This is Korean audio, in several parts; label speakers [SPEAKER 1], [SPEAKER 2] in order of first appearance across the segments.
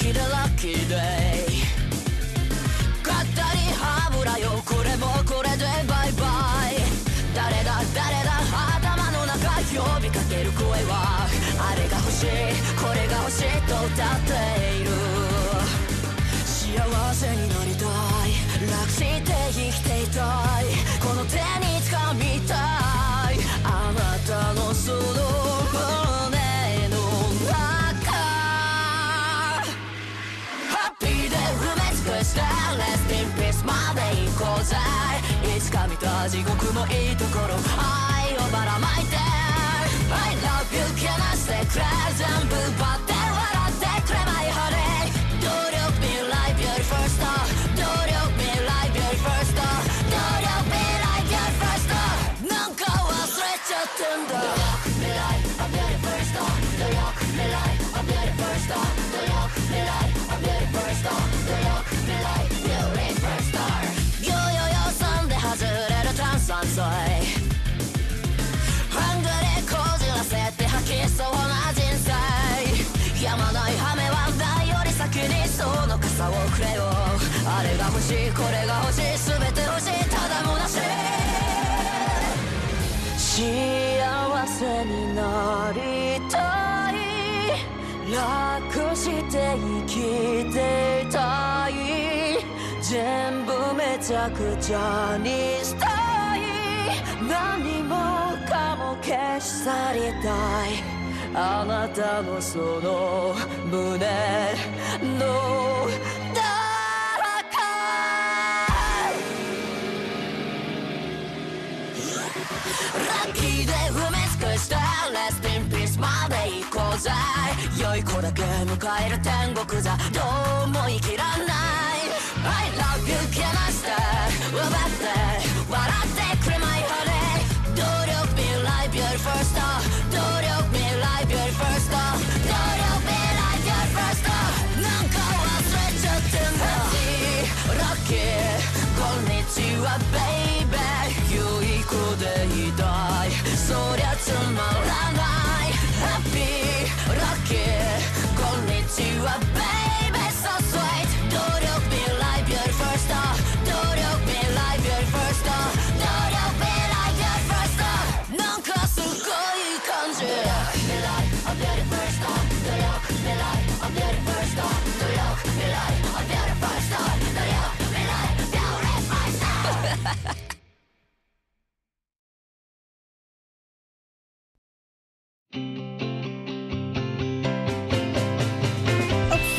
[SPEAKER 1] ひでがったりはぶらよこれもこれでバイバイ誰だ誰だ頭の中呼びかける声はあれが欲しいこれが欲しいと歌っている幸せになりたい楽して生きていたいこの手につかみたいあなたのその胸の中 Happy で埋め尽くした Let's in peace まで行こうぜいつか見た地獄もいいところ愛をばらまいて I love you けなしてくれ全部バって笑ってくれ my honey 努力 be like beautiful star 努力 be like beautiful star 努力 be like beautiful star なんか忘れちゃってんだ努力 be like a beautiful star 努力 be like a beautiful star 努力 be like a beautiful star 努力 be like beautiful star ヨーヨーヨーさんで外れる炭酸水ハングレこじらせて吐きそうな人生やまない羽目はないより先にその傘をくれよあれが欲しいこれが欲しい全て欲しいただもなし幸せになりたい楽して生きていたい全部めちゃくちゃにしたい何もかも消し去りたいあなたのその胸の中ラッキーで埋め尽くして Let's be in peace まで行こうぜ良い子だけ迎える天国じゃどうも生きらんない I love you けなして奪って笑ってくれ my honey 努力 be like beautiful star 努力 be like beautiful star 努力 be like beautiful star なんか忘れちゃってんだ Happy Lucky こんにちは baby 良い子でいたいそりゃつまらない Happy Lucky こんにちは baby so sweet 努力 be like beautiful star 努力 be like beautiful star 努力 be like beautiful star なんかすごい感じ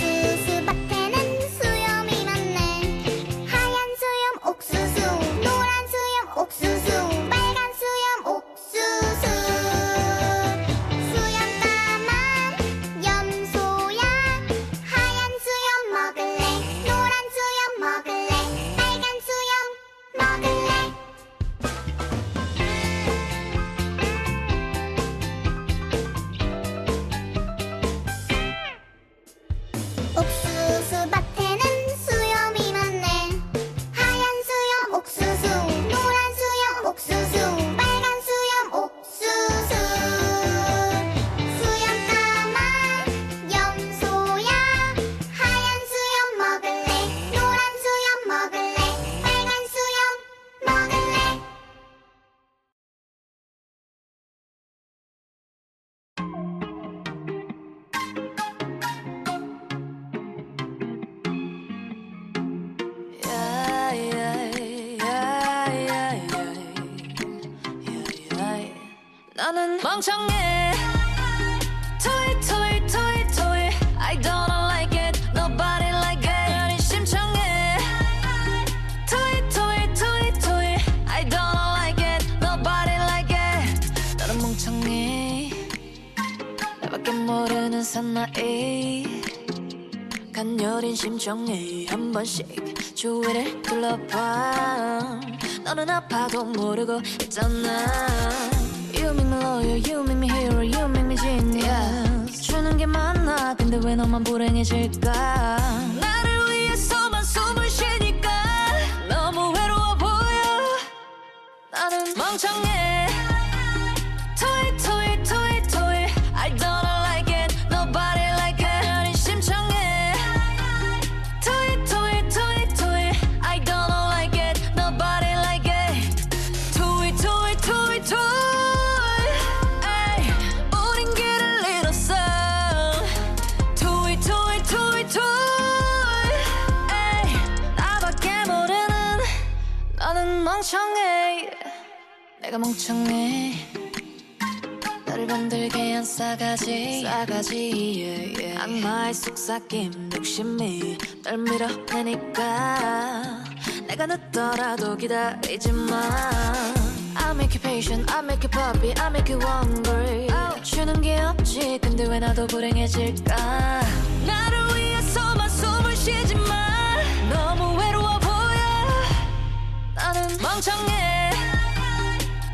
[SPEAKER 2] 옥수수밭에는 수염이 많네 하얀 수염 옥수수 노란 수염 옥수수 빨간 수염 옥수수 수염 나만 염소야 하얀 수염 먹을래 노란 수염 먹을래 빨간 수염 먹을래 옥수수밭에는 수염이 많네 하얀 수염 옥수수 노란 수염 옥수수 빨간 수염 옥수수 수염 까만 염소야 하얀 수염 먹을래 노란 수염 먹을래 빨간 수염 먹을래
[SPEAKER 1] Yeah, yeah, yeah, yeah, yeah. Yeah, yeah. 나는 멍청해 Toy, toy, toy, toy I don't like it, nobody like it 나는 심청해 Toy, toy, toy, toy I don't like it, nobody like it 나는 멍청해 나밖에 모르는 사나이 간녀린 심정에 한 번씩 주위를 둘러봐 너는 아파도 모르고 있잖아 You make me lawyer, you make me hero, you make me genius 주는 게 많아 근데 왜 너만 불행해질까 나를 위해서만 숨을 쉬니까 너무 외로워 보여 나는 멍청해 Toy, toy, toy, toy I don't like it, nobody like it 나는 심청해
[SPEAKER 3] 멍청해 내가 멍청해 나를 번들게 한 싸가지 싸가지 예, yeah, yeah. 악마의 속삭임 욕심이 널 밀어내니까 내가 늦더라도 기다리지 마 I make you patient, I make you puppy, I make you hungry 주는 게 없지 근데 왜 나도 불행해질까 나를 위해서만 숨을 쉬지 마 너무 외로워 보여 나는 멍청해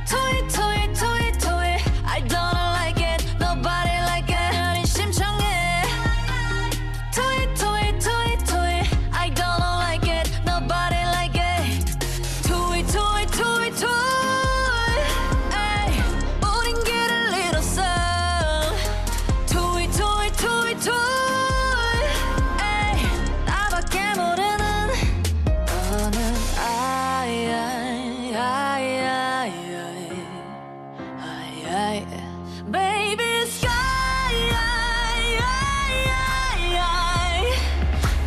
[SPEAKER 3] 토이 토이 토이 토이 I don't like it nobody like it 나는 심청해 토이 토이 토이 토이 I don't like it nobody like it 토이 토이 토이 토이 에이 우린 길을 잃었어 토이 토이 토이 토이 에이 나밖에 모르는 너는 아이 아이 아이 아이 아이 아이 아이 Baby sky 아이 아이 아이 아이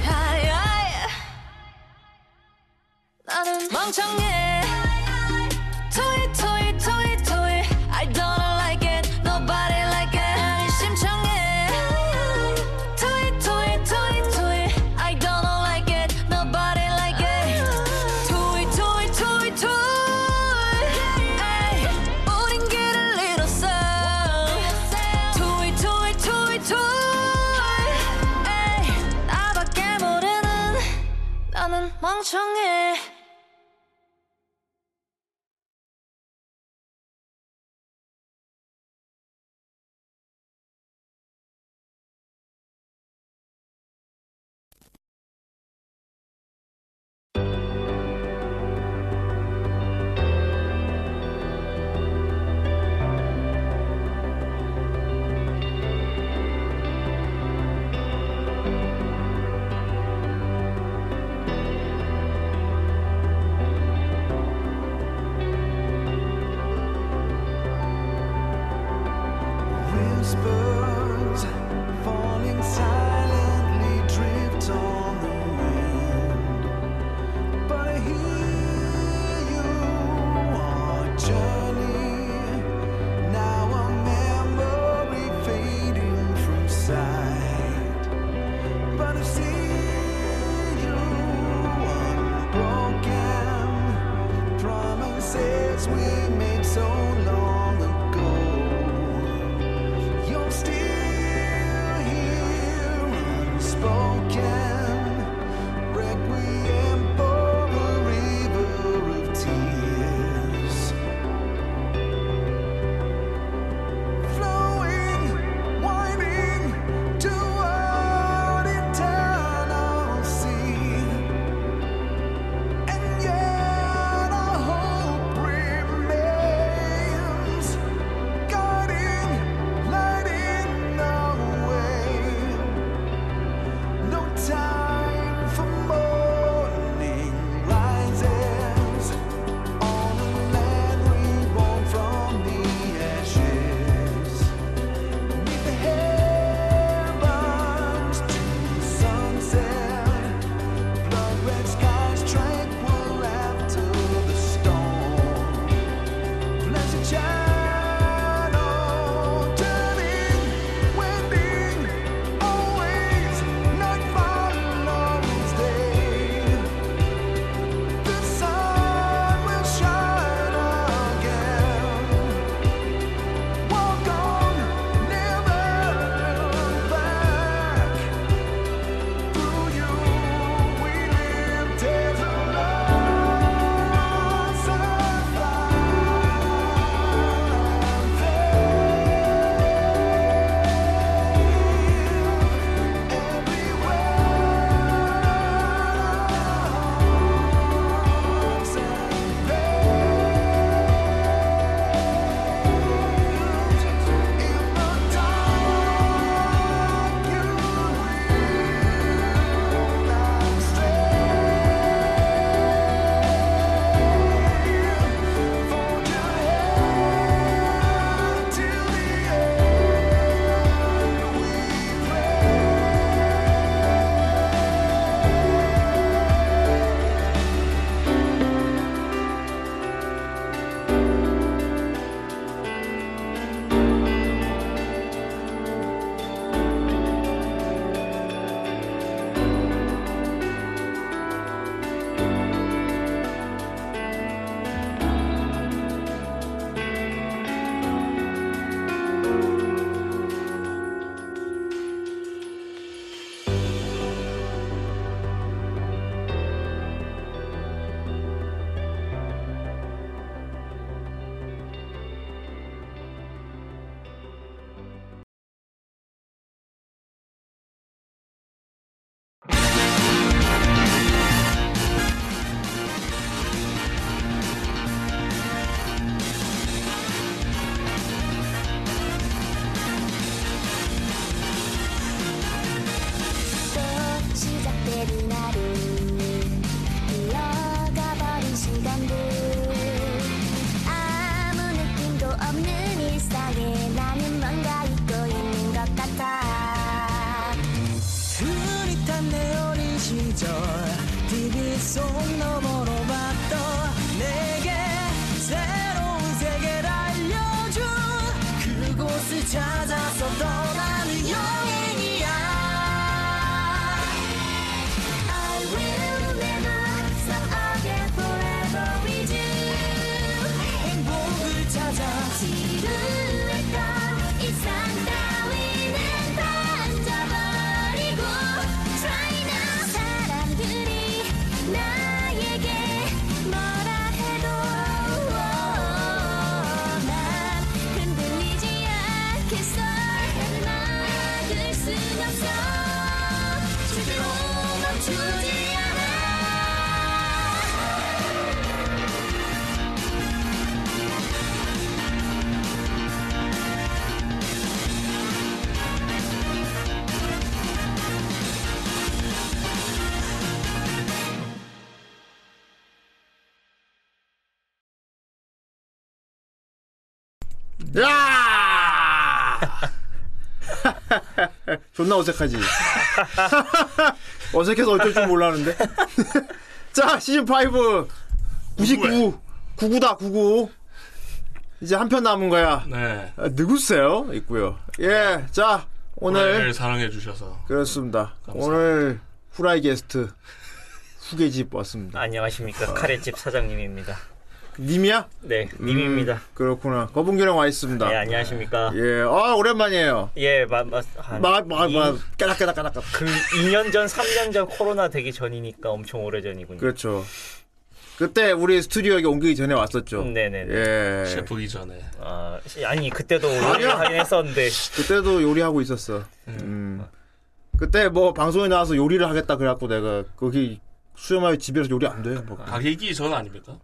[SPEAKER 3] 아이 아이 나는 멍청해 토이 토이 토이 토이 I don't like it nobody like it 나는 심청해 토이 토이 토이 토이 I don't like it nobody like it 토이 토이 토이 토이 에이, 우린 길을 잃었어 토이 토이 토이 토이 에이, 나밖에 모르는 나는 멍청해
[SPEAKER 4] 헤매는 하루 흘러가버린 시간들 아무 느낌도 없는 일상에 나는 뭔가 잊고 있는 것 같아
[SPEAKER 5] 둘이 탄 내 어린 시절 TV 속 너머로 봤던 내게 새로운 세계를 알려준 그곳을 찾아서 떠나는 여행이야
[SPEAKER 4] I will never stop again forever with you
[SPEAKER 5] 행복을 찾아
[SPEAKER 4] 지루했던 일상 따위는 던져버리고 Try now 사람들이 나에게 뭐라 해도 난 흔들리지 않겠어 막을 순 없어 절대로 멈추지 않아
[SPEAKER 6] 야!
[SPEAKER 7] 아! 존나 어색하지. 어색해서 어쩔 줄 몰랐는데. 자, 시즌 5 99 99다 99. 이제 한 편 남은 거야.
[SPEAKER 6] 네.
[SPEAKER 7] 아, 누구세요? 있고요. 예, 자 오늘
[SPEAKER 6] 오늘 사랑해 주셔서
[SPEAKER 7] 그렇습니다. 오늘 후라이 게스트 후계집 왔습니다. 아.
[SPEAKER 8] 안녕하십니까 카레집 사장님입니다.
[SPEAKER 7] 님이야? 음,
[SPEAKER 8] 네, 님입니다.
[SPEAKER 7] 그렇구나. 거bun기랑 와 있습니다.
[SPEAKER 8] 네, 안녕하십니까.
[SPEAKER 7] 예, 아 오랜만이에요.
[SPEAKER 8] 예, 마, 마, 한
[SPEAKER 7] 막막막
[SPEAKER 8] 이-
[SPEAKER 7] 까닥 까닥 까닥 까닥.
[SPEAKER 8] 그 2년 전, 3년 전 코로나 되기 전이니까 엄청 오래 전이군요.
[SPEAKER 7] 그렇죠. 그때 우리 스튜디오 여기 옮기기 전에 왔었죠.
[SPEAKER 8] 네네네.
[SPEAKER 7] 예.
[SPEAKER 6] 셰프 이전에
[SPEAKER 8] 아, 시- 아니 그때도 오래 하긴 했었는데
[SPEAKER 7] 그때도 요리하고 있었어. 음. 그때 뭐 방송에 나와서 요리를 하겠다 그래갖고 내가 거기 수염아이 집에서 요리 안 돼. 뭐.
[SPEAKER 6] 가게기 전 아닙니까?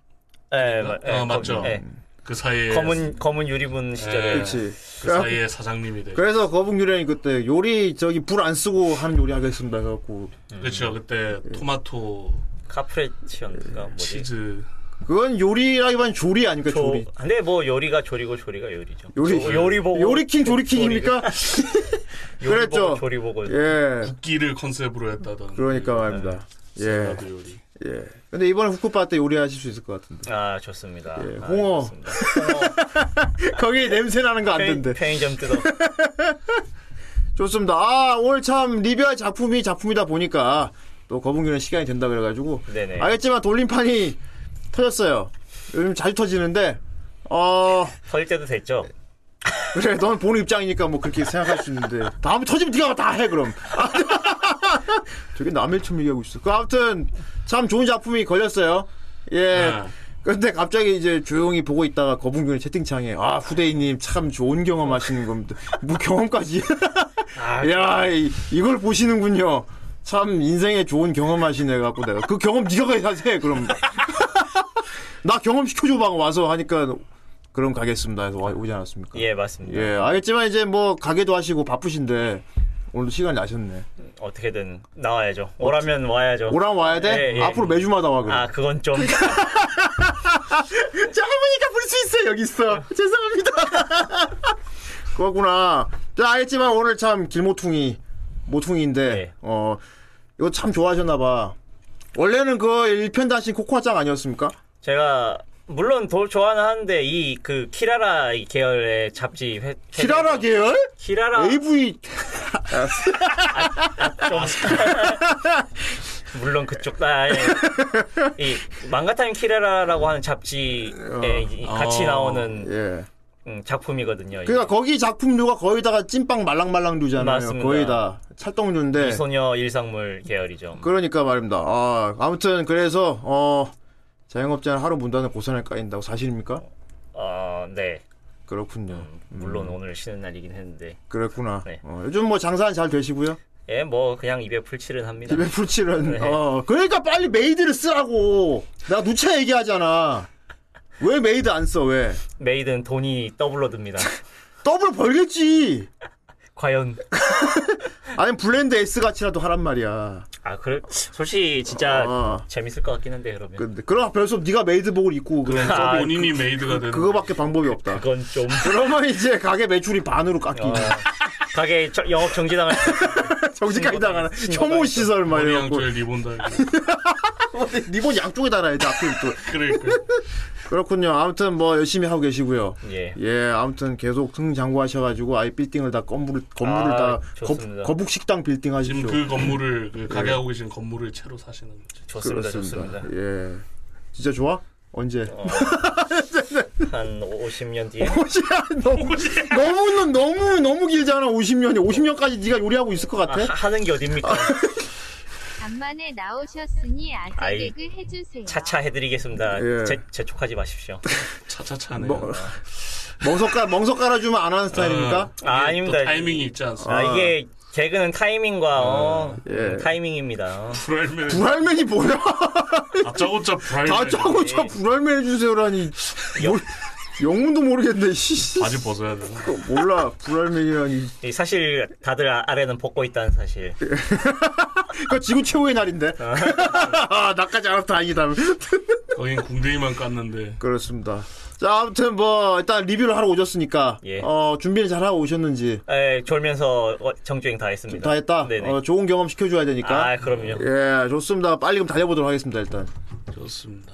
[SPEAKER 8] 예, 마- 예,
[SPEAKER 6] 어,
[SPEAKER 8] 거-
[SPEAKER 6] 맞죠.
[SPEAKER 8] 예,
[SPEAKER 7] 음.
[SPEAKER 6] 그 사이에
[SPEAKER 7] 예.
[SPEAKER 8] 검은 검은 유리분 시절에
[SPEAKER 6] 예.
[SPEAKER 7] 그렇지.
[SPEAKER 6] 그 사이에 사장님이 되고
[SPEAKER 7] 그래서 거북유령이 그때 요리 저기 불 안 쓰고 하는 요리 하겠습니다 해갖고
[SPEAKER 6] 그렇죠. 그때
[SPEAKER 7] 예.
[SPEAKER 6] 토마토
[SPEAKER 8] 카프레치언가 뭐지?
[SPEAKER 6] 치즈
[SPEAKER 7] 그건 요리라기보단 조리 아닙니까
[SPEAKER 8] 조,
[SPEAKER 7] 조리.
[SPEAKER 8] 근데 뭐 요리가 조리고 조리가 요리죠.
[SPEAKER 7] 요리
[SPEAKER 8] 조- 요리 보고
[SPEAKER 7] 요리킹 조리킹입니까?
[SPEAKER 8] 요리 보고
[SPEAKER 7] 그랬죠.
[SPEAKER 8] 조리 보고
[SPEAKER 7] 예.
[SPEAKER 6] 끼를 컨셉으로 했다던 그
[SPEAKER 7] 그러니까 말입니다. 예.
[SPEAKER 6] 샐러드 요리.
[SPEAKER 7] 예. 근데 이번에 후쿠파 때 요리하실 수 있을 것 같은데.
[SPEAKER 8] 아 좋습니다.
[SPEAKER 7] 예,
[SPEAKER 8] 아,
[SPEAKER 7] 홍어.
[SPEAKER 8] 좋습니다. 홍어.
[SPEAKER 7] 거기 냄새 나는 거 안
[SPEAKER 8] 편-
[SPEAKER 7] 된대.
[SPEAKER 8] 편의점 뜯어.
[SPEAKER 7] 네. 좋습니다. 아, 오늘 참 리뷰할 작품이 작품이다 보니까 또 거북이는 시간이 된다 그래가지고
[SPEAKER 8] 네네.
[SPEAKER 7] 알겠지만 돌림판이 터졌어요. 요즘 자주 터지는데 어
[SPEAKER 8] 설 때도 됐죠.
[SPEAKER 7] 그래 넌 보는 입장이니까 뭐 그렇게 생각할 수 있는데 다음에 터지면 네가 다 해 그럼. 저게 남의 처음 얘기하고 있어. 그 아무튼 참 좋은 작품이 걸렸어요. 예.
[SPEAKER 6] 아.
[SPEAKER 7] 근데 갑자기 이제 조용히 보고 있다가 거북이는 채팅창에 아 후대인님 참 좋은 경험하시는 겁니다. 뭐 경험까지.
[SPEAKER 8] 아,
[SPEAKER 7] 야, 이, 이걸 보시는군요. 참 인생에 좋은 경험하시네 갖고 내가 그 경험 네가 가서 해 그럼 나 경험 시켜줘 봐 와서 하니까 그럼 가겠습니다 해서 와- 오지 않았습니까?
[SPEAKER 8] 예 맞습니다.
[SPEAKER 7] 예, 알겠지만 이제 뭐 가게도 하시고 바쁘신데 오늘도 시간 나셨네.
[SPEAKER 8] 어떻게든 나와야죠. 오라면 와야죠.
[SPEAKER 7] 오랑 와야 돼?
[SPEAKER 8] 예, 예.
[SPEAKER 7] 앞으로 매주마다 와 그럼.
[SPEAKER 8] 아그 그건 좀
[SPEAKER 7] 저 할머니가 부를 수 있어요 여기 있어.
[SPEAKER 8] 예.
[SPEAKER 7] 죄송합니다. 그렇구나. 자, 알겠지만 오늘 참 길모퉁이 모퉁이인데
[SPEAKER 8] 네.
[SPEAKER 7] 어 이거 참 좋아하셨나 봐. 원래는 그 일편 단신 코코아짱 아니었습니까?
[SPEAKER 8] 네, 제가 물론 더 좋아는 하는데 이 그 키라라 이 계열의 잡지 회, 네.
[SPEAKER 7] 키라라 계열?
[SPEAKER 8] 키라라
[SPEAKER 7] AV
[SPEAKER 8] 좀 물론 그쪽 다 이 망가타임 키라라라고 하는 잡지에 이- 같이
[SPEAKER 6] 어.
[SPEAKER 8] 나오는
[SPEAKER 7] 예.
[SPEAKER 8] 음, 작품이거든요.
[SPEAKER 7] 아. 그러니까 거기 작품류가 거의다가 찐빵 말랑말랑류잖아요.
[SPEAKER 8] 맞습니다.
[SPEAKER 7] 거의 다 찰떡류인데.
[SPEAKER 8] 이 소녀 일상물 계열이죠.
[SPEAKER 7] 네. 그러니까 말입니다. 아, 아무튼 그래서 어 자영업자는 하루 문단을 고산에 까인다고 사실입니까?
[SPEAKER 8] 어, 네.
[SPEAKER 7] 그렇군요.
[SPEAKER 8] 물론
[SPEAKER 7] 음.
[SPEAKER 8] 오늘 쉬는 날이긴 했는데
[SPEAKER 7] 그렇구나.
[SPEAKER 8] 음. 네.
[SPEAKER 7] 어, 요즘 뭐 장사는 잘 되시고요.
[SPEAKER 8] 예, 뭐 그냥 입에 풀칠은 합니다.
[SPEAKER 7] 집에 풀칠은
[SPEAKER 8] 네.
[SPEAKER 7] 어 그러니까 빨리 메이드를 쓰라고. 나 누차 얘기하잖아. 왜 메이드 안 써? 왜?
[SPEAKER 8] 메이든 돈이 더블로 듭니다.
[SPEAKER 7] 더블 벌겠지.
[SPEAKER 8] 과연
[SPEAKER 7] 아니면 블렌드 S 같이라도 하란 말이야.
[SPEAKER 8] 아 그래 솔직히 진짜
[SPEAKER 7] 아.
[SPEAKER 8] 재밌을 것 같긴 한데 그러면
[SPEAKER 7] 근데 그럼 별수 없. 네가 메이드복을 입고 그런
[SPEAKER 8] 아,
[SPEAKER 7] 서빙.
[SPEAKER 6] 본인이 메이드가 되는
[SPEAKER 7] 그거밖에 방법이 없다.
[SPEAKER 8] 그건 좀
[SPEAKER 7] 그러면 이제 가게 매출이 반으로
[SPEAKER 8] 어,
[SPEAKER 7] 깎이지.
[SPEAKER 8] 가게 저- 영업 정지당할 수 있어.
[SPEAKER 7] 정직하게 당하는
[SPEAKER 8] 신고다,
[SPEAKER 7] 혐오 시설
[SPEAKER 6] 머리
[SPEAKER 7] 말이야.
[SPEAKER 6] 양쪽에 리본 달고
[SPEAKER 7] 리본 양쪽에 달아야지 앞에 또.
[SPEAKER 6] 그러니까
[SPEAKER 7] 그렇군요. 아무튼 뭐 열심히 하고 계시고요.
[SPEAKER 8] 예.
[SPEAKER 7] 아무튼 계속 승장구하셔가지고 아예 빌딩을 다 건물을 건물을
[SPEAKER 8] 아,
[SPEAKER 7] 다
[SPEAKER 8] 좋습니다. 음,
[SPEAKER 7] 거, 북식당 빌딩
[SPEAKER 6] 지금
[SPEAKER 7] 하십시오.
[SPEAKER 6] 그 건물을 그 가게 하고 계신 건물을 채로 사시는 거죠.
[SPEAKER 8] 좋습니다 좋습니다 어.
[SPEAKER 7] 예. 진짜 좋아? 언제?
[SPEAKER 8] 한 50년 뒤에
[SPEAKER 7] 오시야 너무 너무 너무 너무 길잖아 50년이 50년까지 네가 요리하고 있을 것
[SPEAKER 8] 아,
[SPEAKER 7] 같아?
[SPEAKER 8] 하- 하는 게 어딥니까
[SPEAKER 9] 간만에 나오셨으니 아싸
[SPEAKER 8] 아이,
[SPEAKER 9] 개그 해주세요.
[SPEAKER 8] 차차 해드리겠습니다
[SPEAKER 7] 예.
[SPEAKER 8] 재, 재촉하지 마십시오
[SPEAKER 6] 차차차네요.
[SPEAKER 7] 뭐, 멍석 깔 멍석 깔아주면 안 하는 스타일입니까?
[SPEAKER 6] 이게
[SPEAKER 8] 아,
[SPEAKER 6] 또
[SPEAKER 8] 아닙니다.
[SPEAKER 6] 타이밍이 있지 않습니까?
[SPEAKER 8] 아, 이게 개그는 타이밍과 어,
[SPEAKER 7] 예.
[SPEAKER 8] 타이밍입니다 어.
[SPEAKER 6] 브라이맨
[SPEAKER 7] 불알맨이 뭐야?
[SPEAKER 6] 아짜고짜 브라이맨
[SPEAKER 7] 다 짜고
[SPEAKER 8] 예.
[SPEAKER 7] 저 불알맨 해주세요라니 뭘- 영문도 모르겠네. 씨.
[SPEAKER 6] 바지 벗어야 되나?
[SPEAKER 7] 몰라 불알맨이라니.
[SPEAKER 8] 이 사실 다들 아- 아래는 벗고 있다는 사실
[SPEAKER 7] 그거 지구 최후의 날인데. 아, 나까지 알아서 다행이다.
[SPEAKER 6] 거긴 궁뎅이만 깠는데
[SPEAKER 7] 그렇습니다. 자, 아무튼 뭐 일단 리뷰를 하러 오셨으니까
[SPEAKER 8] 예.
[SPEAKER 7] 어, 준비를 잘 하고 오셨는지
[SPEAKER 8] 에, 졸면서 어, 정주행 다 했습니다
[SPEAKER 7] 다 했다.
[SPEAKER 8] 네네
[SPEAKER 7] 어, 좋은 경험 시켜줘야 되니까.
[SPEAKER 8] 아 그럼요
[SPEAKER 7] 예, 좋습니다. 빨리 그럼 달려보도록 하겠습니다. 일단
[SPEAKER 6] 좋습니다.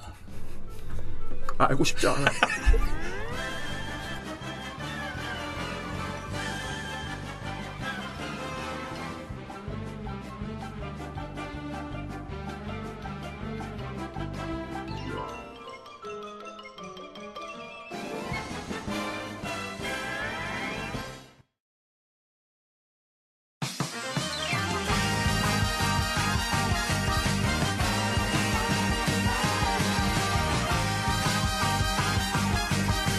[SPEAKER 7] 알고 싶지 않아.
[SPEAKER 4] 넌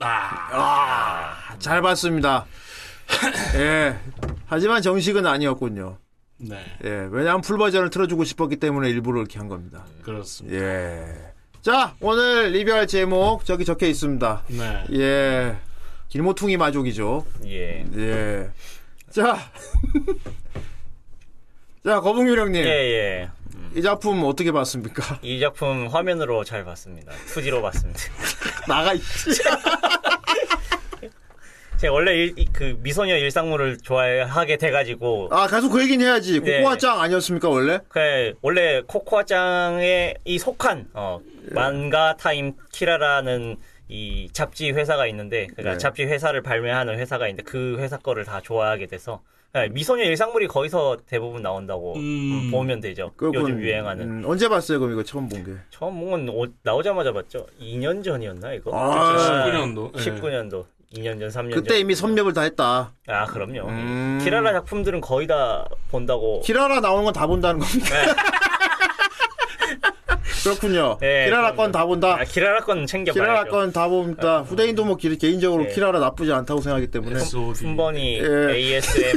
[SPEAKER 6] 아,
[SPEAKER 7] 잘 봤습니다. 예. 하지만 정식은 아니었군요.
[SPEAKER 6] 네.
[SPEAKER 7] 예. 왜냐하면 풀 버전을 틀어주고 싶었기 때문에 일부러 이렇게 한 겁니다.
[SPEAKER 6] 그렇습니다.
[SPEAKER 7] 예. 자, 오늘 리뷰할 제목 저기 적혀 있습니다.
[SPEAKER 6] 네.
[SPEAKER 7] 예. 길모퉁이 마족이죠.
[SPEAKER 8] 예.
[SPEAKER 7] 예. 자. 자, 거북유 형님.
[SPEAKER 8] 예, 예.
[SPEAKER 7] 이 작품 어떻게 봤습니까?
[SPEAKER 8] 이 작품 화면으로 잘 봤습니다. 2D로 봤습니다.
[SPEAKER 7] 나가, 있지.
[SPEAKER 8] 제가 원래 일- 이- 그 미소녀 일상물을 좋아하게 돼가지고
[SPEAKER 7] 아, 계속 그 얘기는 해야지.
[SPEAKER 8] 네.
[SPEAKER 7] 코코아 짱 아니었습니까, 원래?
[SPEAKER 8] 그 원래 코코아짱에 이 속한 어, 만가 타임 키라라는 이 잡지 회사가 있는데 그러니까
[SPEAKER 7] 네.
[SPEAKER 8] 잡지 회사를 발매하는 회사가 있는데 그 회사 거를 다 좋아하게 돼서 그러니까 미소녀 일상물이 거기서 대부분 나온다고
[SPEAKER 6] 음.
[SPEAKER 8] 음, 보면 되죠.
[SPEAKER 7] 그렇군.
[SPEAKER 8] 요즘
[SPEAKER 7] 음,
[SPEAKER 8] 유행하는
[SPEAKER 7] 언제 봤어요, 그럼 이거 처음 본 게?
[SPEAKER 8] 처음 본건 나오자마자 봤죠. 2년 전이었나 이거?
[SPEAKER 7] 아,
[SPEAKER 6] 19년도.
[SPEAKER 8] 19년도 2년 전 3년
[SPEAKER 7] 그때
[SPEAKER 8] 전.
[SPEAKER 7] 이미 섭렵을 다 했다.
[SPEAKER 8] 아 그럼요.
[SPEAKER 7] 음.
[SPEAKER 8] 키라라 작품들은 거의 다 본다고
[SPEAKER 7] 키라라 나오는 건 다 본다는 겁니까?
[SPEAKER 8] 예.
[SPEAKER 7] 그렇군요.
[SPEAKER 8] 네,
[SPEAKER 7] 키라라
[SPEAKER 8] 그럼요.
[SPEAKER 7] 건 다 본다.
[SPEAKER 8] 아, 키라라 건 챙겨
[SPEAKER 7] 키라라
[SPEAKER 8] 봐야죠. 예.
[SPEAKER 7] 건 다 봅니다. 후대인도 뭐 기- 개인적으로
[SPEAKER 8] 네.
[SPEAKER 7] 키라라 나쁘지 않다고 생각하기 때문에.
[SPEAKER 6] SOD.
[SPEAKER 8] 순번이
[SPEAKER 7] 예.
[SPEAKER 8] ASM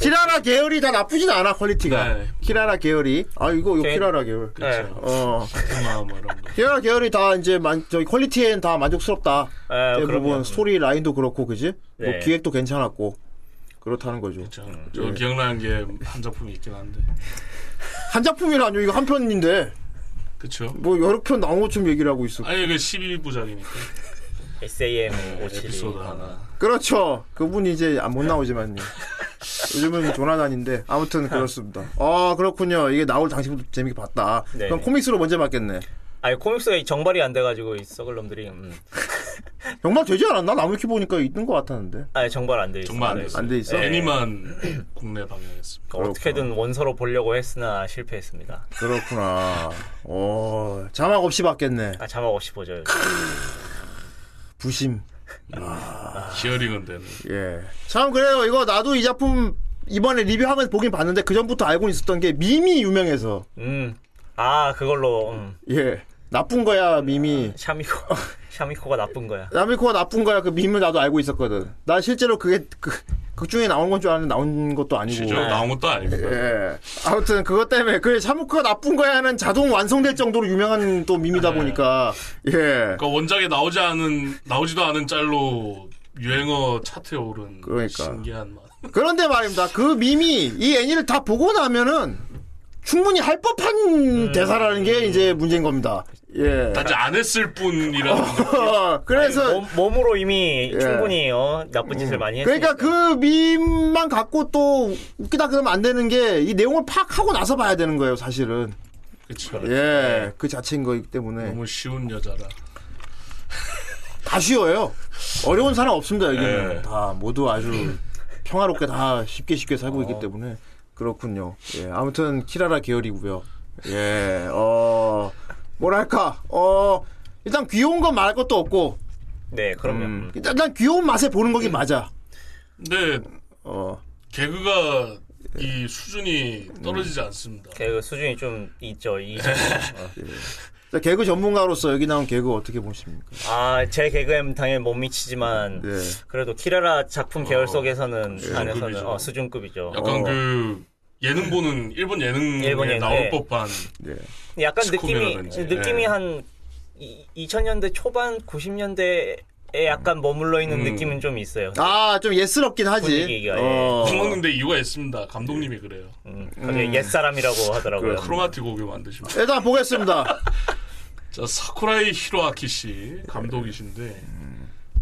[SPEAKER 7] 키라라 계열이 다 나쁘진 않아, 퀄리티가.
[SPEAKER 6] 네.
[SPEAKER 7] 키라라 계열이. 아, 이거, 이거
[SPEAKER 8] 제-
[SPEAKER 7] 키라라 계열.
[SPEAKER 8] 예.
[SPEAKER 7] 어.
[SPEAKER 6] 그마 뭐 이런 거.
[SPEAKER 7] 계열 계열이 다 이제 만, 저기 퀄리티엔 다 만족스럽다.
[SPEAKER 8] 아,
[SPEAKER 7] 대부분
[SPEAKER 8] 그럼요.
[SPEAKER 7] 스토리 라인도 그렇고 그지?
[SPEAKER 8] 네.
[SPEAKER 7] 뭐 기획도 괜찮았고 그렇다는 거죠.
[SPEAKER 6] 저,
[SPEAKER 7] 예.
[SPEAKER 6] 저 기억나는 게 한 작품이 있긴 한데.
[SPEAKER 7] 한 작품이라뇨 이거 한 편인데
[SPEAKER 6] 그쵸?
[SPEAKER 7] 뭐 여러 편 나온 것처럼 얘기를 하고 있어.
[SPEAKER 6] 아니, 그 11부작이니까.
[SPEAKER 8] SAM 57.
[SPEAKER 6] 에피소드 하나.
[SPEAKER 7] 그렇죠. 그분이 이제 아, 못 나오지만요. 요즘은 뭐 조나단인데 아무튼 그렇습니다. 아 그렇군요. 이게 나올 당시부터 재밌게 봤다.
[SPEAKER 8] 네.
[SPEAKER 7] 그럼 코믹스로 먼저 봤겠네.
[SPEAKER 8] 아니 코믹스가 정발이 안 돼가지고 이 썩을 놈들이 음.
[SPEAKER 7] 정말 되지 않았나? 나무 이렇게 보니까 있는 것 같았는데.
[SPEAKER 8] 아니 정발 안 돼. 있어요.
[SPEAKER 6] 정말 안
[SPEAKER 8] 네.
[SPEAKER 6] 됐어.
[SPEAKER 7] 안 돼 있어?
[SPEAKER 6] 애니만 국내 방영했습니다.
[SPEAKER 8] 그러니까 어떻게든 원서로 보려고 했으나 실패했습니다.
[SPEAKER 7] 그렇구나. 오 자막 없이 봤겠네.
[SPEAKER 8] 아 자막 없이 보죠.
[SPEAKER 7] 부심.
[SPEAKER 6] 히어링은 되는.
[SPEAKER 7] 예. 참 그래요. 이거 나도 이 작품 이번에 리뷰하면서 보긴 봤는데 그 전부터 알고 있었던 게 밈이 유명해서
[SPEAKER 8] 음. 아 그걸로 음.
[SPEAKER 7] 예 나쁜 거야 밈이
[SPEAKER 8] 샤미코 샤미코가 나쁜 거야.
[SPEAKER 7] 라미코가 나쁜 거야 그 밈을 나도 알고 있었거든. 난 실제로 그게 그극 중에 나온 건 줄 알았는데 나온 것도 아니고.
[SPEAKER 6] 실제로 나온 것도 아니고.
[SPEAKER 7] 네. 예. 아무튼 그것 때문에 그 샤무크가 나쁜 거야는 자동 완성될 정도로 유명한 또 밈이다 보니까 예.
[SPEAKER 6] 그러니까 원작에 나오지 않은 나오지도 않은 짤로 유행어 차트에 오른
[SPEAKER 7] 그러니까.
[SPEAKER 6] 신기한 맛.
[SPEAKER 7] 그런데 말입니다. 그 밈이 이 애니를 다 보고 나면은 충분히 할 법한
[SPEAKER 8] 음.
[SPEAKER 7] 대사라는 게 이제 문제인 겁니다. 예.
[SPEAKER 6] 단지 안 했을 뿐이라는
[SPEAKER 7] 어, 그래서
[SPEAKER 8] 몸, 으로 이미 충분히 어, 나쁜 짓을 많이 했으니까.
[SPEAKER 7] 그러니까 그 밈만 갖고 또 웃기다 그러면 안 되는 게 이 내용을 파악하고 나서 봐야 되는 거예요, 사실은.
[SPEAKER 6] 그쵸.
[SPEAKER 8] 네.
[SPEAKER 7] 예, 그 자체인 거기 때문에
[SPEAKER 6] 너무 쉬운 여자라.
[SPEAKER 7] 다 쉬워요. 어려운 사람 없습니다 여기는
[SPEAKER 6] 예.
[SPEAKER 7] 다 모두 아주 평화롭게 다 쉽게 쉽게 살고 있기 때문에 그렇군요. 예, 아무튼 키라라 계열이고요. 예, 어 뭐랄까, 어 일단 귀여운 건 말할 것도 없고
[SPEAKER 8] 네 그럼요. 음.
[SPEAKER 7] 일단, 일단 귀여운 맛에 보는 거긴 맞아.
[SPEAKER 6] 근데
[SPEAKER 7] 어,
[SPEAKER 6] 개그가 이 수준이 떨어지지 않습니다.
[SPEAKER 8] 그 수준이 좀 있죠 이. 작품. 어.
[SPEAKER 7] 자, 개그 전문가로서 여기 나온 개그 어떻게 보십니까?
[SPEAKER 8] 아, 제 개그엔 당연히 못 미치지만
[SPEAKER 7] 네.
[SPEAKER 8] 그래도 키라라 작품 계열 속에서는 안에서는
[SPEAKER 6] 어, 수준급이죠.
[SPEAKER 8] 어, 수준급이죠.
[SPEAKER 6] 약간 그 예능 보는 일본 예능에
[SPEAKER 8] 일본 예능,
[SPEAKER 6] 나올
[SPEAKER 8] 예.
[SPEAKER 6] 법한
[SPEAKER 7] 네.
[SPEAKER 8] 약간 느낌이
[SPEAKER 6] 스쿠미라든지,
[SPEAKER 8] 느낌이
[SPEAKER 6] 예.
[SPEAKER 8] 한 이, 2000년대 초반 90년대에 약간 머물러
[SPEAKER 6] 음.
[SPEAKER 8] 있는 느낌은 좀 있어요.
[SPEAKER 7] 아, 좀 예스럽긴 하지.
[SPEAKER 8] 분위기가, 예.
[SPEAKER 7] 어.
[SPEAKER 6] 먹는데 이유가 있습니다. 감독님이 그래요.
[SPEAKER 8] 음, 갑자기 옛사람이라고 하더라고요.
[SPEAKER 6] 크로마티 곡을 만드신 분.
[SPEAKER 7] 예, 일단 보겠습니다.
[SPEAKER 6] 자 사쿠라이 히로아키 씨 감독이신데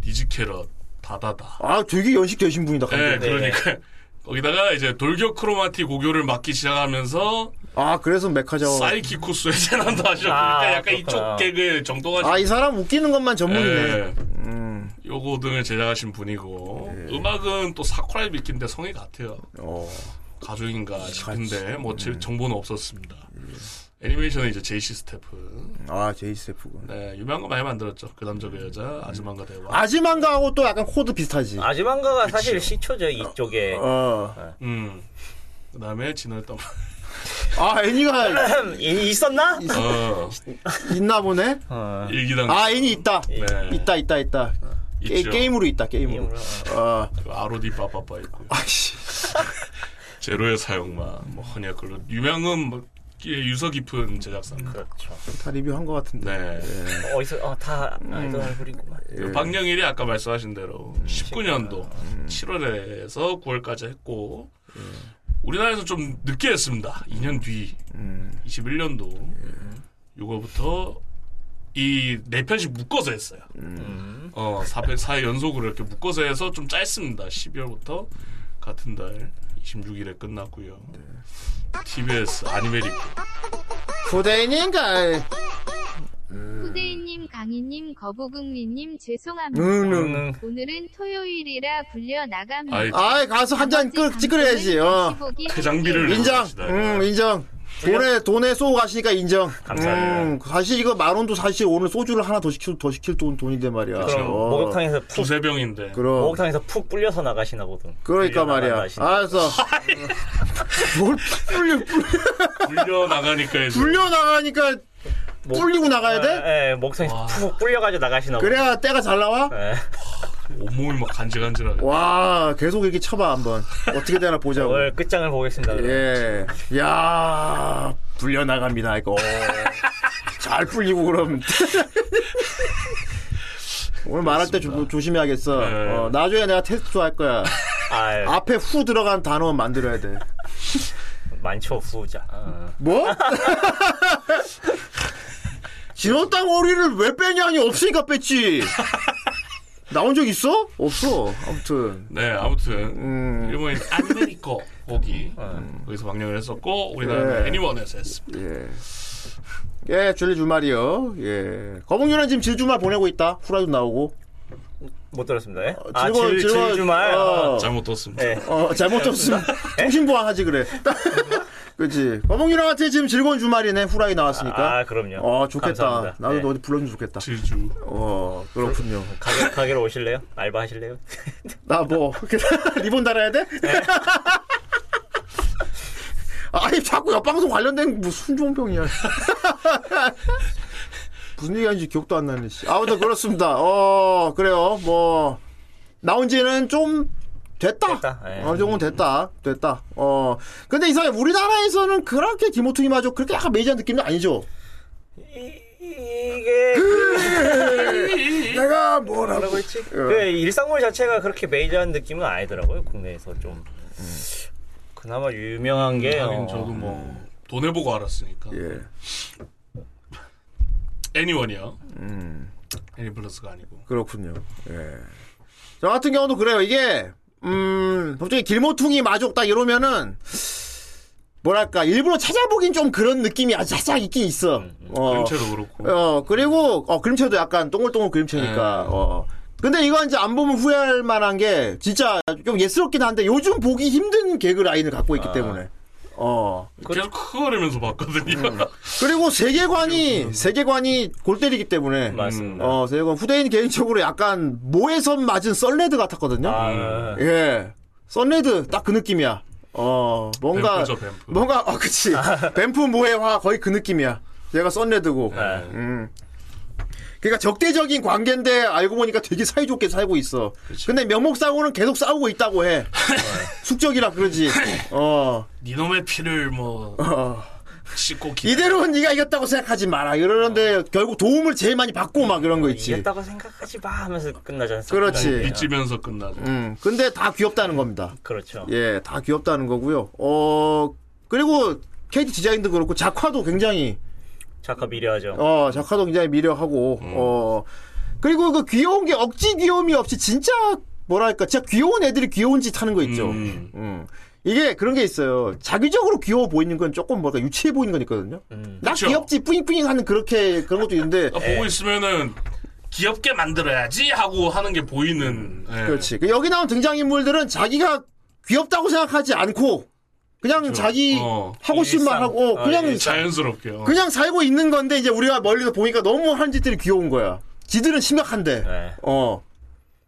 [SPEAKER 6] 디지캐럿 다다다.
[SPEAKER 7] 아, 되게 연식 되신 분이다.
[SPEAKER 6] 예,
[SPEAKER 8] 네,
[SPEAKER 7] 감독님.
[SPEAKER 6] 그러니까 거기다가 이제 돌격 크로마티 고교를 맡기 시작하면서
[SPEAKER 7] 아, 그래서 메카자와.
[SPEAKER 6] 사이키쿠스의 재난도 하셨고
[SPEAKER 8] 어. 아,
[SPEAKER 6] 그러니까 약간
[SPEAKER 8] 그렇구나.
[SPEAKER 6] 이쪽 개그의 정도가
[SPEAKER 7] 아, 이 사람 웃기는 것만 전문이네.
[SPEAKER 6] 예. 요거 등을 제작하신 분이고
[SPEAKER 8] 네.
[SPEAKER 6] 음악은 또 사쿠라이 미키인데 성이 같아요.
[SPEAKER 7] 어. 네,
[SPEAKER 6] 가족인가 싶은데 뭐 제- 정보는 없었습니다. 애니메이션은 이제 제이시 스태프.
[SPEAKER 7] 아, 제이스프군.
[SPEAKER 6] 네, 유명한 거 많이 만들었죠. 그 남자 그 여자 아즈만과 대화.
[SPEAKER 7] 음. 아지만가하고 또 약간 코드 비슷하지.
[SPEAKER 8] 아즈만가가 사실 시초죠 이쪽에.
[SPEAKER 7] 어.
[SPEAKER 6] 음. 그다음에 진화했던
[SPEAKER 7] 아 애니가
[SPEAKER 8] 이- 있었나?
[SPEAKER 6] 어,
[SPEAKER 7] 있나 보네.
[SPEAKER 8] 어,
[SPEAKER 6] 일기당
[SPEAKER 7] 아 애니 있다.
[SPEAKER 6] 네.
[SPEAKER 7] 있다 있다 있다. 게,
[SPEAKER 6] 있죠. 그
[SPEAKER 7] 게임으로 있다 게임으로.
[SPEAKER 8] 게임으로,
[SPEAKER 7] 아
[SPEAKER 6] 아로디 빠빠빠 있고
[SPEAKER 7] 아씨.
[SPEAKER 6] 제로의 사용마 뭐 허니야 그로 유명은 막 유서 깊은
[SPEAKER 7] 음.
[SPEAKER 6] 제작사입니다.
[SPEAKER 8] 그렇죠.
[SPEAKER 7] 다 리뷰한 것 같은데.
[SPEAKER 6] 네.
[SPEAKER 8] 어디서 어, 다 아이돌 얼굴이구만.
[SPEAKER 7] 예.
[SPEAKER 6] 그 박영일이 아까 말씀하신 대로
[SPEAKER 7] 음.
[SPEAKER 6] 19년도 7월에서 9월까지 했고
[SPEAKER 7] 예.
[SPEAKER 6] 우리나라에서 좀 늦게 했습니다. 2년 뒤
[SPEAKER 7] 음.
[SPEAKER 6] 21년도
[SPEAKER 7] 예.
[SPEAKER 6] 이거부터 이 네 편씩 묶어서 했어요.
[SPEAKER 7] 음.
[SPEAKER 6] 어, 4회, 4회 연속으로 이렇게 묶어서 해서 좀 짧습니다. 12월부터 같은 달 26일에 끝났고요.
[SPEAKER 7] 네.
[SPEAKER 6] TBS 아니메리코
[SPEAKER 7] 후대인인가?
[SPEAKER 9] 후대인님, 강희님, 거북응리님 죄송합니다.
[SPEAKER 7] 응.
[SPEAKER 8] 음,
[SPEAKER 9] 오늘은 토요일이라 불려 나갑니다.
[SPEAKER 6] 아이
[SPEAKER 7] 아이 가서 한 잔 찌그려야지. 어.
[SPEAKER 6] 대장비를
[SPEAKER 7] 인정.
[SPEAKER 6] 내봅시다.
[SPEAKER 7] 음 인정. 돈에 돈에 쏘고 가시니까 인정.
[SPEAKER 8] 감사합니다.
[SPEAKER 7] 음, 사실 이거 만 원도 사실 오늘 소주를 하나 더 시킬 더 시킬 돈 돈인데 말이야.
[SPEAKER 8] 그럼
[SPEAKER 7] 어.
[SPEAKER 8] 목욕탕에서 푹
[SPEAKER 6] 두세 병인데
[SPEAKER 7] 그럼.
[SPEAKER 8] 목욕탕에서 푹 불려서 나가시나 보군.
[SPEAKER 7] 어. 그러니까
[SPEAKER 8] 불려
[SPEAKER 7] 말이야.
[SPEAKER 8] 나가시나.
[SPEAKER 7] 알았어. 뭘 불려
[SPEAKER 6] 불려 나가니까 이제
[SPEAKER 7] 불려 나가니까
[SPEAKER 8] 목-
[SPEAKER 7] 불리고 나가야 돼?
[SPEAKER 8] 예, 예, 목욕탕에서 푹 불려가지고 나가시나 보군.
[SPEAKER 7] 아, 네? 그래야 때가 잘 나와?
[SPEAKER 8] 예.
[SPEAKER 6] 온몸이 막 간질간질하게
[SPEAKER 7] 와 계속 이렇게 쳐봐 한번 어떻게 되나 보자고.
[SPEAKER 8] 오늘 끝장을 보겠습니다. 그럼.
[SPEAKER 7] 예. 야 불려 나갑니다 이거. 잘 불리고 그럼. 오늘 말할 때 조, 조심해야겠어.
[SPEAKER 6] 네.
[SPEAKER 7] 어, 나중에 내가 테스트 할 거야.
[SPEAKER 8] 아유,
[SPEAKER 7] 앞에 후 들어간 단어 만들어야 돼.
[SPEAKER 8] 만초 후자. 어.
[SPEAKER 7] 뭐? 지었당 오리를 왜 빼냐니 없으니까 뺐지. 나온 적 있어? 없어. 아무튼
[SPEAKER 6] 네 아무튼
[SPEAKER 7] 음.
[SPEAKER 6] 일본인 아메리코 거기 거기서 방영을 했었고 우리나라는
[SPEAKER 7] 예.
[SPEAKER 6] 애니원에서 했습니다.
[SPEAKER 7] 예. 예, 줄리 주말이요. 예. 거북유는 지금 질주말 보내고 있다. 후라이도 나오고.
[SPEAKER 8] 못 들었습니다. 예?
[SPEAKER 7] 어,
[SPEAKER 8] 아,
[SPEAKER 7] 즐거워,
[SPEAKER 8] 질,
[SPEAKER 7] 즐거워.
[SPEAKER 8] 질 주말. 어.
[SPEAKER 7] 어.
[SPEAKER 6] 잘못 떴습니다.
[SPEAKER 8] 예.
[SPEAKER 7] 어, 잘못 줬으면
[SPEAKER 8] 네?
[SPEAKER 7] 통신보안 하지 그래. 그치. 거북유랑한테 지금 즐거운 주말이네. 후라이 나왔으니까.
[SPEAKER 8] 아, 그럼요.
[SPEAKER 7] 어, 좋겠다.
[SPEAKER 8] 감사합니다.
[SPEAKER 7] 나도
[SPEAKER 8] 네.
[SPEAKER 7] 너 어디 불러주면 좋겠다.
[SPEAKER 6] 질주
[SPEAKER 7] 어, 그렇군요.
[SPEAKER 8] 가게, 가게로 오실래요? 알바 하실래요?
[SPEAKER 7] 나 뭐, 리본 달아야 돼? 아니, 자꾸 옆방송 관련된 뭐 순종병이야. 무슨 얘기하는지 기억도 안 나네, 씨. 아무튼 그렇습니다. 어, 그래요. 뭐, 나온 지는 좀 됐다. 네.
[SPEAKER 8] 됐다, 예.
[SPEAKER 7] 어느 정도 됐다. 됐다. 어, 근데 이상해. 우리나라에서는 그렇게 기모투이마저 그렇게 약간 메이저한 느낌은 아니죠?
[SPEAKER 8] 이, 이게
[SPEAKER 7] 그 내가 뭐라고.
[SPEAKER 8] 뭐라고 했지? 그 일상물 자체가 그렇게 메이저한 느낌은 아니더라고요. 국내에서 좀 음. 그나마 유명한 게
[SPEAKER 6] 네, 하긴
[SPEAKER 8] 어,
[SPEAKER 6] 저도 뭐 돈해 보고 알았으니까
[SPEAKER 7] 예.
[SPEAKER 6] 애니원이요.
[SPEAKER 7] 음.
[SPEAKER 6] 애니플러스가 아니고
[SPEAKER 7] 그렇군요. 예. 저 같은 경우도 그래요. 이게 음 갑자기 길모퉁이 마족다 이러면은 뭐랄까 일부러 찾아보긴 좀 그런 느낌이 아주 살짝 있긴 있어. 어,
[SPEAKER 6] 전체도 음, 그렇고
[SPEAKER 7] 어 그리고 어 그림체도 약간 동글동글 그림체니까.
[SPEAKER 6] 네.
[SPEAKER 7] 어. 근데 이건 이제 안 보면 후회할 만한 게 진짜 좀 예스럽긴 한데 요즘 보기 힘든 개그 라인을 갖고
[SPEAKER 6] 아.
[SPEAKER 7] 있기 때문에. 어
[SPEAKER 6] 계속 크거리면서 봤거든요.
[SPEAKER 7] 음. 그리고 세계관이 세계관이 골때리기 때문에
[SPEAKER 8] 맞습니다.
[SPEAKER 7] 어, 제가 후대인 개인적으로 약간 모에선 맞은 썬레드 같았거든요.
[SPEAKER 8] 아,
[SPEAKER 7] 예. 썬레드 딱 그 느낌이야. 어, 뭔가
[SPEAKER 6] 뱀프죠, 뱀프.
[SPEAKER 7] 뭔가 어, 그치. 뱀프 모해화 거의 그 느낌이야. 얘가 썬레드고.
[SPEAKER 8] 네.
[SPEAKER 7] 음. 그러니까 적대적인 관계인데 알고 보니까 되게 사이좋게 살고 있어. 근데 명목상으로는 계속 싸우고 있다고 해. 숙적이라 그러지. 어.
[SPEAKER 6] 니놈의 피를 뭐
[SPEAKER 7] 어.
[SPEAKER 6] 씻고 기...
[SPEAKER 7] 이대로 네가 이겼다고 생각하지 마라. 이러는데 결국 도움을 제일 많이 받고 막 이런 거 있지.
[SPEAKER 8] 이겼다고 생각하지 마 하면서 끝나지 않습니까?
[SPEAKER 7] 그렇지.
[SPEAKER 8] 이게?
[SPEAKER 6] 빚지면서 끝나죠.
[SPEAKER 7] 음. 근데 다 귀엽다는 겁니다.
[SPEAKER 8] 그렇죠.
[SPEAKER 7] 예, 다 귀엽다는 거고요. 어, 그리고 KT 디자인도 그렇고 작화도 굉장히
[SPEAKER 8] 작화 미려하죠.
[SPEAKER 7] 어, 작화도 굉장히 미려하고
[SPEAKER 6] 음.
[SPEAKER 7] 어. 그리고 그 귀여운 게 억지 귀여움이 없이 진짜 뭐랄까 진짜 귀여운 애들이 귀여운 짓 하는 거 있죠.
[SPEAKER 6] 음.
[SPEAKER 7] 음. 이게 그런 게 있어요. 자기적으로 귀여워 보이는 건 조금 뭐랄까 유치해 보이는 건 있거든요.
[SPEAKER 8] 음.
[SPEAKER 7] 나
[SPEAKER 6] 그쵸.
[SPEAKER 7] 귀엽지 뿌잉뿌잉 하는 그렇게 그런 것도 있는데
[SPEAKER 6] 아, 보고 있으면은 귀엽게 만들어야지 하고 하는 게 보이는 예.
[SPEAKER 7] 그렇지. 그 여기 나온 등장인물들은 자기가 귀엽다고 생각하지 않고 그냥 자기
[SPEAKER 6] 어.
[SPEAKER 7] 하고 싶은 말
[SPEAKER 8] 그렇죠. 일상.
[SPEAKER 7] 하고
[SPEAKER 8] 어,
[SPEAKER 7] 그냥
[SPEAKER 8] 예,
[SPEAKER 6] 자연스럽게 어.
[SPEAKER 7] 그냥 살고 있는 건데 이제 우리가 멀리서 보니까 너무 하는 짓들이 귀여운 거야. 지들은 심각한데.
[SPEAKER 8] 네.
[SPEAKER 7] 어.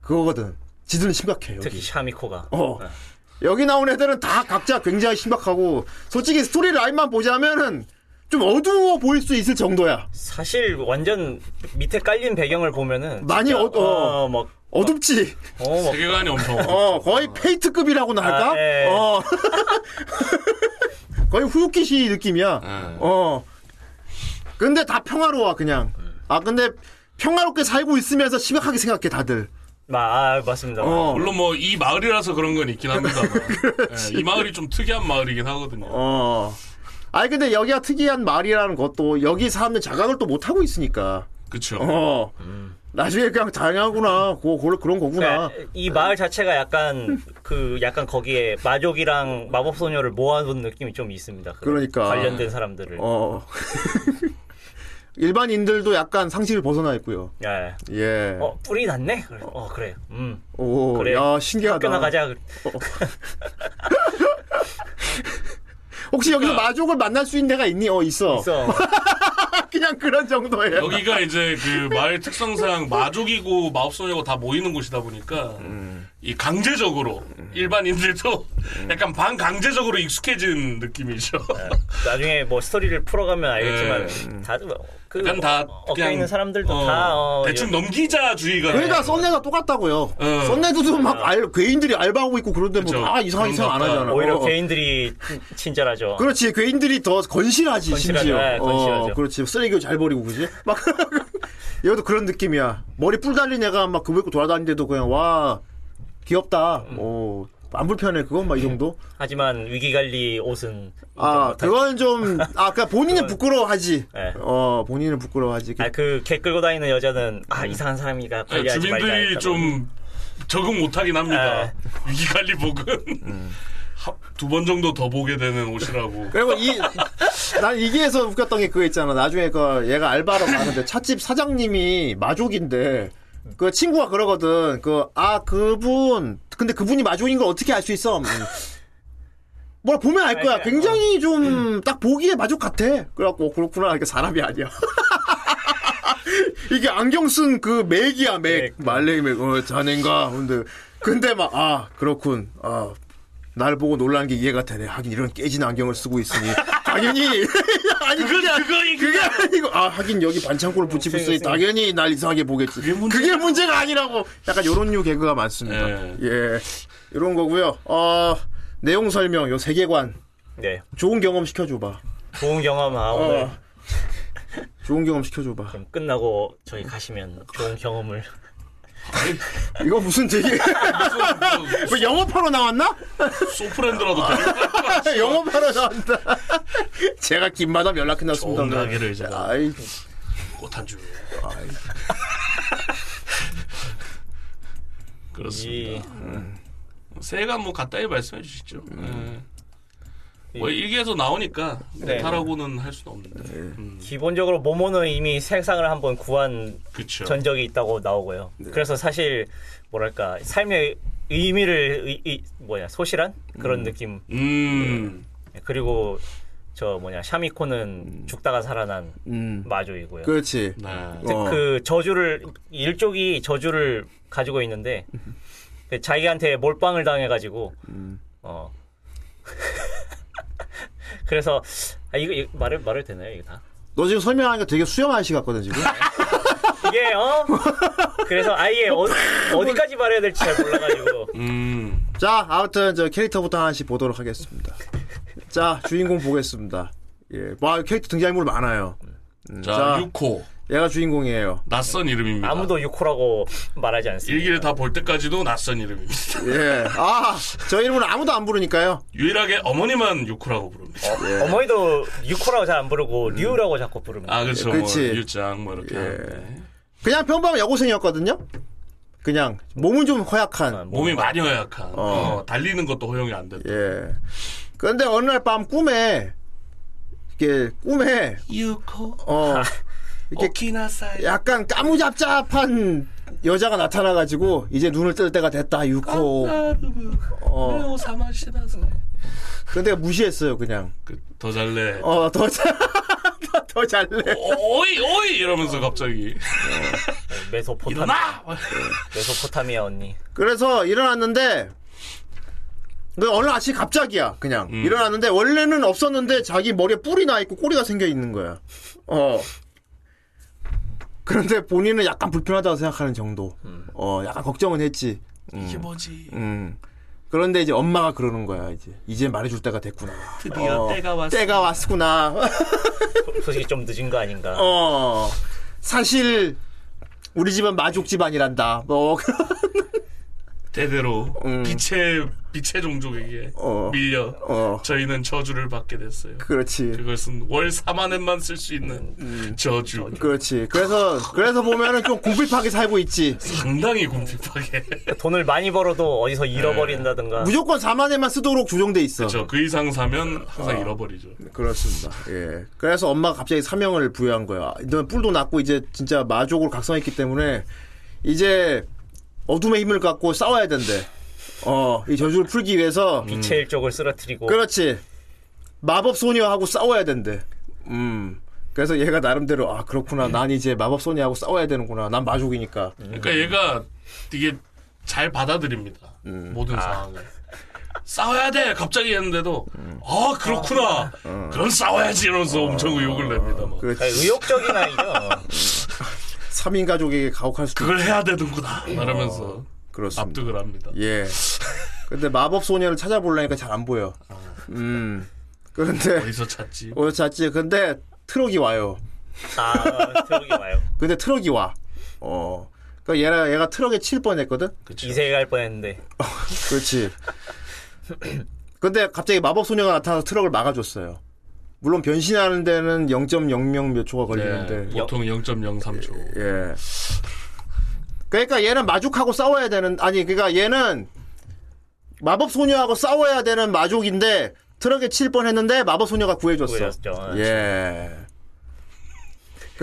[SPEAKER 7] 그거거든. 지들은 심각해 여기.
[SPEAKER 8] 특히 샤미코가
[SPEAKER 7] 어. 여기 나온 애들은 다 각자 굉장히 신박하고 솔직히 스토리 라인만 보자면은 좀 어두워 보일 수 있을 정도야.
[SPEAKER 8] 사실 완전 밑에 깔린 배경을 보면은
[SPEAKER 7] 많이
[SPEAKER 8] 진짜,
[SPEAKER 7] 어- 어.
[SPEAKER 8] 어, 막,
[SPEAKER 7] 어둡지.
[SPEAKER 8] 어, 막
[SPEAKER 6] 세계관이 엄청
[SPEAKER 7] 어 거의 페이트급이라고나 할까?
[SPEAKER 8] 아, 예.
[SPEAKER 7] 어 거의 후유키시 느낌이야.
[SPEAKER 6] 예.
[SPEAKER 7] 어 근데 다 평화로워 그냥. 아 근데 평화롭게 살고 있으면서 심각하게 생각해 다들.
[SPEAKER 8] 마- 아, 맞습니다.
[SPEAKER 7] 어.
[SPEAKER 6] 물론 뭐 이 마을이라서 그런 건 있긴 합니다. 예, 이 마을이 좀 특이한 마을이긴 하거든요.
[SPEAKER 7] 어. 아니 근데 여기가 특이한 말이라는 것도 여기 사람들 자각을 또 못 하고 있으니까.
[SPEAKER 6] 그쵸.
[SPEAKER 7] 어.
[SPEAKER 8] 음.
[SPEAKER 7] 나중에 그냥 다양하구나. 고 그런 거구나.
[SPEAKER 8] 그러니까 이 마을 자체가 약간 그 약간 거기에 마족이랑 마법 소녀를 모아놓은 느낌이 좀 있습니다. 그
[SPEAKER 7] 그러니까.
[SPEAKER 8] 관련된 사람들을.
[SPEAKER 7] 어. 일반인들도 약간 상식을 벗어나 있고요.
[SPEAKER 8] 예.
[SPEAKER 7] 예.
[SPEAKER 8] 어 뿌리 났네. 그래. 어 그래. 음.
[SPEAKER 7] 오,
[SPEAKER 8] 그래.
[SPEAKER 7] 어, 야 신기하다. 어.
[SPEAKER 8] 학교 나가자.
[SPEAKER 7] 혹시
[SPEAKER 6] 그러니까
[SPEAKER 7] 여기서 마족을 만날 수 있는 데가 있니? 어 있어.
[SPEAKER 8] 있어.
[SPEAKER 7] 그냥 그런 정도예요.
[SPEAKER 6] 여기가 이제 그 마을 특성상 마족이고 마법소녀고 다 모이는 곳이다 보니까
[SPEAKER 8] 음.
[SPEAKER 6] 이 강제적으로 일반인들도 약간 반강제적으로 익숙해진 느낌이죠.
[SPEAKER 8] 나중에 뭐 스토리를 풀어가면 알겠지만
[SPEAKER 6] 네.
[SPEAKER 8] 다그
[SPEAKER 6] 약간 다
[SPEAKER 8] 어깨
[SPEAKER 6] 그냥
[SPEAKER 8] 있는 사람들도
[SPEAKER 6] 어,
[SPEAKER 8] 다 어,
[SPEAKER 6] 대충
[SPEAKER 8] 여-
[SPEAKER 6] 넘기자 주의가
[SPEAKER 7] 그러니까 썬네가 똑같다고요.
[SPEAKER 6] 응.
[SPEAKER 7] 썬네도 막 알, 괴인들이 알바하고 있고 그런데
[SPEAKER 6] 어. 그쵸.
[SPEAKER 7] 뭐다 이상한 이상 안
[SPEAKER 6] 그런가
[SPEAKER 7] 하잖아.
[SPEAKER 8] 오히려
[SPEAKER 7] 어.
[SPEAKER 8] 개인들이 친절하죠.
[SPEAKER 7] 그렇지 괴인들이 더 건실하지
[SPEAKER 8] 건실하죠.
[SPEAKER 7] 심지어
[SPEAKER 8] 네, 건실하죠.
[SPEAKER 7] 어, 그렇지 쓰레기를 잘 버리고 그지 막 얘도 그런 느낌이야 머리 뿔 달린 애가 막 그거 입고 돌아다니는데도 그냥 와 귀엽다 어, 안 불편해 그건 막 이 정도
[SPEAKER 8] 하지만 위기 관리 옷은
[SPEAKER 7] 아 그건 좀아 그러니까 본인은 부끄러워하지
[SPEAKER 8] 음, 네.
[SPEAKER 7] 어 본인은 부끄러워하지
[SPEAKER 8] 아그개 끌고 다니는 여자는 아
[SPEAKER 6] 음.
[SPEAKER 8] 이상한 사람이가
[SPEAKER 6] 예,
[SPEAKER 8] 관리하지 말자.
[SPEAKER 6] 주민들이
[SPEAKER 8] 했다고.
[SPEAKER 6] 좀 적응 못하긴 합니다. 위기관리복은 두 번 정도 더 보게 되는 옷이라고.
[SPEAKER 7] 그리고 이 난 이게에서 웃겼던 게 그거 있잖아. 나중에 그 얘가 알바로 가는데 찻집 사장님이 마족인데 그 친구가 그러거든. 그 아 그분 근데 그분이 마족인 걸 어떻게 알 수 있어? 음. 뭘 보면 알 거야. 어. 굉장히 좀 딱 보기에 마족 같아. 그래갖고 어, 그렇구나. 이게 사람이 아니야. 이게 안경 쓴 그 맥이야 맥 말레이 맥. 어 자넨가. 근데 근데 막 아 그렇군. 아 나를 보고 놀란 게 이해가 되네. 하긴 이런 깨진 안경을 쓰고 있으니 당연히 아니
[SPEAKER 6] 그거,
[SPEAKER 7] 그게
[SPEAKER 6] 그거, 이거.
[SPEAKER 7] 그게 아니고 아 하긴 여기 반창고를 붙이고 있으니 당연히 날 이상하게 보겠지. 그게,
[SPEAKER 6] 문제-
[SPEAKER 7] 문제가 아니라고 약간 요런 류 개그가 많습니다.
[SPEAKER 6] 예.
[SPEAKER 7] 예 이런 거고요. 어 내용 설명 요 세계관
[SPEAKER 8] 네
[SPEAKER 7] 좋은 경험 시켜줘봐.
[SPEAKER 8] 좋은 경험 아 오늘
[SPEAKER 7] 어. 좋은 경험 시켜줘봐.
[SPEAKER 8] 그럼 끝나고 저희 가시면 좋은 경험을
[SPEAKER 7] 이거 무슨 되게 뭐 영업하러 나왔나?
[SPEAKER 6] 소프랜드라도 되는
[SPEAKER 7] 네, 영업하러 나왔다. 제가 김마담 연락해놨습니다.
[SPEAKER 6] 좋은 가게를 이제
[SPEAKER 7] 아이
[SPEAKER 6] 꽃한 줄. 그렇습니다.
[SPEAKER 8] 이
[SPEAKER 6] 새해가 뭐 간단히 말씀해 주시죠. 예. 뭐 일기에서 나오니까
[SPEAKER 8] 네.
[SPEAKER 6] 타라고는 할 수는 없는데. 음,
[SPEAKER 8] 기본적으로 모모는 이미 세상을 한번 구한
[SPEAKER 6] 그쵸.
[SPEAKER 8] 전적이 있다고 나오고요. 그래서 사실 뭐랄까 삶의 의미를 의, 의- 뭐냐 소실한 그런 느낌
[SPEAKER 6] 음.
[SPEAKER 8] 그리고 저 뭐냐 샤미코는 죽다가 살아난
[SPEAKER 7] 음.
[SPEAKER 8] 마조이고요. 그,
[SPEAKER 7] 그렇지.
[SPEAKER 6] 네.
[SPEAKER 7] 어.
[SPEAKER 8] 저주를 일족이 저주를 가지고 있는데 그 자기한테 몰빵을 당해가지고 어 그래서 아 이거, 이거 말을 말을 되나요 이거 다?
[SPEAKER 7] 너 지금 설명하니까 되게 수염 아저씨 같거든 지금.
[SPEAKER 8] 이게 어 그래서 아예 어, 디까지 말해야 될지 잘 몰라가지고
[SPEAKER 6] 음.
[SPEAKER 7] 자 아무튼 저 캐릭터부터 하나씩 보도록 하겠습니다. 자 주인공 보겠습니다. 예, 와 캐릭터 등장인물 많아요.
[SPEAKER 6] 자,
[SPEAKER 7] 자.
[SPEAKER 6] 육 6호.
[SPEAKER 7] 얘가 주인공이에요.
[SPEAKER 6] 낯선 이름입니다.
[SPEAKER 8] 아무도 유코라고 말하지 않습니다.
[SPEAKER 6] 일기를 다 볼 때까지도 낯선 이름입니다.
[SPEAKER 7] 예, 아저 이름은 아무도 안 부르니까요.
[SPEAKER 6] 유일하게 어머니만 유코라고 부릅니다.
[SPEAKER 8] 어머니도 유코라고 잘 안 부르고 류라고 자꾸 부릅니다.
[SPEAKER 6] 아, 그렇죠.
[SPEAKER 7] 예,
[SPEAKER 6] 뭐
[SPEAKER 7] 그치.
[SPEAKER 6] 유짱 뭐 이렇게. 하는데.
[SPEAKER 7] 그냥 평범한 여고생이었거든요. 그냥 몸은 좀 허약한.
[SPEAKER 6] 아, 몸이 많이 허약한. 어, 달리는 것도 허용이 안 됐다.
[SPEAKER 7] 예. 그런데 어느 날 밤 꿈에 이게 꿈에
[SPEAKER 6] 유코
[SPEAKER 7] 어 이렇게
[SPEAKER 6] 오키나사이.
[SPEAKER 7] 약간 까무잡잡한 여자가 나타나가지고 이제 눈을 뜰 때가 됐다 유코. 어. 근데 무시했어요 그냥.
[SPEAKER 6] 더 잘래. 어.
[SPEAKER 7] 어 더 잘. 더 잘래.
[SPEAKER 6] 오이 오이 이러면서 갑자기
[SPEAKER 8] 메소포타미아
[SPEAKER 6] 일어나.
[SPEAKER 8] 메소포타미아 언니.
[SPEAKER 7] 그래서 일어났는데 근데 어느 아침 갑자기야 그냥
[SPEAKER 6] 음.
[SPEAKER 7] 일어났는데 원래는 없었는데 자기 머리에 뿔이 나 있고 꼬리가 생겨 있는 거야. 어. 그런데 본인은 약간 불편하다고 생각하는 정도. 어, 약간 걱정은 했지.
[SPEAKER 6] 음. 이게 뭐지?
[SPEAKER 7] 음. 그런데 이제 엄마가 그러는 거야 이제 이제 말해줄 때가 됐구나.
[SPEAKER 6] 드디어
[SPEAKER 7] 어,
[SPEAKER 6] 때가 왔어.
[SPEAKER 7] 때가 왔구나.
[SPEAKER 8] 솔직히 좀 늦은 거 아닌가.
[SPEAKER 7] 어. 사실 우리 집은 마족 집안이란다. 뭐
[SPEAKER 6] 대대로
[SPEAKER 7] 음.
[SPEAKER 6] 빛의 빛의 종족에게
[SPEAKER 7] 어.
[SPEAKER 6] 밀려
[SPEAKER 7] 어.
[SPEAKER 6] 저희는 저주를 받게 됐어요.
[SPEAKER 7] 그렇지.
[SPEAKER 6] 그것은 월 4만 엔만 쓸 수 있는 음. 저주.
[SPEAKER 7] 그렇지. 그래서 그래서 보면은 좀 궁핍하게 살고 있지.
[SPEAKER 6] 상당히 궁핍하게.
[SPEAKER 8] 돈을 많이 벌어도 어디서
[SPEAKER 6] 예.
[SPEAKER 8] 잃어버린다든가.
[SPEAKER 6] 음.
[SPEAKER 7] 무조건 4만에만 쓰도록 조정돼 있어.
[SPEAKER 6] 저 그 이상 사면 항상 잃어버리죠.
[SPEAKER 7] 그렇습니다. 예. 그래서 엄마가 갑자기 사명을 부여한 거야. 너 뿔도 났고 이제 진짜 마족으로 각성했기 때문에 이제 어둠의 힘을 갖고 싸워야 된대. 어, 이 저주를 풀기 위해서
[SPEAKER 8] 빛의 일족을 쓰러뜨리고.
[SPEAKER 7] 그렇지. 마법 소녀하고 싸워야 된대. 음. 그래서 얘가 나름대로 아 그렇구나. 난 이제 마법 소녀하고 싸워야 되는구나. 난 마족이니까.
[SPEAKER 6] 그러니까 얘가 되게 잘 받아들입니다.
[SPEAKER 7] 음.
[SPEAKER 6] 모든 상황을. 싸워야 돼! 갑자기 했는데도, 아, 그렇구나! 그럼 싸워야지! 이러면서 엄청 의욕을 냅니다. 막.
[SPEAKER 7] 아. 어. 그렇지.
[SPEAKER 8] 아, 의욕적인 아이죠. 어.
[SPEAKER 7] 3인 가족에게 가혹할 수도
[SPEAKER 6] 그걸 해야 되는구나! 말하면서
[SPEAKER 7] 그렇습니다.
[SPEAKER 6] 납득을 합니다.
[SPEAKER 7] 어. 예. 근데 마법 소녀를 찾아보려니까 잘 안 보여. 음. 그런데
[SPEAKER 6] 어디서 찾지?
[SPEAKER 7] 어디 찾지? 근데 트럭이 와요.
[SPEAKER 8] 아, 들어오기 와요.
[SPEAKER 7] 근데 트럭이 와. 어. 그러니까 얘가 얘가 트럭에 칠 뻔했거든.
[SPEAKER 8] 이세 갈 뻔했는데.
[SPEAKER 7] 그렇지. 근데 갑자기 마법 소녀가 나타나서 트럭을 막아줬어요. 물론 변신하는 데는 0.00 몇 초가 걸리는데.
[SPEAKER 6] 네, 보통 0.03초.
[SPEAKER 7] 예. 그러니까 얘는 마족하고 싸워야 되는 아니 그러니까 얘는 마법 소녀하고 싸워야 되는 마족인데 트럭에 칠 뻔했는데 마법 소녀가 구해줬어.
[SPEAKER 8] 구해줬죠. 그렇죠.
[SPEAKER 7] 예.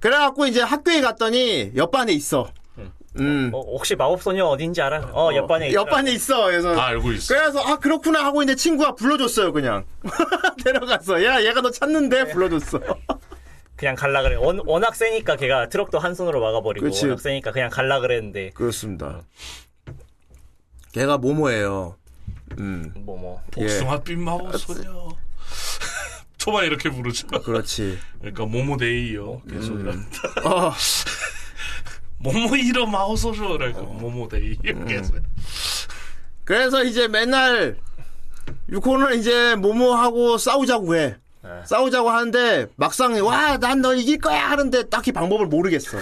[SPEAKER 7] 그래갖고 이제 학교에 갔더니 옆반에 있어. 음.
[SPEAKER 8] 어, 혹시 마법소녀 어딘지 알아? 어, 옆반에 있어.
[SPEAKER 7] 옆반에 있어. 그래서
[SPEAKER 6] 다 알고 있어.
[SPEAKER 7] 그래서 아 그렇구나 하고 있는데 친구가 불러줬어요 그냥 데려가서 야 얘가 너 찾는데 불러줬어
[SPEAKER 8] 그냥 갈라 그래. 원, 워낙 세니까 걔가 트럭도 한 손으로 막아버리고
[SPEAKER 7] 그치.
[SPEAKER 8] 워낙 세니까 그냥 갈라 그랬는데
[SPEAKER 7] 그렇습니다 걔가 모모예요
[SPEAKER 8] 뭐 뭐.
[SPEAKER 7] 예.
[SPEAKER 6] 복숭아 빛 마법 소녀. 초반에 이렇게 부르죠.
[SPEAKER 7] 그렇지
[SPEAKER 6] 그러니까 모모데이요. 계속 이랍니다.
[SPEAKER 7] 어,
[SPEAKER 6] 모모 이러
[SPEAKER 7] 어.
[SPEAKER 6] 마오소쇼라고 모모데이
[SPEAKER 7] 음.
[SPEAKER 6] 계속.
[SPEAKER 7] 그래서 이제 맨날 유코는 이제 모모하고 싸우자고 해 싸우자고 하는데 막상 와 난 너 이길 거야 하는데 딱히 방법을 모르겠어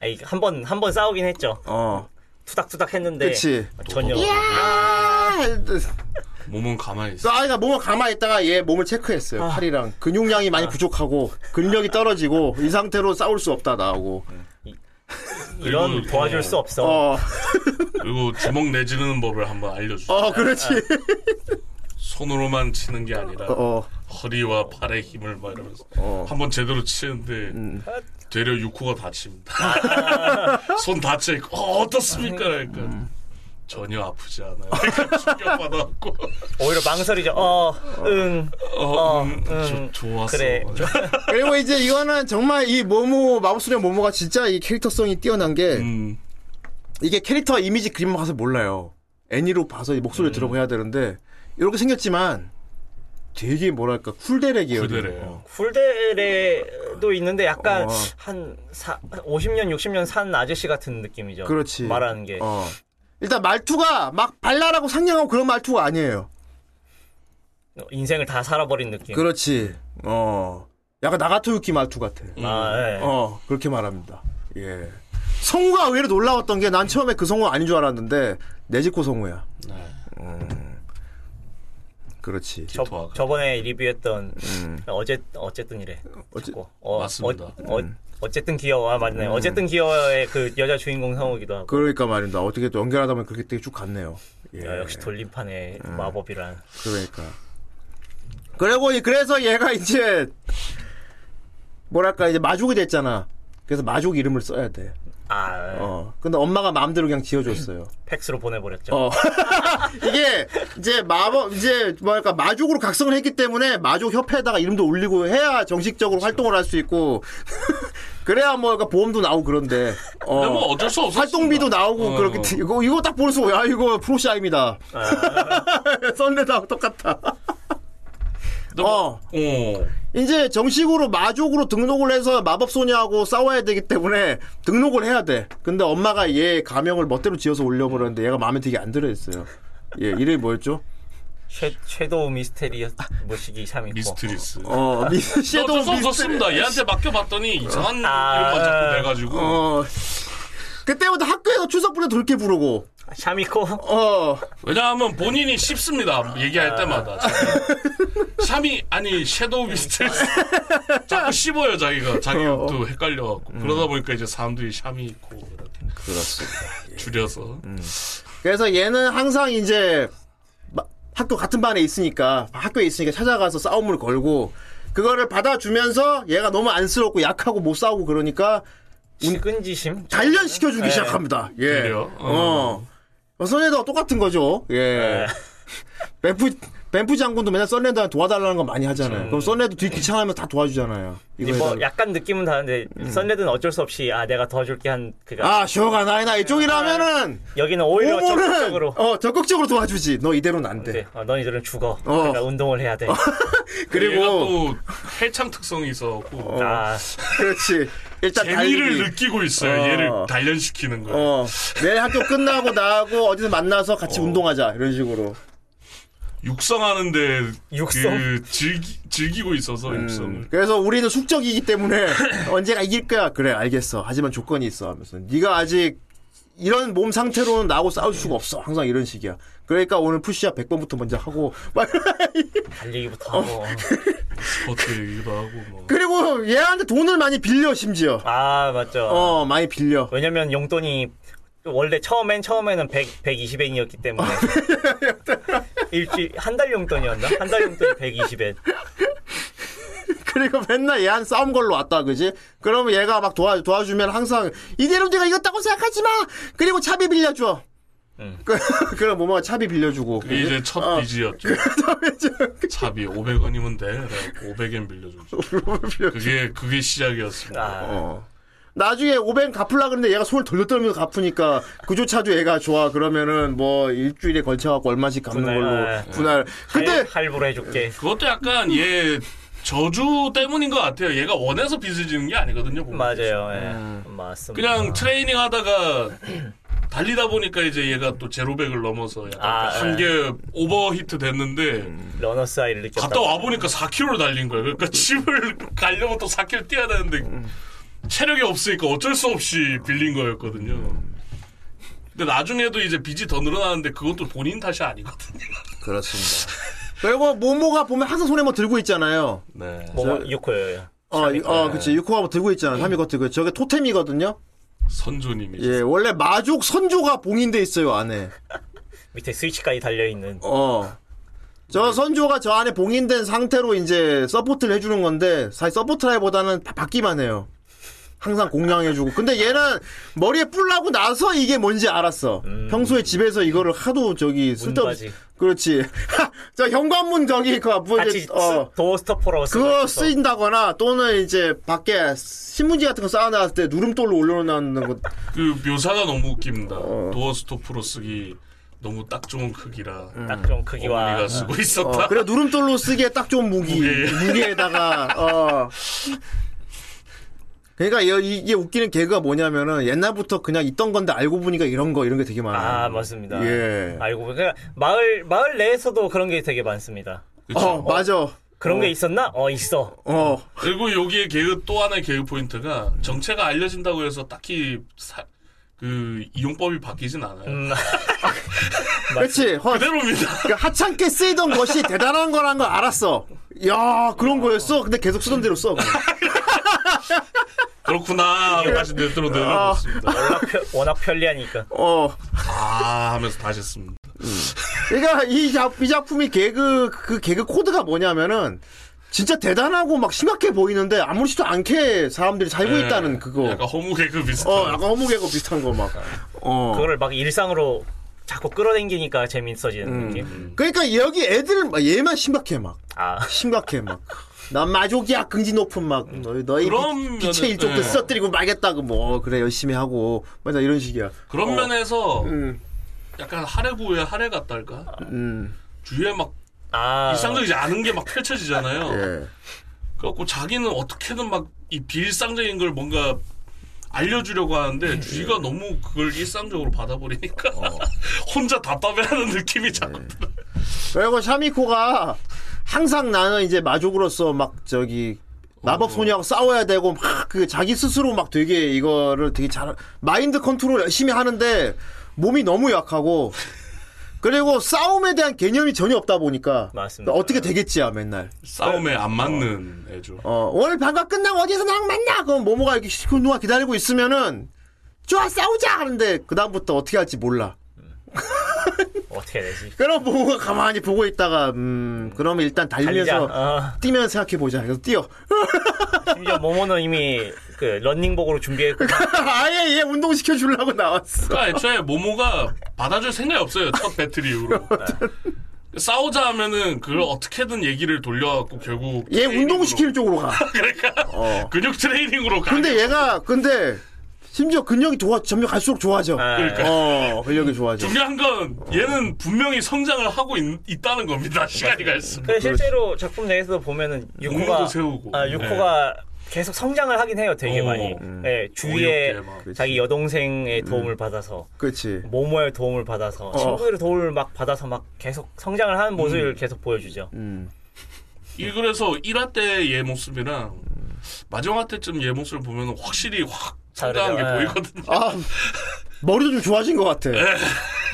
[SPEAKER 8] 아니 한번 한 번 싸우긴 했죠.
[SPEAKER 7] 어
[SPEAKER 8] 투닥투닥 했는데
[SPEAKER 7] 그치.
[SPEAKER 8] 전혀
[SPEAKER 7] 아,
[SPEAKER 6] 몸은 가만히
[SPEAKER 7] 그
[SPEAKER 6] 있어.
[SPEAKER 7] 아이가 몸을 가만히 있다가 얘 몸을 체크했어요. 팔이랑 근육량이 많이 부족하고 근력이 떨어지고 이 상태로 싸울 수 없다 나오고.
[SPEAKER 8] 이런
[SPEAKER 6] 그리고
[SPEAKER 8] 도와줄
[SPEAKER 6] 어.
[SPEAKER 8] 수 없어.
[SPEAKER 7] 어,
[SPEAKER 6] 그리고 주먹 내지르는 법을 한번 알려주세요.
[SPEAKER 7] 어, 그렇지.
[SPEAKER 6] 손으로만 치는 게 아니라
[SPEAKER 7] 어,
[SPEAKER 6] 허리와 팔의 힘을 막 이러면서 한번 제대로 치는데
[SPEAKER 7] 음.
[SPEAKER 6] 되려 육호가 다칩니다. 손 다쳐 있고 어, 어떻습니까? 그러니까
[SPEAKER 7] 음.
[SPEAKER 6] 전혀 아프지 않아요. 그러니까 충격받았고
[SPEAKER 8] 오히려 망설이죠. 어, 응.
[SPEAKER 6] 어,
[SPEAKER 8] 어,
[SPEAKER 6] 음,
[SPEAKER 8] 음,
[SPEAKER 6] 좋- 좋았어.
[SPEAKER 8] 그래.
[SPEAKER 7] 그리고 이제 이거는 정말 이 모모 마법소녀 모모가 진짜 이 캐릭터성이 뛰어난 게
[SPEAKER 6] 음,
[SPEAKER 7] 이게 캐릭터 이미지 그림만 봐서 몰라요. 애니로 봐서 이 목소리를 들어봐야 되는데 이렇게 생겼지만 되게 뭐랄까 쿨데렉이에요.
[SPEAKER 6] 그대래요.
[SPEAKER 8] 굴대래도 있는데 약간
[SPEAKER 7] 어.
[SPEAKER 8] 한 사, 50년 60년 산 아저씨 같은 느낌이죠.
[SPEAKER 7] 그렇지.
[SPEAKER 8] 말하는 게.
[SPEAKER 7] 어. 일단 말투가 막 발랄하고 상냥하고 그런 말투가 아니에요.
[SPEAKER 8] 인생을 다 살아버린 느낌.
[SPEAKER 7] 그렇지. 어. 약간 나가토유키 말투 같아.
[SPEAKER 8] 아, 예.
[SPEAKER 7] 어, 그렇게 말합니다. 예. 성우가 의외로 놀라웠던 게 난 처음에 그 성우 아닌 줄 알았는데 네지코 성우야. 음.
[SPEAKER 6] 네.
[SPEAKER 7] 그렇지.
[SPEAKER 8] 저,
[SPEAKER 6] 도와가.
[SPEAKER 8] 저번에 리뷰했던 어제 어쨌든 이래.
[SPEAKER 7] 음. 어째-
[SPEAKER 8] 자꾸. 어,
[SPEAKER 6] 맞습니다.
[SPEAKER 8] 어,
[SPEAKER 7] 음.
[SPEAKER 8] 어, 쨌든 귀여워 아, 맞네. 어쨌든 귀여워의 그 여자 주인공 성우기도 하고.
[SPEAKER 7] 그러니까 말입니다. 어떻게 또 연결하다 보면 그렇게 되게 쭉 갔네요. 예.
[SPEAKER 8] 야, 역시 돌림판의
[SPEAKER 7] 음.
[SPEAKER 8] 마법이란.
[SPEAKER 7] 그러니까. 그리고 이- 그래서 얘가 이제 뭐랄까 이제 마족이 됐잖아. 그래서 마족 이름을 써야 돼.
[SPEAKER 8] 아
[SPEAKER 7] 어. 근데 엄마가 마음대로 그냥 지어줬어요.
[SPEAKER 8] 팩스로 보내버렸죠.
[SPEAKER 7] 어. 이게 이제 마법 이제 뭐랄까 마족으로 각성을 했기 때문에 마족 협회에다가 이름도 올리고 해야 정식적으로 활동을 할 수 있고 그래야 뭐 약간 보험도 나오고 그런데 어,
[SPEAKER 6] 근데 뭐 어쩔 수 없어.
[SPEAKER 7] 활동비도 나오고 그렇게 튀- 이거 이거 딱 보면서 야 이거 프로샤입니다.
[SPEAKER 6] 아.
[SPEAKER 7] 썬레다하고 똑같다. 어.
[SPEAKER 6] 어.
[SPEAKER 7] 이제 정식으로 마족으로 등록을 해서 마법소녀하고 싸워야 되기 때문에 등록을 해야 돼. 근데 엄마가 얘 가명을 멋대로 지어서 올려버렸는데 얘가 마음에 되게 안 들어했어요. 예, 이름이 뭐였죠?
[SPEAKER 8] 섀, 섀도우 미스테리 모시기 3 있고
[SPEAKER 6] 미스트리스.
[SPEAKER 7] 어, 미,
[SPEAKER 6] 또
[SPEAKER 7] 섀도우
[SPEAKER 6] 어쩔 수
[SPEAKER 7] 미스테리.
[SPEAKER 6] 없었습니다. 얘한테 맡겨봤더니 이상한
[SPEAKER 8] 아.
[SPEAKER 6] 이름만 자꾸 내가지고.
[SPEAKER 7] 어. 그때부터 학교에서 추석 분에 돌게 부르고,
[SPEAKER 8] 아, 샤미코
[SPEAKER 7] 어,
[SPEAKER 6] 왜냐하면 본인이 씹습니다.
[SPEAKER 7] 아,
[SPEAKER 6] 얘기할 때마다. 자꾸. 샴이 아니 섀도우 미스트리스. 자꾸 씹어요 자기가. 자기도
[SPEAKER 7] 어.
[SPEAKER 6] 헷갈려갖고. 그러다 보니까 이제 사람들이 샴이 있고. 그렇습니다. 예. 음. 줄여서.
[SPEAKER 7] 그래서 얘는 항상 이제 마- 학교 같은 반에 있으니까 학교에 있으니까 찾아가서 싸움을 걸고 그거를 받아주면서 얘가 너무 안쓰럽고 약하고 못 싸우고 그러니까
[SPEAKER 8] 식은지심
[SPEAKER 7] 단련시켜 주기 시작합니다. 예.
[SPEAKER 6] 그래요?
[SPEAKER 7] 어. 어. 썬레더와 똑같은 거죠. 예. 뱀프 뱀프 장군도 맨날 썬레더한테 도와달라는 거 많이 하잖아요. 그럼 썬레더 뒤 귀찮으면 다 도와주잖아요. 이거
[SPEAKER 8] 뭐
[SPEAKER 7] 해달라고.
[SPEAKER 8] 약간 느낌은 다른데 썬레드는 어쩔 수 없이 아 내가 더 줄게 한 그가
[SPEAKER 7] 음. 아, 쇼가 나이나 이쪽이라면은
[SPEAKER 8] 여기는 아, 네. 오히려
[SPEAKER 7] 오모는
[SPEAKER 8] 적극적으로
[SPEAKER 7] 어 적극적으로 도와주지. 너 이대로는 안
[SPEAKER 8] 네.
[SPEAKER 7] 돼.
[SPEAKER 8] 어, 너희들은 죽어
[SPEAKER 7] 어.
[SPEAKER 8] 내가 운동을 해야 돼
[SPEAKER 6] 얘가
[SPEAKER 7] 그리고
[SPEAKER 6] 또 헬창 특성이 있어갖고
[SPEAKER 8] 아,
[SPEAKER 7] 그렇지. 일단
[SPEAKER 6] 재미를
[SPEAKER 7] 달리기.
[SPEAKER 6] 느끼고 있어요.
[SPEAKER 7] 어.
[SPEAKER 6] 얘를 단련시키는 거예요.
[SPEAKER 7] 어, 내일 학교 끝나고 나하고 어디서 만나서 같이 운동하자 이런 식으로.
[SPEAKER 6] 육성하는데
[SPEAKER 8] 육성?
[SPEAKER 6] 그 즐기, 즐기고 있어서
[SPEAKER 7] 음.
[SPEAKER 6] 육성을.
[SPEAKER 7] 그래서 우리는 숙적이기 때문에 언제가 이길 거야. 그래, 알겠어. 하지만 조건이 있어 하면서. 네가 아직 이런 몸 상태로는 나하고 싸울 수가 없어. 항상 이런 식이야. 그러니까 오늘 푸시업 100번부터 먼저 하고 막 어.
[SPEAKER 8] 달리기부터 하고
[SPEAKER 6] 스포츠 얘기도 하고 뭐.
[SPEAKER 7] 그리고 얘한테 돈을 많이 빌려 심지어.
[SPEAKER 8] 아 맞죠
[SPEAKER 7] 어, 많이 빌려.
[SPEAKER 8] 왜냐면 용돈이 원래 처음엔 처음에는 100, 120엔이었기 때문에
[SPEAKER 7] 아, 네.
[SPEAKER 8] 일주일 한 달 용돈이었나? 한 달 용돈이 120엔
[SPEAKER 7] 그리고 맨날 얘한 싸움 걸로 왔다, 그지? 그러면 얘가 막 도와, 도와주면 항상, 이대로 내가 이겼다고 생각하지 마! 그리고 차비 빌려줘. 그, 그럼 뭐뭐 차비 빌려주고.
[SPEAKER 6] 그게 이제 첫
[SPEAKER 7] 어.
[SPEAKER 6] 빚이었죠. 차비 500원이면 돼. 500엔 빌려줬죠. 그게 그게 시작이었습니다.
[SPEAKER 8] 아,
[SPEAKER 7] 나중에 500 갚으려 그러는데 얘가 손을 돌려떨면서 갚으니까 그조차도 얘가 좋아. 그러면은 뭐 일주일에 걸쳐갖고 얼마씩 갚는
[SPEAKER 8] 분할, 아,
[SPEAKER 7] 걸로 분할. 근데,
[SPEAKER 8] 할, 할부로 해줄게
[SPEAKER 6] 그것도 약간 얘 저주 때문인 것 같아요. 얘가 원해서 빚을 지는 게 아니거든요. 보면.
[SPEAKER 8] 맞아요 예.
[SPEAKER 7] 음.
[SPEAKER 8] 맞습니다
[SPEAKER 6] 그냥 트레이닝 하다가 달리다 보니까 이제 얘가 또 제로백을 넘어서 약간
[SPEAKER 8] 아, 음.
[SPEAKER 6] 한개 오버히트 됐는데
[SPEAKER 8] 러너스 아이를 느꼈다
[SPEAKER 6] 갔다 와 보니까 4km를 달린 거예요.
[SPEAKER 7] 음.
[SPEAKER 6] 그러니까 집을 가려면 또 4km 뛰어야 되는데 체력이 없으니까 어쩔 수 없이 빌린 거였거든요.
[SPEAKER 7] 음.
[SPEAKER 6] 근데 나중에도 이제 빚이 더 늘어나는데 그것도 본인 탓이 아니거든요.
[SPEAKER 7] 그렇습니다. 그리고 모모가 보면 항상 손에 뭐 들고 있잖아요.
[SPEAKER 6] 네.
[SPEAKER 8] 뭐가 6호예요
[SPEAKER 7] 어, 이- 어, 그치. 유코가 뭐 들고
[SPEAKER 8] 음.
[SPEAKER 7] 있잖아. 삼이 거트. 그 저게 토템이거든요.
[SPEAKER 6] 선조님이
[SPEAKER 7] 예, 원래 마족 선조가 봉인돼 있어요, 안에.
[SPEAKER 8] 밑에 스위치까지 달려있는
[SPEAKER 7] 어.
[SPEAKER 8] 네.
[SPEAKER 7] 저 선조가 저 안에 봉인된 상태로 이제 서포트를 해주는 건데, 사실 서포트라기보다는 바- 받기만 해요. 항상 공양해주고. 근데 얘는 머리에 뿔나고 나서 이게 뭔지 알았어. 평소에 집에서 이거를 하도 저기 쓸데없이.
[SPEAKER 8] 음. 문바지.
[SPEAKER 7] 그렇지. 저 현관문 저기, 그, 앞부분
[SPEAKER 8] 같이
[SPEAKER 7] 이제, 어.
[SPEAKER 8] 도어스토퍼로
[SPEAKER 7] 그거
[SPEAKER 8] 쓰-
[SPEAKER 7] 쓰인다거나 또는 이제 밖에 신문지 같은 거 쌓아놨을 때 누름돌로 올려놓는 거
[SPEAKER 6] 그 묘사가 너무 웃깁니다. 도어 스토프로 쓰기 너무 딱 좋은 크기라
[SPEAKER 8] 딱 그런
[SPEAKER 6] 어머니가
[SPEAKER 8] 크기와
[SPEAKER 6] 쓰고 있었다.
[SPEAKER 7] 음. 어, 그래 누름돌로 쓰기에 딱 좋은 무기
[SPEAKER 6] 무게.
[SPEAKER 7] 무기에다가 어 그러니까 이- 이게 웃기는 개그가 뭐냐면은 옛날부터 그냥 있던 건데 알고 보니까 이런 거 이런 게 되게 많아요.
[SPEAKER 8] 아 맞습니다
[SPEAKER 7] 예.
[SPEAKER 8] 알고 보니까 마을 마을 내에서도 그런 게 되게 많습니다
[SPEAKER 6] 그쵸?
[SPEAKER 7] 어, 맞아.
[SPEAKER 8] 그런 게 있었나? 어 있어
[SPEAKER 7] 어
[SPEAKER 6] 그리고 여기에 개그 또 하나의 개그 포인트가 정체가 알려진다고 해서 딱히 사- 그 이용법이 바뀌진 않아요.
[SPEAKER 8] 음,
[SPEAKER 7] 그렇지. 허,
[SPEAKER 6] 그대로입니다.
[SPEAKER 7] 그러니까 하찮게 쓰이던 것이 대단한 거란 걸 알았어. 야 그런 거였어. 근데 계속 쓰던 대로 써. 그냥.
[SPEAKER 6] 그렇구나
[SPEAKER 7] 예.
[SPEAKER 6] 하고 다시
[SPEAKER 7] 아.
[SPEAKER 6] 뇌로 내려놓습니다.
[SPEAKER 8] 워낙 편- 워낙 편리하니까
[SPEAKER 7] 어
[SPEAKER 6] 아 하면서 다시 했습니다.
[SPEAKER 7] 그러니까 이, 작, 이 작품이 개그 그 개그 코드가 뭐냐면은. 진짜 대단하고 막 심각해 보이는데 아무렇지도 않게 사람들이 살고
[SPEAKER 6] 네,
[SPEAKER 7] 있다는 그거.
[SPEAKER 6] 약간 허무 개그 비슷한.
[SPEAKER 7] 어, 약간 허무개고 비슷한 거 막. 어.
[SPEAKER 8] 그거를 막 일상으로 자꾸 끌어당기니까 재밌어지는 느낌.
[SPEAKER 7] 그러니까 여기 애들 막 얘만 심각해 막.
[SPEAKER 8] 아,
[SPEAKER 7] 심각해 막. 넌 마족이야 긍지 높은 막 너희 너희
[SPEAKER 6] 그러면은-
[SPEAKER 7] 빛, 의 일족도
[SPEAKER 6] 예.
[SPEAKER 7] 쓰러뜨리고 말겠다고 뭐 그래 열심히 하고 맞아 이런 식이야.
[SPEAKER 6] 그런 면에서
[SPEAKER 7] 어. 음,
[SPEAKER 6] 약간 하레구의 하레 같달까?
[SPEAKER 7] 음,
[SPEAKER 6] 주위에 막
[SPEAKER 8] 아,
[SPEAKER 6] 이상적이지 않은 게 막 펼쳐지잖아요.
[SPEAKER 7] 예.
[SPEAKER 6] 그래갖고 자기는 어떻게든 막 이 비일상적인 걸 뭔가 알려주려고
[SPEAKER 7] 음.
[SPEAKER 6] 하는데
[SPEAKER 7] 예.
[SPEAKER 6] 주위가 너무 그걸 일상적으로 받아버리니까
[SPEAKER 7] 어.
[SPEAKER 6] 혼자 답답해하는 느낌이
[SPEAKER 7] 예.
[SPEAKER 6] 자꾸 들어요.
[SPEAKER 7] 그리고 샤미코가 항상 나는 이제 마족으로서 막 저기 마법 소녀하고 싸워야 되고 막 그 자기 스스로 막 되게 이거를 되게 잘 마인드 컨트롤 열심히 하는데 몸이 너무 약하고 그리고 싸움에 대한 개념이 전혀 없다 보니까
[SPEAKER 8] 맞습니다. 네.
[SPEAKER 7] 어떻게 되겠지야 아, 맨날
[SPEAKER 6] 싸움에 안 맞는 애죠.
[SPEAKER 7] 어, 오늘 방과 끝나고 어디서 나랑 만나 그럼 모모가 이렇게 시큰 누가 기다리고 있으면은 좋아 싸우자 하는데 그 다음부터 어떻게 할지 몰라
[SPEAKER 8] 어떻게 해야 되지?
[SPEAKER 7] 그럼 모모가 가만히 보고 있다가 음 그러면 일단
[SPEAKER 8] 달리자.
[SPEAKER 7] 달리면서
[SPEAKER 8] 아,
[SPEAKER 7] 뛰면 생각해보자. 그래서 뛰어.
[SPEAKER 8] 심지어 모모는 이미 그 런닝복으로 준비했고
[SPEAKER 7] 아예 얘 운동시켜주려고 나왔어.
[SPEAKER 6] 그러니까 애초에 모모가 받아줄 생각이 없어요. 첫 배틀 이후로. 네. 싸우자 하면은 그걸 어떻게든 얘기를 돌려갖고 결국
[SPEAKER 7] 얘
[SPEAKER 8] 네,
[SPEAKER 6] 트레이닝으로
[SPEAKER 8] 뭐.
[SPEAKER 7] 운동시키는 쪽으로 가.
[SPEAKER 6] 근육 트레이닝으로 가.
[SPEAKER 7] 근데 얘가, 근데, 심지어 근력이 좋아, 점점 갈수록 좋아져.
[SPEAKER 8] 그러니까. 네.
[SPEAKER 7] 어, 근력이 좋아져.
[SPEAKER 6] 중요한 건 얘는 분명히 성장을 하고 있, 다는 겁니다. 시간이
[SPEAKER 7] 음,
[SPEAKER 6] 갈수록.
[SPEAKER 8] 근데 실제로 작품 내에서도 보면은
[SPEAKER 6] 목마도
[SPEAKER 8] 유코가
[SPEAKER 6] 세우고. 네.
[SPEAKER 8] 아 유코가 계속 성장을 하긴 해요 되게
[SPEAKER 6] 어.
[SPEAKER 8] 많이
[SPEAKER 6] 음.
[SPEAKER 8] 예 주위에
[SPEAKER 6] 어렵게 막.
[SPEAKER 8] 자기
[SPEAKER 7] 음.
[SPEAKER 8] 여동생의 도움을 받아서
[SPEAKER 7] 그렇지.
[SPEAKER 8] 모모의 도움을
[SPEAKER 6] 어.
[SPEAKER 8] 받아서 친구들의 도움을 막 받아서 막 계속 성장을 하는 모습을 계속 보여주죠
[SPEAKER 7] 음.
[SPEAKER 6] 이 그래서 1화 때 얘 모습이랑 마지막 때쯤 얘 모습을 보면 확실히 확 성장한 게
[SPEAKER 8] 다르죠. 네.
[SPEAKER 6] 보이거든요.
[SPEAKER 7] 아, 머리도 좀 좋아진 것 같아.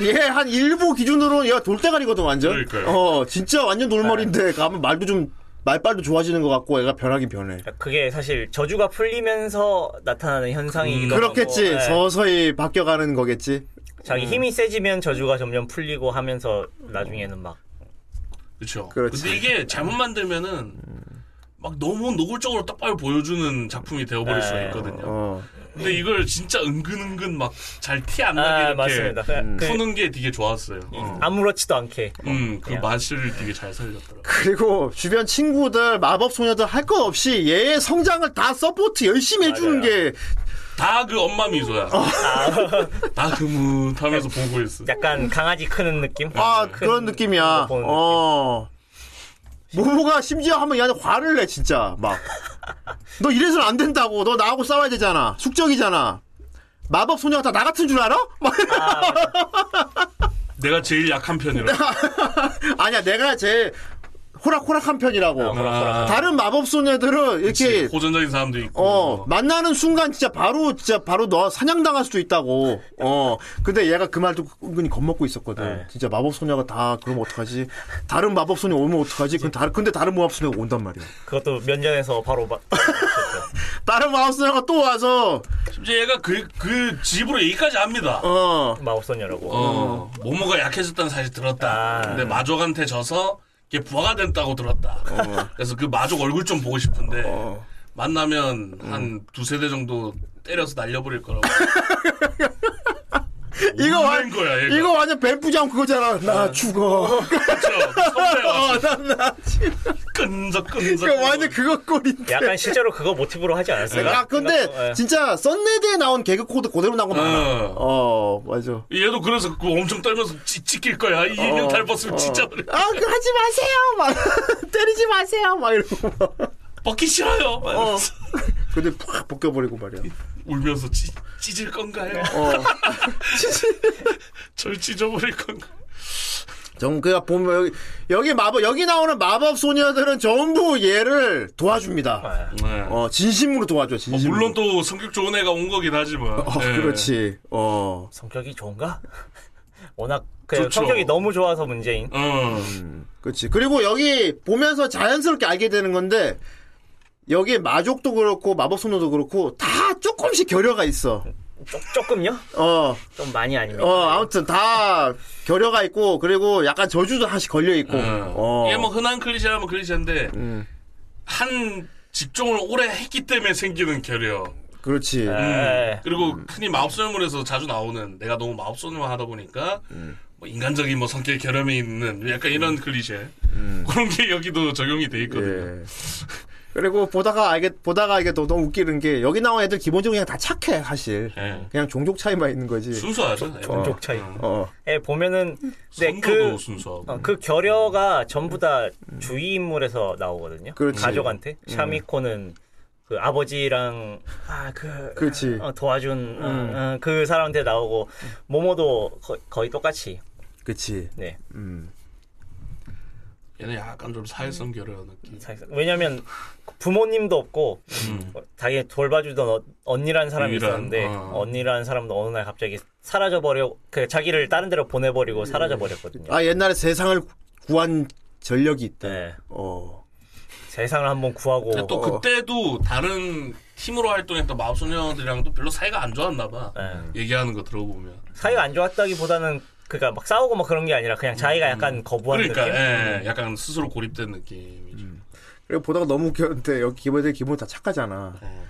[SPEAKER 7] 얘 한 일부 기준으로는 얘가 돌대가리거든, 완전.
[SPEAKER 6] 그러니까요.
[SPEAKER 7] 어, 진짜 완전
[SPEAKER 8] 네.
[SPEAKER 7] 돌머리인데, 가면 말도 좀, 말빨도 좋아지는 것 같고, 얘가 변하긴 변해.
[SPEAKER 8] 그게 사실 저주가 풀리면서 나타나는
[SPEAKER 6] 음.
[SPEAKER 8] 현상이기도 하고
[SPEAKER 7] 그렇겠지. 음.
[SPEAKER 8] 예.
[SPEAKER 7] 서서히 바뀌어가는 거겠지.
[SPEAKER 8] 자기 힘이 세지면 저주가 점점 풀리고 하면서 나중에는 막
[SPEAKER 6] 어. 그렇죠.
[SPEAKER 7] 그렇지.
[SPEAKER 6] 근데 이게 잘못 만들면은 막 너무 노골적으로 떡밥을 보여주는 작품이 되어버릴 수가
[SPEAKER 8] 네.
[SPEAKER 6] 있거든요.
[SPEAKER 7] 어.
[SPEAKER 6] 근데 이걸 진짜 은근은근 막 잘 티 안 나게
[SPEAKER 8] 아,
[SPEAKER 6] 이렇게
[SPEAKER 8] 맞습니다.
[SPEAKER 7] 음.
[SPEAKER 8] 음, 그-
[SPEAKER 6] 푸는 게 되게 좋았어요. 어.
[SPEAKER 8] 아무렇지도 않게
[SPEAKER 6] 음, 그 맛을 되게 잘 살렸더라고.
[SPEAKER 7] 그리고 주변 친구들 마법 소녀들 할 것 없이 얘의 성장을 다 서포트 열심히 해주는 게
[SPEAKER 6] 다 그 엄마 미소야.
[SPEAKER 8] 아.
[SPEAKER 6] 다 그뭇하면서 보고 있어.
[SPEAKER 8] 약간 강아지 크는 느낌
[SPEAKER 7] 아,
[SPEAKER 8] 큰
[SPEAKER 7] 그런 느낌이야.
[SPEAKER 8] 거 보는 느낌.
[SPEAKER 7] 어. 모모가 심지어 하면 얘한테 화를 내 진짜 막. 너 이래서는 안 된다고. 너 나하고 싸워야 되잖아. 숙적이잖아. 마법 소녀가 다 나 같은 줄 알아? 막
[SPEAKER 6] 내가 제일 약한 편이라.
[SPEAKER 7] 아니야, 내가 제일 호락호락한 편이라고.
[SPEAKER 6] 아,
[SPEAKER 7] 다른 마법 소녀들은 이렇게
[SPEAKER 6] 고전적인 사람도 있고.
[SPEAKER 7] 어, 만나는 순간 진짜 바로 진짜 바로 너 사냥당할 수도 있다고. 어. 근데 얘가 그 말 듣고 은근히 겁먹고 있었거든.
[SPEAKER 8] 네.
[SPEAKER 7] 진짜 마법 소녀가 다 그럼 어떡하지? 다른 마법 소녀 오면 어떡하지? 그 다른 근데 다른 마법 소녀가 온단 말이야.
[SPEAKER 8] 그것도 면전에서 바로 막
[SPEAKER 7] 다른 마법 소녀가 또 와서
[SPEAKER 6] 심지어 얘가 그, 그 집으로 얘기까지 합니다. 어.
[SPEAKER 7] 어.
[SPEAKER 8] 마법소녀라고
[SPEAKER 6] 모모가 약해졌다는 사실 들었다.
[SPEAKER 8] 아.
[SPEAKER 6] 근데 마족한테 져서 이게 부하가 됐다고 들었다.
[SPEAKER 7] 어.
[SPEAKER 6] 그래서 그 마족 얼굴 좀 보고 싶은데 만나면
[SPEAKER 7] 음.
[SPEAKER 6] 한 두세 대 정도 때려서 날려버릴 거라고.
[SPEAKER 7] 이거
[SPEAKER 6] 완
[SPEAKER 7] 완
[SPEAKER 6] 거야. 얘가.
[SPEAKER 7] 이거 완전 뱀프장 그거잖아. 나 죽어.
[SPEAKER 6] 그쵸? 선배
[SPEAKER 7] 어,
[SPEAKER 6] 와서
[SPEAKER 7] 나나 지금
[SPEAKER 6] 끈적끈적.
[SPEAKER 7] 완전 그거 꼴인데.
[SPEAKER 8] 약간 실제로 그거 모티브로 하지 않았어요?
[SPEAKER 7] 아 근데
[SPEAKER 8] 예.
[SPEAKER 7] 진짜 썬레드에 나온 개그 코드 그대로 나온 거 많아.
[SPEAKER 6] 어.
[SPEAKER 7] 어, 맞아.
[SPEAKER 6] 얘도 그래서 그 엄청 떨면서 찢- 찢길 거야.
[SPEAKER 7] 어.
[SPEAKER 6] 이 인형 닮았으면 진짜 그래.
[SPEAKER 7] 아, 그 하지 마세요. 막 때리지 마세요. 막 이러고 막.
[SPEAKER 6] 먹기 싫어요. 막 이러면서.
[SPEAKER 7] 근데 팍 벗겨버리고 말이야.
[SPEAKER 6] 울면서 찢, 찢을 건가요?
[SPEAKER 7] 어.
[SPEAKER 6] 절 찢어버릴 건가?
[SPEAKER 7] 전 그가 보면 여기, 여기 마법 여기 나오는 마법 소녀들은 전부 얘를 도와줍니다.
[SPEAKER 8] 아,
[SPEAKER 6] 네.
[SPEAKER 7] 어 진심으로 도와줘.
[SPEAKER 6] 어,
[SPEAKER 7] 진심으로.
[SPEAKER 6] 물론 또 성격 좋은 애가 온 거긴 하지만.
[SPEAKER 7] 어,
[SPEAKER 6] 예.
[SPEAKER 7] 그렇지. 어.
[SPEAKER 8] 성격이 좋은가? 워낙 그
[SPEAKER 6] 좋죠.
[SPEAKER 8] 성격이 너무 좋아서 문제인
[SPEAKER 6] 어.
[SPEAKER 7] 그렇지. 그리고 여기 보면서 자연스럽게 알게 되는 건데 여기 마족도 그렇고 마법 소녀도 그렇고 다 조금씩 결여가 있어.
[SPEAKER 8] 조, 조금요?
[SPEAKER 7] 어.
[SPEAKER 8] 좀 많이 아닙니까?
[SPEAKER 7] 어, 아무튼 다 결여가 있고 그리고 약간 저주도 하나씩 걸려 있고. 어. 음.
[SPEAKER 6] 이게 뭐 흔한 클리셰라면 클리셰인데 한 직종을 오래 했기 때문에 생기는 결여.
[SPEAKER 7] 그렇지. 아.
[SPEAKER 8] 예.
[SPEAKER 7] 음.
[SPEAKER 6] 그리고 흔히 마법소녀물에서 자주 나오는 내가 너무 마법소녀만 하다 보니까
[SPEAKER 7] 음.
[SPEAKER 6] 뭐 인간적인 뭐 성격
[SPEAKER 7] 음.
[SPEAKER 6] 결함이 있는 약간 이런 클리셰 그런 게 여기도 적용이 돼 있거든요.
[SPEAKER 7] 예. 그리고 보다가 알게 보다가 이게 또 너무 웃기는 게 여기 나온 애들 기본적으로 그냥 다 착해 사실.
[SPEAKER 6] 예.
[SPEAKER 7] 그냥 종족 차이만 있는 거지.
[SPEAKER 6] 순수하죠.
[SPEAKER 8] 종족 차이.
[SPEAKER 7] 어.
[SPEAKER 8] 예, 보면은 네,
[SPEAKER 6] 선도도
[SPEAKER 8] 그
[SPEAKER 6] 순수하고.
[SPEAKER 8] 어, 그 결여가 전부 다 주위 인물에서 나오거든요.
[SPEAKER 7] 그렇지. 음.
[SPEAKER 8] 가족한테 샤미코는 그 아버지랑 아그
[SPEAKER 7] 그렇지. 음.
[SPEAKER 8] 도와준 어, 어, 그 사람한테 나오고 모모도 거, 거의 똑같이
[SPEAKER 7] 그치.
[SPEAKER 8] 네.
[SPEAKER 7] 음.
[SPEAKER 6] 얘는 약간 좀 사회성 결여 느낌.
[SPEAKER 8] 사실상. 왜냐면 부모님도 없고
[SPEAKER 6] 음.
[SPEAKER 8] 어, 자기 돌봐주던 어- 언니라는 사람이
[SPEAKER 6] 유일한,
[SPEAKER 8] 있었는데
[SPEAKER 6] 어.
[SPEAKER 8] 언니라는 사람도 어느 날 갑자기 사라져버려 그 자기를 다른 데로 보내버리고 사라져버렸거든요.
[SPEAKER 7] 아 옛날에 세상을 구한 전력이 있다.
[SPEAKER 8] 네.
[SPEAKER 7] 어.
[SPEAKER 8] 세상을 한번 구하고
[SPEAKER 6] 근데 또
[SPEAKER 7] 어.
[SPEAKER 6] 그때도 다른 팀으로 활동했던 마법소녀들이랑도 별로 사이가 안 좋았나 봐.
[SPEAKER 8] 네.
[SPEAKER 6] 얘기하는 거 들어보면.
[SPEAKER 8] 사이가 안 좋았다기보다는 그니까 막 싸우고 막 그런 게 아니라 그냥 자기가 약간 거부하는
[SPEAKER 6] 음. 그러니까
[SPEAKER 8] 느낌.
[SPEAKER 6] 예, 약간 스스로 고립된 느낌이죠.
[SPEAKER 7] 그리고 보다가 너무 웃겼는데 여기 기본들 기본 다 착하잖아.
[SPEAKER 6] 어.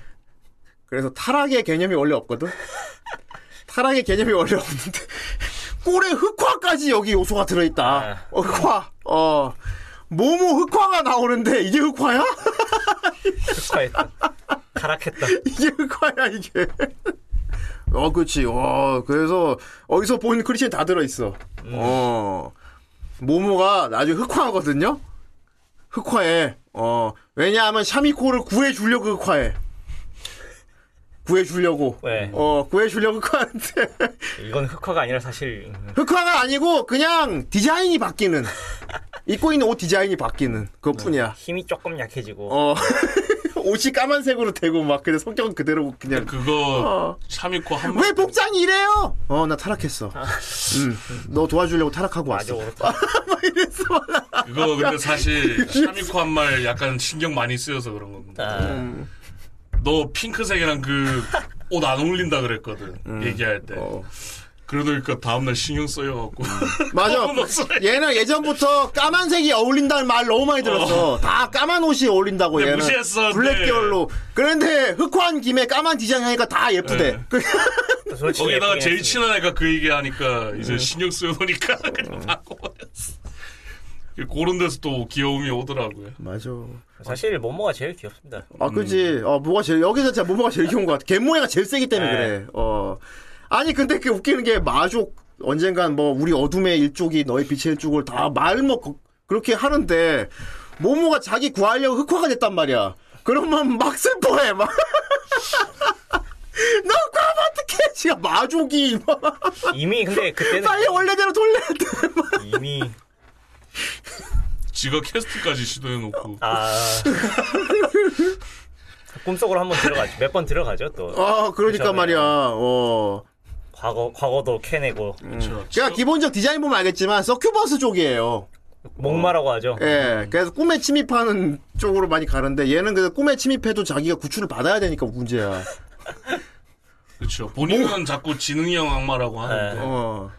[SPEAKER 7] 그래서 타락의 개념이 원래 없거든. 타락의 개념이 원래 없는데 꼴에 흑화까지 여기 요소가 들어있다. 어, 흑화. 어. 모모 흑화가 나오는데 이게 흑화야?
[SPEAKER 8] 흑화했다. 타락했다.
[SPEAKER 7] 이게 흑화야 이게. 어, 그렇지. 와, 그래서 어디서 본 크리스천 다 들어 있어. 어, 모모가 나중에 흑화하거든요. 흑화해. 어, 왜냐하면 샤미코를 구해 주려고 그 흑화해. 구해 주려고.
[SPEAKER 8] 네.
[SPEAKER 7] 어, 구해 주려고 흑화하는데
[SPEAKER 8] 이건 흑화가 아니라 사실
[SPEAKER 7] 흑화가 아니고 그냥 디자인이 바뀌는 입고 있는 옷 디자인이 바뀌는 그것뿐이야.
[SPEAKER 8] 힘이 조금 약해지고
[SPEAKER 7] 어. 옷이 까만색으로 되고 막 근데 성격은 그대로 그냥
[SPEAKER 6] 그거 샤미코 한
[SPEAKER 7] 왜 복장이 이래요? 어 나 타락했어. 음, 너 도와주려고 타락하고 왔어.
[SPEAKER 8] 맞아.
[SPEAKER 6] 그거 근데 사실 샤미코 한 말 약간 신경 많이 쓰여서 그런 겁니다.
[SPEAKER 8] 아,
[SPEAKER 6] 너 핑크색이랑 그 옷 안 어울린다 그랬거든 얘기할 때.
[SPEAKER 7] 어.
[SPEAKER 6] 그러니까 다음날 신경 써여갖고
[SPEAKER 7] 맞아.
[SPEAKER 6] 너무 낯설어.
[SPEAKER 7] 얘는 예전부터 까만색이 어울린다는 말 너무 많이 들었어. 다 까만 옷이 어울린다고
[SPEAKER 6] 근데
[SPEAKER 7] 얘는.
[SPEAKER 6] 무시했어,
[SPEAKER 7] 블랙
[SPEAKER 6] 근데.
[SPEAKER 7] 계열로. 그런데 흑화한 김에 까만 디자인 하니까 다 예쁘대.
[SPEAKER 6] 네.
[SPEAKER 7] 그-
[SPEAKER 8] 솔직히
[SPEAKER 6] 거기다가
[SPEAKER 7] 어,
[SPEAKER 8] 예쁘긴
[SPEAKER 6] 제일
[SPEAKER 8] 했습니다.
[SPEAKER 6] 친한 애가 그 얘기하니까
[SPEAKER 7] 네.
[SPEAKER 6] 이제 신경 쓰여보니까
[SPEAKER 7] 어.
[SPEAKER 6] 그냥 바꿔버렸어. 그런 데서 또 귀여움이 오더라고요.
[SPEAKER 7] 맞아.
[SPEAKER 8] 사실 모모가 제일 귀엽습니다.
[SPEAKER 7] 아 그지. 어 뭐가 제일 여기서 진짜 뭐가 제일 귀여운 것 같아. 갯모양이 제일 세기 때문에
[SPEAKER 8] 네.
[SPEAKER 7] 그래. 어. 아니 근데 그 웃기는 게 마족 언젠간 뭐 우리 어둠의 일족이 너의 빛의 일족을 다 말뭐 그렇게 하는데 모모가 자기 구하려고 흑화가 됐단 말이야. 그러면 막 슬퍼해 막. 너 구하면 어떡해? 지가 마족이 막
[SPEAKER 6] 어.
[SPEAKER 8] 이미 근데 그때는
[SPEAKER 7] 빨리 원래대로 돌려야 돼. 막.
[SPEAKER 8] 이미
[SPEAKER 6] 지가 캐스팅까지 시도해놓고
[SPEAKER 7] 네.
[SPEAKER 8] 아 꿈속으로 한번 들어가죠. 몇 번 들어가죠 또
[SPEAKER 7] 아 그러니까
[SPEAKER 8] 그렇잖아요.
[SPEAKER 7] 말이야. 어.
[SPEAKER 8] 과거 과거도 캐내고
[SPEAKER 6] 그렇죠.
[SPEAKER 7] 그러니까 기본적 디자인 보면 알겠지만 서큐버스 쪽이에요.
[SPEAKER 8] 목마라고 하죠.
[SPEAKER 7] 예, 그래서 꿈에 침입하는 쪽으로 많이 가는데 얘는 그래서 꿈에 침입해도 자기가 구출을 받아야 되니까 문제야.
[SPEAKER 6] 그렇죠. 본인은 자꾸 지능형 악마라고 하는데
[SPEAKER 7] 뭐? 어.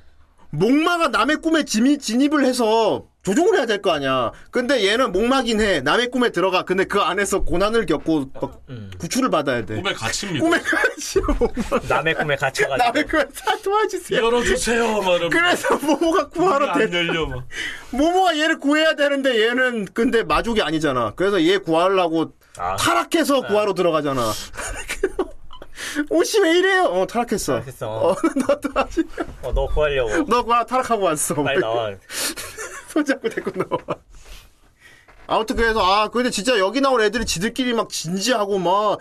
[SPEAKER 7] 목마가 남의 꿈에 진입, 진입을 해서 조종을 해야 될 거 아니야. 근데 얘는 목마긴 해. 남의 꿈에 들어가. 근데 그 안에서 고난을 겪고 막 구출을 받아야 돼.
[SPEAKER 6] 꿈에 갇힙니다.
[SPEAKER 7] 꿈에 가지 목마.
[SPEAKER 8] 남의 꿈에 갇혀가지고
[SPEAKER 7] 남의 꿈에 다 도와주세요.
[SPEAKER 6] 열어주세요 말하면
[SPEAKER 7] 그래서 모모가 구하러
[SPEAKER 6] 안
[SPEAKER 7] 대,
[SPEAKER 6] 열려 막.
[SPEAKER 7] 모모가 얘를 구해야 되는데 얘는 근데 마족이 아니잖아. 그래서 얘 구하려고
[SPEAKER 8] 아,
[SPEAKER 7] 타락해서 구하러 들어가잖아. 옷이 왜 이래요? 어 타락했어.
[SPEAKER 8] 타락했어.
[SPEAKER 7] 어, 뭐. 너도 아직
[SPEAKER 8] 어, 너 구하려고
[SPEAKER 7] 너 구하 타락하고 왔어.
[SPEAKER 8] 빨리 나와.
[SPEAKER 7] 손 잡고 데리고 나와. 아무튼 그래서 아 근데 진짜 여기 나온 애들이 지들끼리 막 진지하고 막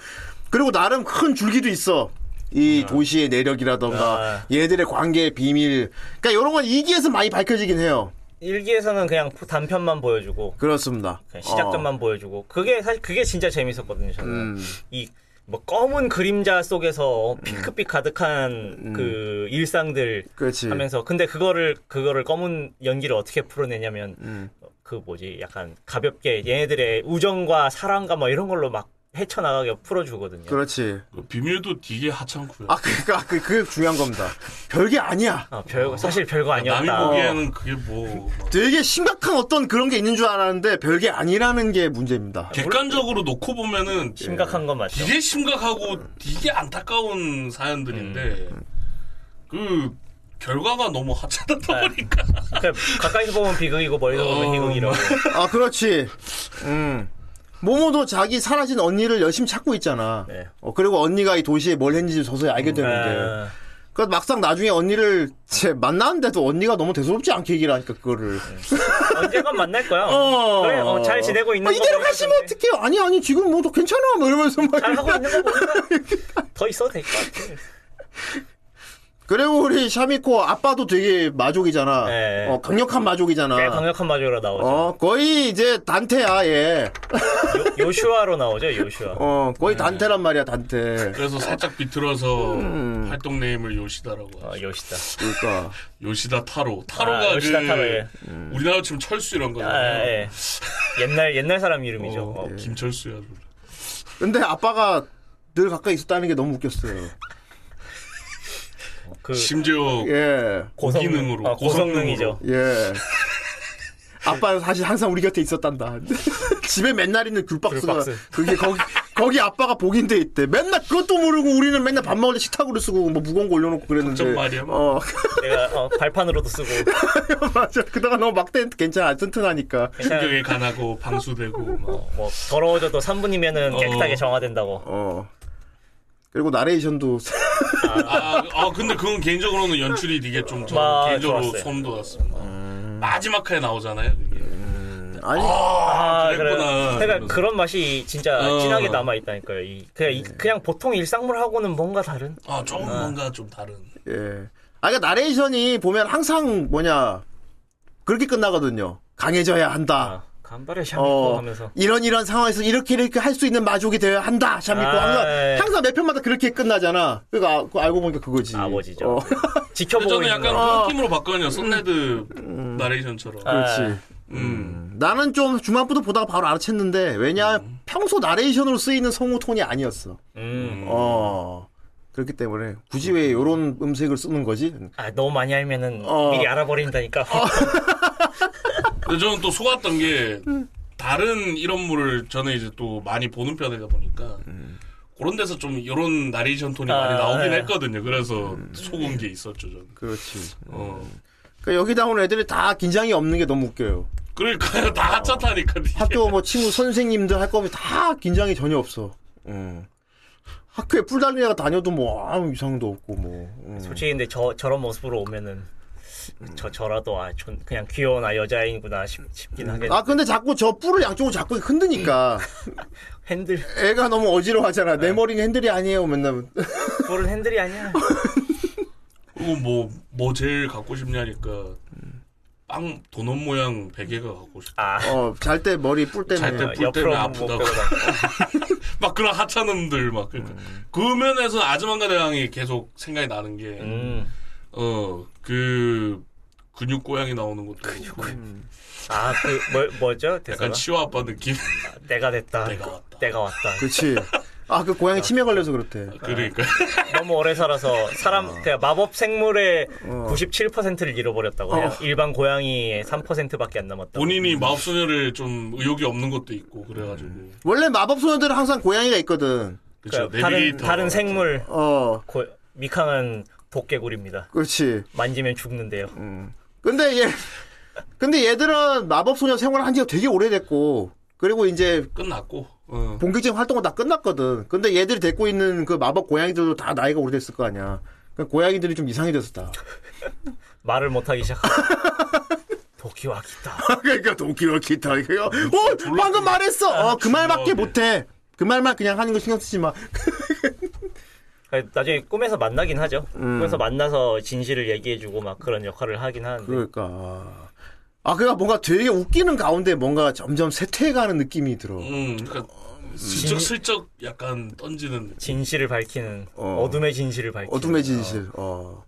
[SPEAKER 7] 그리고 나름 큰 줄기도 있어. 이
[SPEAKER 8] 네.
[SPEAKER 7] 도시의 내력이라던가
[SPEAKER 8] 아.
[SPEAKER 7] 얘들의 관계의 비밀. 그러니까 이런 건 이기에서 많이 밝혀지긴 해요.
[SPEAKER 8] 일기에서는 그냥 단편만 보여주고
[SPEAKER 7] 그렇습니다. 어.
[SPEAKER 8] 그냥 시작점만 보여주고 그게 사실 그게 진짜 재밌었거든요. 저는
[SPEAKER 7] 음.
[SPEAKER 8] 이 뭐 검은 그림자 속에서 핑크빛 가득한 그 일상들
[SPEAKER 7] 음. 그렇지.
[SPEAKER 8] 하면서 근데 그거를 그거를 검은 연기를 어떻게 풀어내냐면
[SPEAKER 7] 음.
[SPEAKER 8] 어, 그 뭐지 약간 가볍게 얘네들의 우정과 사랑과 뭐 이런 걸로 막 헤쳐나가게 풀어주거든요.
[SPEAKER 7] 그렇지.
[SPEAKER 6] 그 비밀도 되게 하찮고요.
[SPEAKER 7] 아 그러니까 그- 그게 중요한 겁니다. 별게 아니야.
[SPEAKER 8] 어, 별 사실 별거
[SPEAKER 6] 남이
[SPEAKER 8] 아니었다.
[SPEAKER 6] 보기에는 그게 뭐 막
[SPEAKER 7] 되게 심각한 어떤 그런 게 있는 줄 알았는데 별게 아니라는 게 문제입니다.
[SPEAKER 6] 객관적으로 놓고 보면은
[SPEAKER 8] 심각한 건 맞죠.
[SPEAKER 6] 되게 심각하고 되게 안타까운 사연들인데
[SPEAKER 8] 음.
[SPEAKER 6] 그 결과가 너무 하찮다
[SPEAKER 8] 아.
[SPEAKER 6] 보니까 어.
[SPEAKER 8] 아, 그러니까 가까이서 보면 비극이고 멀리서 보면 희극이라고.
[SPEAKER 7] 아 그렇지. 음. 모모도 자기 사라진 언니를 열심히 찾고 있잖아.
[SPEAKER 8] 네.
[SPEAKER 7] 어, 그리고 언니가 이 도시에 뭘 했는지 서서히 알게 되는데.
[SPEAKER 8] 아,
[SPEAKER 7] 그 막상 나중에 언니를 제 만나는데도 언니가 너무 대수롭지 않게 얘기를 하니까 그거를.
[SPEAKER 8] 언젠간 만날 거야.
[SPEAKER 7] 어.
[SPEAKER 8] 그래, 네. 어, 잘 지내고 있는
[SPEAKER 7] 아, 이대로
[SPEAKER 8] 거
[SPEAKER 7] 가시면
[SPEAKER 8] 보니까
[SPEAKER 7] 어떡해요? 아니 아니 지금 뭐더 괜찮아 뭐 이러면서 막.
[SPEAKER 8] 잘 하고 있는 거 보니까 더 있어도 될 것 같아.
[SPEAKER 7] 그리고 우리 샤미코 아빠도 되게 마족이잖아.
[SPEAKER 8] 네.
[SPEAKER 7] 어, 강력한 마족이잖아.
[SPEAKER 8] 네, 강력한 마주로 나오죠.
[SPEAKER 7] 어 거의 이제 단테야 얘.
[SPEAKER 8] 요, 슈아로 나오죠, 요슈아.
[SPEAKER 7] 어
[SPEAKER 6] 네.
[SPEAKER 7] 거의 단테란 말이야 단테.
[SPEAKER 6] 그래서 살짝 비틀어서
[SPEAKER 8] 음.
[SPEAKER 6] 활동 네임을 요시다라고
[SPEAKER 8] 어,
[SPEAKER 6] 하죠.
[SPEAKER 8] 요시다.
[SPEAKER 7] 그러니까.
[SPEAKER 6] 요시다 타로. 타로가
[SPEAKER 8] 아, 요시다
[SPEAKER 6] 그
[SPEAKER 8] 타로, 예.
[SPEAKER 6] 우리나라 지금 철수 이런 거잖아요.
[SPEAKER 8] 아, 예. 옛날, 옛날 사람 이름이죠.
[SPEAKER 6] 어,
[SPEAKER 8] 어,
[SPEAKER 6] 김철수야.
[SPEAKER 7] 근데 아빠가 늘 가까이 있었다는 게 너무 웃겼어요.
[SPEAKER 8] 그,
[SPEAKER 6] 심지어
[SPEAKER 7] 예.
[SPEAKER 6] 고기능으로,
[SPEAKER 8] 아, 고성능이죠.
[SPEAKER 7] 예. 아빠는 사실 항상 우리 곁에 있었단다. 집에 맨날 있는 귤박스가
[SPEAKER 8] 귤박스.
[SPEAKER 7] 그게 거기 거기 아빠가 복인돼 있대. 맨날 그것도 모르고 우리는 맨날 밥 먹을 때 식탁으로 쓰고 뭐 무거운 거 올려놓고 그랬는데.
[SPEAKER 6] 걱정 말이야, 뭐.
[SPEAKER 7] 어
[SPEAKER 8] 내가 어, 발판으로도 쓰고.
[SPEAKER 7] 맞아. 그다가 너무 막대 괜찮아 튼튼하니까.
[SPEAKER 8] 예.
[SPEAKER 6] 충격에 가나고 방수되고 막.
[SPEAKER 8] 뭐, 더러워져도 3분이면은 깨끗하게
[SPEAKER 6] 어.
[SPEAKER 8] 정화된다고.
[SPEAKER 7] 어. 그리고 나레이션도
[SPEAKER 6] 아, 아, 근데 그건 개인적으로는 연출이 되게 좀저
[SPEAKER 8] 아,
[SPEAKER 6] 개인적으로
[SPEAKER 8] 좋았어요. 음.
[SPEAKER 6] 소름 돋았습니다. 마지막 회에 나오잖아요. 그게.
[SPEAKER 7] 아니
[SPEAKER 8] 아,
[SPEAKER 6] 그랬구나.
[SPEAKER 8] 그러니까 그런 맛이 진짜
[SPEAKER 6] 어. 네.
[SPEAKER 8] 진하게 남아있다니까요. 이, 그냥, 이- 그냥 보통 일상물하고는 뭔가 다른?
[SPEAKER 6] 아, 좀 뭔가 좀 다른.
[SPEAKER 7] 예. 아 그러니까 나레이션이 보면 항상 뭐냐 그렇게 끝나거든요. 강해져야 한다.
[SPEAKER 8] 아, 간발의 샤미코
[SPEAKER 7] 어,
[SPEAKER 8] 하면서.
[SPEAKER 7] 이런 이런 상황에서 이렇게 이렇게 할 수 있는 마족이 되어야 한다. 샤미코
[SPEAKER 8] 아,
[SPEAKER 7] 항상
[SPEAKER 8] 예.
[SPEAKER 7] 항상 몇 편마다 그렇게 끝나잖아. 그러니까 아, 그거 알고 보니까 그거지.
[SPEAKER 8] 아버지죠. 예.
[SPEAKER 7] 어,
[SPEAKER 8] 지켜보고
[SPEAKER 6] 저는
[SPEAKER 8] 있는
[SPEAKER 6] 약간 어.
[SPEAKER 8] 거. 음.
[SPEAKER 6] 그런 느낌으로 봤거든요. 썬레드 나레이션처럼.
[SPEAKER 8] 아, 예.
[SPEAKER 7] 그렇지.
[SPEAKER 6] 음.
[SPEAKER 7] 나는 좀 중반부터 보다가 바로 알아챘는데 왜냐 평소 나레이션으로 쓰이는 성우 톤이 아니었어.
[SPEAKER 8] 음.
[SPEAKER 7] 어 그렇기 때문에 굳이 왜 이런 음색을 쓰는 거지?
[SPEAKER 8] 아, 너무 많이 알면은
[SPEAKER 7] 어.
[SPEAKER 8] 미리 알아버린다니까.
[SPEAKER 6] 근데 저는 또 속았던 게
[SPEAKER 8] 음.
[SPEAKER 6] 다른 이런 물을 저는 이제 또 많이 보는 편이다 보니까 그런 데서 좀 이런 나레이션 톤이
[SPEAKER 8] 음. 아, 음.
[SPEAKER 6] 많이 나오긴
[SPEAKER 8] 네.
[SPEAKER 6] 했거든요. 그래서 속은 게 있었죠, 저는.
[SPEAKER 7] 그렇지.
[SPEAKER 6] 어.
[SPEAKER 7] 그러니까 여기 나오는 애들이 다 긴장이 없는 게 너무 웃겨요.
[SPEAKER 6] 그러니까요.
[SPEAKER 8] 어.
[SPEAKER 6] 다 하차타니까. 이게.
[SPEAKER 7] 학교 뭐 친구 선생님들 할 거면 다 긴장이 전혀 없어. 음. 학교에 뿔달린 애가 다녀도 뭐 아무 이상도 없고 뭐. 음.
[SPEAKER 8] 솔직히 근데 저, 저런 모습으로 오면은 저, 저라도 아, 존- 그냥 귀여운 아, 여자인구나 싶, 싶긴
[SPEAKER 6] 음.
[SPEAKER 8] 하겠네.
[SPEAKER 7] 아 근데 자꾸 저 뿔을 양쪽으로 자꾸 흔드니까
[SPEAKER 8] 핸들,
[SPEAKER 7] 애가 너무 어지러워하잖아. 내 머리는 핸들이 아니에요 뭐 맨날.
[SPEAKER 8] 볼은 핸들이 아니야.
[SPEAKER 6] 그리고 뭐, 뭐 제일 갖고 싶냐니까
[SPEAKER 8] 음.
[SPEAKER 6] 빵, 도넛 모양 베개가 갖고 싶다.
[SPEAKER 8] 아,
[SPEAKER 7] 어잘 때 머리 뿔
[SPEAKER 6] 잘 때
[SPEAKER 7] 때문에.
[SPEAKER 6] 뿔 때문에 아프다고. 막 그런 하찮음들 막. 그러니까. 그 면에서 아즈만가 대왕이 계속 생각이 나는 게
[SPEAKER 8] 음.
[SPEAKER 6] 어, 그 근육 고양이 나오는 것도 그렇고
[SPEAKER 8] 아, 그, 뭐, 뭐죠? 대사가?
[SPEAKER 6] 약간 치와 아빠 느낌.
[SPEAKER 8] 내가 됐다.
[SPEAKER 6] 내가 왔다.
[SPEAKER 8] 내가 왔다.
[SPEAKER 7] 그렇지. 아 그 고양이 치매 걸려서 그렇대.
[SPEAKER 6] 그러니까
[SPEAKER 8] 너무 오래 살아서
[SPEAKER 6] 어.
[SPEAKER 8] 사람 그냥 마법 생물의 97%를 잃어버렸다고 해요. 일반 고양이의 3%밖에 안 남았다고.
[SPEAKER 6] 본인이 마법소녀를 좀 의욕이 없는 것도 있고 그래가지고
[SPEAKER 7] 원래 마법 소녀들은 항상 고양이가 있거든.
[SPEAKER 6] 그렇죠.
[SPEAKER 8] 그러니까 다른
[SPEAKER 6] 내비게이터
[SPEAKER 8] 다른 생물
[SPEAKER 7] 어
[SPEAKER 8] 고- 미캉은 도깨구리입니다.
[SPEAKER 7] 그렇지.
[SPEAKER 8] 만지면 죽는데요.
[SPEAKER 6] 음.
[SPEAKER 7] 근데 얘 근데 얘들은 마법 소녀 생활한 지가 되게 오래됐고 그리고 이제
[SPEAKER 6] 끝났고 어.
[SPEAKER 7] 본격적인 활동은 다 끝났거든. 근데 얘들이 데리고 있는 그 마법 고양이들도 다 나이가 오래됐을 거 아니야. 그러니까 고양이들이 좀 이상해졌었다.
[SPEAKER 8] 말을 못하기 시작하고 도끼와 기타.
[SPEAKER 7] 그러니까 도끼와 기타 이거. 어 방금 말했어. 어 그 말밖에 못해. 그 말만 그냥 하는 거 신경 쓰지 마.
[SPEAKER 8] 그러니까 나중에 꿈에서 만나긴 하죠.
[SPEAKER 6] 음.
[SPEAKER 8] 꿈에서 만나서 진실을 얘기해주고 막 그런 역할을 하긴 하는데
[SPEAKER 7] 그러니까. 아, 그니까 뭔가 되게 웃기는 가운데 뭔가 점점 쇠퇴해가는 느낌이 들어.
[SPEAKER 6] 음, 그러니까 슬쩍 슬쩍 약간 던지는 느낌.
[SPEAKER 8] 진실을 밝히는
[SPEAKER 7] 어.
[SPEAKER 8] 어. 둠의 진실을 밝히는
[SPEAKER 7] 어둠의 진실. 어.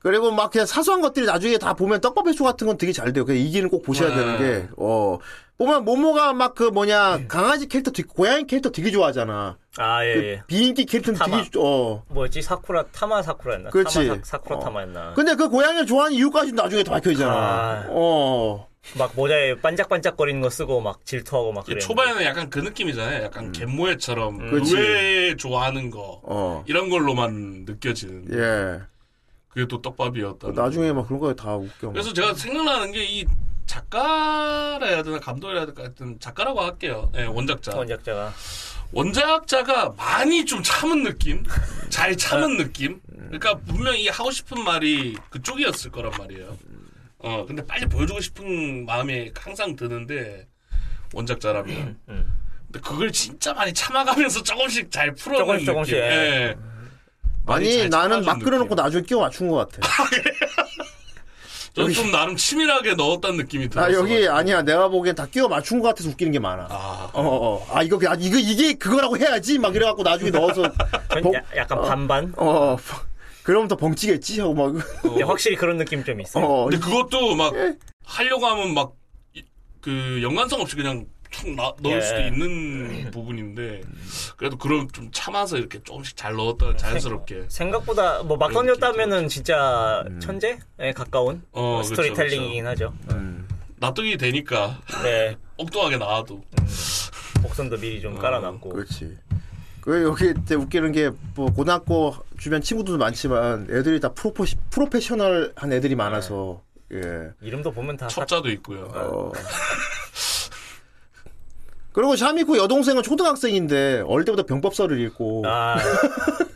[SPEAKER 7] 그리고 막 그냥 사소한 것들이 나중에 다 보면 떡밥 회수 같은 건 되게 잘 돼요. 그냥 이기는 꼭 보셔야 되는 게, 어. 보면 모모가 막 그 뭐냐, 강아지 캐릭터, 되게- 고양이 캐릭터 되게 좋아하잖아.
[SPEAKER 8] 아
[SPEAKER 7] 그
[SPEAKER 8] 예. 예.
[SPEAKER 7] 비인기 캐릭터는
[SPEAKER 8] 타마.
[SPEAKER 7] 되게, 좋- 어.
[SPEAKER 8] 뭐였지 사쿠라 타마 사쿠라였나?
[SPEAKER 7] 그렇지.
[SPEAKER 8] 타마 사, 쿠라
[SPEAKER 7] 어.
[SPEAKER 8] 타마였나?
[SPEAKER 7] 근데 그 고양이를 좋아하는 이유까지 나중에 다 밝혀지잖아.
[SPEAKER 8] 아.
[SPEAKER 7] 어.
[SPEAKER 8] 막 모자에 반짝반짝거리는 거 쓰고 막 질투하고 막
[SPEAKER 6] 이게
[SPEAKER 8] 그래.
[SPEAKER 6] 초반에는 약간 그 느낌이잖아요. 약간 갯모애처럼
[SPEAKER 7] 그렇지.
[SPEAKER 6] 의외에 좋아하는 거
[SPEAKER 7] 어.
[SPEAKER 6] 이런 걸로만 느껴지는
[SPEAKER 7] 예. 어,
[SPEAKER 6] 그게 또 떡밥이었다.
[SPEAKER 7] 나중에 막 그런 거 다 웃겨. 막.
[SPEAKER 6] 그래서 제가 생각나는 게 이 작가라 해야 되나 감독이라 해야 되나 하여튼 작가라고 할게요. 예, 원작자.
[SPEAKER 8] 원작자가
[SPEAKER 6] 원작자가 많이 좀 참은 느낌? 잘
[SPEAKER 8] 네.
[SPEAKER 6] 참은 느낌? 그러니까 분명히 하고 싶은 말이 그쪽이었을 거란 말이에요. 어, 근데 빨리 보여주고 싶은 마음이 항상 드는데,
[SPEAKER 8] 음,
[SPEAKER 6] 원작자라면. 근데 그걸 진짜 많이 참아가면서 조금씩 잘 풀어가는
[SPEAKER 8] 조금씩, 조금씩.
[SPEAKER 6] 느낌. 예. 많이
[SPEAKER 7] 아니
[SPEAKER 6] 잘
[SPEAKER 7] 나는
[SPEAKER 6] 참아준
[SPEAKER 7] 막 끓여놓고
[SPEAKER 6] 느낌.
[SPEAKER 7] 나중에 끼워 맞춘 것 같아.
[SPEAKER 6] 저는 좀 나름 치밀하게 넣었다는 느낌이 들어요.
[SPEAKER 7] 나 여기 아니야 내가 보기엔 다 끼워 맞춘 것 같아서 웃기는 게 많아.
[SPEAKER 6] 아,
[SPEAKER 7] 어, 어. 아, 이거, 아, 이거, 이게 그거라고 해야지! 막 이래갖고 나중에 넣어서.
[SPEAKER 8] 전
[SPEAKER 7] 벙-
[SPEAKER 8] 야- 약간 반반.
[SPEAKER 7] 어, 어. 그럼 더 벙찌겠지? 하고 막.
[SPEAKER 8] 근데 확실히 그런 느낌 좀 있어. 요
[SPEAKER 7] 어,
[SPEAKER 6] 근데 그것도 막 하려고 하면 막 그 연관성 없이 그냥 툭 나- 넣을
[SPEAKER 8] 예.
[SPEAKER 6] 수도 있는 부분인데 그래도 그런 좀 참아서 이렇게 조금씩 잘 넣었다 자연스럽게
[SPEAKER 8] 생각보다 뭐 막던이었다면은 진짜
[SPEAKER 7] 음.
[SPEAKER 8] 천재에 가까운
[SPEAKER 6] 어,
[SPEAKER 8] 뭐
[SPEAKER 6] 그쵸,
[SPEAKER 8] 스토리텔링이긴 하죠.
[SPEAKER 6] 납득이 되니까
[SPEAKER 8] 네,
[SPEAKER 6] 엉뚱하게 나와도
[SPEAKER 8] 복선도 미리 좀 깔아놨고.
[SPEAKER 7] 어. 그렇지. 그 여기 이제 웃기는 게 뭐 고등학교 주변 친구들도 많지만 애들이 다 프로포 프로페셔널한 애들이 많아서 예.
[SPEAKER 8] 이름도 보면 다 사-
[SPEAKER 6] 첩자도 있고요.
[SPEAKER 7] 어. 그리고 샤미코 여동생은 초등학생인데 어릴 때부터 병법서를 읽고
[SPEAKER 8] 아,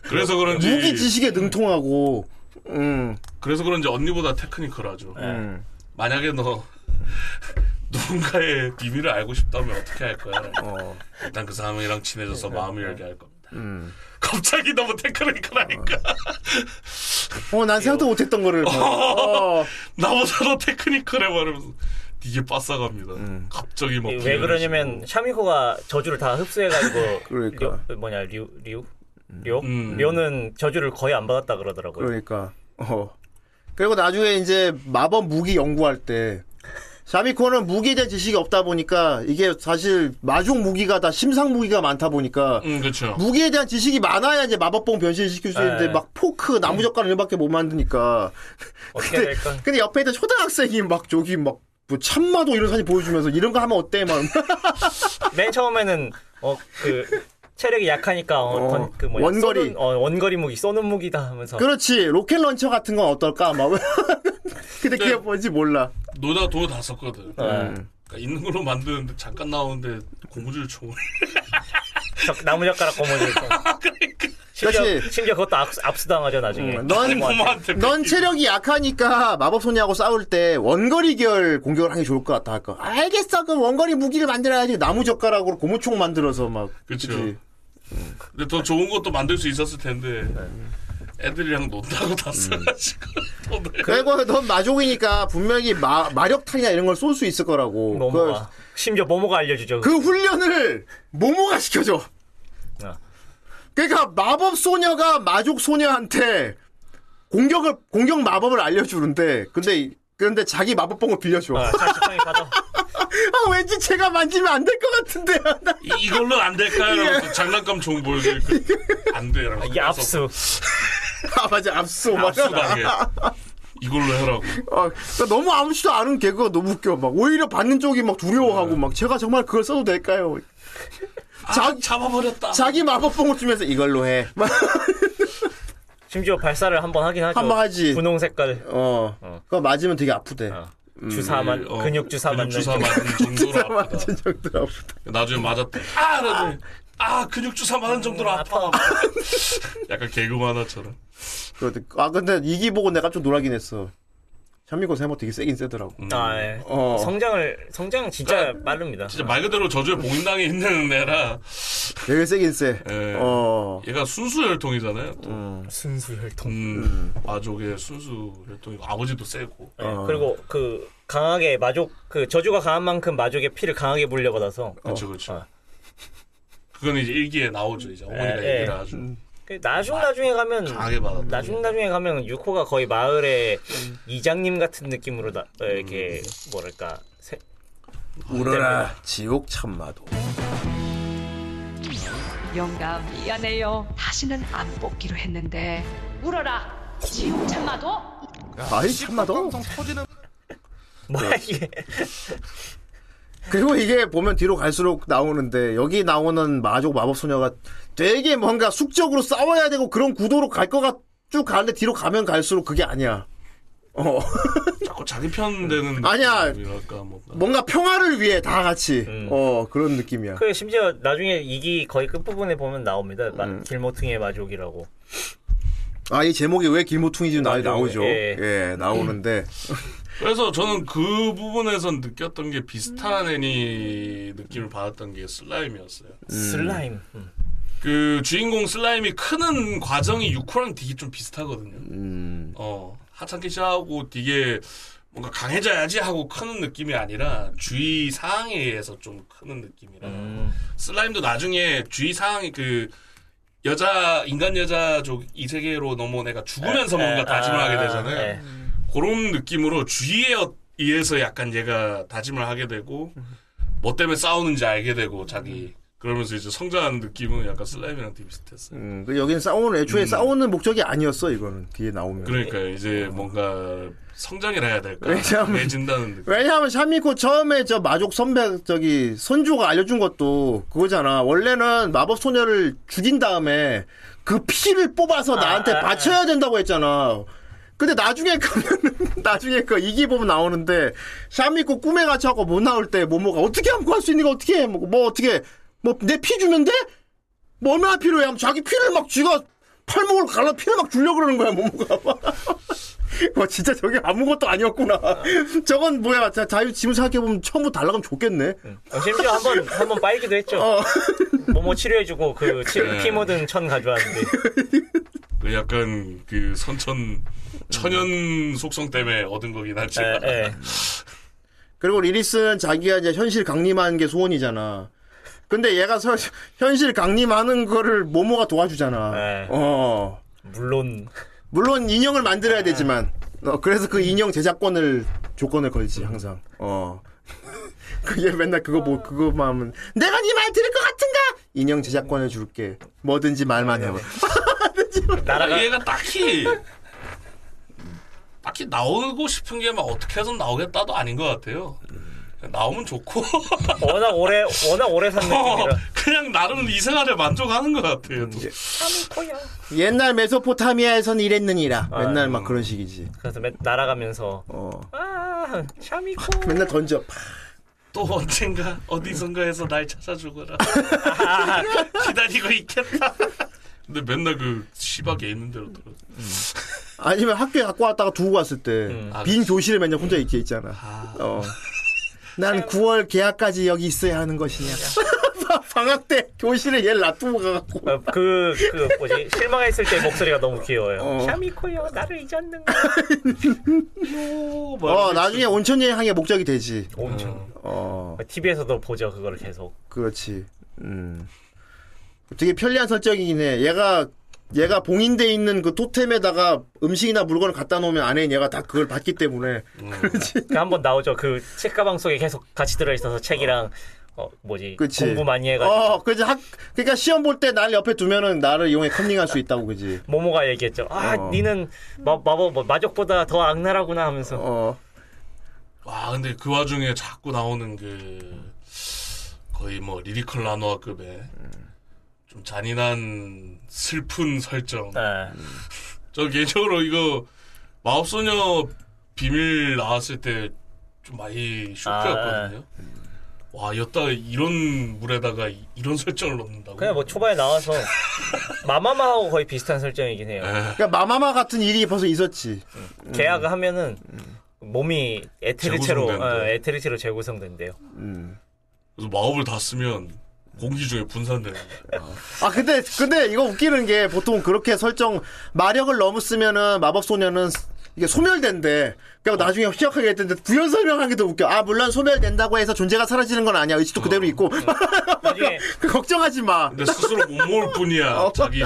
[SPEAKER 6] 그래서 그런지
[SPEAKER 7] 무기 지식에 능통하고 음.
[SPEAKER 6] 그래서 그런지 언니보다 테크니컬하죠.
[SPEAKER 7] 음.
[SPEAKER 6] 만약에 너 누군가의 비밀을 알고 싶다면 어떻게 할 거야?
[SPEAKER 7] 어.
[SPEAKER 6] 일단 그 사람이랑 친해져서 마음을 열게 할 겁니다.
[SPEAKER 7] 음.
[SPEAKER 6] 갑자기 너무 테크니컬하니까.
[SPEAKER 7] 어, 난 생각도 못 했던 거를 막, 어.
[SPEAKER 6] 나보다도 테크니컬해 말하면서 이게 빠싸갑니다. 갑자기 막
[SPEAKER 8] 왜 그러냐면 샤미코가 저주를 다 흡수해가지고
[SPEAKER 7] 그러니까.
[SPEAKER 8] 류, 뭐냐 류 류. 료?
[SPEAKER 6] 음.
[SPEAKER 8] 료는 저주를 거의 안 받았다 그러더라고요.
[SPEAKER 7] 그러니까. 어. 그리고 나중에 이제 마법 무기 연구할 때 샤미코는 무기에 대한 지식이 없다 보니까 이게 사실 마중 무기가 다 심상 무기가 많다 보니까
[SPEAKER 6] 음 그렇죠.
[SPEAKER 7] 무기에 대한 지식이 많아야 이제 마법봉 변신시킬 수 있는데
[SPEAKER 8] 네.
[SPEAKER 7] 막 포크 나무젓가락 이렇게밖에 못 만드니까
[SPEAKER 8] 어떻게 해야 될까?
[SPEAKER 7] 근데 옆에 있던 초등학생이 막 저기 막뭐 참마도 이런 사진 보여주면서 이런 거 하면 어때 막
[SPEAKER 8] 맨 처음에는 어 그 체력이 약하니까 어,
[SPEAKER 7] 어,
[SPEAKER 8] 건- 그 뭐야,
[SPEAKER 7] 원거리.
[SPEAKER 8] 쏘는- 어, 원거리 무기 쏘는 무기다 하면서
[SPEAKER 7] 그렇지 로켓 런처 같은 건 어떨까 막 근데 그게
[SPEAKER 6] 네.
[SPEAKER 7] 뭔지 몰라
[SPEAKER 6] 노다 돈다 썼거든.
[SPEAKER 8] 음.
[SPEAKER 6] 그러니까 있는 걸로 만드는데 잠깐 나오는데 고무줄 총을
[SPEAKER 8] 적- 나무젓가락 고무줄 거.
[SPEAKER 6] 그러니까.
[SPEAKER 8] 심지어,
[SPEAKER 7] 그렇지.
[SPEAKER 8] 심지어 그것도 압수, 압수당하죠
[SPEAKER 6] 네.
[SPEAKER 8] 나중에.
[SPEAKER 7] 넌
[SPEAKER 6] 뭐 고모한테
[SPEAKER 7] 넌
[SPEAKER 6] 뺏기고.
[SPEAKER 7] 체력이 약하니까 마법소녀하고 싸울 때 원거리 결 공격을 하는 게 좋을 것 같다 할까 알겠어 그럼 원거리 무기를 만들어야지 나무젓가락으로 고무총 만들어서 막
[SPEAKER 6] 그쵸.
[SPEAKER 7] 그치?
[SPEAKER 6] 근데 더 좋은 것도 만들 수 있었을 텐데
[SPEAKER 8] 네.
[SPEAKER 6] 애들이랑 논다고 다 써가지고 돈을
[SPEAKER 7] 그리고 넌 마족이니까 분명히 마, 마력탄이나 이런 걸 쏠 수 있을 거라고 그,
[SPEAKER 8] 모모가 심지어 모모가 알려주죠.
[SPEAKER 7] 그 훈련을 모모가 시켜줘
[SPEAKER 8] 아.
[SPEAKER 7] 그러니까 마법소녀가 마족소녀한테 공격을 공격 마법을 알려주는데 근데 근데 자기 마법봉을 빌려줘
[SPEAKER 6] 아.
[SPEAKER 8] 어, 자, 식당에 가서
[SPEAKER 7] 아, 왠지 제가 만지면 안 될 것 같은데.
[SPEAKER 6] 이- 이걸로 안 될까요? 이러면서 장난감 총 보여주니까 안 돼. 이러면서
[SPEAKER 8] 이 압수.
[SPEAKER 7] 아, 맞아. 압수. 막.
[SPEAKER 6] 압수당해. 이걸로 해라고.
[SPEAKER 7] 아, 그러니까 너무 아무렇지도 않은 개그가 너무 웃겨. 막, 오히려 받는 쪽이 막 두려워하고, 막, 제가 정말 그걸 써도 될까요? 자,
[SPEAKER 6] 아, 잡아버렸다.
[SPEAKER 7] 자기 마법봉을 주면서 이걸로 해. 막,
[SPEAKER 8] 심지어 발사를 한 번 하긴 하죠.
[SPEAKER 7] 한 번 하지.
[SPEAKER 8] 분홍 색깔
[SPEAKER 7] 어. 음. 그거 맞으면 되게 아프대.
[SPEAKER 8] 어. 주사만
[SPEAKER 6] 어,
[SPEAKER 8] 근육 주사 맞는.
[SPEAKER 6] 주사 맞는 정도로 아프다.
[SPEAKER 7] 맞은 정도로 아프다.
[SPEAKER 6] 나중에 맞았대. 아, 나중에. 아, 근육 주사 많은 정도로 아파. 약간 개그 만화처럼.
[SPEAKER 7] 그러더니, 아, 근데 이기 보고 내가 좀 놀라긴 했어. 샤미코 세모 되게 세긴 세더라고.
[SPEAKER 6] 음.
[SPEAKER 8] 아, 예.
[SPEAKER 7] 어.
[SPEAKER 8] 성장을 성장 진짜 빠릅니다.
[SPEAKER 6] 네.
[SPEAKER 8] 어.
[SPEAKER 6] 진짜 말 그대로 저주의 봉인당에 있는 애라
[SPEAKER 7] 되게 세긴 세.
[SPEAKER 6] 예.
[SPEAKER 7] 어.
[SPEAKER 6] 얘가 순수 혈통이잖아요. 또.
[SPEAKER 8] 순수 혈통.
[SPEAKER 6] 음, 마족의 순수 혈통이고 아버지도 세고.
[SPEAKER 8] 예, 그리고 그 강하게 마족 그 저주가 강한 만큼 마족의 피를 강하게 물려받아서
[SPEAKER 6] 그렇죠, 그렇죠.
[SPEAKER 8] 어.
[SPEAKER 6] 그건 이제 일기에 나오죠. 이제 어머니가
[SPEAKER 8] 예,
[SPEAKER 6] 얘기를
[SPEAKER 8] 예.
[SPEAKER 6] 아주
[SPEAKER 8] 그 나중 나중에 가면
[SPEAKER 6] 강하게 음. 받았다.
[SPEAKER 8] 나중 나중에 가면 유코가 거의 마을의 이장님 같은 느낌으로 나, 어, 이렇게
[SPEAKER 6] 음.
[SPEAKER 8] 뭐랄까 세-
[SPEAKER 6] 네.
[SPEAKER 7] 울어라, 지옥 참마도.
[SPEAKER 3] 영감 미안해요. 다시는 안 뽑기로 했는데 울어라. 지옥 참마도
[SPEAKER 7] 아이, 참마도?
[SPEAKER 8] 뭐야 이게
[SPEAKER 7] 그리고 이게 보면 뒤로 갈수록 나오는데 여기 나오는 마족 마법 소녀가 되게 뭔가 숙적으로 싸워야 되고 그런 구도로 갈 것 같 쭉 가는데 뒤로 가면 갈수록 그게 아니야. 어.
[SPEAKER 6] 자꾸 자기 편 되는
[SPEAKER 7] 아니야. 뭐.
[SPEAKER 6] 느낌이랄까 뭐. 뭔가.
[SPEAKER 7] 뭔가 평화를 위해 다 같이
[SPEAKER 8] 음.
[SPEAKER 7] 어 그런 느낌이야.
[SPEAKER 8] 그 심지어 나중에 이기 거의 끝부분에 보면 나옵니다. 마-
[SPEAKER 7] 음.
[SPEAKER 8] 길모퉁이의 마족이라고.
[SPEAKER 7] 아 이 제목이 왜 길모퉁이 지금 나
[SPEAKER 8] 맞아요.
[SPEAKER 7] 나오죠?
[SPEAKER 8] 예.
[SPEAKER 7] 예, 나오는데
[SPEAKER 6] 그래서 저는 그 부분에선 느꼈던 게 비슷한 애니 느낌을 받았던 게 슬라임이었어요.
[SPEAKER 8] 슬라임. 음.
[SPEAKER 6] 그 주인공 슬라임이 크는 과정이 유코랑 되게 좀 비슷하거든요.
[SPEAKER 7] 음,
[SPEAKER 6] 어 하찮게 시작하고 되게 뭔가 강해져야지 하고 크는 느낌이 아니라 주의 사항에 의해서 좀 크는 느낌이라
[SPEAKER 8] 음.
[SPEAKER 6] 슬라임도 나중에 주의 사항이 그 여자 인간 여자족 이 세계로 넘어온 애가 죽으면서
[SPEAKER 8] 에,
[SPEAKER 6] 뭔가
[SPEAKER 8] 에,
[SPEAKER 6] 다짐을
[SPEAKER 8] 아,
[SPEAKER 6] 하게 되잖아요.
[SPEAKER 8] 예.
[SPEAKER 6] 그런 느낌으로 주의에 의해서 약간 얘가 다짐을 하게 되고 뭐 때문에 싸우는지 알게 되고 자기 그러면서 이제 성장하는 느낌은 약간 슬라임이랑 되게 비슷했어요.
[SPEAKER 7] 음, 그 여기는 싸우는 애초에
[SPEAKER 6] 음.
[SPEAKER 7] 싸우는 목적이 아니었어 이거는 뒤에 나오면.
[SPEAKER 6] 그러니까 이제 뭔가 성장이라 해야 될까?
[SPEAKER 7] 왜냐하면-
[SPEAKER 6] 해진다는
[SPEAKER 7] 그러니까.
[SPEAKER 6] 느낌.
[SPEAKER 7] 왜냐하면 샤미코 처음에 저 마족 선배 저기 선주가 알려준 것도 그거잖아. 원래는 마법 소녀를 죽인 다음에 그 피를 뽑아서 나한테 바쳐야 된다고 했잖아. 근데 나중에 가면 나중에 그 이기 보면 나오는데 샤미코 꿈에 갇혀갖고 못 나올 때 모모가 어떻게 하면 구할 수 있는 거 어떻게 해? 뭐, 뭐 어떻게 뭐 내 피 주면 돼? 뭐 얼마나 필요해? 하면 자기 피를 막 쥐가 팔목을 갈라 피를 막 주려고 그러는 거야 모모가. 와 진짜 저게 아무것도 아니었구나. 저건 뭐야? 자, 자유 지금 생각해 보면 처음부터 달라가면 좋겠네.
[SPEAKER 8] 어, 심지어 한번 한 번 빨기도 했죠.
[SPEAKER 7] 어.
[SPEAKER 8] 뭐뭐 치료해주고
[SPEAKER 7] 예.
[SPEAKER 8] 그 치,
[SPEAKER 6] 그래.
[SPEAKER 8] 피 묻은 천 가져왔는데
[SPEAKER 6] 그 약간 그 선천 천연 속성 때문에 얻은 거긴 하지만
[SPEAKER 8] 예, 예.
[SPEAKER 7] 그리고 리리스는 자기가 이제 현실 강림하는 게 소원이잖아. 근데 얘가 서, 현실 강림하는 거를 모모가 도와주잖아.
[SPEAKER 8] 네.
[SPEAKER 7] 어.
[SPEAKER 8] 물론
[SPEAKER 7] 물론 인형을 만들어야 되지만 어, 그래서 그 인형 제작권을 조건을 걸지 항상. 어. 그게 맨날 그거 뭐 그거만 하면 내가 네 말 들을 것 같은가? 인형 제작권을 줄게. 뭐든지 말만 해봐.
[SPEAKER 8] 나라가
[SPEAKER 7] 아, 예.
[SPEAKER 6] 얘가 딱히 딱히 나오고 싶은 게 막 어떻게 해서 나오겠다도 아닌 것 같아요. 나오면 좋고
[SPEAKER 8] 워낙 오래 워낙 오래 산
[SPEAKER 6] 어,
[SPEAKER 8] 느낌이라 음, 예.
[SPEAKER 6] 그냥 나름 이 생활에 만족하는 것 같아요. 또.
[SPEAKER 7] 옛날 메소포타미아에서는 음. 이랬느니라. 맨날 막 그런 식이지.
[SPEAKER 8] 그래서 맨, 날아가면서
[SPEAKER 7] 어.
[SPEAKER 8] 아 샤미코
[SPEAKER 7] 맨날 던져.
[SPEAKER 6] 또 언젠가 어디선가에서 날 찾아주거라. 기다리고 있겠다. 근데 맨날 그 시박에 있는 대로 들어.
[SPEAKER 7] 아니면 학교에 갖고 왔다가 두고 갔을 때 빈
[SPEAKER 6] 아,
[SPEAKER 7] 교실에 맨날 혼자 이렇게 음. 있잖아. 어. 난 9월 계약까지 여기 있어야 하는 것이냐. 방학 때 교실에 얘 놔두고 가갖고.
[SPEAKER 8] 어, 그그 뭐지 실망했을 때 목소리가 너무 귀여워요.
[SPEAKER 7] 어.
[SPEAKER 8] 샤미코요 나를 잊었는가?
[SPEAKER 6] 뭐
[SPEAKER 7] 어, 나중에 온천 여행의 목적이 되지.
[SPEAKER 8] 엄청
[SPEAKER 7] 어,
[SPEAKER 8] TV에서도 보죠 그거를 계속.
[SPEAKER 7] 그렇지. 음. 되게 편리한 설정이긴 해. 얘가 얘가 봉인돼 있는 그 토템에다가 음식이나 물건을 갖다 놓으면 안에 얘가 다 그걸 받기 때문에
[SPEAKER 8] 그 한번 나오죠 그 책가방 속에 계속 같이 들어있어서 책이랑 어 뭐지
[SPEAKER 7] 그치.
[SPEAKER 8] 공부 많이 해가지고
[SPEAKER 7] 어, 그지 학 그러니까 시험 볼 때 날 옆에 두면은 나를 이용해 컨닝할 수 있다고 그지.
[SPEAKER 8] 모모가 얘기했죠. 아
[SPEAKER 7] 어.
[SPEAKER 8] 니는 마, 마법 뭐, 마족보다 더 악랄하구나 하면서
[SPEAKER 7] 어.
[SPEAKER 6] 와 근데 그 와중에 자꾸 나오는 그 거의 뭐 리리컬 라노아급의
[SPEAKER 8] 음.
[SPEAKER 6] 좀 잔인한 슬픈 설정.
[SPEAKER 8] 예.
[SPEAKER 6] 저 개인적으로 이거 마법소녀 비밀 나왔을 때 좀 많이 쇼크였거든요.
[SPEAKER 8] 아, 예.
[SPEAKER 6] 와 여따 이런 물에다가 이- 이런 설정을 넣는다고.
[SPEAKER 8] 그냥 뭐 초반에 나와서 마마마하고 거의 비슷한 설정이긴 해요.
[SPEAKER 6] 예.
[SPEAKER 7] 그러니까 마마마 같은 일이 벌써 있었지.
[SPEAKER 8] 계약을 하면은 몸이 에테르체로
[SPEAKER 6] 음. 재구성된대요.
[SPEAKER 8] 어, 에테르체로 재구성된대요.
[SPEAKER 6] 그래서 마법을 다 쓰면 공기 중에 분산되는 거예요.
[SPEAKER 7] 아 근데 근데 이거 웃기는 게 보통 그렇게 설정 마력을 너무 쓰면은 마법 소녀는 이게 소멸된대. 그러니까 나중에 희약하게 했는데 부연 설명하기 도 웃겨. 아 물론 소멸된다고 해서 존재가 사라지는 건 아니야. 의식도 그대로 있고.
[SPEAKER 8] 나중에
[SPEAKER 7] 그 걱정하지 마.
[SPEAKER 6] 근데 스스로 못 모을
[SPEAKER 8] 어.
[SPEAKER 6] 뿐이야. 자기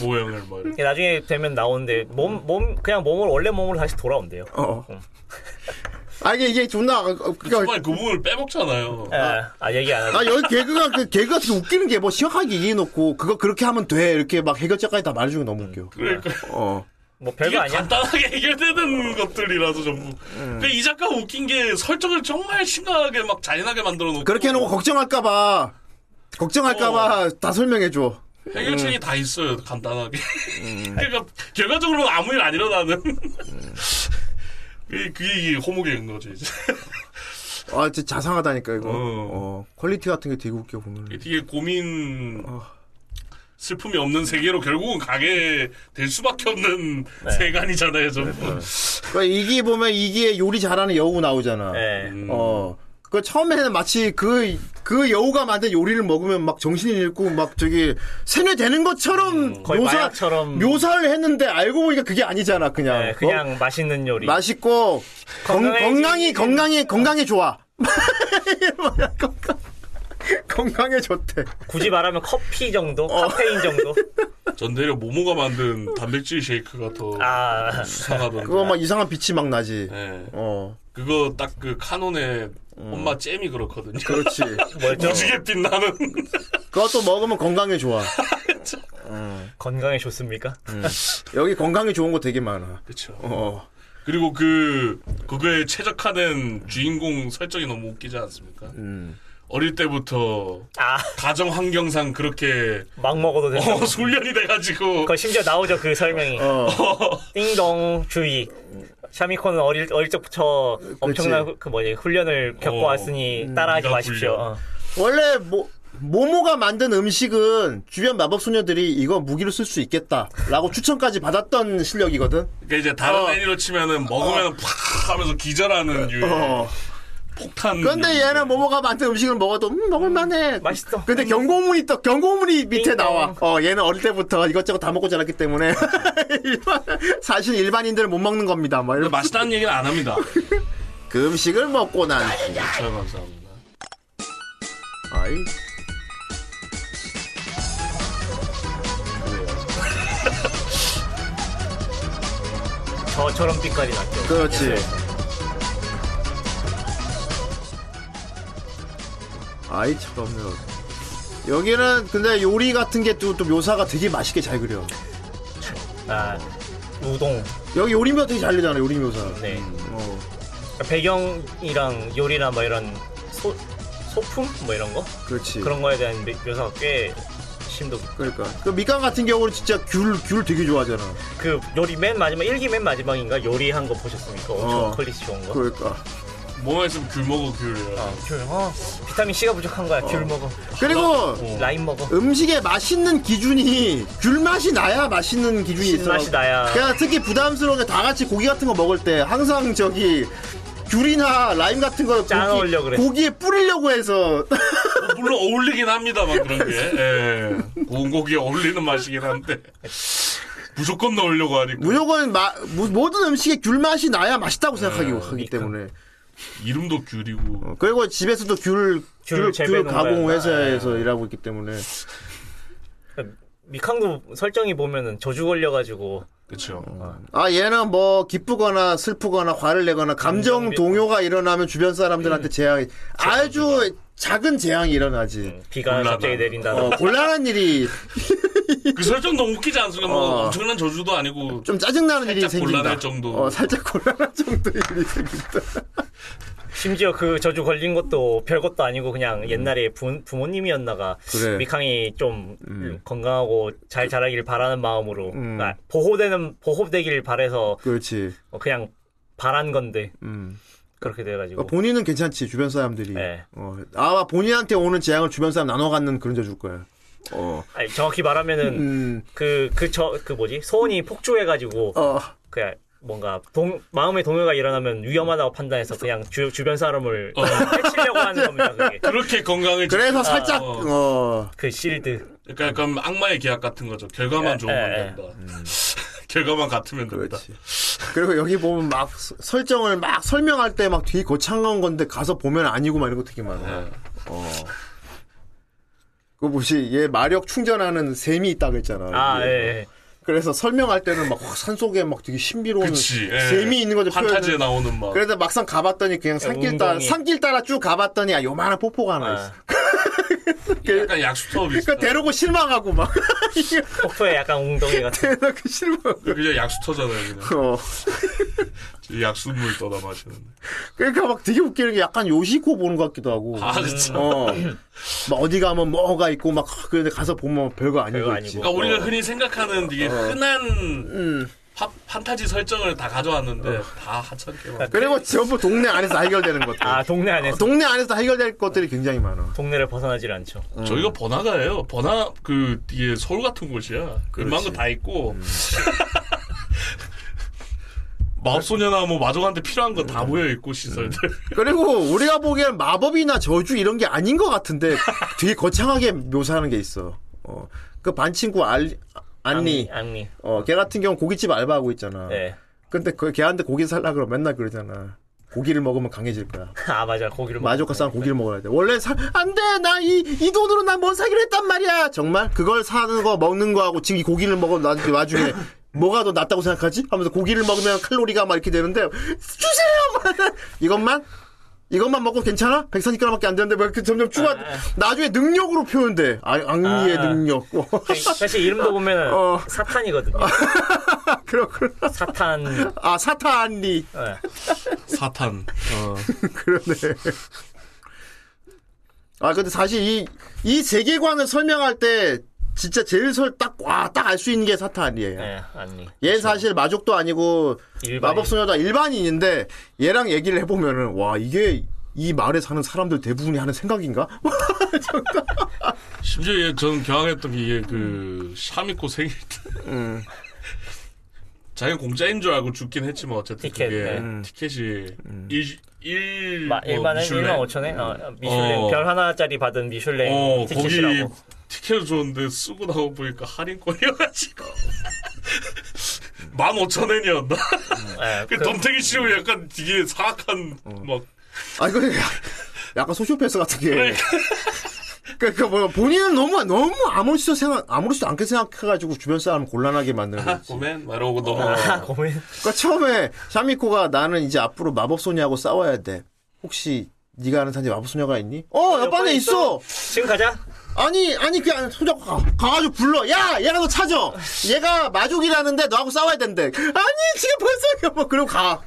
[SPEAKER 6] 모양을 막. 이렇게.
[SPEAKER 8] 나중에 되면 나오는데 몸, 몸 그냥 몸을 원래 몸으로 다시 돌아온대요.
[SPEAKER 7] 어. 아 이게 이게 존나 그러니까
[SPEAKER 6] 정말 그 부분을 빼먹잖아요.
[SPEAKER 8] 예. 아, 얘기 안 하고
[SPEAKER 7] 아 여기 개그가 그 개그가 되게 웃기는 게 뭐 시원하게 얘기해 놓고 그거 그렇게 하면 돼 이렇게 막 해결책까지 다 말해주는 게 너무 웃겨.
[SPEAKER 8] 음.
[SPEAKER 6] 그러니까
[SPEAKER 7] 어.
[SPEAKER 8] 뭐
[SPEAKER 6] 이게
[SPEAKER 8] 별거 아니야. 음.
[SPEAKER 6] 간단하게 해결되는 것들이라서 전부. 근데 이 작가 웃긴 게 설정을 정말 심각하게 막 잔인하게 만들어 놓고
[SPEAKER 7] 그렇게 해놓고 걱정할까봐 걱정할까봐
[SPEAKER 8] 어.
[SPEAKER 7] 다 설명해줘.
[SPEAKER 6] 해결책이 다 있어요 간단하게. 그러니까 결과적으로는 아무 일 안 일어나는. 그게, 그게 호목인 거죠, 이제.
[SPEAKER 7] 아, 진짜 자상하다니까, 이거.
[SPEAKER 6] 어.
[SPEAKER 7] 어, 퀄리티 같은 게 되게 웃겨, 보면.
[SPEAKER 6] 되게 고민,
[SPEAKER 7] 어.
[SPEAKER 6] 슬픔이 없는 세계로 결국은 가게 될 수밖에 없는 세간이잖아요, 좀.
[SPEAKER 7] 그러니까 이기 보면 이기에 요리 잘하는 여우 나오잖아.
[SPEAKER 8] 예.
[SPEAKER 6] 음.
[SPEAKER 7] 어. 그 처음에는 마치 그, 그 여우가 만든 요리를 먹으면 막 정신이 잃고 막 저기 세뇌되는 것처럼
[SPEAKER 8] 음, 거의
[SPEAKER 7] 묘사,
[SPEAKER 8] 마약처럼.
[SPEAKER 7] 묘사를 했는데 알고 보니까 그게 아니잖아, 그냥.
[SPEAKER 8] 예,
[SPEAKER 7] 어?
[SPEAKER 6] 뭐
[SPEAKER 8] 그냥 맛있는 요리.
[SPEAKER 7] 맛있고, 건,
[SPEAKER 8] 건강해지는
[SPEAKER 7] 건강이, 건강이, 건강이 좋아. 뭐야, 건강. 건강에 좋대.
[SPEAKER 8] 굳이 말하면 커피 정도,
[SPEAKER 6] 어.
[SPEAKER 8] 카페인 정도.
[SPEAKER 6] 전 대려 모모가 만든 단백질 쉐이크가 더
[SPEAKER 8] 아,
[SPEAKER 6] 수상하던데.
[SPEAKER 7] 그거 뭐 막 이상한 빛이 막 나지.
[SPEAKER 8] 네.
[SPEAKER 6] 예.
[SPEAKER 7] 어,
[SPEAKER 6] 그거 딱 그 카논의 엄마 잼이 그렇거든요.
[SPEAKER 7] 그렇지.
[SPEAKER 8] 뭐였죠?
[SPEAKER 6] 무지개 빛나는.
[SPEAKER 7] 그것도 먹으면 건강에 좋아.
[SPEAKER 8] 건강에 좋습니까?
[SPEAKER 7] 여기 건강에 좋은 거 되게 많아.
[SPEAKER 6] 그쵸.
[SPEAKER 7] 어.
[SPEAKER 6] 그리고 그, 그거에 최적화된 주인공 설정이 너무 웃기지 않습니까?
[SPEAKER 7] 음.
[SPEAKER 6] 어릴 때부터
[SPEAKER 8] 아,
[SPEAKER 6] 가정 환경상 그렇게
[SPEAKER 8] 막 먹어도 된다.
[SPEAKER 6] 어, 훈련이 돼가지고
[SPEAKER 8] 그 심지어 나오죠 그 설명이.
[SPEAKER 7] 어.
[SPEAKER 8] 띵동 주의. 샤미코는 어릴 어릴 적부터 엄청난 그 뭐지 훈련을 겪고
[SPEAKER 6] 어.
[SPEAKER 8] 왔으니 따라하지
[SPEAKER 6] 네가
[SPEAKER 8] 마십시오.
[SPEAKER 6] 훈련.
[SPEAKER 8] 어.
[SPEAKER 7] 원래 뭐, 모, 모모가 만든 음식은 주변 마법 소녀들이 이거 무기로 쓸 수 있겠다라고 추천까지 받았던 실력이거든.
[SPEAKER 6] 그러니까 이제 다른
[SPEAKER 7] 어.
[SPEAKER 6] 애니로 치면은 먹으면 팍 하면서 기절하는 유의
[SPEAKER 7] 어.
[SPEAKER 6] 폭탄
[SPEAKER 7] 근데
[SPEAKER 6] 유의.
[SPEAKER 7] 얘는 모모가 만든 음식을 먹어도 음, 먹을만해.
[SPEAKER 8] 맛있어.
[SPEAKER 7] 근데 경고문이 또 경고문이 밑에
[SPEAKER 8] 띵동.
[SPEAKER 7] 나와. 어, 얘는 어릴 때부터 이것저것 다 먹고 자랐기 때문에 일반- 사실 일반인들은 못 먹는 겁니다. 뭐 이런
[SPEAKER 6] 근데 그 맛있다는 얘기는 안 합니다
[SPEAKER 7] 그 음식을 먹고 난
[SPEAKER 6] 저요 감사합니다
[SPEAKER 7] 아이
[SPEAKER 8] 저처럼 빛깔이 났죠.
[SPEAKER 7] 그렇지. 아이 참요. 여기는 근데 요리 같은 게 또 묘사가 되게 맛있게 잘 그려.
[SPEAKER 8] 아, 우동.
[SPEAKER 7] 여기 요리 묘사 되게 잘 그리잖아 요리 묘사.
[SPEAKER 8] 네. 그러니까
[SPEAKER 7] 어.
[SPEAKER 8] 배경이랑 요리나 뭐 이런 소, 소품 뭐 이런 거
[SPEAKER 7] 그렇지.
[SPEAKER 8] 그런 거에 대한 미- 묘사가 꽤 심도.
[SPEAKER 7] 그러니까 그 밑간 같은 경우는 진짜 귤 귤 되게 좋아하잖아.
[SPEAKER 8] 그 요리 맨 마지막 일기맨 마지막인가 요리한 거 보셨습니까? 엄청
[SPEAKER 7] 어.
[SPEAKER 8] 퀄리티 좋은 거.
[SPEAKER 7] 그러니까.
[SPEAKER 6] 뭐만 있으면 귤 먹어 귤
[SPEAKER 8] 아, 귤. 어, 비타민 C가 부족한 거야. 귤 먹어.
[SPEAKER 7] 그리고
[SPEAKER 8] 라임 먹어.
[SPEAKER 7] 음식에 맛있는 기준이 귤 맛이 나야 맛있는 기준이 있어.
[SPEAKER 8] 신맛이 나야.
[SPEAKER 7] 그러니까 특히 부담스러운 게 다 같이 고기 같은 거 먹을 때 항상 저기 귤이나 라임 같은 걸
[SPEAKER 8] 짠
[SPEAKER 7] 고기,
[SPEAKER 8] 어울려 그래.
[SPEAKER 7] 고기에 뿌리려고 해서
[SPEAKER 6] 어, 물론 어울리긴 합니다만 그런 게 예. 고운 고기에 어울리는 맛이긴 한데 무조건 넣으려고 하니까
[SPEAKER 7] 무조건 마- 무- 모든 음식에 귤 맛이 나야 맛있다고 생각하기 하기
[SPEAKER 8] 그러니까.
[SPEAKER 7] 때문에
[SPEAKER 6] 이름도 귤이고
[SPEAKER 7] 어, 그리고 집에서도 귤, 귤,
[SPEAKER 8] 귤 재배
[SPEAKER 7] 귤
[SPEAKER 8] 음. 농가였나?
[SPEAKER 7] 가공 회사에서 일하고 있기 때문에
[SPEAKER 8] 그 미캉도 설정이 보면은 저주 걸려가지고
[SPEAKER 6] 그쵸
[SPEAKER 7] 아 얘는 뭐 기쁘거나 슬프거나 화를 내거나 감정
[SPEAKER 8] 감정 비-
[SPEAKER 7] 동요가 일어나면 주변 사람들한테
[SPEAKER 8] 음.
[SPEAKER 7] 재앙이 아주 작은 재앙이 일어나지
[SPEAKER 8] 비가
[SPEAKER 6] 몰라, 나.
[SPEAKER 8] 갑자기
[SPEAKER 7] 어,
[SPEAKER 8] 내린다던가
[SPEAKER 7] 곤란한 일이
[SPEAKER 6] 그 설정 너무 웃기지 않습니까 뭐
[SPEAKER 7] 어.
[SPEAKER 6] 엄청난 저주도 아니고
[SPEAKER 7] 좀 짜증나는 일이
[SPEAKER 6] 살짝
[SPEAKER 7] 생긴다.
[SPEAKER 6] 곤란할 정도.
[SPEAKER 7] 어, 살짝 곤란할 정도의 일이 생긴다.
[SPEAKER 8] 심지어 그 저주 걸린 것도 별것도 아니고 그냥 옛날에 부, 부모님이었나가
[SPEAKER 7] 음. 그래. 음. 그
[SPEAKER 8] 미캉이 좀 건강하고 잘 자라길 바라는 마음으로 아, 보호되는 보호되길 바래서
[SPEAKER 7] 그렇지.
[SPEAKER 8] 어, 그냥 바란 건데
[SPEAKER 7] 음.
[SPEAKER 8] 그렇게 돼가지고
[SPEAKER 7] 그러니까 본인은 괜찮지 주변 사람들이.
[SPEAKER 8] 네.
[SPEAKER 7] 어, 아마 본인한테 오는 재앙을 주변 사람 나눠 갖는 그런 줄 거야. 어.
[SPEAKER 8] 아니, 정확히 말하면은
[SPEAKER 7] 음.
[SPEAKER 8] 그 그 저 그 뭐지 소원이 폭주해가지고
[SPEAKER 7] 어.
[SPEAKER 8] 그냥 뭔가 동 마음의 동요가 일어나면 위험하다고 판단해서 그냥 주, 주변 사람을
[SPEAKER 6] 어.
[SPEAKER 8] 해치려고 하는 겁니다 그게
[SPEAKER 6] 그렇게 건강을
[SPEAKER 7] 그래서 살짝
[SPEAKER 6] 어.
[SPEAKER 7] 어.
[SPEAKER 8] 그 실드
[SPEAKER 6] 그러니까 약간 악마의 계약 같은 거죠. 결과만
[SPEAKER 7] 예,
[SPEAKER 8] 에,
[SPEAKER 6] 좋으면
[SPEAKER 8] 에,
[SPEAKER 6] 된다. 결과만 같으면 된다.
[SPEAKER 7] 음. 그렇지. 그리고 여기 보면 막 서- 설정을 막 설명할 때 막 뒤에 거창한 건데 가서 보면 아니고 막 이런 거 되게 많아.
[SPEAKER 6] 예.
[SPEAKER 7] 어. 그거 보시 얘 마력 충전하는 셈이 있다고 했잖아.
[SPEAKER 8] 아
[SPEAKER 7] 이게.
[SPEAKER 8] 예.
[SPEAKER 7] 그래서 설명할 때는 막 확 산속에 막 되게 신비로운
[SPEAKER 6] 그치. 예.
[SPEAKER 7] 어, 재미있는 거죠.
[SPEAKER 6] 판타지에
[SPEAKER 7] 표현은.
[SPEAKER 6] 나오는 막.
[SPEAKER 7] 그래서 막상 가봤더니 그냥 산길 따라
[SPEAKER 8] 운동이.
[SPEAKER 7] 산길 따라 쭉 가봤더니 아 요만한 폭포가 하나 있어.
[SPEAKER 8] 아,
[SPEAKER 6] 약간 약수터 비슷한.
[SPEAKER 7] 그러니까 데려고 실망하고 막
[SPEAKER 8] 폭포에 약간 웅덩이 같은
[SPEAKER 7] 데려고 실망.
[SPEAKER 6] 그냥 약수터잖아요. 그냥.
[SPEAKER 7] 어.
[SPEAKER 6] 약수물 떠다 마시는데.
[SPEAKER 7] 그러니까 막 되게 웃기는 게 약간 요시코 보는 것 같기도 하고.
[SPEAKER 6] 아, 그쵸.
[SPEAKER 7] 어. 막 어디 가면 뭐가 있고 막 그런데 가서 보면 별거 아니고
[SPEAKER 8] 별거
[SPEAKER 7] 있지.
[SPEAKER 8] 아니고.
[SPEAKER 7] 어. 음.
[SPEAKER 6] 그러니까 우리가 흔히 생각하는 이게 흔한 파, 판타지 설정을 다 가져왔는데
[SPEAKER 7] 어.
[SPEAKER 6] 다 하찮게 막
[SPEAKER 7] 그리고 전부 동네 안에서 다 해결되는 것들.
[SPEAKER 8] 아 동네 안에서
[SPEAKER 7] 동네 안에서 다 해결될 것들이 굉장히 많아.
[SPEAKER 8] 동네를 벗어나질 않죠.
[SPEAKER 6] 저희가 번화가예요. 번화 그 이게 서울 같은 곳이야. 웬만한 거 다 있고
[SPEAKER 8] 음.
[SPEAKER 6] 마법소녀나 뭐 마족한테 필요한 거
[SPEAKER 8] 음.
[SPEAKER 6] 다 모여 있고 시설들.
[SPEAKER 7] 그리고 우리가 보기엔 마법이나 저주 이런 게 아닌 것 같은데 되게 거창하게 묘사하는 게 있어. 어, 그 반친구 알, 안니,
[SPEAKER 8] 악리.
[SPEAKER 7] 어, 걔 같은 경우 고깃집 알바하고 있잖아.
[SPEAKER 8] 네.
[SPEAKER 7] 근데 그 걔한테 고기 살라 그러면 맨날 그러잖아. 고기를 먹으면 강해질 거야.
[SPEAKER 8] 아 맞아 고기를
[SPEAKER 7] 마조카
[SPEAKER 8] 먹었네.
[SPEAKER 7] 싸 고기를 먹어야 돼. 원래 사, 안 돼! 나 이, 이 돈으로 난 뭔 사기로 했단 말이야! 정말? 그걸 사는 거, 먹는 거하고 지금 이 고기를 먹어, 나, 나중에. 뭐가 더 낫다고 생각하지? 하면서 고기를 먹으면 칼로리가 막 이렇게 되는데, 주세요! 이것만? 이것만 먹고 괜찮아? 140g밖에 안 되는데, 왜 이렇게 점점 추가, 나중에 능력으로 표현돼. 아, 악리의
[SPEAKER 8] 아.
[SPEAKER 7] 능력.
[SPEAKER 8] 사실 이름도 보면은
[SPEAKER 7] 어.
[SPEAKER 8] 사탄이거든요.
[SPEAKER 7] 그렇구나.
[SPEAKER 8] 사탄.
[SPEAKER 7] 아, 사탄리.
[SPEAKER 8] 네.
[SPEAKER 6] 사탄.
[SPEAKER 7] 그러네. 아, 근데 사실 이, 이 세계관을 설명할 때, 진짜 제일 설, 딱, 와, 딱 알 수 있는 게 사탄이에요.
[SPEAKER 8] 네, 아니.
[SPEAKER 7] 얘 사실 마족도 아니고,
[SPEAKER 8] 일반인.
[SPEAKER 7] 마법소녀도 일반인인데, 얘랑 얘기를 해보면은, 와, 이게, 이 마을에 사는 사람들 대부분이 하는 생각인가?
[SPEAKER 6] 심지어 얘, 저는 경악했던 게 이게
[SPEAKER 8] 음.
[SPEAKER 6] 그 샤미코 생일 때. 자기 공짜인 줄 알고 죽긴 했지만 어쨌든
[SPEAKER 8] 티켓,
[SPEAKER 6] 그게
[SPEAKER 8] 네. 음.
[SPEAKER 6] 티켓이 일, 일,
[SPEAKER 8] 마,
[SPEAKER 6] 뭐
[SPEAKER 8] 일반은
[SPEAKER 6] 미슐랭?
[SPEAKER 8] 1만 5천에 어, 미슐랭
[SPEAKER 6] 어.
[SPEAKER 8] 별 하나짜리 받은 미슐랭
[SPEAKER 6] 어, 거기
[SPEAKER 8] 예, 티켓이라고.
[SPEAKER 6] 티켓을 줬는데 쓰고 나고 보니까 할인권이어가지고. 15,000엔이었나?
[SPEAKER 8] 네,
[SPEAKER 6] 그 덤탱이 치고 약간 되게 사악한, 막,
[SPEAKER 7] 아, 이거 약간 소시오패스 같은 게. 그러니까 뭐 본인은 너무 너무 아무렇지도 생각 아무렇지도 않게 생각해가지고 주변 사람 곤란하게 만드는
[SPEAKER 6] 아,
[SPEAKER 7] 거지.
[SPEAKER 6] 고맨? 막 이러고 너무.
[SPEAKER 8] 아, 고민.
[SPEAKER 7] 그러니까 처음에 샤미코가 나는 이제 앞으로 마법소녀하고 싸워야 돼. 혹시 네가 아는 산지 마법소녀가 있니? 어, 옆반에
[SPEAKER 8] 옆반에
[SPEAKER 7] 있어.
[SPEAKER 8] 지금 가자.
[SPEAKER 7] 아니, 아니 그냥 손잡고 가. 가가지고 불러. 야, 얘가 너 찾아. 얘가 마족이라는데 너하고 싸워야 된대. 아니, 지금 벌써 뭐 그리고 가.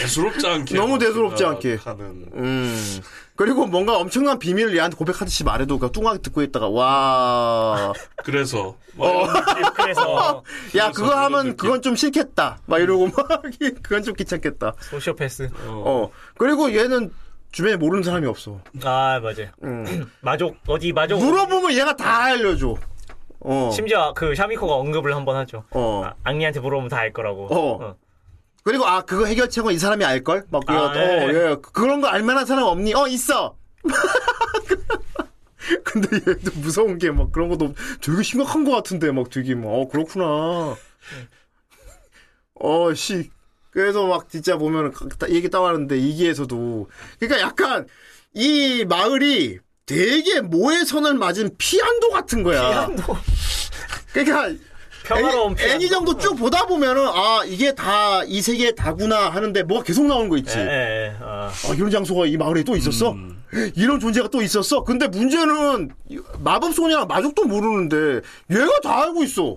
[SPEAKER 6] 대수롭지 않게.
[SPEAKER 7] 너무 대수롭지 않게.
[SPEAKER 6] 하는.
[SPEAKER 7] 음. 그리고 뭔가 엄청난 비밀을 얘한테 고백하듯이 말해도 그냥 뚱하게 듣고 있다가 와. 어.
[SPEAKER 6] 그래서. 막 이런
[SPEAKER 8] 네, 그래서
[SPEAKER 7] 야, 그거 하면
[SPEAKER 6] 느낌.
[SPEAKER 7] 그건 좀 싫겠다. 막 이러고 막 그건 좀 귀찮겠다.
[SPEAKER 8] 소시오패스.
[SPEAKER 7] 어. 그리고 얘는 주변에 모르는 사람이 없어.
[SPEAKER 8] 아, 맞아요. 마족 어디 마족
[SPEAKER 7] 물어보면 얘가 다 알려줘. 어.
[SPEAKER 8] 심지어 그 샤미코가 언급을 한번 하죠.
[SPEAKER 7] 어.
[SPEAKER 8] 아, 악리한테 물어보면 다 알 거라고.
[SPEAKER 7] 어. 그리고 아 그거 해결책은 이 사람이 알 걸? 막 그래가
[SPEAKER 8] 아,
[SPEAKER 7] 어,
[SPEAKER 8] 예.
[SPEAKER 7] 예. 그런 거 알만한 사람 없니? 어 있어. 근데 얘도 무서운 게 막 그런 것도 되게 심각한 것 같은데 막 되게 막어 그렇구나. 어씨 그래서 막 진짜 보면 얘기 따왔는데 이기에서도 그러니까 약간 이 마을이 되게 모의 선을 맞은 피안도 같은 거야.
[SPEAKER 8] 피안도.
[SPEAKER 7] 그러니까
[SPEAKER 8] 평화로운
[SPEAKER 7] 애니, 애니 정도 쭉 보다 보면은 아 이게 다 이 세계 다구나 하는데 뭐가 계속 나오는 거 있지.
[SPEAKER 8] 예, 예, 예. 어.
[SPEAKER 7] 아 이런 장소가 이 마을에 또 있었어?
[SPEAKER 8] 음.
[SPEAKER 7] 이런 존재가 또 있었어? 근데 문제는 마법 소녀랑 마족도 모르는데 얘가 다 알고 있어.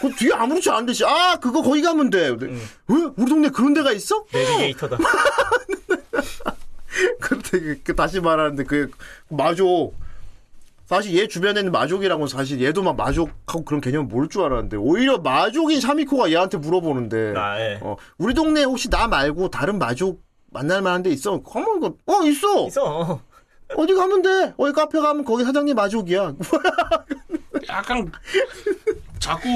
[SPEAKER 7] 그 뒤에 아무렇지 않은 듯이 아 그거 거기 가면 돼. 근데
[SPEAKER 8] 음.
[SPEAKER 7] 왜 우리 동네 그런 데가 있어?
[SPEAKER 8] 내비게이터다.
[SPEAKER 7] 그때 그- 그 다시 말하는데 그 마족 사실 얘 주변에는 마족이라고 사실 얘도 막 마족하고 그런 개념 모를 줄 알았는데 오히려 마족인 샤미코가 얘한테 물어보는데
[SPEAKER 8] 아, 예.
[SPEAKER 7] 어, 우리 동네에 혹시 나 말고 다른 마족 만날 만한 데 있어? 가만 이거 어 있어.
[SPEAKER 8] 있어. 어.
[SPEAKER 7] 어디 가면 돼? 어디 카페 가면 거기 사장님 마족이야.
[SPEAKER 6] 약간 자꾸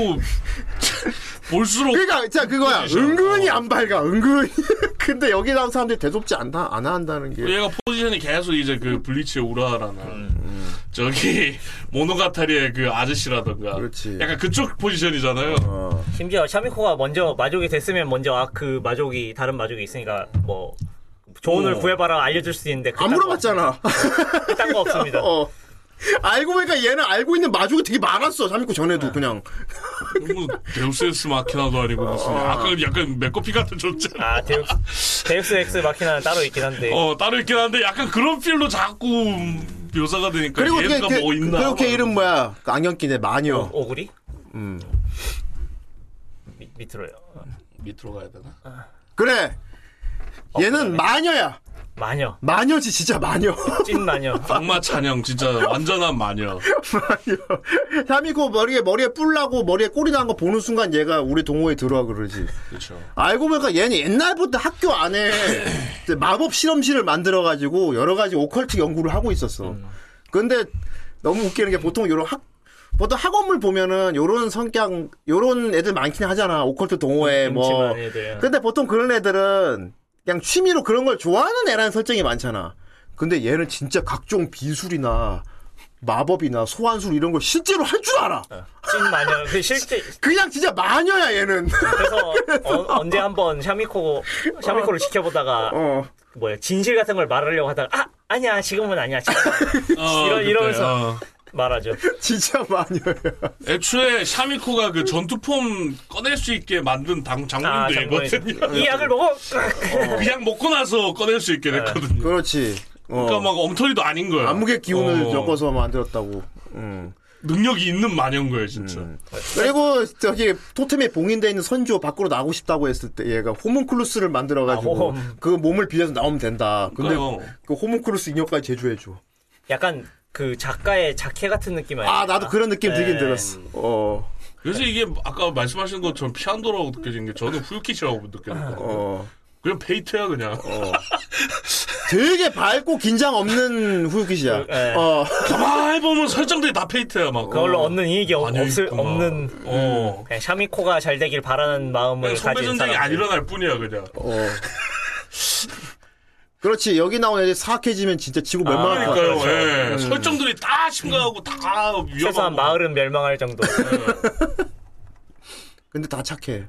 [SPEAKER 6] 볼수록
[SPEAKER 7] 그러니까 진짜 그거야.
[SPEAKER 6] 포지션.
[SPEAKER 7] 은근히
[SPEAKER 6] 어.
[SPEAKER 7] 안 밝아. 은근히. 근데 여기 나온 사람들이 대접지 않다 안 한다는 게.
[SPEAKER 6] 얘가 포지션이 계속 이제 그 블리치의 우라라나
[SPEAKER 8] 음.
[SPEAKER 6] 저기 모노가타리의 그 아저씨라던가
[SPEAKER 7] 그렇지.
[SPEAKER 6] 약간 그쪽 포지션이잖아요.
[SPEAKER 7] 어.
[SPEAKER 8] 심지어 샤미코가 먼저 마족이 됐으면 먼저 아, 그 마족이 다른 마족이 있으니까 뭐 조언을
[SPEAKER 6] 오.
[SPEAKER 8] 구해봐라 알려줄 수 있는데
[SPEAKER 7] 어. 안 물어봤잖아.
[SPEAKER 8] 딴거 없습니다.
[SPEAKER 7] 어. 알고 보니까 얘는 알고 있는 마족이 되게 많았어. 삼입구
[SPEAKER 6] 네.
[SPEAKER 7] 전에도 그냥.
[SPEAKER 6] 뭐 데우스엑스 마키나도 아니고 무슨 아까 약간 메커피 같은 존재.
[SPEAKER 8] 아 데우스 데우스 엑스 마키나는 따로 있긴 한데
[SPEAKER 6] 어 따로 있긴 한데 약간 그런 필로 자꾸 묘사가 되니까
[SPEAKER 7] 그리고 걔,
[SPEAKER 6] 얘가
[SPEAKER 7] 걔,
[SPEAKER 6] 뭐 있나? 어.
[SPEAKER 7] 그리고 걔 이름 뭐야? 그 안경 끼네 마녀.
[SPEAKER 8] 오구리.
[SPEAKER 7] 음.
[SPEAKER 8] 밑- 밑으로요.
[SPEAKER 6] 밑으로 가야 되나? 어.
[SPEAKER 7] 그래. 얘는 마녀야.
[SPEAKER 8] 마녀.
[SPEAKER 7] 마녀지 진짜 마녀.
[SPEAKER 8] 찐 마녀.
[SPEAKER 6] 악마 찬양 진짜 완전한 마녀. 어,
[SPEAKER 7] 마녀. 샤미코 머리에 머리에 뿔나고 머리에 꼬리 난 거 보는 순간 얘가 우리 동호회 들어와 그러지.
[SPEAKER 6] 그렇죠.
[SPEAKER 7] 알고 보니까 얘는 옛날부터 학교 안에 이제 마법 실험실을 만들어가지고 여러 가지 오컬트 연구를 하고 있었어.
[SPEAKER 8] 음.
[SPEAKER 7] 근데 너무 웃기는 게 보통 요런 학, 보통 학원물 보면은 요런 성격, 요런 애들 많긴 하잖아. 오컬트 동호회 뭐.
[SPEAKER 8] 찜찜한 음, 애들.
[SPEAKER 7] 근데 보통 그런 애들은 그냥 취미로 그런 걸 좋아하는 애라는 설정이 많잖아. 근데 얘는 진짜 각종 비술이나 마법이나 소환술 이런 걸 실제로 할 줄 알아.
[SPEAKER 8] 찐 마녀. 그 실제
[SPEAKER 7] 그냥 진짜 마녀야 얘는.
[SPEAKER 8] 그래서 어, 언제 한번 샤미코 샤미코를 지켜보다가
[SPEAKER 7] 어.
[SPEAKER 8] 뭐야 진실 같은 걸 말하려고 하다가 아 아니야 지금은 아니야 지금
[SPEAKER 6] 어,
[SPEAKER 8] 이러- 이러면서.
[SPEAKER 6] 어.
[SPEAKER 8] 말하죠.
[SPEAKER 7] 진짜 마녀야.
[SPEAKER 6] 애초에 샤미코가 그 전투폼 꺼낼 수 있게 만든 당,
[SPEAKER 8] 아, 네.
[SPEAKER 6] 장군도
[SPEAKER 8] 장군이
[SPEAKER 6] 얘거든요.
[SPEAKER 8] 이 약을 먹어.
[SPEAKER 6] 그냥 먹고 나서 꺼낼 수
[SPEAKER 8] 네.
[SPEAKER 6] 있게 됐거든요.
[SPEAKER 7] 그렇지. 어.
[SPEAKER 6] 그러니까 막 엉터리도 아닌 거야.
[SPEAKER 7] 암흑의 기운을
[SPEAKER 6] 어.
[SPEAKER 7] 엮어서 만들었다고. 음.
[SPEAKER 6] 능력이 있는 마녀인 거예요, 진짜.
[SPEAKER 7] 그리고 저기 토템에 봉인돼 있는 선조 밖으로 나오고 싶다고 했을 때 얘가 호문클루스를
[SPEAKER 8] 아,
[SPEAKER 7] 만들어가지고
[SPEAKER 8] 호문.
[SPEAKER 7] 그 몸을 빌려서 나오면 된다. 근데
[SPEAKER 6] 그러니까요.
[SPEAKER 7] 그 호문클루스 인형까지 제조해줘.
[SPEAKER 8] 약간 그 작가의 자켓 같은 느낌 아니야?
[SPEAKER 7] 아 나도 그런 느낌 들긴
[SPEAKER 8] 네.
[SPEAKER 7] 들었어. 어,
[SPEAKER 6] 그래서 이게 아까 말씀하신 것처럼 피안도라고 느껴진 게 저는 후유키시라고 느꼈거든요.
[SPEAKER 7] 어.
[SPEAKER 6] 그냥 베이트야 그냥.
[SPEAKER 7] 되게 밝고 긴장 없는 후유키시야.
[SPEAKER 8] 네.
[SPEAKER 7] 어.
[SPEAKER 6] 가만히 보면 설정들이 다 페이트야 막.
[SPEAKER 8] 그걸로 얻는 이익이 없,
[SPEAKER 6] 아니,
[SPEAKER 8] 없을
[SPEAKER 6] 있구나.
[SPEAKER 8] 없는
[SPEAKER 6] 어.
[SPEAKER 8] 그냥 샤미코가 잘 되길 바라는 마음을
[SPEAKER 6] 그냥 선배
[SPEAKER 8] 가진
[SPEAKER 6] 전쟁이
[SPEAKER 8] 음. 사람.
[SPEAKER 6] 안 일어날 뿐이야 그냥.
[SPEAKER 7] 어. 그렇지 여기 나오는 애들 사악해지면 진짜 지구 멸망할 것 같아.
[SPEAKER 6] 그러니까요. 예. 설정들이 다 심각하고 다 위험하고.
[SPEAKER 8] 최소한 마을은 멸망할 정도.
[SPEAKER 7] 근데 다 착해.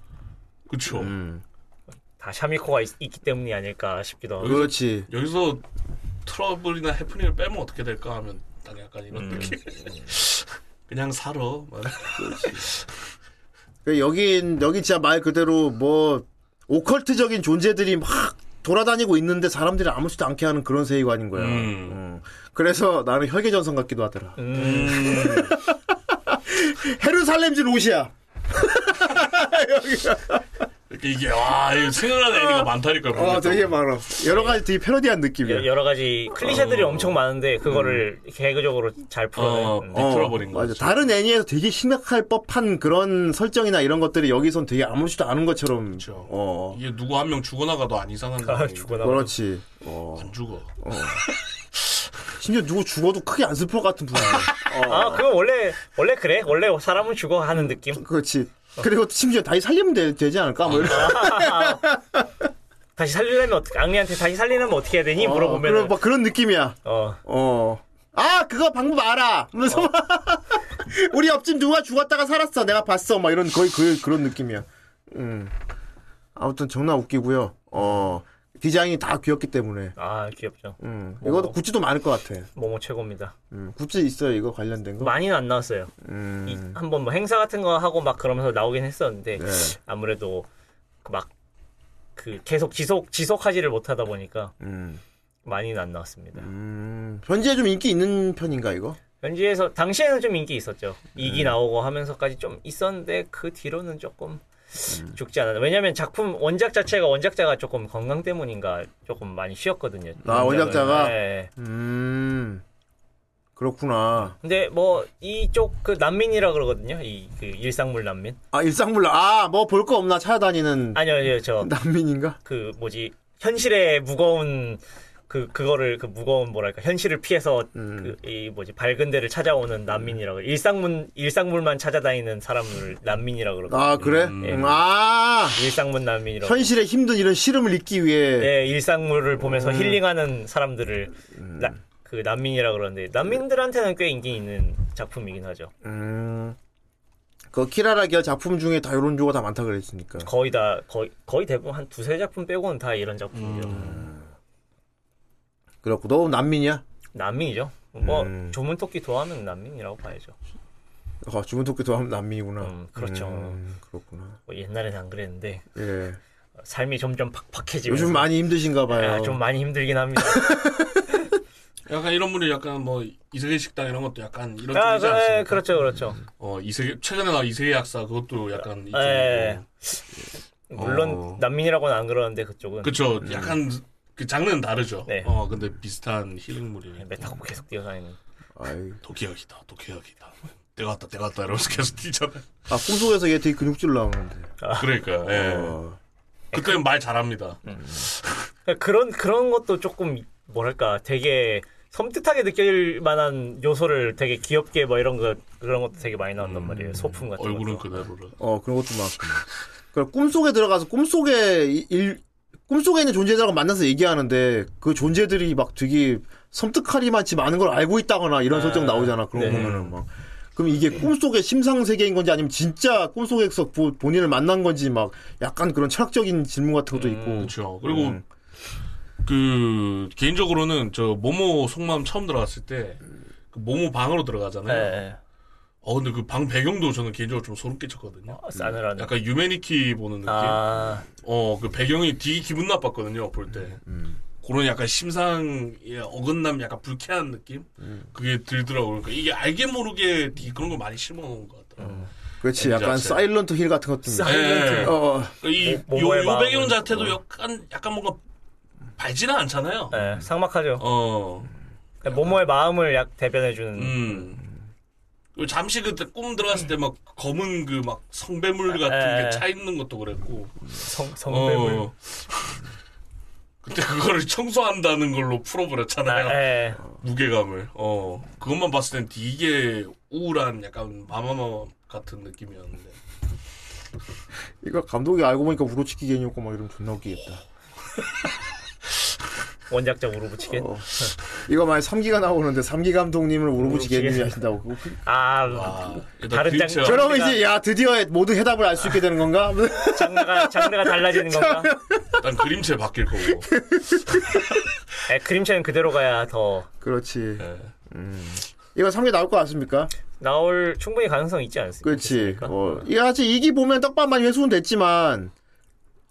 [SPEAKER 6] 그렇죠.
[SPEAKER 8] 다 샤미코가 있, 있기 때문이 아닐까 싶기도 하고.
[SPEAKER 7] 그렇지.
[SPEAKER 6] 여기서 트러블이나 해프닝을 빼면 어떻게 될까 하면 딱 약간 이런 느낌. 그냥 살아. 막.
[SPEAKER 7] 그 여긴 여기 진짜 말 그대로 뭐 오컬트적인 존재들이 막 돌아다니고 있는데 사람들이 아무렇지도 않게 하는 그런 세계관인 거야.
[SPEAKER 6] 음.
[SPEAKER 7] 음. 그래서 나는 혈계전선 같기도 하더라. 헤르살렘지 로시아.
[SPEAKER 6] 이렇게 이게 와 이거 생각나는 애니가 많다니까.
[SPEAKER 7] 어, 되게 많아. 여러 가지 되게
[SPEAKER 6] 예,
[SPEAKER 7] 패러디한
[SPEAKER 8] 여-
[SPEAKER 7] 느낌이야.
[SPEAKER 8] 여러 가지 클리셰들이
[SPEAKER 7] 어.
[SPEAKER 8] 엄청 많은데
[SPEAKER 7] 음.
[SPEAKER 8] 그거를 개그적으로 잘
[SPEAKER 6] 어,
[SPEAKER 8] 풀어내는.
[SPEAKER 6] 비틀어버린 거지.
[SPEAKER 7] 다른 애니에서 되게 심각할 법한 그런 설정이나 이런 것들이 여기선 되게 아무렇지도 않은 것처럼.
[SPEAKER 6] 그렇죠.
[SPEAKER 7] 어,
[SPEAKER 6] 이게 누구 한 명 죽어나가도 안 이상한 거
[SPEAKER 8] 아,
[SPEAKER 6] 아니에요.
[SPEAKER 8] 죽어나.
[SPEAKER 7] 그렇지. 어.
[SPEAKER 6] 안 죽어.
[SPEAKER 7] 심지어 누구 죽어도 크게 안 슬퍼 같은 분위기야.
[SPEAKER 8] 아, 그건 원래 원래 그래. 원래 사람은 죽어 하는 느낌.
[SPEAKER 7] 그렇지. 그리고 심지어 다시 살리면 되, 되지 않을까? 뭐 이런.
[SPEAKER 6] 아.
[SPEAKER 8] 다시 살리려면 어떻게 악리한테 다시 살리려면 어떻게 해야 되니 물어보면
[SPEAKER 7] 그런,
[SPEAKER 8] 은
[SPEAKER 7] 막 그런 느낌이야.
[SPEAKER 8] 어.
[SPEAKER 7] 어. 아, 그거 방법 알아! 하면서 막 우리 옆집 누가 죽었다가 살았어. 내가 봤어. 막 이런, 거의 그, 그런 느낌이야. 음. 아무튼 정말 웃기고요. 어. 디자인이 다 귀엽기 때문에.
[SPEAKER 8] 아, 귀엽죠.
[SPEAKER 7] 음.
[SPEAKER 8] 어.
[SPEAKER 7] 이것도 굿즈도 많을 것 같아.
[SPEAKER 8] 모모 최고입니다.
[SPEAKER 7] 음. 굿즈 있어요, 이거 관련된 거?
[SPEAKER 8] 많이는 안 나왔어요. 이-
[SPEAKER 7] 음.
[SPEAKER 8] 한번 뭐 행사 같은 거 하고 막 그러면서 나오긴 했었는데
[SPEAKER 7] 네.
[SPEAKER 8] 아무래도 막 그 계속 지속 지속하지를 못하다 보니까
[SPEAKER 7] 음.
[SPEAKER 8] 많이는 안 나왔습니다.
[SPEAKER 7] 음. 현재 좀 인기 있는 편인가, 이거?
[SPEAKER 8] 현지에서 당시에는 좀 인기 있었죠.
[SPEAKER 7] 네.
[SPEAKER 8] 이기 나오고 하면서까지 좀 있었는데 그 뒤로는 조금
[SPEAKER 7] 음.
[SPEAKER 8] 죽지 않았나. 왜냐면 작품 원작 자체가 원작자가 조금 건강 때문인가 조금 많이 쉬었거든요.
[SPEAKER 7] 아,
[SPEAKER 8] 원작은.
[SPEAKER 7] 원작자가?
[SPEAKER 8] 네.
[SPEAKER 7] 음. 그렇구나.
[SPEAKER 8] 근데 뭐 이쪽 그 난민이라 그러거든요. 이 그 일상물 난민.
[SPEAKER 7] 아, 일상불라. 아, 뭐 볼 거 없나? 찾아다니는
[SPEAKER 8] 아니요, 아니요. 저
[SPEAKER 7] 난민인가?
[SPEAKER 8] 그 뭐지 현실의 무거운 그 그거를 그 무거운 뭐랄까 현실을 피해서
[SPEAKER 7] 음.
[SPEAKER 8] 그 이 뭐지 밝은 데를 찾아오는 난민이라고 일상문 일상물만 찾아다니는 사람을 난민이라고 그러고
[SPEAKER 7] 아, 그래?
[SPEAKER 6] 음.
[SPEAKER 7] 음, 아.
[SPEAKER 8] 일상문 난민이라고
[SPEAKER 7] 현실의 힘든 이런 시름을 잊기 위해
[SPEAKER 8] 예 일상물을 보면서 힐링하는 사람들을 나- 그 난민이라 그러는데 난민들한테는 꽤 인기 있는 작품이긴 하죠
[SPEAKER 7] 음. 그 키라라 기아 작품 중에 다 이런 조가 다 많다 그랬으니까
[SPEAKER 8] 거의 다 거의 거의 대부분 한 두세 작품 빼고는 다 이런 작품이죠
[SPEAKER 7] 그렇고 너 난민이야?
[SPEAKER 8] 난민이죠 뭐
[SPEAKER 7] 음.
[SPEAKER 8] 조문토끼 도하면 난민이라고 봐야죠
[SPEAKER 7] 어, 주문 토끼도 하면 난민이구나.
[SPEAKER 8] 음, 그렇죠.
[SPEAKER 7] 음, 그렇구나.
[SPEAKER 8] 뭐 옛날엔 안 그랬는데
[SPEAKER 7] 예.
[SPEAKER 8] 삶이 점점 팍팍해지면서
[SPEAKER 7] 요즘 많이 힘드신가 봐요.
[SPEAKER 8] 아, 좀 많이 힘들긴 합니다.
[SPEAKER 6] 약간 이런 분이 약간 뭐 이세계 식당 이런 것도 약간 이런
[SPEAKER 8] 아,
[SPEAKER 6] 쪽이지 않습니까?
[SPEAKER 8] 그, 그렇죠, 그렇죠.
[SPEAKER 6] 어 이세계 최근에 나 이세계 약사 그것도 약간 이쪽이고.
[SPEAKER 8] 예. 물론
[SPEAKER 6] 어.
[SPEAKER 8] 난민이라고는 안 그러는데 그쪽은
[SPEAKER 6] 그쵸. 약간 그 장르는 다르죠.
[SPEAKER 8] 네.
[SPEAKER 6] 어 근데 비슷한 힐링물이네.
[SPEAKER 8] 예, 메타고 계속 뛰어다니는.
[SPEAKER 7] 아이,
[SPEAKER 6] 도끼약이다, 도끼약이다. 내가 왔다, 내가 왔다 이러면서 계속 뛰잖아.
[SPEAKER 7] 아 꿈속에서 얘 되게 근육질
[SPEAKER 8] 네.
[SPEAKER 7] 나오는데.
[SPEAKER 8] 아.
[SPEAKER 6] 그러니까 예.
[SPEAKER 7] 어.
[SPEAKER 6] 그때 말 잘합니다.
[SPEAKER 8] 음. 그러니까 그런 그런 것도 조금 뭐랄까 되게 섬뜩하게 느낄 만한 요소를 되게 귀엽게 뭐 이런 거 그런 것도 되게 많이 나온단 말이에요. 소품 같은
[SPEAKER 6] 음, 얼굴은
[SPEAKER 8] 것도.
[SPEAKER 6] 그대로라.
[SPEAKER 7] 어 그런 것도 많고. 그러니까 꿈속에 들어가서 꿈속에 이- 일 꿈속에 있는 존재들하고 만나서 얘기하는데 그 존재들이 막 되게 섬뜩하리만치 많은 걸 알고 있다거나 이런 설정 나오잖아. 네. 그런 거
[SPEAKER 8] 네.
[SPEAKER 7] 보면은 막. 그럼 이게 꿈속의 심상 세계인 건지 아니면 진짜 꿈속에서 보- 본인을 만난 건지 막 약간 그런 철학적인 질문 같은 것도 있고.
[SPEAKER 6] 그렇죠. 그리고
[SPEAKER 7] 음.
[SPEAKER 6] 그 개인적으로는 저 모모 속마음 처음 들어갔을 때그 모모 방으로 들어가잖아요.
[SPEAKER 8] 예.
[SPEAKER 6] 어 근데 그 방 배경도 저는 개인적으로 좀 소름 끼쳤거든요.
[SPEAKER 8] 어, 싸늘한.
[SPEAKER 6] 약간 유메니키 보는 느낌.
[SPEAKER 8] 아,
[SPEAKER 6] 어 그 배경이 되게 기분 나빴거든요 볼 때. 그런 약간 심상의 어긋남, 약간 불쾌한 느낌 그게 들더라고요. 그러니까 이게 알게 모르게 되게 그런 걸 많이 심어놓은 것 같아요.
[SPEAKER 7] 그렇지. 약간
[SPEAKER 6] 자체.
[SPEAKER 7] 사일런트 힐 같은 것도. 있는.
[SPEAKER 6] 예.
[SPEAKER 7] 어, 어.
[SPEAKER 6] 그러니까 이
[SPEAKER 8] 모-
[SPEAKER 6] 요,
[SPEAKER 8] 모모의
[SPEAKER 6] 요 배경
[SPEAKER 8] 마음은-
[SPEAKER 6] 자체도 약간 약간 뭔가 밝지는 않잖아요.
[SPEAKER 8] 예, 상막하죠.
[SPEAKER 6] 어,
[SPEAKER 8] 그러니까 모모의 마음을 약 대변해주는.
[SPEAKER 6] 음. 그리고 잠시 그때 꿈 들어갔을 때 막 검은 그 막 성배물 같은
[SPEAKER 8] 에.
[SPEAKER 6] 게 차 있는 것도 그랬고.
[SPEAKER 8] 성, 성배물.
[SPEAKER 6] 어. 그때 그거를 청소한다는 걸로 풀어버렸잖아요.
[SPEAKER 8] 아, 예.
[SPEAKER 6] 무게감을. 어. 그것만 봤을 땐 되게 우울한 약간 마마마 같은 느낌이었는데.
[SPEAKER 7] 이거 감독이 알고 보니까 우로치키 개념이고 막 이러면 존나 웃기겠다.
[SPEAKER 8] 원작자 우르부치게.
[SPEAKER 7] 어. 이거 만약 3기가 나오는데 3기 감독님을 우로부치
[SPEAKER 8] 우로부치
[SPEAKER 7] 개념이
[SPEAKER 8] 개-
[SPEAKER 7] 하신다고. 그거 그-
[SPEAKER 8] 아,
[SPEAKER 6] 와. 일단
[SPEAKER 8] 다른 장-
[SPEAKER 6] 도대체
[SPEAKER 7] 그러면 이제 야 드디어 모든 해답을 알 수 있게 되는 건가?
[SPEAKER 8] 장르가, 장르가 달라지는 건가?
[SPEAKER 6] 일단 그림체 바뀔 거고.
[SPEAKER 8] 예, 그림체는 그대로 가야 더
[SPEAKER 7] 그렇지.
[SPEAKER 8] 네.
[SPEAKER 7] 음.
[SPEAKER 6] 예.
[SPEAKER 7] 이거 3개 나올 것 같습니까?
[SPEAKER 8] 나올 충분히 가능성이 있지 않습니까? 네.
[SPEAKER 7] 그렇지. 어, 이게 사실 2기 보면 떡밥 많이 회수는 됐지만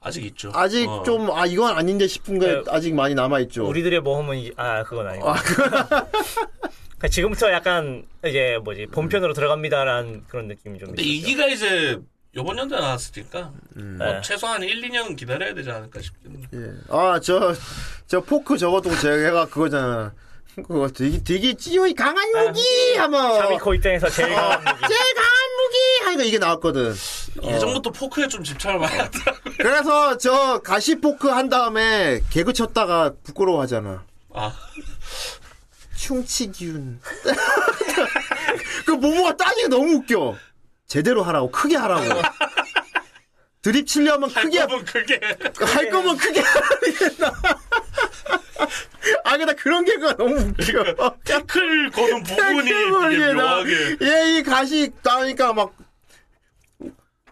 [SPEAKER 6] 아직 있죠.
[SPEAKER 7] 아직
[SPEAKER 6] 어.
[SPEAKER 7] 좀 아 이건 아닌데 싶은 게
[SPEAKER 8] 네.
[SPEAKER 7] 아직 많이 남아 있죠.
[SPEAKER 8] 우리들의 모험은 이- 아 그건 아니고. 그러니까 지금부터 약간 이제 뭐지 본편으로 들어갑니다라는 그런 느낌이 좀.
[SPEAKER 6] 근데
[SPEAKER 8] 있었죠.
[SPEAKER 6] 이기가 이제 요번 연도에 나왔으니까 뭐
[SPEAKER 8] 네.
[SPEAKER 6] 최소한 1, 2년 기다려야 되지 않을까 싶긴 해요.
[SPEAKER 7] 아 저 저 포크 저것도 제가 그거잖아. 그거 되게 되게 찌요이 강한 무기 하면
[SPEAKER 8] 아. 차미코 입장에서 제일
[SPEAKER 7] 어.
[SPEAKER 8] 강한 무기.
[SPEAKER 7] 제일 강한 무기 하니까 이게 나왔거든.
[SPEAKER 6] 예전부터 포크에 좀 집착을 많이 하더라고요.
[SPEAKER 7] 그래서 저 가시 포크 한 다음에 개그 쳤다가 부끄러워하잖아.
[SPEAKER 6] 아,
[SPEAKER 7] 충치균. 그 모모가 따지기 너무 웃겨. 제대로 하라고 크게 하라고. 드립 치려면 크게
[SPEAKER 6] 그게 뭐 그게
[SPEAKER 7] 할 거면 크게 하라. 아, 근데 그런 개그가 너무 웃겨. 아,
[SPEAKER 6] 태클 거는 부분이 되게 묘하게
[SPEAKER 7] 예, 얘이 가시 나니까 막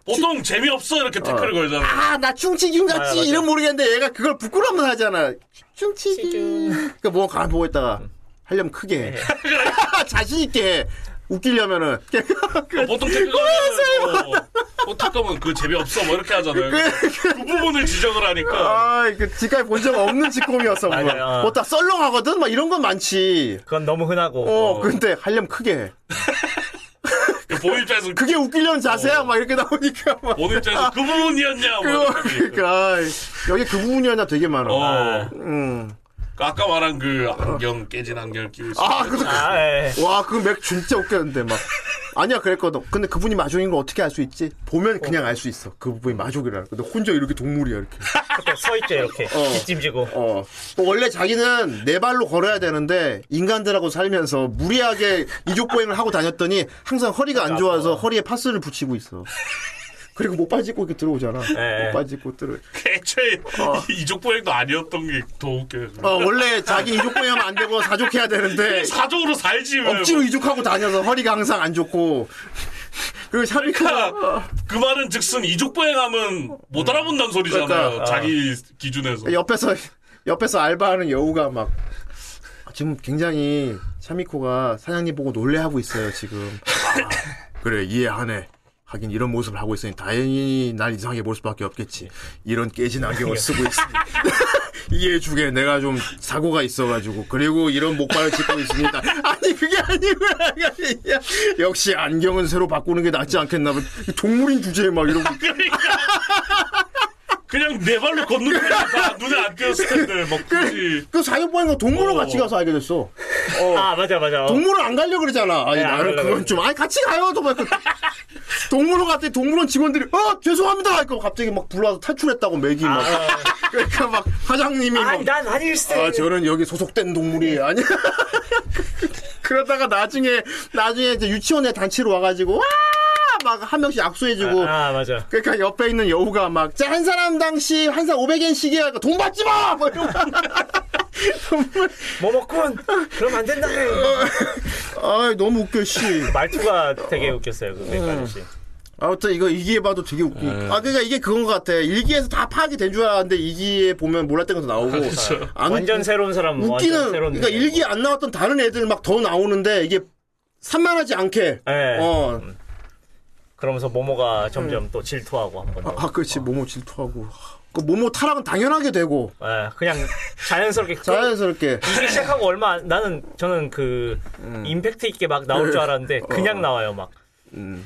[SPEAKER 6] 보통 재미없어 이렇게 태클을 걸잖아.
[SPEAKER 7] 아, 나 충치균
[SPEAKER 8] 아,
[SPEAKER 7] 같지
[SPEAKER 8] 맞아.
[SPEAKER 7] 이름 모르겠는데 얘가 그걸 부끄러움을 하잖아. 충치균. 그러니까 뭐 가만 보고 있다가 하려면 크게
[SPEAKER 6] 네.
[SPEAKER 7] 해. 자신 있게 해. 웃기려면은
[SPEAKER 6] 어, 보통 태클 걸면 뭐, 뭐 태클은 그 재미없어 뭐 이렇게 하잖아요. 그 부분을 지적을 하니까
[SPEAKER 7] 아, 그 지금까지 본 적 없는 직공이었어. 뭐.
[SPEAKER 8] 맞아요.
[SPEAKER 7] 뭐다 썰렁하거든. 막 이런 건 많지.
[SPEAKER 8] 그건 너무 흔하고. 뭐.
[SPEAKER 7] 어, 근데 하려면 크게 해.
[SPEAKER 6] 그 보는 입장에서 그,
[SPEAKER 7] 그게 웃기려는 자세야.
[SPEAKER 8] 어.
[SPEAKER 7] 막 이렇게 나오니까 막.
[SPEAKER 6] 보는 입장에서 그 부분이었냐 뭐
[SPEAKER 7] 그거
[SPEAKER 6] 이렇게.
[SPEAKER 7] 그러니까 아이, 여기 그 부분이었나 되게 많아.
[SPEAKER 6] 어,
[SPEAKER 7] 음.
[SPEAKER 6] 그 아까 말한 그 안경 깨진 안경 끼고 있어.
[SPEAKER 7] 아, 그거
[SPEAKER 8] 아, 예.
[SPEAKER 7] 와, 그 맥 진짜 웃겼는데, 막. 아니야, 그랬거든. 근데 그분이 마족인 걸 어떻게 알 수 있지? 보면 그냥 알 수 있어. 그분이 마족이라. 근데 혼자 이렇게 동물이야, 이렇게.
[SPEAKER 8] 그때 서 있죠 이렇게 뒷짐지고.
[SPEAKER 7] 어. 원래 자기는 네 발로 걸어야 되는데, 인간들하고 살면서 무리하게 이족보행을 하고 다녔더니, 항상 허리가 안 좋아서 허리에 파스를 붙이고 있어. 그리고 못 빠지고 이렇게 들어오잖아.
[SPEAKER 8] 네.
[SPEAKER 7] 못 빠지고 들어.
[SPEAKER 6] 그 애초에 이족 보행도 아니었던 게 더 웃겨요.
[SPEAKER 7] 어, 원래 자기 이족보행하면 안 되고 사족해야 되는데,
[SPEAKER 6] 사적으로 살지 왜.
[SPEAKER 7] 억지로 이족하고 다녀서 허리가 항상 안 좋고, 그리고 샤비카.
[SPEAKER 6] 그러니까 그 말은 즉슨 이족 보행하면 못 알아본다는 소리잖아요.
[SPEAKER 7] 그러니까,
[SPEAKER 6] 자기 기준에서.
[SPEAKER 7] 옆에서 옆에서 알바하는 여우가 막 아, 지금 굉장히 샤미코가 사장님 보고 놀래하고 있어요 지금. 아, 그래 이해하네. 하긴 이런 모습을 하고 있으니 다행히 날 이상하게 볼 수밖에 없겠지. 이런 깨진 안경을 쓰고 있으니 이해해주게 내가 좀 사고가 있어가지고 그리고 이런 목발을 짚고 있습니다. 아니 그게 아니고 야, 역시 안경은 새로 바꾸는 게 낫지 않겠나. 봐. 동물인 주제에 막 이러고
[SPEAKER 6] 그러니까 그냥 내 발로 걷는 거야. 다 눈에 안 띄었을 텐데 막 굳이
[SPEAKER 7] 그 사격 보는 거 동물원
[SPEAKER 6] 어.
[SPEAKER 7] 같이 가서 알게 됐어.
[SPEAKER 8] 아 맞아 맞아.
[SPEAKER 7] 동물원 안 가려고 그러잖아. 아니,
[SPEAKER 8] 네, 안
[SPEAKER 7] 나는
[SPEAKER 8] 가려고
[SPEAKER 7] 그건 좀. 아니, 같이 가요. 또 막. 그- 동물원 갔더니 동물원 직원들이, 어, 죄송합니다. 이거 갑자기 막 불러와서 탈출했다고 맥이 막. 그러니까 막, 사장님이 막.
[SPEAKER 8] 아. 아니 네. 난 아닐세.
[SPEAKER 7] 아, 저는 여기 소속된 동물이 아니. 그러다가 나중에 나중에 이제 유치원에 단체로 와가지고 와 막 한 명씩 악수해주고.
[SPEAKER 8] 아, 아, 맞아.
[SPEAKER 7] 그러니까 옆에 있는 여우가 막 자 한 사람 당시 한 사람 500엔씩이야. 이거 돈 받지 마. 뭐 이러고. 정말
[SPEAKER 8] 뭐 먹군. 그럼 안 된다.
[SPEAKER 7] 아 너무 웃겨 씨.
[SPEAKER 8] 말투가 되게 웃겼어요 그 메카 아저씨.
[SPEAKER 7] 아무튼 이거 이기에 봐도 되게 웃기. 아 그러니까 이게 그건 것 같아. 일기에서 다 파악이 된 줄 알았는데 이기에 보면 몰랐던 것도 나오고.
[SPEAKER 6] 그렇죠.
[SPEAKER 7] 안 웃-
[SPEAKER 8] 완전 새로운 사람.
[SPEAKER 7] 웃기는
[SPEAKER 8] 완전 새로운.
[SPEAKER 7] 그러니까
[SPEAKER 8] 느낌.
[SPEAKER 7] 일기 안 나왔던 다른 애들 막 더 나오는데 이게 산만하지 않게
[SPEAKER 8] 예.
[SPEAKER 7] 어. 네.
[SPEAKER 8] 그러면서 모모가 점점 또 질투하고 한번. 더.
[SPEAKER 7] 아, 그렇지. 모모 질투하고. 그 모모 타락은 당연하게 되고.
[SPEAKER 8] 예, 그냥 자연스럽게
[SPEAKER 7] 자연스럽게.
[SPEAKER 8] 이게 시작하고 얼마 안, 나는 저는 그
[SPEAKER 7] 음.
[SPEAKER 8] 임팩트 있게 막 나올 줄 알았는데
[SPEAKER 7] 어.
[SPEAKER 8] 그냥 나와요 막.
[SPEAKER 7] 아.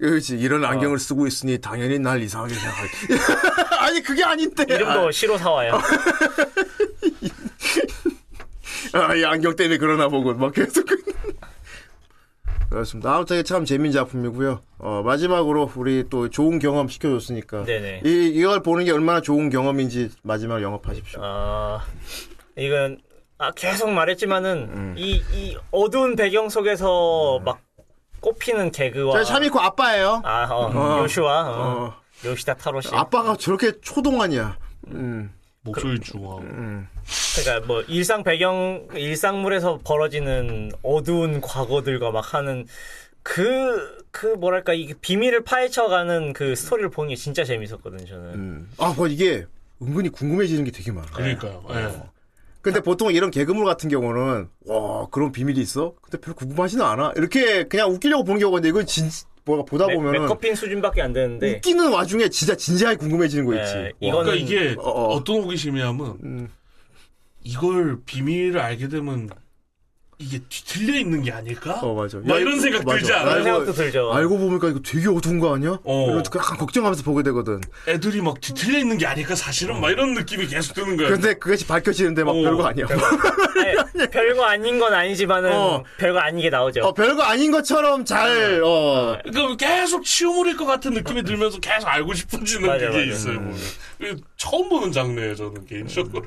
[SPEAKER 7] 그렇지. 이런 안경을 쓰고 있으니 당연히 날 이상하게 생각해. 아니, 그게 아닌데.
[SPEAKER 8] 이름도 시로
[SPEAKER 7] 어.
[SPEAKER 8] 사와요.
[SPEAKER 7] 아, 이 안경 때문에 그러나 보고. 막 계속. 그렇습니다. 아무튼 참 재미있는 작품이고요. 어, 마지막으로 우리 또 좋은 경험 시켜줬으니까.
[SPEAKER 8] 네네.
[SPEAKER 7] 이, 이걸 보는 게 얼마나 좋은 경험인지 마지막 영업하십시오.
[SPEAKER 8] 아 이건 아 계속 말했지만은
[SPEAKER 7] 음.
[SPEAKER 8] 이 이 어두운 배경 속에서 막 꼽히는 개그와
[SPEAKER 7] 자, 샤미코 아빠예요.
[SPEAKER 8] 아 어,
[SPEAKER 7] 어.
[SPEAKER 8] 요슈와 어,
[SPEAKER 7] 어,
[SPEAKER 8] 요시다 타로 씨
[SPEAKER 7] 아빠가 저렇게 초동안이야. 음.
[SPEAKER 6] 목소리 중하고
[SPEAKER 8] 그러니까 뭐 일상 배경 일상물에서 벌어지는 어두운 과거들과 막 하는 그 그 뭐랄까 이 비밀을 파헤쳐가는 그 스토리를 보는 게 진짜 재밌었거든요 저는
[SPEAKER 7] 아, 뭐 이게 은근히 궁금해지는 게 되게 많아.
[SPEAKER 6] 그러니까요. 예.
[SPEAKER 7] 근데 보통 이런 개그물 같은 경우는 와 그런 비밀이 있어? 근데 별로 궁금하지는 않아. 이렇게 그냥 웃기려고 보는 경우가 있는데 이건 진 뭐가 보다
[SPEAKER 8] 맥,
[SPEAKER 7] 보면은 음.
[SPEAKER 8] 맥커핀 수준밖에 안 되는데
[SPEAKER 7] 웃기는 와중에 진짜 진지하게 궁금해지는 거
[SPEAKER 8] 예,
[SPEAKER 7] 있지. 와.
[SPEAKER 8] 이거는
[SPEAKER 6] 그러니까 이게
[SPEAKER 7] 어, 음. 어.
[SPEAKER 6] 어, 떤 호기심이냐면 이걸 비밀을 알게 되면 이게 뒤틀려 있는 게 아닐까?
[SPEAKER 7] 어 맞아.
[SPEAKER 6] 막 이런
[SPEAKER 7] 이거-
[SPEAKER 6] 생각
[SPEAKER 7] 맞아.
[SPEAKER 6] 들지 않아요?
[SPEAKER 7] 나
[SPEAKER 8] 그런
[SPEAKER 7] 이거
[SPEAKER 8] 생각도 들죠
[SPEAKER 7] 알고 보니까 이거 되게 어두운 거 아니야?
[SPEAKER 6] 어.
[SPEAKER 7] 이런 약간 걱정하면서 보게 되거든.
[SPEAKER 6] 애들이 막 뒤틀려 있는 게 아닐까 사실은 막 이런 느낌이 계속 드는 거예요.
[SPEAKER 7] 음. 근데 그것이 밝혀지는데 막
[SPEAKER 6] 어.
[SPEAKER 7] 별거 아니야.
[SPEAKER 8] 아니, 별거 아닌 건 아니지만은
[SPEAKER 7] 어.
[SPEAKER 8] 별거 아니게 나오죠
[SPEAKER 7] 어, 별거 아닌 것처럼 잘 어.
[SPEAKER 6] 그러니까 계속 치우물일 것 같은 느낌이 들면서 계속 알고 싶어지는
[SPEAKER 8] 맞아요,
[SPEAKER 6] 그게
[SPEAKER 8] 맞아요.
[SPEAKER 6] 있어요.
[SPEAKER 7] 음.
[SPEAKER 6] 보면. 이게 처음 보는 장르예요, 저는 개인적으로.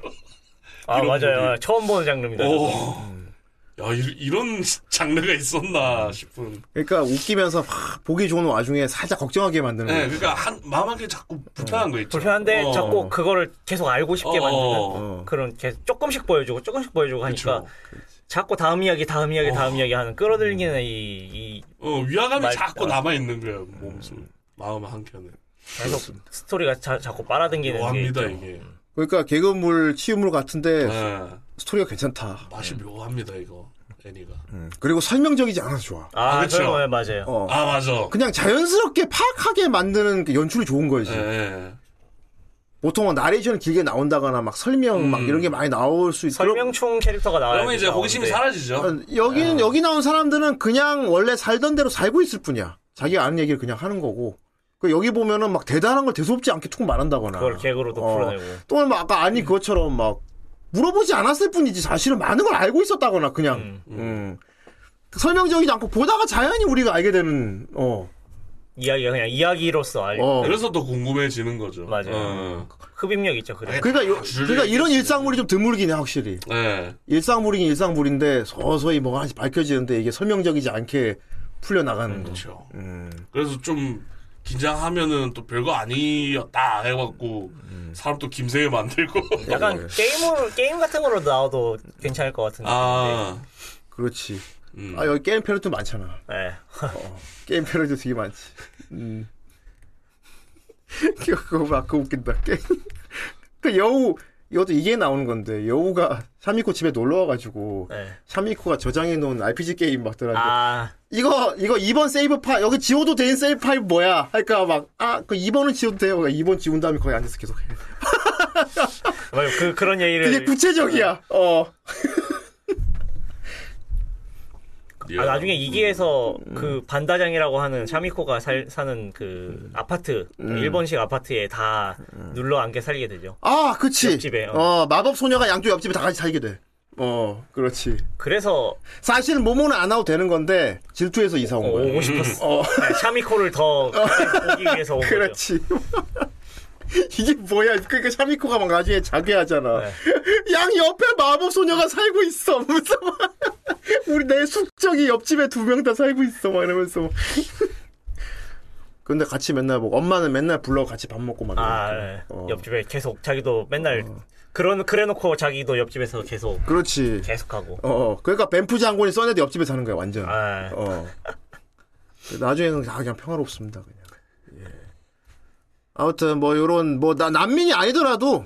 [SPEAKER 8] 아
[SPEAKER 6] 이런
[SPEAKER 8] 맞아요
[SPEAKER 6] 분들이-
[SPEAKER 8] 처음 보는 장르입니다
[SPEAKER 6] 오.
[SPEAKER 8] 음.
[SPEAKER 6] 야, 이- 이런 장르가 있었나 싶은.
[SPEAKER 8] 음.
[SPEAKER 7] 그러니까 웃기면서 막 보기 좋은 와중에 살짝 걱정하게 만드는
[SPEAKER 6] 네,
[SPEAKER 7] 거야.
[SPEAKER 6] 그러니까 한 마음한게 자꾸 불편한 거 있죠.
[SPEAKER 8] 불편한데
[SPEAKER 6] 어.
[SPEAKER 8] 자꾸 그거를 계속 알고 싶게
[SPEAKER 6] 어,
[SPEAKER 8] 만드는
[SPEAKER 6] 어.
[SPEAKER 8] 그런 계속 조금씩 보여주고 조금씩 보여주고 하니까
[SPEAKER 6] 그쵸.
[SPEAKER 8] 자꾸 다음 이야기 다음 이야기 다음 이야기 하는 끌어들기는 이, 이
[SPEAKER 6] 어, 위화감이
[SPEAKER 8] 말-
[SPEAKER 6] 자꾸
[SPEAKER 8] 어.
[SPEAKER 6] 남아 있는 거예요, 몸속 마음 한켠에.
[SPEAKER 8] 계속 스토리가 자, 자꾸 빨아당기는 게
[SPEAKER 6] 묘합니다
[SPEAKER 8] 네, 있죠. 음.
[SPEAKER 6] 이게.
[SPEAKER 7] 그러니까 개그물 치유물 같은데
[SPEAKER 6] 네,
[SPEAKER 7] 스토리가 괜찮다.
[SPEAKER 6] 맛이 묘합니다 이거 애니가.
[SPEAKER 8] 음.
[SPEAKER 7] 그리고 설명적이지 않아서 좋아.
[SPEAKER 8] 아,
[SPEAKER 6] 아, 그쵸.
[SPEAKER 8] 그렇죠. 맞아요.
[SPEAKER 7] 어.
[SPEAKER 6] 아 맞아.
[SPEAKER 7] 그냥 자연스럽게 파악하게 만드는 그 연출이 좋은 거지.
[SPEAKER 6] 예, 예.
[SPEAKER 7] 보통은 나레이션 길게 나온다거나 막 설명 막 이런 게 많이 나올 수 있어.
[SPEAKER 8] 설명충 캐릭터가 나와요.
[SPEAKER 6] 그러면 이제 호기심이 사라지죠.
[SPEAKER 7] 여기는 여기 나온 사람들은 그냥 원래 살던 대로 살고 있을 뿐이야. 자기가 아는 얘기를 그냥 하는 거고. 그 여기 보면은 막 대단한 걸 대수롭지 않게 툭 말한다거나.
[SPEAKER 8] 그걸 개그로도
[SPEAKER 7] 어.
[SPEAKER 8] 풀어내고.
[SPEAKER 7] 또는 뭐 아까 아니 그것처럼 막 물어보지 않았을 뿐이지 사실은 많은 걸 알고 있었다거나 그냥 음. 설명적이지 않고 보다가 자연히 우리가 알게 되는 어,
[SPEAKER 8] 이야기가 그냥 이야기로서 알
[SPEAKER 7] 어.
[SPEAKER 6] 그래서 더 궁금해지는 거죠.
[SPEAKER 8] 음. 맞아요.
[SPEAKER 6] 어.
[SPEAKER 8] 흡입력 있죠. 그래.
[SPEAKER 7] 그러니까 요-
[SPEAKER 6] 줄줄이
[SPEAKER 7] 그러니까 이런
[SPEAKER 6] 있겠지.
[SPEAKER 7] 일상물이 좀 드물긴 해 확실히
[SPEAKER 6] 예.
[SPEAKER 7] 일상물이긴 일상물인데 서서히 뭐가 하나씩 밝혀지는데 이게 설명적이지 않게 풀려 나가는 거.
[SPEAKER 6] 그렇죠.
[SPEAKER 8] 음.
[SPEAKER 6] 그래서 좀 긴장하면은 또 별거 아니었다 해갖고
[SPEAKER 8] 음.
[SPEAKER 6] 사람 또 김새에 만들고.
[SPEAKER 8] 약간 게임으로 게임 같은 거로 나와도 괜찮을 것 같은데.
[SPEAKER 6] 그 아,
[SPEAKER 7] 그렇지.
[SPEAKER 6] 음.
[SPEAKER 7] 아 여기 게임 패러디도 많잖아.
[SPEAKER 8] 네.
[SPEAKER 7] 게임 패러디도 되게 많지. 음. 그거 막 그거 웃긴다. 게임. 그 여우 이것도 이게 나오는 건데 여우가 샤미코 집에 놀러 와가지고
[SPEAKER 8] 네.
[SPEAKER 7] 샤미코가 저장해 놓은 RPG 게임 막 들었는데
[SPEAKER 8] 아,
[SPEAKER 7] 이거 이거 2번 세이브 파 여기 지워도 되는 세이브 파일 뭐야? 할까 막아그 2번은 지워도 돼요. 2번 지운 다음에 거기 앉아서 계속 해.
[SPEAKER 8] 맞아요. 그 그런 얘기를
[SPEAKER 7] 그게 구체적이야. 어.
[SPEAKER 6] 예.
[SPEAKER 8] 아, 나중에 이기에서그 반다장이라고 하는 샤미코가 살, 사는
[SPEAKER 6] 음.
[SPEAKER 8] 그 아파트 일본식 아파트에 다 눌러 앉게 살게 되죠.
[SPEAKER 7] 아, 그치.
[SPEAKER 8] 옆집에,
[SPEAKER 7] 어. 마법 소녀가 양쪽 옆집에 다 같이 살게 돼. 어, 그렇지.
[SPEAKER 8] 그래서
[SPEAKER 7] 사실 모모는 안 와도 되는 건데 질투해서 이사 온
[SPEAKER 8] 어,
[SPEAKER 7] 거야.
[SPEAKER 8] 오고 싶었어.
[SPEAKER 7] 어,
[SPEAKER 8] 네, 샤미코를 더 보기 위해서 온 거죠.
[SPEAKER 7] 그렇지. 이게 뭐야? 그러니까 샤미코가 막 나중에 자괴하잖아.
[SPEAKER 8] 네.
[SPEAKER 7] 양 옆에 마법 소녀가 살고 있어. 무슨 말? 우리 내 숙적이 옆집에 두 명 다 살고 있어. 막 이러면서. 막. 근데 같이 맨날 보고 엄마는 맨날 불러 같이 밥 먹고 막.
[SPEAKER 8] 아,
[SPEAKER 7] 이러니까.
[SPEAKER 8] 네.
[SPEAKER 7] 어.
[SPEAKER 8] 옆집에 계속 자기도 맨날 그런 그래놓고 자기도 옆집에서 계속
[SPEAKER 7] 그렇지.
[SPEAKER 8] 계속하고.
[SPEAKER 7] 어, 어, 그러니까 뱀프 장군이 써내도 옆집에 사는 거야 완전.
[SPEAKER 8] 아,
[SPEAKER 7] 어. 나중에는 다 그냥 평화롭습니다 그냥. 예. 아무튼 뭐 요런 뭐 나 난민이 아니더라도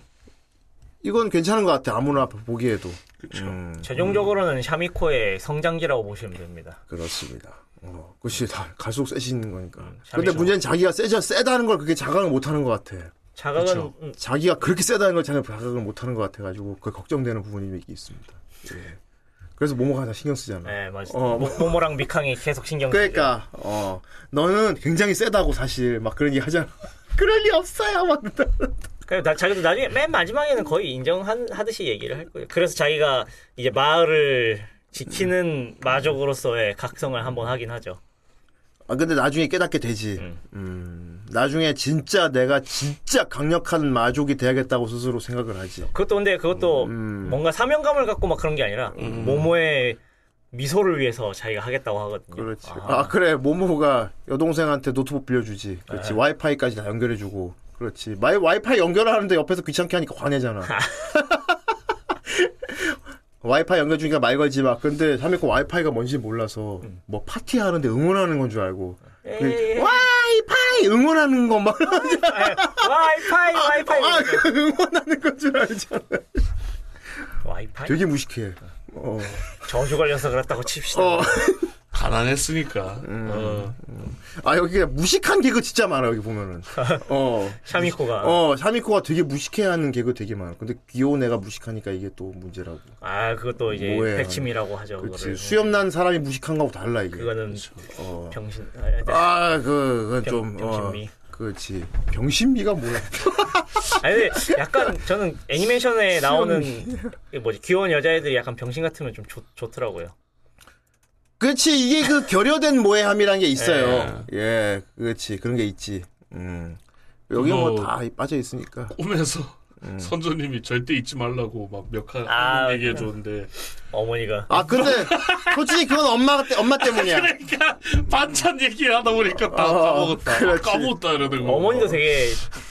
[SPEAKER 7] 이건 괜찮은 것 같아 아무나 보기에도.
[SPEAKER 6] 그렇죠.
[SPEAKER 8] 최종적으로는 샤미코의 성장기라고 보시면 됩니다.
[SPEAKER 7] 그렇습니다. 어, 그것이 다 갈수록 세지는 거니까.
[SPEAKER 8] 음, 잠이
[SPEAKER 7] 근데
[SPEAKER 8] 좀-
[SPEAKER 7] 문제는 자기가 세져 세다는 걸 그렇게 자각을 못하는 것 같아.
[SPEAKER 8] 자각은 음,
[SPEAKER 7] 자기가 그렇게 세다는 걸 자기가 자각을 못하는 것 같아가지고 그 걱정되는 부분이 있습니다. 예. 그래서 모모가 다 신경 쓰잖아.
[SPEAKER 8] 네, 맞습니다.
[SPEAKER 7] 어, 뭐-
[SPEAKER 8] 모모랑 미캉이 계속 신경 쓰죠.
[SPEAKER 7] 그러니까 어 너는 굉장히 세다고 사실 막 그런 얘기 하잖아. 그럴 리 없어요 막.
[SPEAKER 8] 그러니까 나, 자기도 나중에 맨 마지막에는 거의 인정하듯이 얘기를 할 거예요. 그래서 자기가 이제 마을을
[SPEAKER 7] 음.
[SPEAKER 8] 지키는 마족으로서의 각성을 한번 하긴 하죠.
[SPEAKER 7] 아 근데 나중에 깨닫게 되지. 음. 나중에 진짜 내가 진짜 강력한 마족이 돼야겠다고 스스로 생각을 하지.
[SPEAKER 8] 그것도 근데
[SPEAKER 7] 음,
[SPEAKER 8] 그것도 뭔가 사명감을 갖고 막 그런 게 아니라 모모의 미소를 위해서 자기가 하겠다고 하거든요.
[SPEAKER 7] 그렇지.
[SPEAKER 8] 아,
[SPEAKER 7] 아, 그래 모모가 여동생한테 노트북 빌려주지. 그렇지.
[SPEAKER 8] 네.
[SPEAKER 7] 와이파이까지 다 연결해주고. 그렇지. 마이 와이파이 연결하는데 옆에서 귀찮게 하니까 화내잖아. 와이파이 연결 주니까 말 걸지 마. 근데 삼일코 와이파이가 뭔지 몰라서 뭐 파티 하는데 응원하는 건 줄 알고. 그
[SPEAKER 8] 음. 예, 예.
[SPEAKER 7] 와이파이 응원하는 것만
[SPEAKER 8] 와이파이 와이파이
[SPEAKER 7] 아, 그 응원하는 건 줄 알잖아.
[SPEAKER 8] 와이파이
[SPEAKER 7] 되게 무식해. 어.
[SPEAKER 8] 저주 걸려서 그렇다고 칩시다.
[SPEAKER 7] 어.
[SPEAKER 6] 가난했으니까.
[SPEAKER 8] 음.
[SPEAKER 6] 어.
[SPEAKER 7] 아 여기 그냥 무식한 개그 진짜 많아 여기 보면은. 어.
[SPEAKER 8] 샤미코가
[SPEAKER 7] 어, 샤미코가 되게 무식해하는 개그 되게 많아. 근데 귀여운 애가 무식하니까 이게 또 문제라고.
[SPEAKER 8] 아 그것도 이제
[SPEAKER 7] 뭐예요.
[SPEAKER 8] 백침이라고 하죠.
[SPEAKER 7] 그렇지.
[SPEAKER 8] 그거를.
[SPEAKER 7] 수염난 사람이 무식한 거하고 달라 이게.
[SPEAKER 8] 그거는
[SPEAKER 7] 어.
[SPEAKER 8] 병신 아,
[SPEAKER 7] 아, 그, 그건
[SPEAKER 8] 병-
[SPEAKER 7] 좀.
[SPEAKER 8] 병신미.
[SPEAKER 7] 어, 그렇지. 병신미가 뭐야?
[SPEAKER 8] 아니 근데 약간 저는 애니메이션에 나오는 이 뭐지 귀여운 여자애들이 약간 병신 같으면 좀 좋, 좋더라고요.
[SPEAKER 7] 그렇지. 이게 그 결여된 모해함이란 게 있어요. 예, 그렇지. 그런 게 있지. 음. 여기 뭐
[SPEAKER 6] 뭐.
[SPEAKER 7] 다 빠져 있으니까.
[SPEAKER 6] 꿈에서 선조님이 절대 잊지 말라고 막 몇칸
[SPEAKER 8] 음. 아,
[SPEAKER 6] 얘기해 줬는데
[SPEAKER 8] 어머니가
[SPEAKER 7] 아, 근데 솔직히 그건 엄마 때- 엄마 때문이야.
[SPEAKER 6] 그러니까 반찬 얘기하다 보니까 다
[SPEAKER 7] 어,
[SPEAKER 6] 까먹었다
[SPEAKER 7] 그렇지.
[SPEAKER 6] 까먹었다 이러더라고
[SPEAKER 8] 어머니도 되게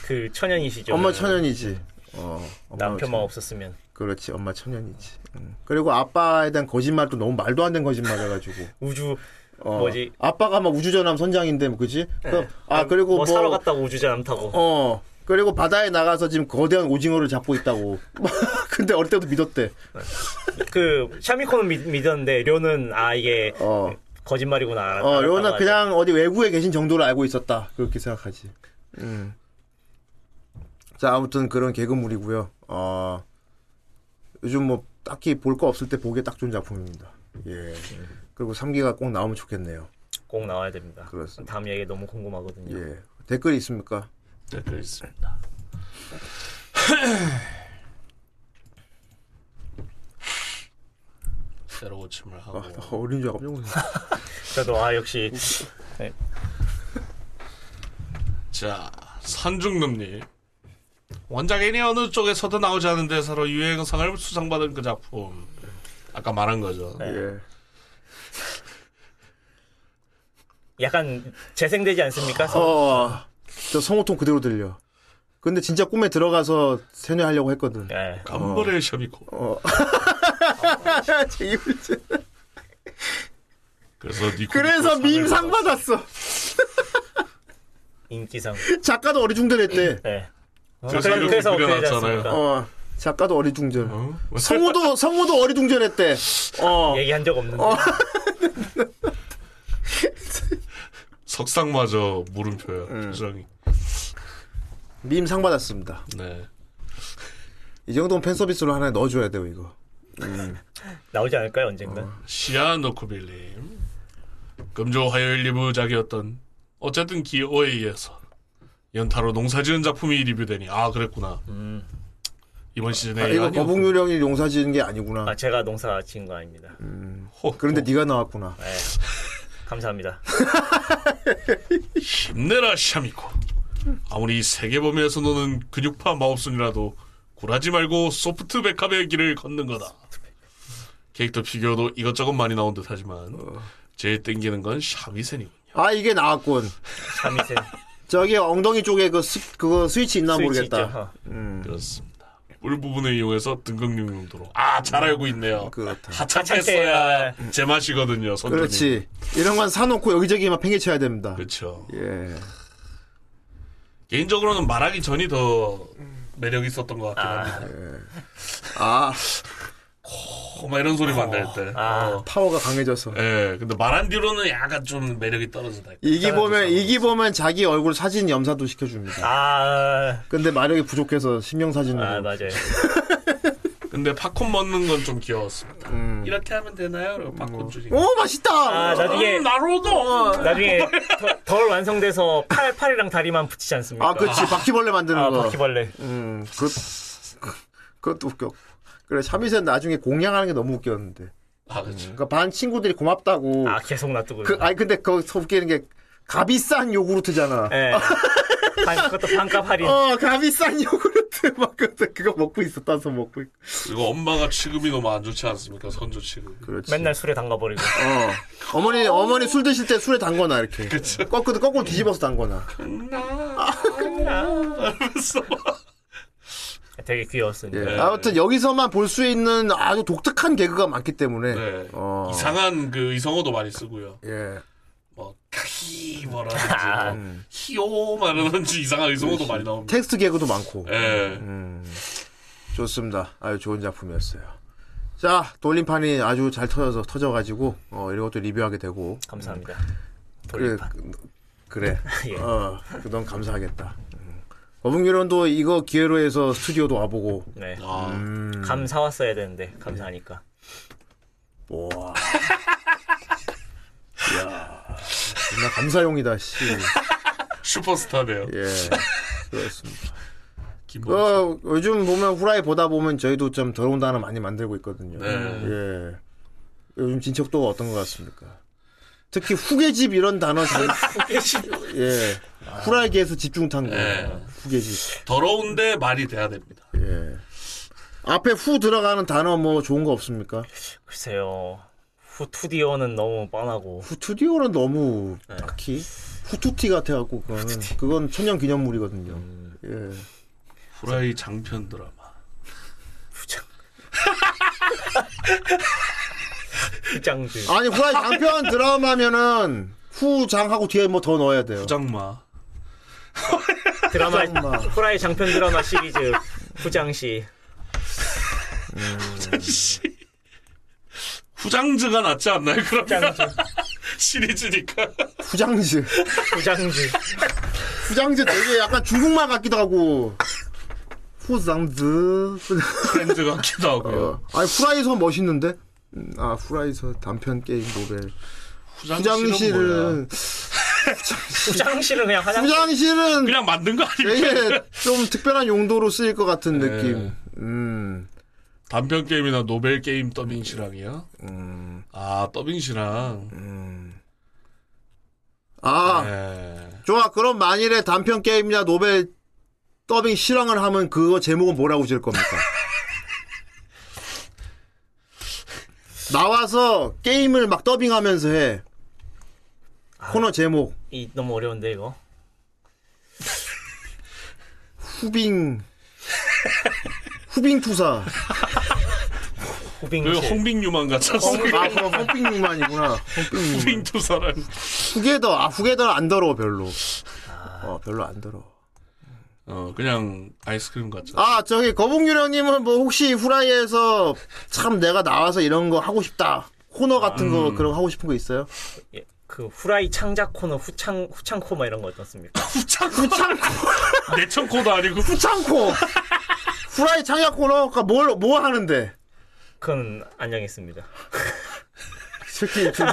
[SPEAKER 8] 그 천연이시죠.
[SPEAKER 7] 엄마 천연이지. 어. 엄마
[SPEAKER 8] 남편만
[SPEAKER 7] 천연.
[SPEAKER 8] 없었으면
[SPEAKER 7] 그렇지. 엄마 천연이지. 음. 그리고 아빠에 대한 거짓말도 너무 말도 안 되는 거짓말 해가지고.
[SPEAKER 8] 우주
[SPEAKER 7] 어.
[SPEAKER 8] 뭐지?
[SPEAKER 7] 아빠가 막 우주전함 선장인데 뭐 그지? 그- 아 그리고
[SPEAKER 8] 뭐,
[SPEAKER 7] 뭐,
[SPEAKER 8] 사러 갔다고 우주잠 타고
[SPEAKER 7] 어 그리고 바다에 나가서 지금 거대한 오징어를 잡고 있다고. 근데 어릴 때부터 믿었대.
[SPEAKER 8] 그 샤미코는 믿, 믿었는데 료는 아 이게
[SPEAKER 7] 어,
[SPEAKER 8] 거짓말이구나.
[SPEAKER 7] 어,
[SPEAKER 8] 알았- 네. 알았다고
[SPEAKER 7] 요나
[SPEAKER 8] 하죠.
[SPEAKER 7] 그냥 어디 외국에 계신 정도로 알고 있었다. 그렇게 생각하지. 음. 자 아무튼 그런 개그물이고요. 어, 요즘 뭐 딱히 볼 거 없을 때 보기에 딱 좋은 작품입니다. 예. 그리고 3기가 꼭 나오면 좋겠네요.
[SPEAKER 8] 꼭 나와야 됩니다.
[SPEAKER 7] 그렇습니다.
[SPEAKER 8] 다음 얘기 너무 궁금하거든요.
[SPEAKER 7] 예. 댓글이 있습니까?
[SPEAKER 6] 댓글 있습니다 새로 고침을 하고
[SPEAKER 7] 아, 어린 줄 알고 깜짝 놀랐네.
[SPEAKER 8] 저도 아 역시
[SPEAKER 6] 자, 산중놈님. 원작 애니 어느 쪽에서도 나오지 않은 대사로 유행상을 수상받은 그 작품. 아까 말한 거죠.
[SPEAKER 7] 예.
[SPEAKER 8] 약간 재생되지 않습니까?
[SPEAKER 7] 어, 저 성우통 그대로 들려. 근데 진짜 꿈에 들어가서 세뇌하려고 했거든.
[SPEAKER 8] 예.
[SPEAKER 7] 어.
[SPEAKER 6] 깜벌의 셔비코. 그래서 니코.
[SPEAKER 7] 그래서 밈 상 받았어.
[SPEAKER 8] 인기상.
[SPEAKER 7] 작가도 어리중절했대.
[SPEAKER 8] 예.
[SPEAKER 6] 그래서
[SPEAKER 8] 그래-
[SPEAKER 6] 이렇게
[SPEAKER 8] 그래서
[SPEAKER 6] 그려놨잖아요.
[SPEAKER 8] 그러지 않습니까?
[SPEAKER 7] 어, 작가도 어리중절.
[SPEAKER 6] 어?
[SPEAKER 7] 성우도 성우도 어리중절했대. 어,
[SPEAKER 8] 얘기한 적 없는데.
[SPEAKER 6] 석상마저 물음표야.
[SPEAKER 7] 네.
[SPEAKER 6] 표정이.
[SPEAKER 7] 밈 상 받았습니다.
[SPEAKER 6] 네.
[SPEAKER 7] 이 정도면 팬 서비스로 하나 넣어줘야 돼요 이거. 어.
[SPEAKER 8] 나오지 않을까요 언젠가?
[SPEAKER 6] 시아노코빌님. 금조 화요일 리뷰작이었던 어쨌든 기호에 의해서 연타로 농사지은 작품이 리뷰되니 아 그랬구나. 이번 시즌에
[SPEAKER 7] 음. 아, 이거
[SPEAKER 6] 아니었군.
[SPEAKER 7] 거북유 형이 용사 지은 게 아니구나.
[SPEAKER 8] 아, 제가 농사 지은 거 아닙니다.
[SPEAKER 7] 음.
[SPEAKER 6] 호,
[SPEAKER 7] 그런데 네가 나왔구나.
[SPEAKER 8] 네. 감사합니다.
[SPEAKER 6] 힘내라 샤미코. 아무리 세계범위에서 노는 근육파 마법순이라도 굴하지 말고 소프트 백합의 길을 걷는 거다. 캐릭터 피규어도 이것저것 많이 나온 듯 하지만 제일 땡기는 건 샤미센이군요.
[SPEAKER 7] 아 이게 나왔군.
[SPEAKER 8] 참이세.
[SPEAKER 7] 아, 저기 엉덩이 쪽에 그 스, 그거 스위치 있나 모르겠다.
[SPEAKER 8] 어.
[SPEAKER 6] 그렇습니다. 뿔 부분을 이용해서 등극용 용도로. 아, 잘 알고 있네요.
[SPEAKER 7] 그렇다.
[SPEAKER 6] 하찮했어야 제맛이거든요, 선조님.
[SPEAKER 7] 그렇지.
[SPEAKER 8] 네.
[SPEAKER 7] 이런 건 사놓고 여기저기 막 팽개쳐야 됩니다.
[SPEAKER 6] 그렇죠.
[SPEAKER 7] 예.
[SPEAKER 6] 개인적으로는 말하기 전이 더 매력 있었던 것 같긴 합니다.
[SPEAKER 7] 아
[SPEAKER 6] 어, 막 이런 소리 만들 때. 어.
[SPEAKER 7] 파워가 강해져서.
[SPEAKER 6] 예, 근데 말한 뒤로는 약간 좀 매력이 떨어진다.
[SPEAKER 7] 이기 보면 이기 보면 자기 얼굴 사진 염사도 시켜줍니다.
[SPEAKER 8] 아,
[SPEAKER 7] 근데 마력이 부족해서 신경 사진으로.
[SPEAKER 8] 아, 맞아요.
[SPEAKER 6] 근데 팝콘 먹는 건 좀 귀여웠습니다.
[SPEAKER 7] 음.
[SPEAKER 6] 이렇게 하면 되나요? 라고
[SPEAKER 7] 뭐.
[SPEAKER 6] 팝콘 주니까.
[SPEAKER 7] 오 맛있다.
[SPEAKER 8] 아,
[SPEAKER 7] 아,
[SPEAKER 8] 나중에,
[SPEAKER 6] 음, 나로도!
[SPEAKER 8] 나중에 더- 덜 완성돼서 팔, 팔이랑 다리만 붙이지 않습니까?
[SPEAKER 7] 아, 그렇지. 바퀴벌레 만드는
[SPEAKER 8] 아,
[SPEAKER 7] 거.
[SPEAKER 8] 바퀴벌레.
[SPEAKER 7] 음, 그, 그것도 웃겨. 그래 샤미센 나중에 공양하는 게 너무 웃겼는데.
[SPEAKER 6] 아, 그렇죠.
[SPEAKER 7] 그러니까 반 친구들이 고맙다고.
[SPEAKER 8] 아, 계속 놔두고.
[SPEAKER 7] 그, 아니 근데 거기서 웃기는 게 값비싼 요구르트잖아.
[SPEAKER 8] 예. 반- 그것도 반값 할인.
[SPEAKER 7] 어, 값비싼 요구르트 막 그래서 그거 먹고 있었다서 먹고. 있-
[SPEAKER 6] 그리고 엄마가 취급이 너무 안 좋지 않습니까? 선조 취급.
[SPEAKER 7] 그렇지.
[SPEAKER 8] 맨날 술에 담가버리고.
[SPEAKER 7] 어. 어머니 어머니 술 드실 때 술에 담거나 이렇게. 거꾸로 거꾸로 뒤집어서 담거나.
[SPEAKER 6] 그래서
[SPEAKER 8] 되게 귀여웠으니.
[SPEAKER 7] 예.
[SPEAKER 8] 까
[SPEAKER 7] 아무튼 여기서만 볼 수 있는 아주 독특한 개그가 많기 때문에.
[SPEAKER 6] 네.
[SPEAKER 7] 어.
[SPEAKER 6] 이상한 그 이성어도 많이 쓰고요.
[SPEAKER 7] 예.
[SPEAKER 6] 뭐, 카히,
[SPEAKER 7] 아,
[SPEAKER 6] 뭐라든지, 뭐,
[SPEAKER 7] 음.
[SPEAKER 6] 히오, 말하든지 이상한 이성어도 많이 나옵니다.
[SPEAKER 7] 텍스트 개그도 많고.
[SPEAKER 6] 예.
[SPEAKER 7] 음. 좋습니다. 아주 좋은 작품이었어요. 자, 돌림판이 아주 잘 터져서 터져가지고 어, 이런 것도 리뷰하게 되고
[SPEAKER 8] 감사합니다.
[SPEAKER 7] 그래
[SPEAKER 8] 돌림판.
[SPEAKER 7] 그래.
[SPEAKER 8] 예.
[SPEAKER 7] 어, 그동 감사하겠다. 음. 어분기론도 이거 기회로 해서 스튜디오도 와보고.
[SPEAKER 8] 네.
[SPEAKER 6] 아,
[SPEAKER 7] 음.
[SPEAKER 8] 감 사왔어야 되는데, 감사하니까.
[SPEAKER 7] 와. 이야, 정말 감사용이다 씨.
[SPEAKER 6] 슈퍼스타네요.
[SPEAKER 7] 예, 그렇습니다.
[SPEAKER 6] 김범수.
[SPEAKER 7] 어, 요즘 보면 후라이 보다 보면 저희도 좀 더러운 단어 많이 만들고 있거든요.
[SPEAKER 6] 네.
[SPEAKER 7] 예. 요즘 진척도가 어떤 것 같습니까? 특히 후계집 이런 단어 잘 예. 후라이기에서 집중 탐구.
[SPEAKER 6] 아. 네.
[SPEAKER 7] 후계집.
[SPEAKER 6] 더러운데 말이 돼야 됩니다.
[SPEAKER 7] 예. 앞에 후 들어가는 단어 뭐 좋은 거 없습니까?
[SPEAKER 8] 글쎄요. 후투디오는 너무 뻔하고.
[SPEAKER 7] 후투디오는 너무 딱히 네. 후투티 같아갖고 그거는 그건 천연 기념물이거든요. 예.
[SPEAKER 6] 후라이 장편 드라마.
[SPEAKER 8] 후장들.
[SPEAKER 7] 아니 후라이 장편 드라마면은 후장하고 뒤에 뭐 더 넣어야 돼요.
[SPEAKER 6] 부장마.
[SPEAKER 7] 아,
[SPEAKER 8] 드라마
[SPEAKER 7] 후장마.
[SPEAKER 8] 후라이 장편 드라마 시리즈 후장시
[SPEAKER 6] 후장즈가 낫지 않나요? 그러면 시리즈니까
[SPEAKER 7] 후장즈.
[SPEAKER 8] 후장지
[SPEAKER 7] 후장즈 되게 약간 중국말 같기도 하고. 후장즈.
[SPEAKER 6] 프렌즈 같기도 하고요.
[SPEAKER 7] 어. 아니 후라이서 멋있는데? 음, 아 후라이서 단편 게임 노벨.
[SPEAKER 6] 뭐야?
[SPEAKER 7] 후장실은
[SPEAKER 8] 후장시는 그냥 화장
[SPEAKER 7] 후장실은
[SPEAKER 6] 그냥 만든 거 아니에요? 네.
[SPEAKER 7] 되게 좀 특별한 용도로 쓰일 것 같은 느낌. 음.
[SPEAKER 6] 단편 게임이나 노벨 게임 더빙 실황이요?
[SPEAKER 7] 음.
[SPEAKER 6] 아 더빙 실황.
[SPEAKER 7] 아
[SPEAKER 6] 예.
[SPEAKER 7] 좋아 그럼 만일에 단편 게임이나 노벨 더빙 실황을 하면 그거 제목은 뭐라고 지을 겁니까? 나와서 게임을 막 더빙하면서 해. 코너 제목
[SPEAKER 8] 이 너무 어려운데 이거
[SPEAKER 7] 후빙 후빙 투사. 아,
[SPEAKER 6] 그
[SPEAKER 8] 후빙시
[SPEAKER 6] 홍빙유만 같았어.
[SPEAKER 7] 아 그럼 후빙만이구나. 후빙.
[SPEAKER 6] 홍빙 두 사람.
[SPEAKER 7] 후게더 아 후게더 안 더러워 별로. 어 별로 안 더러워.
[SPEAKER 6] 어 그냥 아이스크림 같죠.
[SPEAKER 7] 아 저기 거북유령님은 뭐 혹시 후라이에서 참 내가 나와서 이런 거 하고 싶다 코너 같은 거 그런 거 하고 싶은 거 있어요?
[SPEAKER 8] 예, 그 후라이 창작 코너 후창 후창코 막 이런 거 어떻습니까?
[SPEAKER 7] 후창코
[SPEAKER 6] 내천코도 아니고
[SPEAKER 7] 후창코 후라이 창작 코너가 뭘 뭐 하는데?
[SPEAKER 8] 그건 안녕했습니다.
[SPEAKER 7] 새끼 좀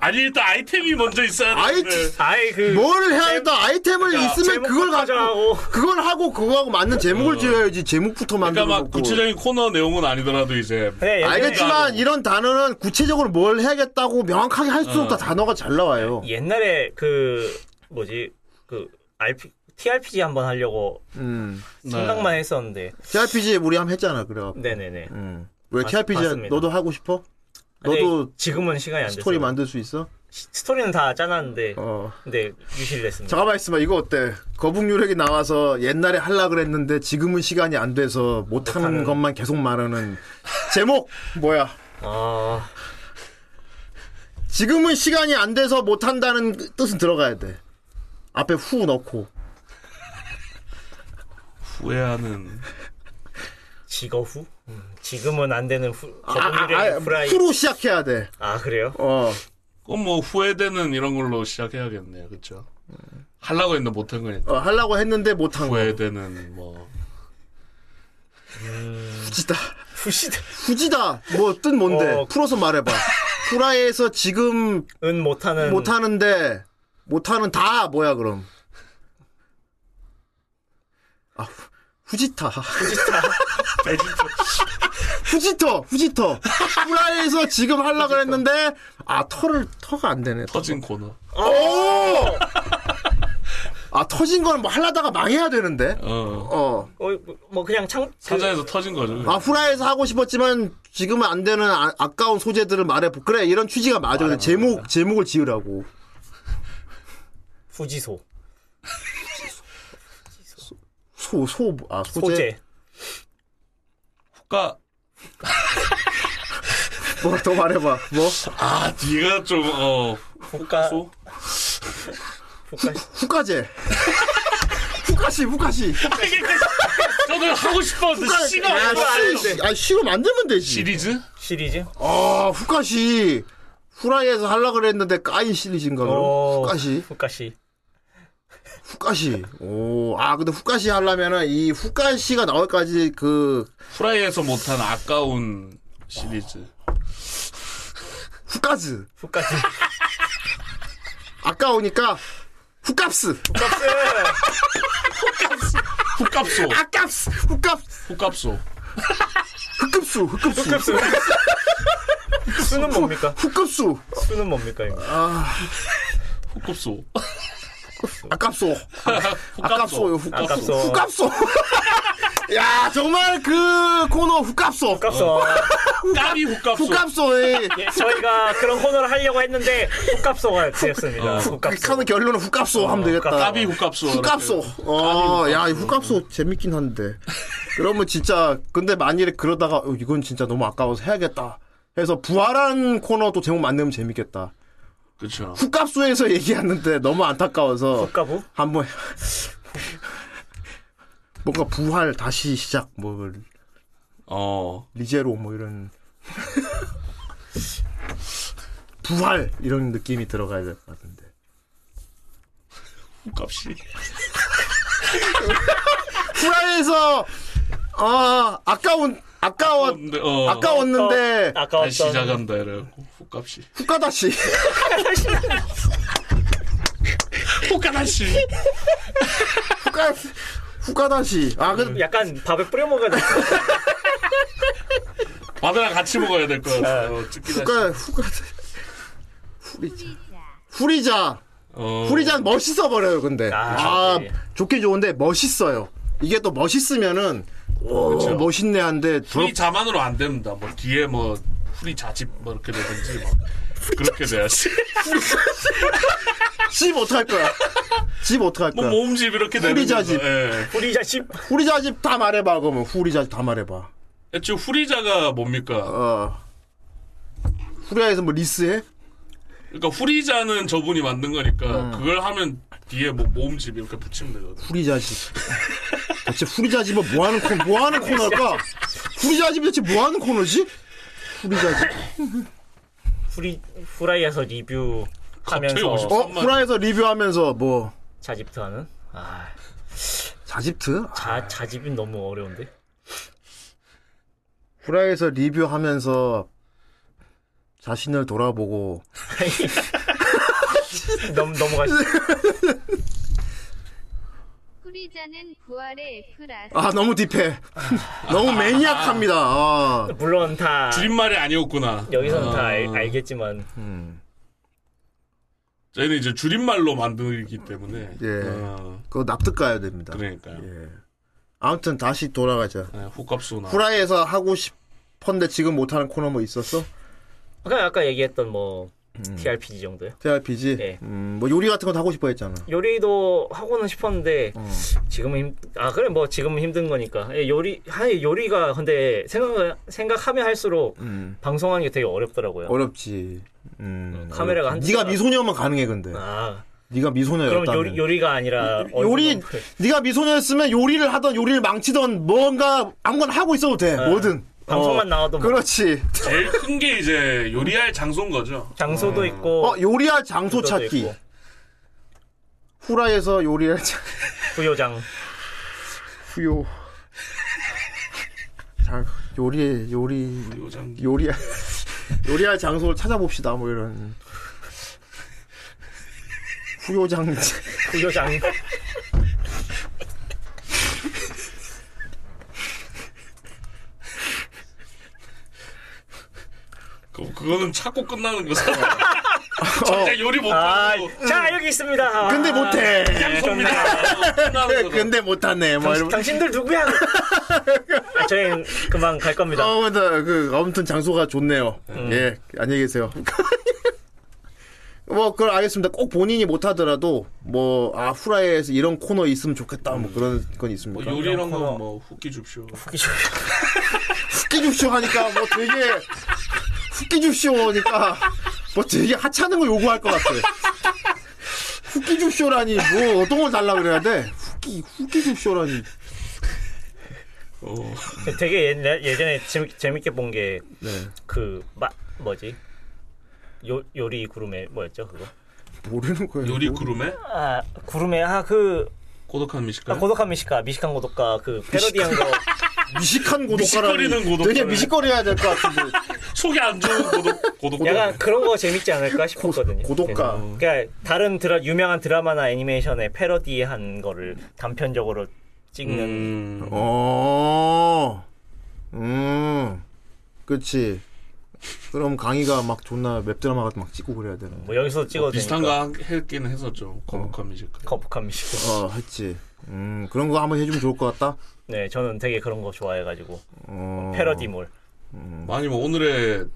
[SPEAKER 6] 아니 일단 아이템이 먼저 있어야 네.
[SPEAKER 7] 아이,
[SPEAKER 6] 되는데
[SPEAKER 8] 아이 그
[SPEAKER 7] 뭘 해야 된다 아이템을
[SPEAKER 8] 야,
[SPEAKER 7] 있으면
[SPEAKER 8] 제목
[SPEAKER 7] 그걸
[SPEAKER 8] 가져
[SPEAKER 7] 갖고
[SPEAKER 8] 하고.
[SPEAKER 7] 그걸 하고 그거하고 맞는 제목을 지어야지 제목부터 만들어
[SPEAKER 6] 그러니까 막
[SPEAKER 7] 놓고
[SPEAKER 6] 구체적인 코너 내용은 아니더라도 이제
[SPEAKER 8] 네, 예전에-
[SPEAKER 7] 알겠지만 이런 단어는 구체적으로 뭘 해야겠다고 명확하게 할 수 없다 단어가 잘 나와요
[SPEAKER 8] 예. 옛날에 그 뭐지 그 RP, TRPG 한번 하려고
[SPEAKER 7] 음.
[SPEAKER 8] 생각만 했었는데
[SPEAKER 7] TRPG 우리 한번 했잖아 그래갖고
[SPEAKER 8] 네네네
[SPEAKER 7] 음. 왜
[SPEAKER 8] 맞-
[SPEAKER 7] TRPG
[SPEAKER 8] 맞습니다.
[SPEAKER 7] 너도 하고 싶어?
[SPEAKER 8] 근데
[SPEAKER 7] 너도
[SPEAKER 8] 지금은 시간이 안
[SPEAKER 7] 스토리
[SPEAKER 8] 됐어요
[SPEAKER 7] 만들 수 있어?
[SPEAKER 8] 시- 스토리는 다 짜놨는데
[SPEAKER 7] 어.
[SPEAKER 8] 근데 유실됐습니다
[SPEAKER 7] 잠깐만 있어봐 이거 어때? 거북유력이 나와서 옛날에 할라 그랬는데 지금은 시간이 안 돼서 못하는
[SPEAKER 8] 못하는.
[SPEAKER 7] 것만 계속 말하는 제목 뭐야?
[SPEAKER 8] 아
[SPEAKER 7] 지금은 시간이 안 돼서 못한다는 뜻은 들어가야 돼. 앞에 후 넣고
[SPEAKER 6] 네. 후회하는
[SPEAKER 8] 직어후? 음, 지금은 안 되는 후,
[SPEAKER 7] 아, 아,
[SPEAKER 8] 거북이의
[SPEAKER 7] 아,
[SPEAKER 8] 후라이
[SPEAKER 7] 후로 시작해야 돼.
[SPEAKER 8] 아 그래요?
[SPEAKER 7] 어.
[SPEAKER 6] 그건 뭐 후회되는 이런 걸로 시작해야겠네요 그쵸 하려고 했는데 못한 거니까
[SPEAKER 7] 어 하려고 했는데 못한 거.
[SPEAKER 6] 후회되는 뭐
[SPEAKER 7] 후지다.
[SPEAKER 8] 후시다
[SPEAKER 7] 후지다. 뭐 뜻 뭔데?
[SPEAKER 8] 어.
[SPEAKER 7] 풀어서 말해봐. 후라이에서 지금
[SPEAKER 8] 은 못하는
[SPEAKER 7] 못하는데 못하는 다 뭐야 그럼? 아 후- 후지타. 후지터, 후지터. 후라이에서 지금 하려고 했는데, 아, 털을, 터가 안 되네.
[SPEAKER 6] 터진 코너
[SPEAKER 7] 오! 아, 터진 거는 뭐 하려다가 망해야 되는데?
[SPEAKER 6] 어
[SPEAKER 7] 어.
[SPEAKER 8] 어, 뭐 그냥 창
[SPEAKER 6] 사전에서 터진 거죠
[SPEAKER 7] 아, 후라이에서 하고 싶었지만, 지금은 안 되는 아, 아까운 소재들을 말해보. 그래, 이런 취지가 맞아. 근데 제목, 제목을 지으라고.
[SPEAKER 8] 후지소
[SPEAKER 7] 소, 소, 아, 소재.
[SPEAKER 8] 소재
[SPEAKER 6] 후가
[SPEAKER 7] 뭐라 더 말해봐. 뭐?
[SPEAKER 6] 아 뒤가 좀어
[SPEAKER 8] 후가
[SPEAKER 6] 소?
[SPEAKER 8] 후가
[SPEAKER 7] 후까제. 후까시, 후까시.
[SPEAKER 6] 저는 하고 싶었는데 씨가
[SPEAKER 7] 아,
[SPEAKER 6] 없어.
[SPEAKER 7] 시, 아, 시로 만들면 되지.
[SPEAKER 6] 시리즈?
[SPEAKER 8] 시리즈
[SPEAKER 7] 아, 후카시. 후라이에서 하려고 그랬는데 까인 시리즈인가 그럼?
[SPEAKER 8] 어,
[SPEAKER 7] 후카시.
[SPEAKER 8] 후가시
[SPEAKER 7] 후카시. 오, 아, 근데 후카시 하려면은 이 후카시가 나올까지 그
[SPEAKER 6] 프라이에서 못한 아까운 시리즈
[SPEAKER 7] 후카즈.
[SPEAKER 8] 후가시
[SPEAKER 7] 아까우니까 후값스.
[SPEAKER 6] 후값소
[SPEAKER 7] 아깝스. 후값.
[SPEAKER 6] 후값소
[SPEAKER 7] 흑급수. 흑급수.
[SPEAKER 8] 수는 뭡니까?
[SPEAKER 7] 후급수.
[SPEAKER 8] 수는 뭡니까 이거?
[SPEAKER 6] 어. 후급소
[SPEAKER 7] 아깝소. 아깝소요. 후값소.
[SPEAKER 8] 아깝소.
[SPEAKER 7] 후값소. 야, 정말 그 코너 후값소.
[SPEAKER 8] 값어.
[SPEAKER 6] 까비 후값소
[SPEAKER 7] 후값소의
[SPEAKER 8] 예, 저희가 그런 코너를 하려고 했는데 훅값소가 되었습니다.
[SPEAKER 6] 어.
[SPEAKER 7] 하는
[SPEAKER 8] 훅값소.
[SPEAKER 7] 그 결론은 후값소 하면 되겠다.
[SPEAKER 6] 그러니까 까비 후값소
[SPEAKER 7] 후값소. 어, 야, 이 후값소 재밌긴 한데. 그러면 진짜, 근데 만일에 그러다가, 어, 이건 진짜 너무 아까워서 해야겠다. 해서 부활한 코너도 제목 만들면 재밌겠다.
[SPEAKER 6] 그쵸
[SPEAKER 7] 후값소에서 얘기하는데 너무 안타까워서
[SPEAKER 8] 훅가부?
[SPEAKER 7] 한번 뭔가 부활 다시 시작 뭐
[SPEAKER 6] 어
[SPEAKER 7] 리제로 뭐 이런 부활 이런 느낌이 들어가야 될 것 같은데
[SPEAKER 6] 후값이
[SPEAKER 7] 후라이에서 아 아까운 아까워
[SPEAKER 6] 근데 어
[SPEAKER 7] 아까웠는데
[SPEAKER 8] 아까웠던
[SPEAKER 6] 다시 시작한다 이래갖고 후값이
[SPEAKER 7] 후까다시
[SPEAKER 6] 후까다시
[SPEAKER 7] 후까 후까다시 아
[SPEAKER 6] 음.
[SPEAKER 7] 그,
[SPEAKER 8] 약간 밥에 뿌려 먹어야 돼.
[SPEAKER 6] 밥이랑 같이 먹어야 될 것 같아요 찍기 다시
[SPEAKER 7] 후까 후까 후리자 후리자
[SPEAKER 6] 어
[SPEAKER 7] 후리자는 멋있어 버려요 근데
[SPEAKER 8] 아,
[SPEAKER 7] 아
[SPEAKER 8] 네.
[SPEAKER 7] 좋긴 좋은데 멋있어요 이게 또 멋있으면은 오 멋있네 한데
[SPEAKER 6] 후리 자만으로 안 됩니다 뭐 뒤에 뭐 후리 자집 뭐 이렇게 되든지 뭐 그렇게 돼야지
[SPEAKER 7] 집 어떡할 거야 집 어떡할
[SPEAKER 6] 뭐
[SPEAKER 7] 거야
[SPEAKER 6] 모음집 이렇게 되는
[SPEAKER 7] 후리자집.
[SPEAKER 6] 거. 예.
[SPEAKER 8] 우리 자식
[SPEAKER 7] 후리자 집 다 말해봐 그러면 후리자 집 다 말해봐
[SPEAKER 6] 애초에 후리자가 뭡니까?
[SPEAKER 7] 어 후리자에서 뭐 리스해
[SPEAKER 6] 그러니까 후리자는 저분이 만든 거니까
[SPEAKER 7] 음.
[SPEAKER 6] 그걸 하면 뒤에 뭐 모음집 이렇게 붙이면 되거든.
[SPEAKER 7] 후리자 집 대체 후리자 집은 뭐 하는 코, 뭐 하는 코너일까 후리자 집 대체 뭐 하는 코너지 후리자 집
[SPEAKER 8] 후리 후라이에서 리뷰
[SPEAKER 6] 갑자기 오십사.
[SPEAKER 8] 하면서
[SPEAKER 7] 어? 후라에서 리뷰하면서 뭐
[SPEAKER 8] 자집트하는 아,
[SPEAKER 7] 자집트
[SPEAKER 8] 자 자집이 너무 어려운데.
[SPEAKER 7] 후라이에서 리뷰하면서 자신을 돌아보고
[SPEAKER 8] 넘, 넘어가시죠.
[SPEAKER 9] 후리자는 부활의 F라서
[SPEAKER 7] 아 너무 딥해 너무 매니악합니다 아,
[SPEAKER 8] 물론 다
[SPEAKER 6] 줄임말이 아니었구나.
[SPEAKER 8] 여기서는 다 알, 겠지만
[SPEAKER 6] 저희는 이제 줄임말로 만들기 때문에.
[SPEAKER 7] 예.
[SPEAKER 6] 아,
[SPEAKER 7] 그거 납득 가야 됩니다
[SPEAKER 6] 그러니까요.
[SPEAKER 7] 예. 아무튼 다시 돌아가자
[SPEAKER 6] 네, 호값소나.
[SPEAKER 7] 후라이에서 하고 싶었는데 지금 못하는 코너 뭐 있었어?
[SPEAKER 8] 아까 아까 얘기했던 뭐
[SPEAKER 6] 음.
[SPEAKER 8] TRPG 정도요.
[SPEAKER 7] TRPG?
[SPEAKER 8] 예.
[SPEAKER 7] 음, 뭐 요리 같은 거 하고 싶어 했잖아
[SPEAKER 8] 요리도 하고는 싶었는데 지금은 힘, 아 그래 뭐 지금은 힘든 거니까 예, 요리 하 요리가 근데 생각 생각하면 할수록
[SPEAKER 7] 음.
[SPEAKER 8] 방송하는 게 되게 어렵더라고요.
[SPEAKER 7] 어렵지 음,
[SPEAKER 8] 카메라가
[SPEAKER 7] 어렵지.
[SPEAKER 8] 한
[SPEAKER 7] 네가 미소녀만 가능해 근데
[SPEAKER 8] 아
[SPEAKER 7] 네가
[SPEAKER 8] 그럼
[SPEAKER 7] 미소녀였다면
[SPEAKER 8] 요리, 요리가 아니라 뭐
[SPEAKER 7] 요리
[SPEAKER 8] 얼굴만 풀-
[SPEAKER 7] 네가 미소녀였으면 요리를 하던 요리를 망치던 뭔가 아무거나 하고 있어도 돼 뭐든
[SPEAKER 8] 네. 방송만
[SPEAKER 7] 어,
[SPEAKER 8] 나와도 뭐
[SPEAKER 7] 그렇지
[SPEAKER 6] 제일 큰 게 이제 요리할 장소인 거죠.
[SPEAKER 8] 장소도 있고
[SPEAKER 7] 어 요리할 장소
[SPEAKER 8] 구도도
[SPEAKER 7] 찾기
[SPEAKER 8] 있고,
[SPEAKER 7] 후라이에서 요리할 장
[SPEAKER 8] 부요장
[SPEAKER 7] 후요 장 요리 요리
[SPEAKER 6] 요장.
[SPEAKER 7] 요리 요리할 장소를 찾아봅시다 뭐 이런 후요장
[SPEAKER 8] 부요장
[SPEAKER 6] 그, 그거는 찾고 끝나는 거죠. 진짜 요리 못하고
[SPEAKER 8] 어. 아자 여기 있습니다.
[SPEAKER 7] 음. 근데 뭐-
[SPEAKER 8] 아,
[SPEAKER 7] 못해
[SPEAKER 6] 짱소입니다.
[SPEAKER 8] 예.
[SPEAKER 6] 끝나는 거죠.
[SPEAKER 7] 근데 못하네 뭐
[SPEAKER 8] 당신,
[SPEAKER 7] 이런
[SPEAKER 8] 당신들 누구야? 아, 저희는 그만 갈 겁니다.
[SPEAKER 7] 어, 근데 그 아무튼 장소가 좋네요. 예, 안녕히 계세요. 뭐 그걸 알겠습니다. 꼭 본인이 못하더라도 뭐 아 후라이에서 이런 코너 있으면 좋겠다 뭐 그런 건
[SPEAKER 6] 뭐
[SPEAKER 7] 있습니까?
[SPEAKER 6] 요리 이런 건뭐 후기 줍쇼.
[SPEAKER 7] 후끼줍쇼 하니까 뭐 되게 후끼줍쇼니까 뭐 되게 하찮은 거 요구할 것 같아. 후끼줍쇼라니 뭐 어떤 걸 달라 그래야 돼? 후끼 후끼줍쇼라니.
[SPEAKER 6] 어.
[SPEAKER 8] 되게 옛날, 예전에 재밌, 재밌게 본 게 그
[SPEAKER 7] 네,
[SPEAKER 8] 뭐지? 요, 요리 구름에 뭐였죠 그거?
[SPEAKER 7] 모르는 거예요.
[SPEAKER 6] 요리
[SPEAKER 7] 뭐.
[SPEAKER 6] 구름에
[SPEAKER 8] 아 구름에 아그
[SPEAKER 6] 고독한
[SPEAKER 8] 아,
[SPEAKER 7] 네?
[SPEAKER 6] 미식가.
[SPEAKER 8] 고독한 미식가 미식한 고독가 그 패러디한 거
[SPEAKER 7] 미식한 고독가라니.
[SPEAKER 6] 미식거리는 고독가라니.
[SPEAKER 7] 되게 미식거려야 될 것 같은데.
[SPEAKER 6] 속이 안 좋은 고독 고독.
[SPEAKER 8] 약간 그런 거 재밌지 않을까 싶었거든요.
[SPEAKER 7] 고독가.
[SPEAKER 8] 네. 그러니까 다른 드라 유명한 드라마나 애니메이션에 패러디한 거를 단편적으로 찍는
[SPEAKER 6] 음.
[SPEAKER 7] 어, 음, 그치. 그럼 강의가 막 존나 웹드라마 같은 막 찍고 그래야 되는.
[SPEAKER 8] 뭐 여기서 찍어도
[SPEAKER 6] 비슷한
[SPEAKER 8] 되니까.
[SPEAKER 6] 거 했기는 했었죠. 거북한 미식가.
[SPEAKER 8] 거북한 미식가.
[SPEAKER 7] 어, 했지. 음, 그런 거 한번 해주면 좋을 것 같다?
[SPEAKER 8] 네, 저는 되게 그런 거 좋아해가지고
[SPEAKER 7] 어.
[SPEAKER 8] 패러디물. 어.
[SPEAKER 6] 많이 뭐 오늘의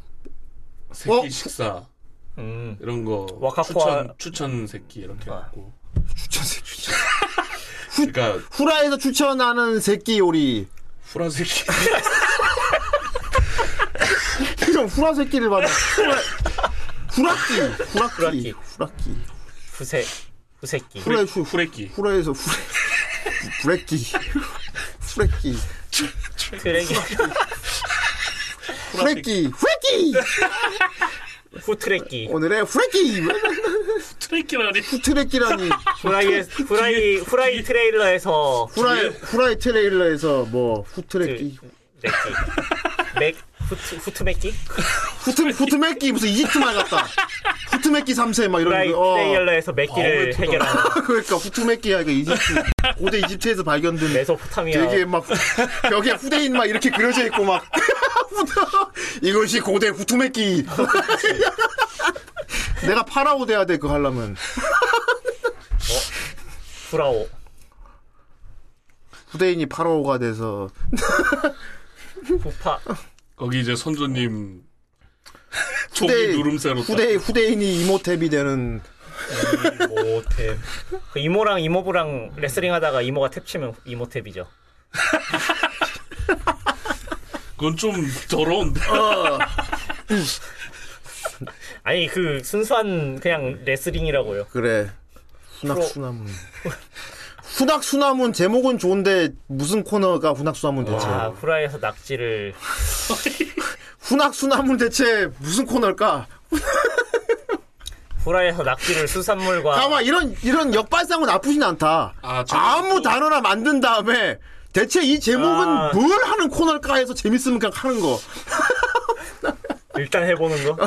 [SPEAKER 6] 새끼
[SPEAKER 7] 어?
[SPEAKER 6] 식사
[SPEAKER 8] 음,
[SPEAKER 6] 이런 거
[SPEAKER 8] 와카코아.
[SPEAKER 6] 추천 추천 새끼 이렇게
[SPEAKER 8] 아.
[SPEAKER 6] 하고.
[SPEAKER 7] 추천 새끼. 추천.
[SPEAKER 6] 그러니까
[SPEAKER 7] 후라에서 추천하는 새끼 요리.
[SPEAKER 6] 후라 새끼.
[SPEAKER 7] 그럼 후라 새끼를 받아. 후라, 후라끼. 후라끼.
[SPEAKER 8] 후라끼.
[SPEAKER 7] 후라끼.
[SPEAKER 8] 후세 후세끼.
[SPEAKER 7] 후라이 후,
[SPEAKER 6] 후레끼.
[SPEAKER 7] 후라에서 후레, 후레끼. 후레끼.
[SPEAKER 8] 트레기
[SPEAKER 7] 후레끼. 후레끼.
[SPEAKER 8] 후트레끼.
[SPEAKER 7] 오늘의 후레끼.
[SPEAKER 6] 트레끼라니.
[SPEAKER 7] 후트레끼라니.
[SPEAKER 8] 후라이 후라이 후라이 트레일러에서 네.
[SPEAKER 7] 후라이 후라이 트레일러에서 뭐 후트레끼
[SPEAKER 8] 맥기. 맥 후트 후트맥기?
[SPEAKER 7] 후트 후트맥기 무슨 이집트말 같다 후트맥기 3세 막 이런
[SPEAKER 8] 후라이
[SPEAKER 7] 거 어.
[SPEAKER 8] 네, 트레일러에서 맥기를
[SPEAKER 6] 어,
[SPEAKER 8] 해결하는
[SPEAKER 7] 그러니까 후트맥기야 이거 이집트 고대 이집트에서 발견된
[SPEAKER 8] 메소포타미아.
[SPEAKER 7] 되게 막 벽에 후대인 막 이렇게 그려져 있고 막 이것이 고대 후트맥기 내가 파라오 돼야 돼 그거 하려면
[SPEAKER 8] 후라오.
[SPEAKER 7] 후대인이 파라오가 돼서
[SPEAKER 8] 후파.
[SPEAKER 6] 거기 이제 선조님 초기
[SPEAKER 7] 후대
[SPEAKER 6] 누름새로
[SPEAKER 7] 후대 후대인이 이모탭이 되는
[SPEAKER 8] 이모탭. 그 이모랑 이모부랑 레슬링 하다가 이모가 탭 치면 이모탭이죠.
[SPEAKER 6] 딱- 그건 좀 더러운데.
[SPEAKER 8] 아니 그 순수한 그냥 레슬링이라고요.
[SPEAKER 7] 그래. 훈악수나문. 훈악수나문 제목은 좋은데 무슨 코너가 훈악수나문 대체?
[SPEAKER 8] 아, 후라이에서 낙지를
[SPEAKER 7] 훈악수나문 대체 무슨 코너일까?
[SPEAKER 8] 후라이에서 낙지를 수산물과
[SPEAKER 7] 아마 이런 이런 역발상은 나쁘진 않다.
[SPEAKER 6] 아, 저는
[SPEAKER 7] 아, 무
[SPEAKER 6] 또-
[SPEAKER 7] 단어나 만든 다음에 대체 이 제목은
[SPEAKER 8] 아.
[SPEAKER 7] 뭘 하는 코너일까 해서 재밌으면 그냥 하는 거.
[SPEAKER 8] 일단 해보는 거.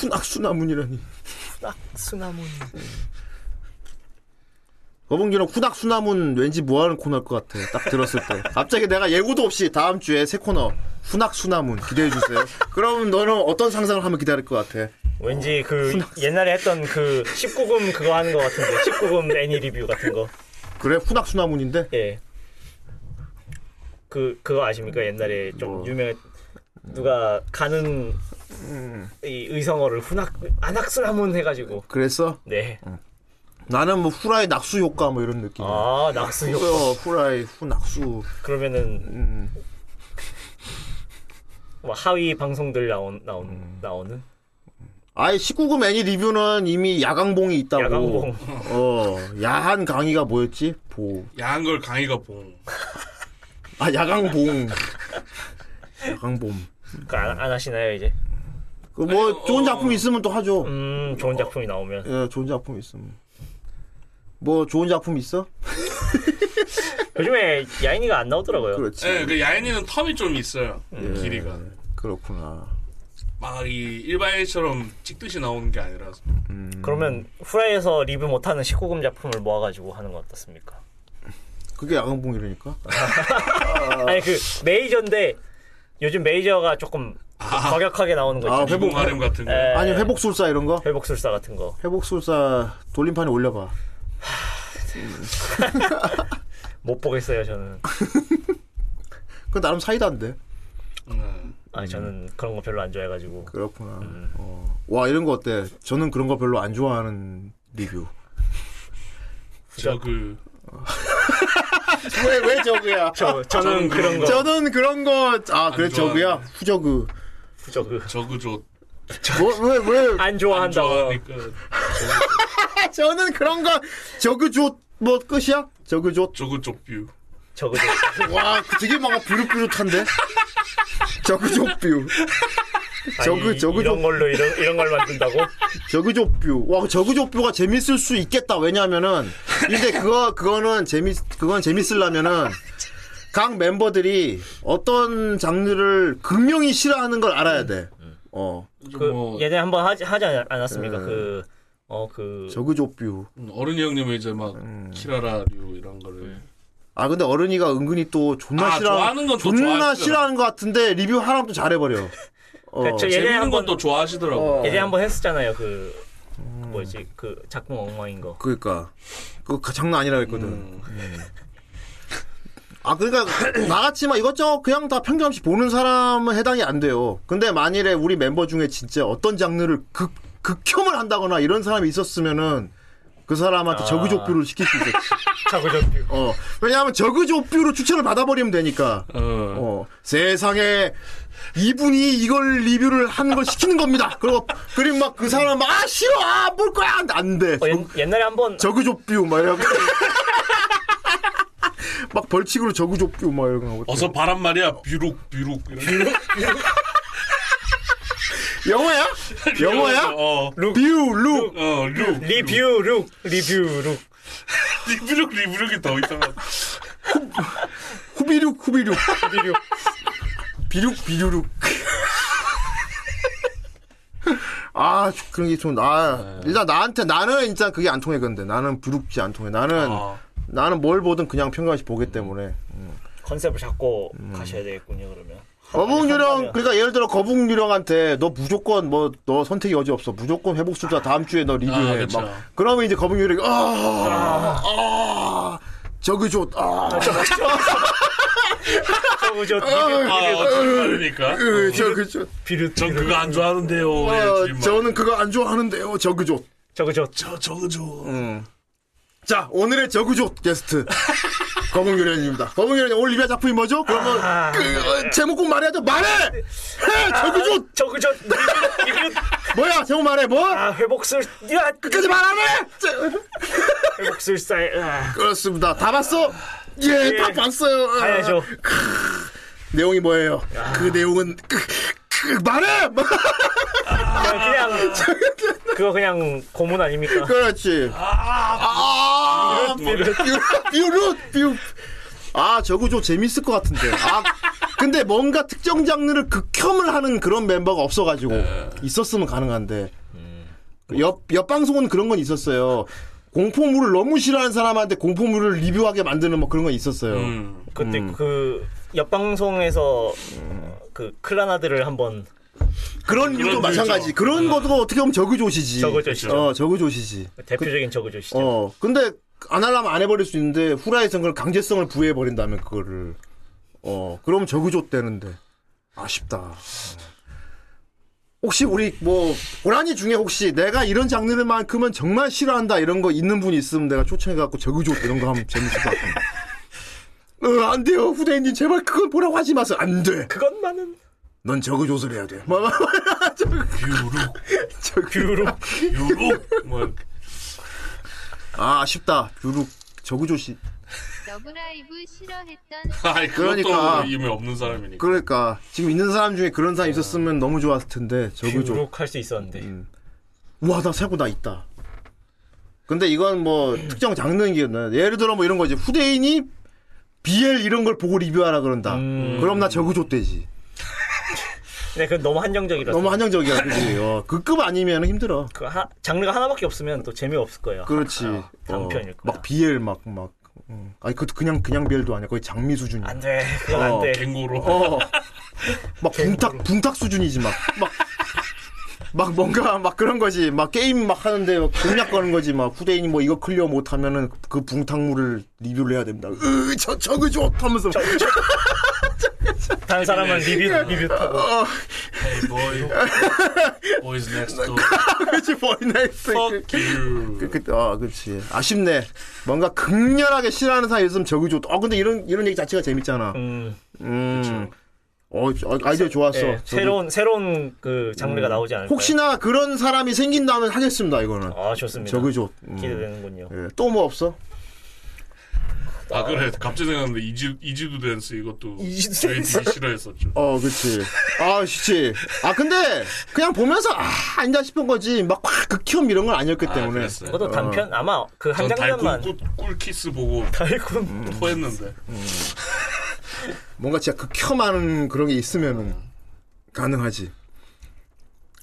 [SPEAKER 7] 후낙수나문이라니.
[SPEAKER 8] 수나문.
[SPEAKER 7] 거봉기는 후낙수나문 왠지 뭐하는 코너일 것 같아. 딱 들었을 때. 갑자기 내가 예고도 없이 다음 주에 새 코너 후낙수나문 기대해 주세요. 그럼 너는 어떤 상상을 하면 기다릴 것 같아?
[SPEAKER 8] 왠지 그 옛날에 했던 그 19금 그거 하는 거 같은데 19금 애니 리뷰 같은 거.
[SPEAKER 7] 그래 후낙수나문인데
[SPEAKER 8] 예. 그 그거 아십니까? 옛날에 좀
[SPEAKER 7] 뭐.
[SPEAKER 8] 유명했 누가 가는 이 의성어를 훈악 안악수라문 해가지고
[SPEAKER 7] 그랬어?
[SPEAKER 8] 네.
[SPEAKER 7] 나는 뭐 후라이 낙수 효과 뭐 이런 느낌. 아.
[SPEAKER 8] 아 낙수 효과.
[SPEAKER 7] 후라이 후낙수
[SPEAKER 8] 그러면은
[SPEAKER 7] 음.
[SPEAKER 8] 뭐 하위 방송들 나온 나온
[SPEAKER 7] 음.
[SPEAKER 8] 나오는
[SPEAKER 7] 아예 19금 애니 리뷰는 이미 야광봉이 있다고.
[SPEAKER 8] 야광봉.
[SPEAKER 7] 어, 야한 강의가 뭐였지? 보.
[SPEAKER 6] 야한 걸 강의가 봉. 예,
[SPEAKER 7] 아, 야광봉. 야광봄.
[SPEAKER 8] 그거 안, 안 하시나요 이제?
[SPEAKER 7] 그 뭐
[SPEAKER 6] 아니,
[SPEAKER 7] 좋은
[SPEAKER 6] 어.
[SPEAKER 7] 작품 있으면 또 하죠.
[SPEAKER 8] 음 좋은 작품이 나오면
[SPEAKER 7] 예, 좋은 작품 있으면. 뭐 좋은 작품 있어?
[SPEAKER 8] 요즘에 야인이가 안 나오더라고요.
[SPEAKER 7] 그렇지.
[SPEAKER 6] 예, 그 야인이는 텀이 좀 있어요. 길이가.
[SPEAKER 7] 그렇구나.
[SPEAKER 6] 막 이 일반인처럼 찍듯이 나오는 게 아니라서.
[SPEAKER 8] 그러면 후라이에서 리뷰 못하는 19금 작품을 모아가지고 하는 건 어떻습니까?
[SPEAKER 7] 그게 야광봉이라니까.
[SPEAKER 8] 아니 그 메이저인데 요즘 메이저가 조금 과격하게 나오는 거
[SPEAKER 7] 아,
[SPEAKER 8] 있죠.
[SPEAKER 7] 회복-
[SPEAKER 6] 회복 마렴 같은 거.
[SPEAKER 8] 예.
[SPEAKER 7] 아니 회복술사 이런 거?
[SPEAKER 8] 회복술사 같은 거.
[SPEAKER 7] 회복술사 돌림판에 올려봐.
[SPEAKER 8] 못 보겠어요 저는.
[SPEAKER 7] 그 나름 사이다인데.
[SPEAKER 6] 음.
[SPEAKER 8] 아 저는 그런 거 별로 안 좋아해가지고.
[SPEAKER 7] 그렇구나. 어. 와 이런 거 어때? 저는 그런 거 별로 안 좋아하는 리뷰.
[SPEAKER 6] 저그
[SPEAKER 7] 왜 왜 저그야?
[SPEAKER 8] 저 저는
[SPEAKER 6] 저는
[SPEAKER 8] 그런 거.
[SPEAKER 7] 저는 그런 거, 아, 그래,
[SPEAKER 6] 안 좋아하는
[SPEAKER 7] 저그야? 후저그.
[SPEAKER 8] 저 그.
[SPEAKER 6] 저그 저안
[SPEAKER 7] 뭐, 왜, 왜,
[SPEAKER 8] 안 좋아한다고.
[SPEAKER 6] 좋아하니까
[SPEAKER 7] 저는 그런 거, 저그 조, 뭐, 끝이야? 저그 조.
[SPEAKER 6] 저그 쪽뷰.
[SPEAKER 8] 저거
[SPEAKER 7] 와, 그 되게 뭔가 부릇부릇한데? 저그 조뷰. 저그, 저그
[SPEAKER 8] 이런
[SPEAKER 7] 조,
[SPEAKER 8] 걸로 이런 이런 걸 만든다고?
[SPEAKER 7] 저그 조뷰. 와, 그 저그 조뷰가 재밌을 수 있겠다. 왜냐면은, 근데 그거, 그거는 재밌, 그건 재밌으려면은, 각 멤버들이 어떤 장르를 극명히 싫어하는 걸 알아야 돼. 어,
[SPEAKER 6] 좀
[SPEAKER 8] 그
[SPEAKER 6] 뭐
[SPEAKER 8] 얘네 한번 하지 하지 않- 않았습니까? 그 어, 그,
[SPEAKER 7] 저그 조뷰.
[SPEAKER 6] 어른이 형님은 이제 막 키라라류 이런 거를
[SPEAKER 7] 아 근데 어른이가 은근히 또 존나
[SPEAKER 6] 아,
[SPEAKER 7] 싫어
[SPEAKER 6] 좋아하는 건또
[SPEAKER 7] 존나
[SPEAKER 6] 좋아하시더라.
[SPEAKER 7] 싫어하는 것 같은데 리뷰 하나면 또 잘해버려. 어.
[SPEAKER 8] 그 저- 얘네
[SPEAKER 6] 재밌는
[SPEAKER 8] 한번-
[SPEAKER 6] 건
[SPEAKER 8] 어.
[SPEAKER 6] 또 좋아하시더라고.
[SPEAKER 8] 예전에 한번 했었잖아요. 그, 그 뭐지? 그 작품 엉망인 거.
[SPEAKER 7] 그러니까 그거 가- 장난 아니라 했거든. 아 그러니까 나같이 막 이것저것 그냥 다 편견 없이 보는 사람은 해당이 안 돼요. 근데 만일에 우리 멤버 중에 진짜 어떤 장르를 극 극혐을 한다거나 이런 사람이 있었으면은 그 사람한테 저그족뷰를 시킬 수 있었지.
[SPEAKER 8] 자구적뷰.
[SPEAKER 7] 어. 왜냐하면 저그족뷰로 추천을 받아버리면 되니까.
[SPEAKER 6] 어.
[SPEAKER 7] 어, 세상에 이분이 이걸 리뷰를 하는 걸 시키는 겁니다. 그리고 그림 막 그 사람 막, 아 싫어 아볼 거야 안 돼.
[SPEAKER 8] 어, 옛, 옛날에 한번
[SPEAKER 7] 저그조뷰 막 이러고 막 벌칙으로 저그조뷰 막 이러고 하고.
[SPEAKER 6] 어서 바란 말이야. 뷰룩 뷰룩. 이런 거.
[SPEAKER 7] 영어야? 영어야?
[SPEAKER 6] 어.
[SPEAKER 7] 뷰, 룩.
[SPEAKER 6] 어, 룩.
[SPEAKER 8] 리뷰 룩 리뷰 룩
[SPEAKER 6] 리브룩 리브룩이 더 이상한.
[SPEAKER 7] 후비룩, 후비룩.
[SPEAKER 8] 리뷰
[SPEAKER 7] 비룩, 비루룩. 아, 그런 게 좀, 아, 일단 나한테, 나는 일단 그게 안 통해, 근데. 나는 부룩지 안 통해. 나는,
[SPEAKER 6] 아.
[SPEAKER 7] 나는 뭘 보든 그냥 평가시 보기 때문에.
[SPEAKER 8] 컨셉을 잡고
[SPEAKER 7] 음.
[SPEAKER 8] 가셔야 되겠군요 그러면
[SPEAKER 7] 거북유령
[SPEAKER 8] 한다면.
[SPEAKER 7] 그러니까 예를 들어 거북유령한테 너 무조건 뭐 너 선택이 여지 없어 무조건 회복 수자 다음 주에 너
[SPEAKER 6] 아,
[SPEAKER 7] 리뷰해
[SPEAKER 6] 그쵸.
[SPEAKER 7] 막 그러면 이제 거북유령이 아, 아, 저그 좋 아, 어,
[SPEAKER 8] 저구적
[SPEAKER 6] 아, 어차피 다르니까.
[SPEAKER 7] 으, 예, 저그 좋
[SPEAKER 8] 비루
[SPEAKER 6] 전 그거 안 좋아하는데요. 예,
[SPEAKER 7] 아. 어,
[SPEAKER 6] 주인만.
[SPEAKER 7] 저는 그거 안 좋아하는데요 저그 좋
[SPEAKER 8] 저구적
[SPEAKER 6] 저 저거 저.
[SPEAKER 7] 자 오늘의 저그 좋 게스트 거북유령입니다 거북유령 오늘 리뷰 작품이 뭐죠? 그러면 그, 어, 제목 꼭 말해야죠 말해 해 저그 좋
[SPEAKER 8] 저구적 리뷰 리뷰
[SPEAKER 7] 뭐야 제목 말해 뭐
[SPEAKER 8] 아 회복술 야
[SPEAKER 7] 끝까지 말 안 해. 저-
[SPEAKER 8] 회복술사 아,
[SPEAKER 7] 그렇습니다. 다 봤어? 예,
[SPEAKER 8] 예.
[SPEAKER 7] 다 봤어요. 아,
[SPEAKER 8] 가야죠
[SPEAKER 7] 내용이 뭐예요? 그 내용은 그, 그 말해.
[SPEAKER 8] 그냥, 그냥 그거 그냥 고문 아닙니까
[SPEAKER 7] 그렇지. 아, 뷰, 뷰, 뷰, 뷰. 아, 저거 좀 재밌을 것 같은데. 아, 근데 뭔가 특정 장르를 극혐을 하는 그런 멤버가 없어가지고
[SPEAKER 8] 네.
[SPEAKER 7] 있었으면 가능한데
[SPEAKER 8] 음.
[SPEAKER 7] 옆, 옆 방송은 그런 건 있었어요. 공포물을 너무 싫어하는 사람한테 공포물을 리뷰하게 만드는 뭐 그런 건 있었어요.
[SPEAKER 6] 음.
[SPEAKER 8] 그때 그 옆방송에서
[SPEAKER 7] 음.
[SPEAKER 8] 그 클라나드를 한번
[SPEAKER 6] 그런
[SPEAKER 7] 그런 이유도 마찬가지.
[SPEAKER 6] 이유죠.
[SPEAKER 7] 그런 것도 어떻게 보면 저그조시지.
[SPEAKER 8] 저그조시죠.
[SPEAKER 7] 어, 저그조시지.
[SPEAKER 8] 대표적인 저그조시죠.
[SPEAKER 7] 어, 근데 안 하려면 안 해버릴 수 있는데 후라이에서는 그걸 강제성을 부여해버린다면 그거를 어, 그럼 저그조 되는데 아쉽다. 어. 혹시 우리 뭐 고라니 중에 혹시 내가 이런 장르만큼은 정말 싫어한다 이런 거 있는 분이 있으면 내가 초청해갖고 저그조 이런 거 하면 재밌을 것 같아. 어, 안 돼요 후대인님 제발 그건 보라고 하지 마세요 안 돼.
[SPEAKER 8] 그것만은
[SPEAKER 7] 넌 저그조를 해야 돼. 뭐, 막, 막, 막, 저그-
[SPEAKER 6] 유룩,
[SPEAKER 7] 저그-
[SPEAKER 8] 뷰로
[SPEAKER 6] 유룩. 뭐
[SPEAKER 7] 아 아쉽다 유룩 저그조시
[SPEAKER 9] 러브라이브 싫어했던
[SPEAKER 6] 아이 그것도
[SPEAKER 7] 그러니까.
[SPEAKER 6] 이미 없는 사람이니까.
[SPEAKER 7] 그러니까 지금 있는 사람 중에 그런 사람 있었으면 너무 좋았을 텐데 저그조
[SPEAKER 8] 뷰룩 할수 있었는데
[SPEAKER 7] 와나 세고 나 있다 근데 이건 뭐 특정 장르인 게 없나요 예를 들어 뭐 이런 거지 후대인이 BL 이런 걸 보고 리뷰하라 그런다
[SPEAKER 8] 음.
[SPEAKER 7] 그럼 나 저그조 되지
[SPEAKER 8] 근데 그건 너무 한정적이라서
[SPEAKER 7] 너무 한정적이야 그지 어, 그급 아니면 힘들어
[SPEAKER 8] 그 하- 장르가 하나밖에 없으면 또 재미없을 거예요.
[SPEAKER 7] 그렇지 어,
[SPEAKER 8] 아, 단편일 거야.
[SPEAKER 7] 막 BL 막막 음. 아니 그것도 그냥 그냥 BL도 아니야 거의 장미 수준이야
[SPEAKER 8] 안 돼. 그건
[SPEAKER 7] 어.
[SPEAKER 8] 안 돼.
[SPEAKER 6] 갱고로.
[SPEAKER 7] 어. 막
[SPEAKER 8] 네,
[SPEAKER 7] 붕탁 붕탁 수준이지 막. 막. 막 뭔가 막 그런 거지 막 게임 막 하는데 막 공략 거는 거지 막 후대인이 뭐 이거 클리어 못하면은 그 붕탁물을 리뷰를 해야 됩니다. 으저 저거 좋다면서 그
[SPEAKER 8] 다른 사람은 리뷰 리뷰 타고
[SPEAKER 7] 어.
[SPEAKER 6] Hey boy, boys next door.
[SPEAKER 7] 그렇지 버리나이스 그,
[SPEAKER 6] Fuck you.
[SPEAKER 7] 그아 그렇지 아쉽네 뭔가 극렬하게 싫어하는 사람이 있으면 저거 좋다. 어 근데 이런 이런 얘기 자체가 재밌잖아.
[SPEAKER 8] 음,
[SPEAKER 7] 음. 어 아이디어 좋았어.
[SPEAKER 8] 예,
[SPEAKER 7] 저도.
[SPEAKER 8] 새로운 새로운 그 장르가 나오지 않을까.
[SPEAKER 7] 혹시나 그런 사람이 생긴다면 하겠습니다 이거는.
[SPEAKER 8] 아 좋습니다.
[SPEAKER 7] 저거 좋. 음.
[SPEAKER 8] 기대되는군요.
[SPEAKER 7] 또 뭐 없어?
[SPEAKER 6] 아 그래 갑자기 생각났는데 이지 이지도 댄스 이것도
[SPEAKER 8] 이지도
[SPEAKER 6] 저희 되게 싫어했었죠.
[SPEAKER 7] 어, 그치. 아, 그치. 아, 근데, 그냥 보면서, 아, 아니다 싶은 거지. 막, 확, 극혐 이런 건 아니었기
[SPEAKER 6] 아,
[SPEAKER 7] 때문에.
[SPEAKER 6] 그랬어요.
[SPEAKER 8] 그것도 단편 아마 그 한
[SPEAKER 6] 전 달콤
[SPEAKER 8] 장면만
[SPEAKER 6] 꿀, 꿀키스 보고
[SPEAKER 8] 달콤.
[SPEAKER 7] 음.
[SPEAKER 6] 토했는데
[SPEAKER 7] 뭔가 진짜 극혐하는 그런 게 있으면은, 가능하지.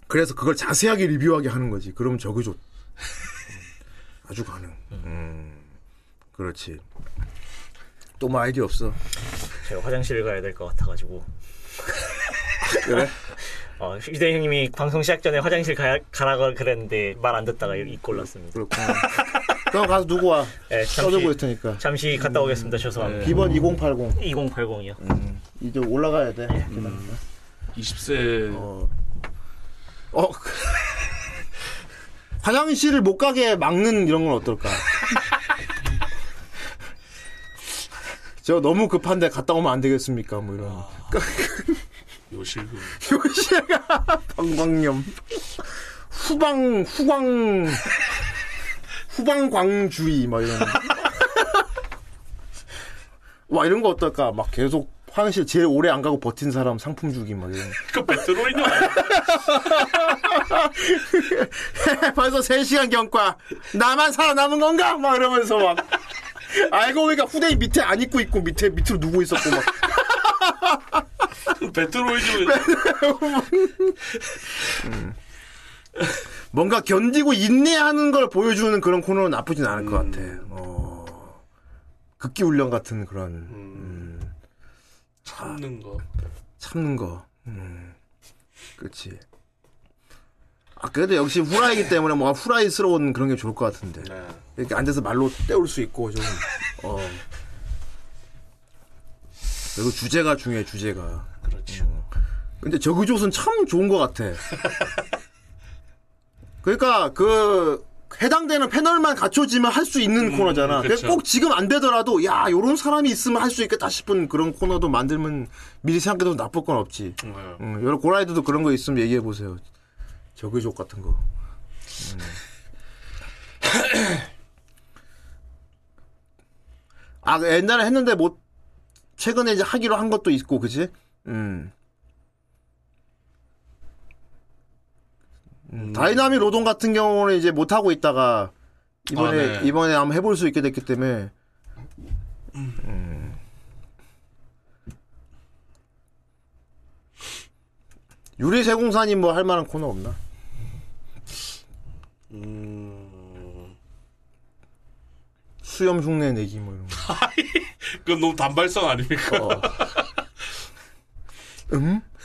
[SPEAKER 7] 그래서 그걸 자세하게 리뷰하게 하는 거지. 그러면 저거 좋. 음. 아주 가능. 음, 그렇지. 또 뭐 아이디어 없어.
[SPEAKER 8] 제가 화장실을 가야 될 것 같아가지고.
[SPEAKER 7] 그래?
[SPEAKER 8] 어, 휴대 형님이 방송 시작 전에 화장실 가, 가라고 그랬는데 말 안 듣다가 입 골랐습니다.
[SPEAKER 7] 그렇구나. 그럼 가서 누구 와?
[SPEAKER 8] 예,
[SPEAKER 7] 써주고 있을
[SPEAKER 8] 잠시
[SPEAKER 7] 테니까.
[SPEAKER 8] 잠시 갔다
[SPEAKER 7] 음.
[SPEAKER 8] 오겠습니다. 죄송합니다.
[SPEAKER 7] 비번 2080.
[SPEAKER 8] 2080이요.
[SPEAKER 7] 음. 이제 올라가야 돼.
[SPEAKER 6] 20세
[SPEAKER 7] 어. 화장실을 못 가게 막는 이런 건 어떨까? 저 너무 급한데 갔다 오면 안 되겠습니까? 뭐 이런.
[SPEAKER 6] 요실금 그.
[SPEAKER 7] 요시가 방광염. 후방 후광 후방광주의 막 이런. 와 이런 거 어떨까? 막 계속 화장실 제일 오래 안 가고 버틴 사람 상품 주기 막 이런.
[SPEAKER 6] 그 베트로이냐 아
[SPEAKER 7] 벌써 3시간 경과. 나만 살아남은 건가? 막 이러면서 막. 알고 보니까 후대인 밑에 안 입고 있고 밑에 밑으로 누워 있었고 막
[SPEAKER 6] 베트로이냐
[SPEAKER 7] 뭔가 견디고 인내하는 걸 보여주는 그런 코너는 나쁘진 않을 것 같아. 어. 극기 훈련 같은 그런
[SPEAKER 6] 참는 거
[SPEAKER 7] 참는 거. 음. 그렇지. 아 그래도 역시 후라이기 때문에 뭔가 후라이스러운 그런 게 좋을 것 같은데.
[SPEAKER 6] 네.
[SPEAKER 7] 이렇게 앉아서 말로 때울 수 있고 좀 어. 그리고 주제가 중요해 주제가. 음.
[SPEAKER 6] 그렇죠
[SPEAKER 7] 근데 저그조선 참 좋은 것 같아. 그러니까 그 해당되는 패널만 갖춰지면 할 수 있는 코너잖아.
[SPEAKER 6] 음, 그쵸.
[SPEAKER 7] 그러니까 꼭 지금 안 되더라도 야 요런 사람이 있으면 할 수 있겠다 싶은 그런 코너도 만들면 미리 생각해도 나쁠 건 없지.
[SPEAKER 6] 네.
[SPEAKER 7] 응, 음, 여러 고라이드도 그런 거 있으면 얘기해 보세요. 저그족 같은 거. 음. 아 옛날에 했는데 못 최근에 이제 하기로 한 것도 있고 그지? 음. 음, 다이나믹 로동 같은 경우는 이제 못 하고 있다가 이번에
[SPEAKER 6] 아, 네.
[SPEAKER 7] 이번에 한번 해볼 수 있게 됐기 때문에 음. 유리세공사님 뭐 할 만한 코너 없나?
[SPEAKER 6] 음.
[SPEAKER 7] 수염 흉내 내기 뭐 이런 거.
[SPEAKER 6] 그건 너무 단발성 아닙니까?
[SPEAKER 7] 어. 음?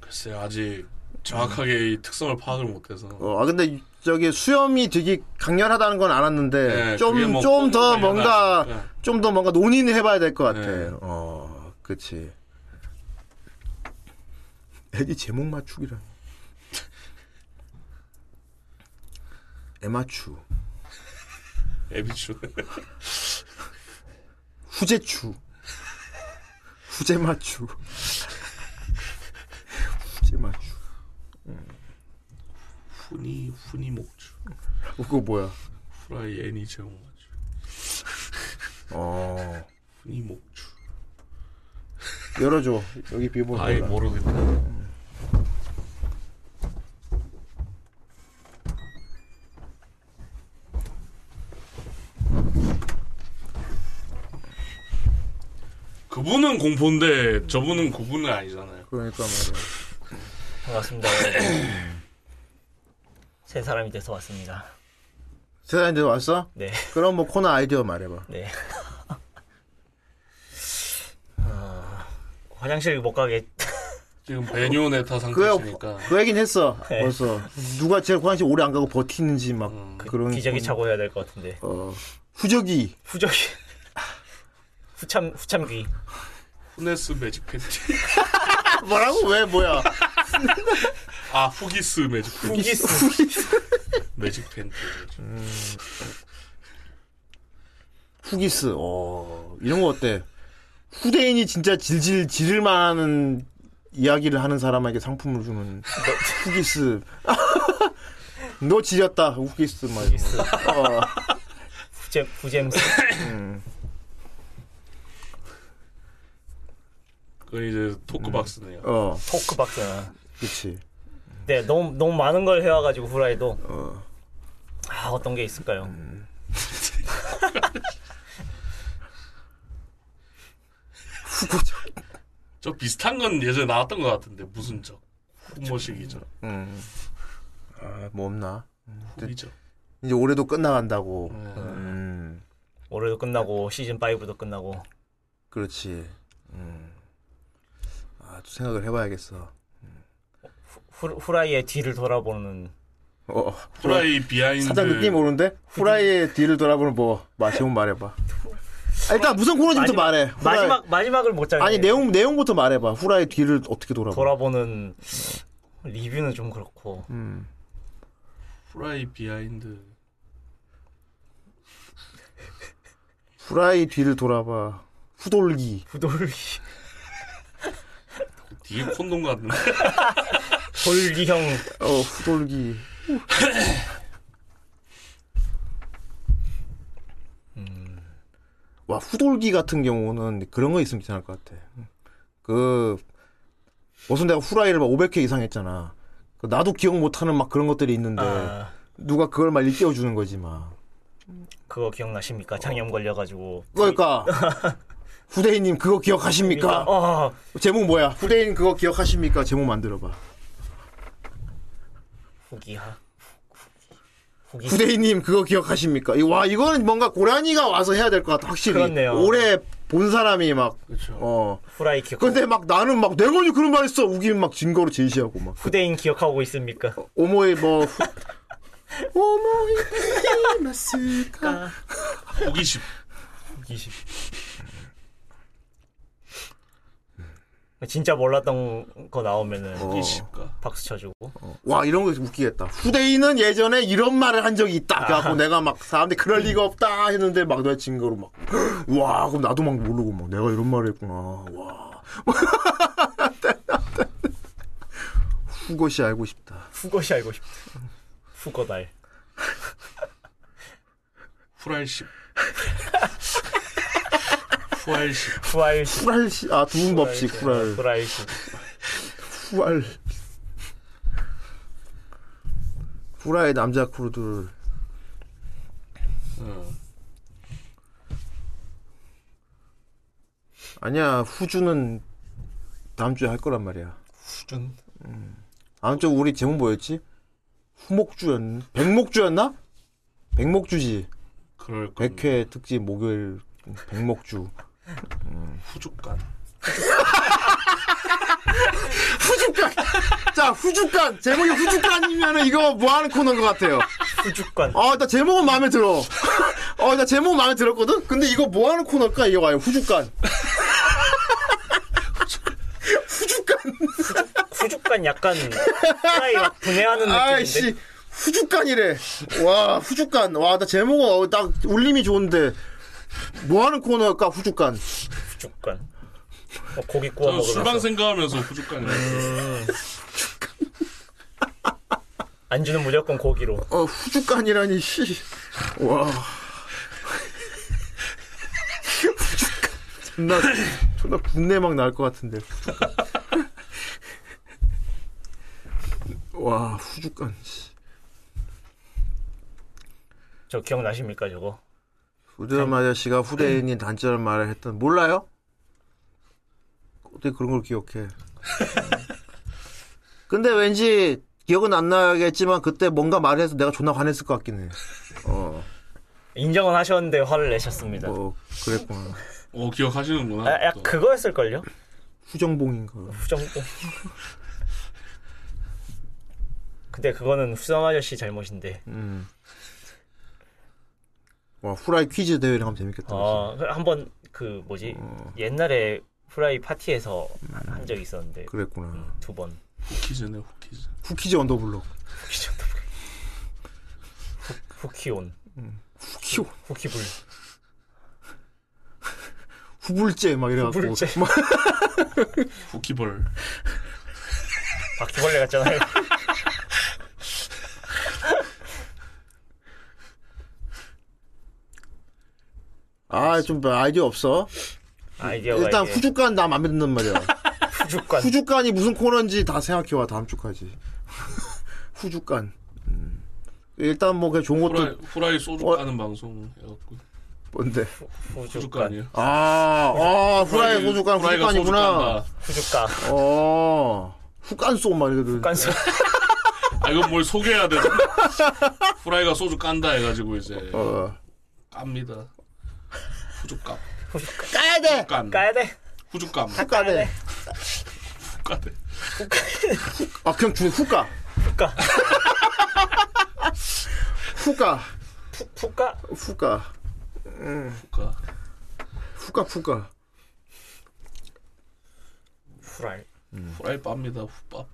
[SPEAKER 6] 글쎄 아직 정확하게 이 특성을 파악을 못해서.
[SPEAKER 7] 어, 아 근데 저기 수염이 되게 강렬하다는 건 알았는데
[SPEAKER 6] 네,
[SPEAKER 7] 좀
[SPEAKER 6] 그게 뭐
[SPEAKER 7] 좀 더
[SPEAKER 6] 꼽는
[SPEAKER 7] 뭔가
[SPEAKER 6] 관련이 아니니까.
[SPEAKER 7] 좀 더 뭔가 논의는 해봐야 될 것 같아.
[SPEAKER 6] 네.
[SPEAKER 7] 어, 그렇지. 애기 제목 맞추기라. 애맞추,
[SPEAKER 6] 에비추.
[SPEAKER 7] 후제추, 후제맞추, 후제맞추.
[SPEAKER 6] 훈이 훈이 목주.
[SPEAKER 7] 어, 그거 뭐야?
[SPEAKER 6] 후라이 애니 제목 맞주.
[SPEAKER 7] 어,
[SPEAKER 6] 훈이 목주.
[SPEAKER 7] 열어줘. 여기 비밀번호.
[SPEAKER 6] 아예
[SPEAKER 7] 몰라.
[SPEAKER 6] 모르겠네. 그분은 공포인데 저분은 구분은 아니잖아요.
[SPEAKER 7] 그러니까 말이야.
[SPEAKER 8] 반갑습니다. 세 사람이 돼서 왔습니다.
[SPEAKER 7] 세상 이제 왔어?
[SPEAKER 8] 네,
[SPEAKER 7] 그럼 뭐 코너 아이디어 말해봐.
[SPEAKER 8] 네. 아, 화장실 못 가게
[SPEAKER 6] 지금 베뇨네타 상태시니까 네.
[SPEAKER 7] 그 얘긴 했어. 벌써 누가 제일 화장실 오래 안 가고 버티는지 막
[SPEAKER 6] 음,
[SPEAKER 7] 그런
[SPEAKER 8] 기저귀
[SPEAKER 7] 건-
[SPEAKER 8] 차고 해야 될 것 같은데
[SPEAKER 7] 어, 후적이
[SPEAKER 8] 후적이 후참 후참귀
[SPEAKER 6] 후네스 매직 팬티.
[SPEAKER 7] 아, 뭐라고 왜 뭐야?
[SPEAKER 6] 아 후기스 매직 팬티.
[SPEAKER 8] 후기스
[SPEAKER 6] 매직 팬티.
[SPEAKER 7] 후기스. 어 이런 거 어때? 후대인이 진짜 질질 지를 만한 이야기를 하는 사람에게 상품을 주는 후기스. 너 지렸다 후기스 막. 이런 거. 어,
[SPEAKER 8] 후잼 후잼스
[SPEAKER 6] 그건 이제 토크박스네요.
[SPEAKER 7] 어
[SPEAKER 8] 토크박스나
[SPEAKER 7] 그렇지.
[SPEAKER 8] 네 너무 너무 많은 걸 해와가지고 후라이도 아 어떤 게 있을까요?
[SPEAKER 7] 후고적.
[SPEAKER 6] 저 비슷한 건 예전에 나왔던 것 같은데 무슨 적 후모식이죠.
[SPEAKER 7] 음. 아뭐 없나?
[SPEAKER 6] 후기죠.
[SPEAKER 7] 이제 올해도 끝나간다고.
[SPEAKER 6] 네.
[SPEAKER 7] 음.
[SPEAKER 8] 올해도 끝나고 시즌 5도 끝나고
[SPEAKER 7] 그렇지. 음. 아, 또 생각을 해봐야겠어.
[SPEAKER 8] 후, 후라이의 뒤를 돌아보는
[SPEAKER 7] 어,
[SPEAKER 6] 후라이 비하인드.
[SPEAKER 7] 사장 느낌 오는데? 후라이의 뒤를 돌아보는 뭐, 마, 제목 말해봐. 아, 일단 무슨 코너지부터
[SPEAKER 8] 마지막-
[SPEAKER 7] 말해. 후라이-
[SPEAKER 8] 마지막 마지막을 못 잡네.
[SPEAKER 7] 아니, 내용, 내용부터 말해봐. 후라이 뒤를 어떻게 돌아봐.
[SPEAKER 8] 돌아보는 리뷰는 좀 그렇고
[SPEAKER 7] 음.
[SPEAKER 6] 후라이 비하인드.
[SPEAKER 7] 후라이 뒤를 돌아봐. 후돌기.
[SPEAKER 8] 부돌리
[SPEAKER 6] 뒤에 콘돔 같은데.
[SPEAKER 8] 돌리형
[SPEAKER 7] 어, 후돌기. 와, 후돌기 같은 경우는 그런 거 있으면 괜찮을 것 같아. 그, 무슨 내가 후라이를 막 500회 이상 했잖아. 그 나도 기억 못하는 막 그런 것들이 있는데,
[SPEAKER 8] 아,
[SPEAKER 7] 누가 그걸 막 일깨워주는 거지, 막.
[SPEAKER 8] 그거 기억나십니까? 장염 걸려가지고
[SPEAKER 7] 어. 그러니까, 후대인님 그거 기억하십니까? 어.
[SPEAKER 8] 아,
[SPEAKER 7] 제목 뭐야? 후대인 그거 기억하십니까? 제목 만들어봐.
[SPEAKER 8] 후기하 후기
[SPEAKER 7] 후대인님 그거 기억하십니까? 이- 와 이거는 뭔가 고라니가 와서 해야 될 것 같아 확실히
[SPEAKER 8] 그렇네요.
[SPEAKER 7] 올해 본 사람이 막
[SPEAKER 6] 그렇죠.
[SPEAKER 7] 어.
[SPEAKER 8] 후라이 기억
[SPEAKER 7] 근데 막 나는 막 내건이 그런 말 했어 우기는 막 증거로 제시하고 막
[SPEAKER 8] 후대인 기억하고 있습니까?
[SPEAKER 7] 오모이 뭐 후- 오모이 이마스카
[SPEAKER 6] 호기심.
[SPEAKER 8] 20. 진짜 몰랐던 거
[SPEAKER 7] 어.
[SPEAKER 8] 나오면은
[SPEAKER 6] 호기심과.
[SPEAKER 8] 박수 쳐주고
[SPEAKER 7] 와 이런 거 웃기겠다 후대인은 예전에 이런 말을 한 적이 있다
[SPEAKER 8] 아.
[SPEAKER 7] 그래갖고 내가 막 사람들이 그럴
[SPEAKER 8] 음.
[SPEAKER 7] 리가 없다 했는데 막 내가 증거로 막와 그럼 나도 막 모르고 막 내가 이런 말을 했구나 와 후것이 알고 싶다
[SPEAKER 8] 후것이 알고 싶다. 후거달.
[SPEAKER 6] 후랄심. 후알심.
[SPEAKER 8] 후알
[SPEAKER 7] 후랄 씨, 아, 두분 법칙, 후랄.
[SPEAKER 8] 후라이식.
[SPEAKER 7] 후랄. 후라이 남자 크루들.
[SPEAKER 6] 어.
[SPEAKER 7] 아니야, 후주는 다음 주에 할 거란 말이야.
[SPEAKER 8] 수준.
[SPEAKER 7] 다음 주 우리 제목 뭐였지? 후목주였, 백목주였나? 백목주지.
[SPEAKER 6] 그럴 거.
[SPEAKER 7] 백회 특집 목요일 백목주. 음,
[SPEAKER 6] 후죽간.
[SPEAKER 7] 자, 후주간! 제목이 후주간이면은 이거 뭐 하는 코너인 것 같아요.
[SPEAKER 8] 수주관.
[SPEAKER 7] 아, 나 제목은 마음에 들어. 어, 나 제목은 마음에 들었거든? 근데 이거 뭐 하는 코너일까? 이거 와요. 후주간.
[SPEAKER 8] 수주관 약간 사이 막 분해하는 느낌인데.
[SPEAKER 7] 아이씨. 후주간이래. 와, 후주간. 와, 나 제목은 어, 딱 울림이 좋은데. 뭐 하는 코너일까? 후주간.
[SPEAKER 8] 수주관. 어, 고기 구워
[SPEAKER 6] 저는
[SPEAKER 8] 먹으면서.
[SPEAKER 6] 술방 생각하면서 후죽간이 나왔어요.
[SPEAKER 8] 안주는 무조건 고기로.
[SPEAKER 7] 어, 후주간이라니, 씨. 와. 후주간. 존나, 존나 분내 막 날 것 같은데. 후주간. 와, 후주간, 씨.
[SPEAKER 8] 저 기억나십니까 저거?
[SPEAKER 7] 후대인 아저씨가 후대인이 단절한 말을 했던, 몰라요? 어떻게 그런 걸 기억해. 근데 왠지 기억은 안 나겠지만 그때 뭔가 말해서 내가 존나 화냈을 것 같긴 해. 어,
[SPEAKER 8] 인정은 하셨는데 화를 내셨습니다.
[SPEAKER 7] 뭐, 그랬구나.
[SPEAKER 6] 어 기억하시는구나.
[SPEAKER 8] 아, 약
[SPEAKER 6] 또.
[SPEAKER 8] 그거였을걸요?
[SPEAKER 7] 후정봉인가.
[SPEAKER 8] 후정. 근데 그거는 후성 아저씨 잘못인데.
[SPEAKER 7] 음. 와 후라이 퀴즈 대회를 하면 재밌겠다.
[SPEAKER 8] 어, 그 한번 그 뭐지
[SPEAKER 7] 어.
[SPEAKER 8] 옛날에 프라이 파티에서 한 적이 있었는데
[SPEAKER 7] 음, 그랬구나.
[SPEAKER 8] 두 번.
[SPEAKER 6] 후키즈네 후키즈.
[SPEAKER 7] 후퀴즈 언더블록.
[SPEAKER 8] 후키온,
[SPEAKER 7] 후키
[SPEAKER 8] 후키불,
[SPEAKER 7] 후불제 막 이래갖고.
[SPEAKER 8] 후불제.
[SPEAKER 7] 막
[SPEAKER 6] 후키벌.
[SPEAKER 8] 바퀴벌레 같잖아요.
[SPEAKER 7] 아좀 아이디어 없어.
[SPEAKER 8] 아이디어가
[SPEAKER 7] 일단
[SPEAKER 8] 이게
[SPEAKER 7] 후주간 나 마음에 든단 말이야.
[SPEAKER 8] 후죽관.
[SPEAKER 7] 후주간이 무슨 코너인지 다 생각해와 다음 주까지. 후주간. 음. 일단 뭐 그냥 좋은 것도
[SPEAKER 6] 후라이, 후라이 소주
[SPEAKER 7] 어.
[SPEAKER 6] 까는 방송 해갖고
[SPEAKER 7] 뭔데.
[SPEAKER 8] 후죽관,
[SPEAKER 6] 후죽간이에요.
[SPEAKER 7] 아, 아 후라이 후주간
[SPEAKER 6] 후라이가
[SPEAKER 7] 후주간이구나.
[SPEAKER 6] 소주 깐다.
[SPEAKER 8] 후죽가,
[SPEAKER 7] 어. 후간소 막 이래도.
[SPEAKER 8] 관수.
[SPEAKER 6] 아 이거 뭘 소개해야 되지? 후라이가 소주 깐다 해가지고 이제
[SPEAKER 7] 어.
[SPEAKER 6] 깝니다. 후죽갑.
[SPEAKER 7] 까야 돼.
[SPEAKER 6] 깐.
[SPEAKER 8] 까야 돼.
[SPEAKER 6] 후죽감.
[SPEAKER 7] 까야 돼.
[SPEAKER 6] 후까대.
[SPEAKER 7] 아 그냥 주 후가.
[SPEAKER 8] 후가,
[SPEAKER 7] 후가
[SPEAKER 8] 후가,
[SPEAKER 7] 후가
[SPEAKER 6] 후까.
[SPEAKER 7] 후가 후가
[SPEAKER 8] 후라이.
[SPEAKER 6] 후라이 빱니다. 후밥.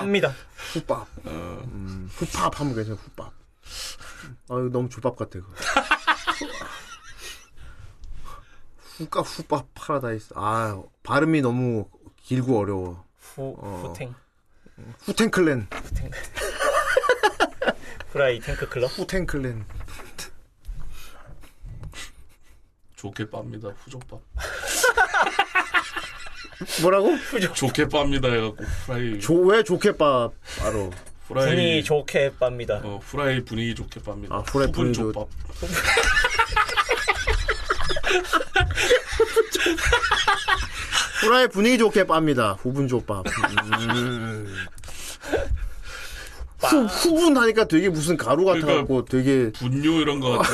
[SPEAKER 8] 빱니다.
[SPEAKER 7] 후밥 음, 후밥 하면 괜찮아 후밥 아 이거 너무 조밥 같아 그거 후가 후밥 파라다이스 아 발음이 너무 길고 어려워
[SPEAKER 8] 후, 후탱,
[SPEAKER 7] 후텐클랜
[SPEAKER 8] 후탱. 후라이 탱크 클럽.
[SPEAKER 7] 후텐클랜
[SPEAKER 6] 좋게 빱니다. 후족밥.
[SPEAKER 7] 뭐라고
[SPEAKER 6] 좋게 빱니다 해갖고 후라이.
[SPEAKER 7] 조, 왜 좋게 밥 바로
[SPEAKER 6] 후라이.
[SPEAKER 7] 예.
[SPEAKER 8] 분이 좋게 빱니다.
[SPEAKER 6] 어, 후라이 분위기 좋게 빱니다.
[SPEAKER 7] 아, 후라이
[SPEAKER 6] 후분
[SPEAKER 7] 분위기 좋-
[SPEAKER 6] 족밥.
[SPEAKER 7] 후라이 분위기 좋게 빱니다 후분 조밥 음. 후, 후분 하니까 되게 무슨 가루 같아갖고 되게
[SPEAKER 6] 분뇨 이런 거 같아.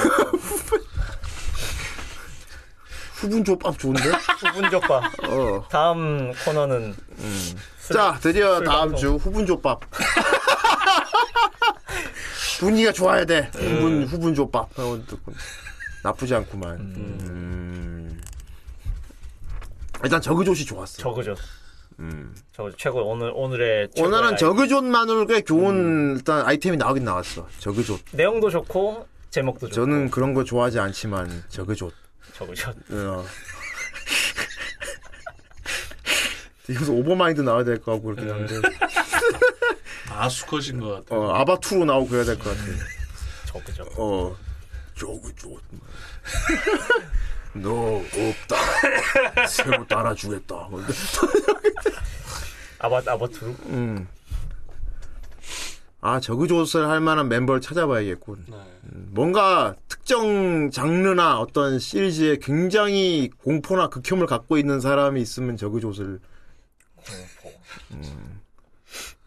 [SPEAKER 7] 후분 조밥 좋은데
[SPEAKER 8] 후분족밥.
[SPEAKER 7] 어.
[SPEAKER 8] 다음 코너는
[SPEAKER 7] 자, 드디어
[SPEAKER 8] 술
[SPEAKER 7] 다음 주
[SPEAKER 8] 방송.
[SPEAKER 7] 후분조밥. 분위기가 좋아야 돼.
[SPEAKER 8] 네.
[SPEAKER 7] 후분 후분조밥. 어, 듣고. 나쁘지 않구만. 음. 일단 저그조시 좋았어.
[SPEAKER 8] 저거죠.
[SPEAKER 7] 음.
[SPEAKER 8] 저거 최고 오늘 오늘의 최고의
[SPEAKER 7] 오늘은
[SPEAKER 8] 아이-
[SPEAKER 7] 저그존만으로 꽤 좋은 일단 아이템이 나오긴 나왔어. 저그존.
[SPEAKER 8] 내용도 좋고 제목도 좋고
[SPEAKER 7] 저는 그런 거 좋아하지 않지만 저그존.
[SPEAKER 8] 저거죠.
[SPEAKER 7] 어. 이것도 오버마인드 나와야 될 것 같고 그렇긴 한데
[SPEAKER 6] 아수컷인 거 같아.
[SPEAKER 7] 어, 아바투로 나오고 그래야 될 것 같아.
[SPEAKER 8] 저거죠.
[SPEAKER 7] 어, 저기 좋았나. 너 없다. 새로 따라주겠다.
[SPEAKER 8] 아바 아바투르.
[SPEAKER 7] 음. 아 저그조사를 할 만한 멤버를 찾아봐야겠군. 음,
[SPEAKER 6] 네.
[SPEAKER 7] 뭔가 특정 장르나 어떤 시리즈에 굉장히 공포나 극혐을 갖고 있는 사람이 있으면 저그조사를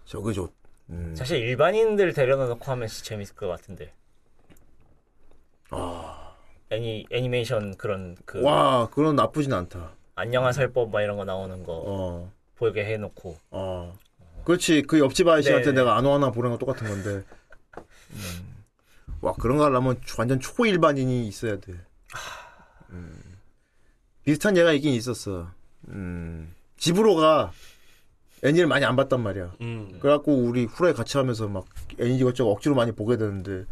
[SPEAKER 7] 저그조 음.
[SPEAKER 8] 사실 일반인들 데려다 놓고 하면 진짜 재밌을 것 같은데.
[SPEAKER 7] 아.
[SPEAKER 8] 애니 애니메이션 그런 그
[SPEAKER 7] 와 그건 나쁘진 않다.
[SPEAKER 8] 안녕하살법 막 이런 거 나오는 거
[SPEAKER 7] 어.
[SPEAKER 8] 보게 해놓고
[SPEAKER 7] 어. 그렇지. 그 옆집 아저씨한테
[SPEAKER 8] 네.
[SPEAKER 7] 내가 안호 하나 보는 거 똑같은 건데. 음. 와, 그런 거 하려면 초- 완전 초일반인이 있어야 돼. 음. 비슷한 얘가 있긴 있었어. 음. 집으로가 애니를 많이 안 봤단 말이야.
[SPEAKER 6] 음.
[SPEAKER 7] 그래갖고 우리 후라이 같이 하면서 막 애니 이것저것 억지로 많이 보게 되는데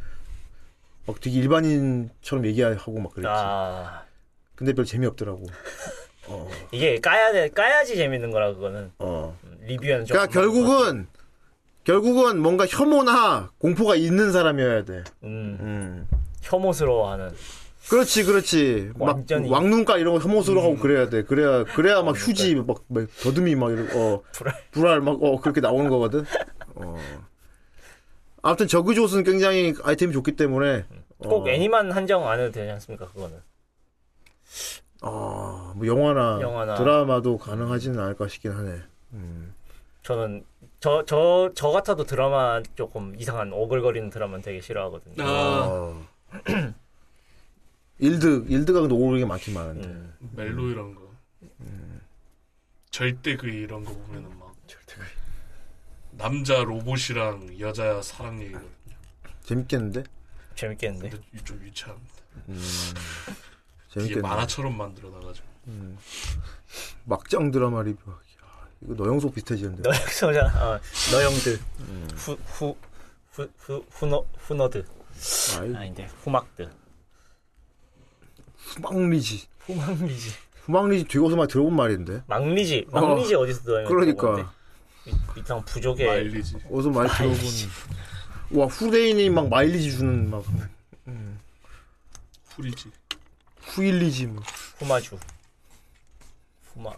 [SPEAKER 7] 막 되게 일반인처럼 얘기하고 막 그랬지.
[SPEAKER 8] 아
[SPEAKER 7] 근데 별 재미없더라고.
[SPEAKER 8] 이게 까야 돼 까야지 재밌는 거라 그거는
[SPEAKER 7] 어.
[SPEAKER 8] 음, 리뷰는 좀
[SPEAKER 7] 그러니까
[SPEAKER 8] 안 맞는 것 같아.
[SPEAKER 7] 결국은 결국은 뭔가 혐오나 공포가 있는 사람이어야 돼.
[SPEAKER 8] 음,
[SPEAKER 7] 음.
[SPEAKER 8] 혐오스러워하는
[SPEAKER 7] 그렇지, 그렇지. 막
[SPEAKER 8] 완전히. 음.
[SPEAKER 7] 왕눈깔 이런 거 혐오스러워 하고 그래야 돼. 그래야 그래야 막 휴지 막, 막 더듬이 막 이런 어
[SPEAKER 8] 불알.
[SPEAKER 7] 불알 막어 그렇게 나오는 거거든. 어. 아무튼 저그조스는 굉장히 아이템이 좋기 때문에
[SPEAKER 8] 꼭
[SPEAKER 7] 어,
[SPEAKER 8] 애니만 한정 안 해도 되지 않습니까 그거는
[SPEAKER 7] 아, 뭐 영화나,
[SPEAKER 8] 영화나.
[SPEAKER 7] 드라마도 가능하지는 않을까 싶긴 하네.
[SPEAKER 8] 저는 저 저 저 같아도 드라마 조금 이상한 오글거리는 드라마는 되게 싫어하거든요
[SPEAKER 6] 아,
[SPEAKER 7] 어. 일드 일드가 근데 오르게 많긴 많은데.
[SPEAKER 8] 음,
[SPEAKER 6] 멜로 이런 거. 절대 그 이런 거 보면은 막
[SPEAKER 7] 그
[SPEAKER 6] 남자 로봇이랑 여자 사랑 얘기거든요.
[SPEAKER 7] 재밌겠는데?
[SPEAKER 8] 재밌겠는데
[SPEAKER 6] 근데 유- 좀 유치합니다. 이게
[SPEAKER 7] 아, 네. 재밌겠네.
[SPEAKER 6] 만화처럼 만들어 놔가지고.
[SPEAKER 7] 막장 드라마 리뷰. 야, 이거 너영석 비슷해지는데.
[SPEAKER 8] 너형 소자 어, 너형들
[SPEAKER 7] 음.
[SPEAKER 8] 후후 후 후 후너 후너드
[SPEAKER 7] 아이,
[SPEAKER 8] 아닌데 후막드
[SPEAKER 7] 후망리지.
[SPEAKER 8] 후막리지
[SPEAKER 7] 후망리지 뒤고서 막 들어본 말인데.
[SPEAKER 8] 막리지 막리지 어, 디서 들어요
[SPEAKER 7] 그러니까.
[SPEAKER 8] 이상
[SPEAKER 7] 예.
[SPEAKER 8] 부족의
[SPEAKER 6] 마일리지.
[SPEAKER 7] 어디서 많이 들어본. 와, 후대인이 막 마일리지 주는 막
[SPEAKER 6] 풀이지.
[SPEAKER 7] 후일리지 뭐.
[SPEAKER 8] 후마주 후마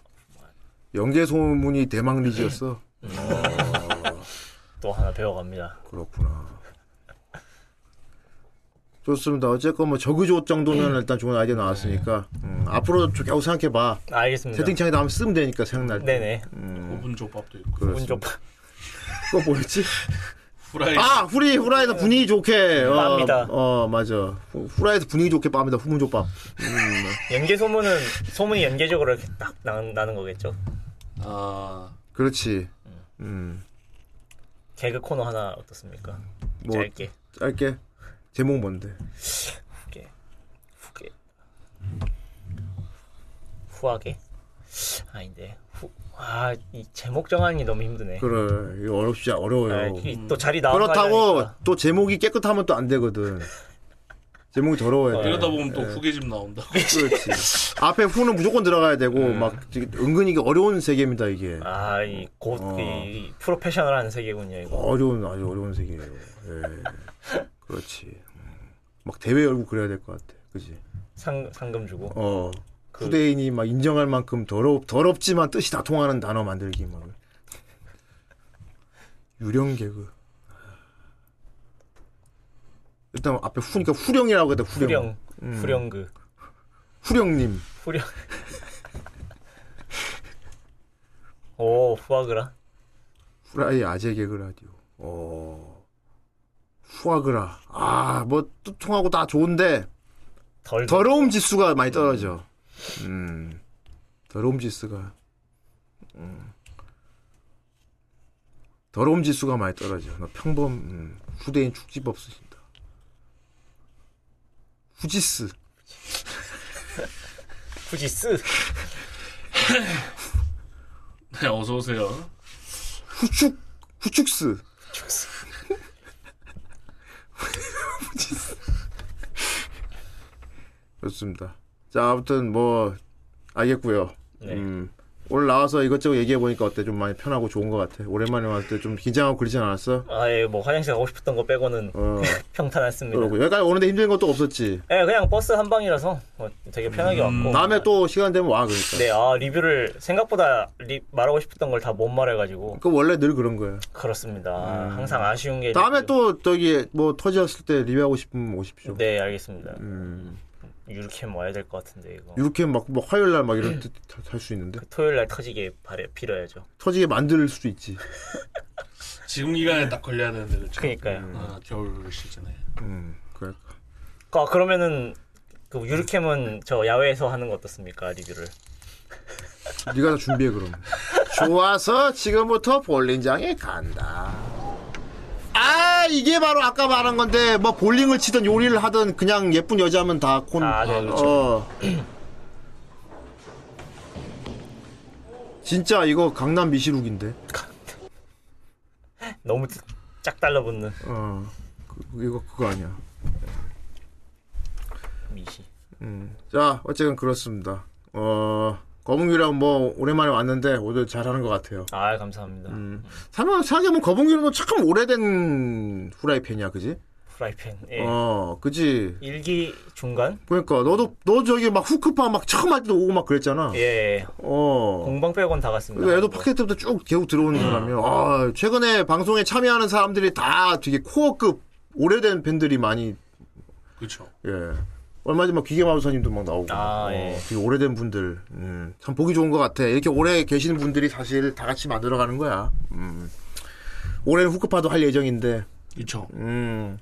[SPEAKER 7] 영재 소문이 대망리지였어.
[SPEAKER 8] 또 하나 배워갑니다
[SPEAKER 7] 그렇구나. 좋습니다. 어쨌건 뭐 저그조
[SPEAKER 8] 음.
[SPEAKER 7] 정도면 일단 좋은 아이디어 나왔으니까
[SPEAKER 8] 네.
[SPEAKER 7] 음, 앞으로 쭉 겨우 생각해봐.
[SPEAKER 8] 아, 알겠습니다
[SPEAKER 7] 채팅창에 나오면 쓰면 되니까 생각날 때.
[SPEAKER 8] 네. 네네
[SPEAKER 6] 오븐 조밥도 있고.
[SPEAKER 7] 음. 그렇습니다.
[SPEAKER 8] 운좀
[SPEAKER 7] 그거 뭐였지?
[SPEAKER 6] 후라이.
[SPEAKER 7] 아 후리 후라이에서 분위기 좋게 어,
[SPEAKER 8] 빱니다.
[SPEAKER 7] 어 맞아 후- 후라이에서 분위기 좋게 빱니다 후문조밥
[SPEAKER 8] 연계 소문은 소문이 연계적으로 이렇게 딱 나, 나는 거겠죠
[SPEAKER 6] 아,
[SPEAKER 7] 그렇지 음
[SPEAKER 8] 개그 코너 하나 어떻습니까
[SPEAKER 7] 뭐-
[SPEAKER 8] 짧게
[SPEAKER 7] 짧게 제목 뭔데
[SPEAKER 8] 후게 후게 후하게 아닌데 후아이 제목 정하는 게 너무 힘드네
[SPEAKER 7] 그래 이거 어렵지
[SPEAKER 8] 아,
[SPEAKER 7] 어려워요
[SPEAKER 8] 이또 자리 나와서
[SPEAKER 7] 그렇다고
[SPEAKER 8] 하려니까.
[SPEAKER 7] 또 제목이 깨끗하면 또 안 되거든 제목이 더러워야 돼
[SPEAKER 6] 이러다 보면 또 후계집 나온다.
[SPEAKER 7] 그렇지 앞에 후는 무조건 들어가야 되고
[SPEAKER 6] 음.
[SPEAKER 7] 막 되게 은근히 이게 어려운 세계입니다 이게
[SPEAKER 8] 아, 이, 곧,
[SPEAKER 7] 어.
[SPEAKER 8] 이, 프로페셔널한 세계군요, 이거.
[SPEAKER 7] 어려운 아주 어려운 세계예요 예. 그렇지 음. 막 대회 열고 그래야 될 것 같아 그지
[SPEAKER 8] 상, 상금 주고.
[SPEAKER 7] 어. 후대인이 막 인정할 만큼 더럽 더럽지만 뜻이 다 통하는 단어 만들기 막 유령 개그 일단 앞에 후니까 후령이라고 해야 돼 후령
[SPEAKER 8] 후령,
[SPEAKER 7] 음.
[SPEAKER 8] 후령그.
[SPEAKER 7] 후령님
[SPEAKER 8] 후령. 오, 후아그라.
[SPEAKER 7] 후라이 아재 개그 라디오 어 후아그라 아뭐 통하고 다 좋은데
[SPEAKER 8] 덜.
[SPEAKER 7] 더러움 지수가 많이 떨어져 음 더러움 지수가 음. 더러움 지수가 많이 떨어져. 나 평범 음, 후대인 축집 없으신다. 후지스
[SPEAKER 8] 후지스.
[SPEAKER 6] 네, 어서 오세요.
[SPEAKER 7] 후축 후축스 좋습니다. 자 아무튼 뭐 알겠고요.
[SPEAKER 8] 네.
[SPEAKER 7] 음, 오늘 나와서 이것저것 얘기해 보니까 어때? 좀 많이 편하고 좋은 것 같아. 오랜만에 왔을 때 좀 긴장하고 그러진 않았어?
[SPEAKER 8] 아예 뭐 화장실 가고 싶었던 거 빼고는
[SPEAKER 7] 어,
[SPEAKER 8] 평탄했습니다.
[SPEAKER 7] 그러고 여기까지 오는데 힘든 것도 없었지.
[SPEAKER 8] 예, 그냥 버스 한 방이라서 뭐 되게 편하게 왔고.
[SPEAKER 7] 다음에 또 시간 되면 와 그러니까.
[SPEAKER 8] 네, 아 리뷰를 생각보다 리- 말하고 싶었던 걸 다 못 말해가지고
[SPEAKER 7] 그 원래 늘 그런 거야.
[SPEAKER 8] 그렇습니다. 항상 아쉬운 게
[SPEAKER 7] 음. 다음에 또 저기 뭐 터지었을 때 리뷰하고 싶으면 오십시오.
[SPEAKER 8] 네, 알겠습니다.
[SPEAKER 7] 음.
[SPEAKER 8] 유리캠 와야 될 것 같은데 이거.
[SPEAKER 7] 이렇게 막, 막 화요일 날 막 이런 할수 있는데
[SPEAKER 8] 토요일 날 터지게 바래 빌어야죠.
[SPEAKER 7] 터지게 만들 수도 있지.
[SPEAKER 6] 지금 기간에 딱 걸려야 되는데 그렇죠.
[SPEAKER 8] 그러니까요.
[SPEAKER 6] 아, 겨울 시즌에.
[SPEAKER 7] 음, 그래.
[SPEAKER 8] 아, 그러면은 그 유리캠은 저 야외에서 하는 거 어떻습니까 리뷰를?
[SPEAKER 7] 네가 다 준비해 그럼. 좋아서 지금부터 볼링장에 간다. 아 이게 바로 아까 말한 건데 뭐 볼링을 치든 요리를 하든 그냥 예쁜 여자면 다 콘.
[SPEAKER 8] 아, 네, 그렇죠.
[SPEAKER 7] 어. 진짜 이거 강남 미시룩인데.
[SPEAKER 8] 너무 짝 달라붙는
[SPEAKER 7] 어. 그, 이거 그거 아니야.
[SPEAKER 8] 미시.
[SPEAKER 7] 자 어쨌든 그렇습니다. 어 거북이랑 뭐 오랜만에 왔는데 오늘 잘하는 것 같아요.
[SPEAKER 8] 아 감사합니다.
[SPEAKER 7] 음. 사람 생각해보면 거북이는 뭐 참 오래된 후라이팬이야 그지?
[SPEAKER 8] 프라이팬. 예.
[SPEAKER 7] 어 그지.
[SPEAKER 8] 일기 중간?
[SPEAKER 7] 그러니까 너도 너 저기 막 후크파 막 처음 할 때도 오고 막 그랬잖아.
[SPEAKER 8] 예, 예.
[SPEAKER 7] 어.
[SPEAKER 8] 공방 빼곤 다 갔습니다. 아,
[SPEAKER 7] 그리고 애도 팟캐스트부터 쭉 계속 들어오는 사람이야.
[SPEAKER 8] 음.
[SPEAKER 7] 아, 최근에 방송에 참여하는 사람들이 다 되게 코어급 오래된 팬들이 많이
[SPEAKER 6] 그렇죠.
[SPEAKER 7] 예. 얼마 전막 기계마우사님도 막 나오고.
[SPEAKER 8] 아, 예.
[SPEAKER 7] 어, 되게 오래된 분들. 음, 참 보기 좋은 것 같아. 이렇게 오래 계시는 분들이 사실 다 같이 만들어가는 거야. 음. 올해는 후크파도 할 예정인데.
[SPEAKER 6] 그렇죠.
[SPEAKER 7] 음.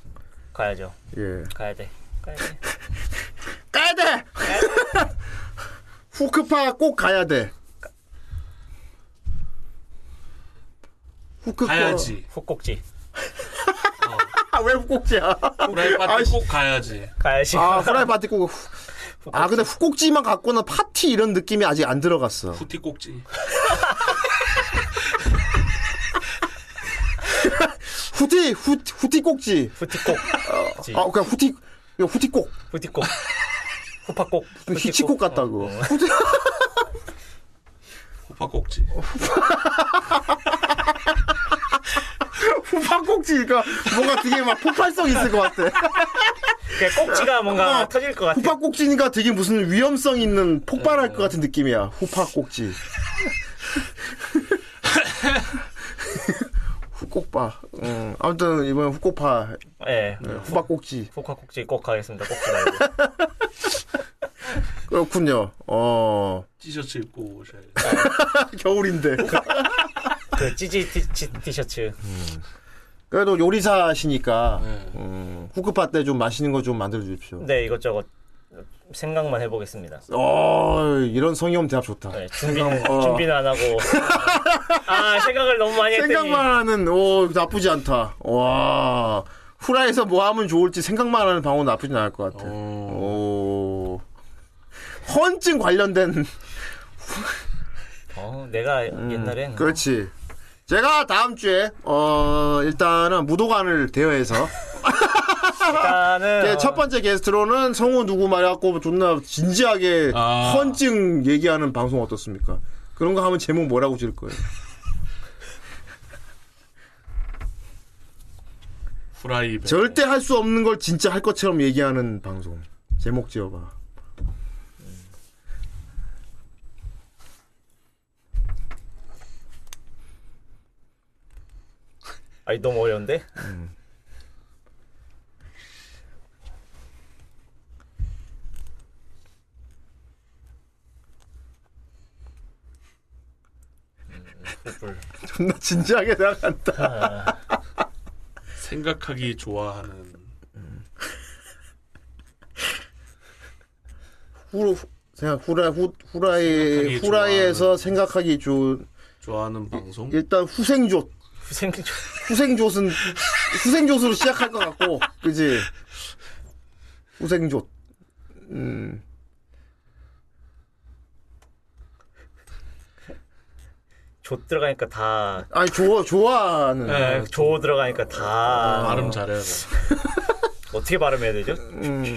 [SPEAKER 8] 가야죠.
[SPEAKER 7] 예.
[SPEAKER 8] 가야 돼. 가야 돼.
[SPEAKER 7] 가야 돼! 후크파 꼭 가야 돼. 후크파.
[SPEAKER 6] 가야지.
[SPEAKER 8] 훅꼭지.
[SPEAKER 7] 아, 왜 후꼭지야?
[SPEAKER 6] 후라이 파티
[SPEAKER 7] 음. 어. 아이씨.
[SPEAKER 6] 꼭 가야지.
[SPEAKER 8] 가야지.
[SPEAKER 7] 아, 후라이 파티 꼭. 후- 아, 근데 후꼭지만 갖고는 파티 이런 느낌이 아직 안 들어갔어.
[SPEAKER 6] 후티 꼭지.
[SPEAKER 7] 후티, 후, 후티 꼭지.
[SPEAKER 8] 후티콕.
[SPEAKER 7] 아, 그냥 후티, 이거 후티꼭.
[SPEAKER 8] 후티콕. 후파콕. 어.
[SPEAKER 7] 그 히치콕 같다고. 후티,
[SPEAKER 6] 후파 꼭지.
[SPEAKER 7] 후파꼭지니까 그러니까 뭔가 되게 막 폭발성 있을 것 같아.
[SPEAKER 8] 그냥 꼭지가 뭔가
[SPEAKER 7] 어.
[SPEAKER 8] 터질 것 같아.
[SPEAKER 7] 후파꼭지니까 되게 무슨 위험성 있는 폭발할 것 같은 느낌이야. 후파꼭지. 후꼭파. 음, 아무튼 이번엔 후꼭파,
[SPEAKER 8] 예.
[SPEAKER 7] 네. 후파꼭지.
[SPEAKER 8] 후파콕지 꼭 가겠습니다. 꼭지 말고.
[SPEAKER 7] 그렇군요. 어,
[SPEAKER 6] 티셔츠 입고 오셔야 돼.
[SPEAKER 7] 겨울인데.
[SPEAKER 8] 그 찌지 티, 티, 티셔츠.
[SPEAKER 7] 그래도 요리사시니까
[SPEAKER 6] 네.
[SPEAKER 7] 음, 후크파 때 좀 맛있는 거 좀 만들어 주십시오.
[SPEAKER 8] 네, 이것저것 생각만 해보겠습니다.
[SPEAKER 7] 어, 이런 성의험 대답 좋다.
[SPEAKER 8] 네, 준비는,
[SPEAKER 7] 어.
[SPEAKER 8] 준비는 안 하고. 아, 생각을 너무 많이 했더니.
[SPEAKER 7] 생각만 하는 오 나쁘지 않다. 와 후라이에서 뭐 하면 좋을지 생각만 하는 방어 나쁘진 않을 것 같아. 오 헌증 관련된
[SPEAKER 8] 어, 내가 옛날엔.
[SPEAKER 7] 음. 그렇지. 제가 다음 주에 어 일단은 무도관을 대여해서
[SPEAKER 8] 일단은.
[SPEAKER 7] 예, 첫 번째 게스트로는 성우 누구 말해갖고 존나 진지하게
[SPEAKER 6] 아.
[SPEAKER 7] 헌증 얘기하는 방송 어떻습니까? 그런 거 하면 제목 뭐라고 지을 거예요?
[SPEAKER 6] 후라이. 배.
[SPEAKER 7] 절대 할 수 없는 걸 진짜 할 것처럼 얘기하는 방송 제목 지어봐.
[SPEAKER 8] 아니, 너무 어려운데? 음,
[SPEAKER 7] 존나 진지하게 생각한다.
[SPEAKER 6] 생각하기 좋아하는
[SPEAKER 7] 후루 생각 후라 후 후라이
[SPEAKER 6] 생각하기
[SPEAKER 7] 후라이에서 생각하기 좋은
[SPEAKER 6] 좋아하는 방송.
[SPEAKER 7] 일단 후생조
[SPEAKER 8] 후생조.
[SPEAKER 7] 후생조은 후생조으로 시작할 것 같고 그지 후생조 음
[SPEAKER 8] 조 들어가니까 다.
[SPEAKER 7] 아니 좋아 좋아하는
[SPEAKER 8] 네, 조 들어가니까 다.
[SPEAKER 6] 그렇죠. 발음 잘해야 돼.
[SPEAKER 8] 어떻게 발음해야 되죠?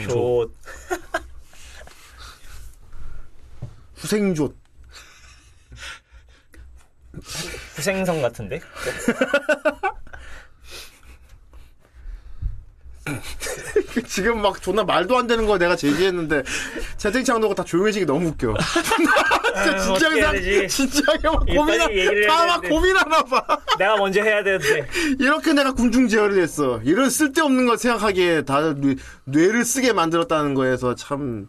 [SPEAKER 8] 조.
[SPEAKER 7] 후생조
[SPEAKER 8] 후생성 같은데?
[SPEAKER 7] 지금 막 존나 말도 안 되는 거 내가 제기했는데 채팅창 놓고 다 조용해지기 너무 웃겨. 진짜
[SPEAKER 8] 아, 어떻게 해야
[SPEAKER 7] 진지하게
[SPEAKER 8] 되지?
[SPEAKER 7] 진지하게 막
[SPEAKER 8] 이 빨리
[SPEAKER 7] 고민하
[SPEAKER 8] 얘기를 해야
[SPEAKER 7] 다막
[SPEAKER 8] 되는데.
[SPEAKER 7] 고민하나 봐.
[SPEAKER 8] 내가 먼저 해야 되는데
[SPEAKER 7] 이렇게 내가 궁중지열을 했어. 이런 쓸데없는 걸 생각하기에 다 뇌, 뇌를 쓰게 만들었다는 거에서 참.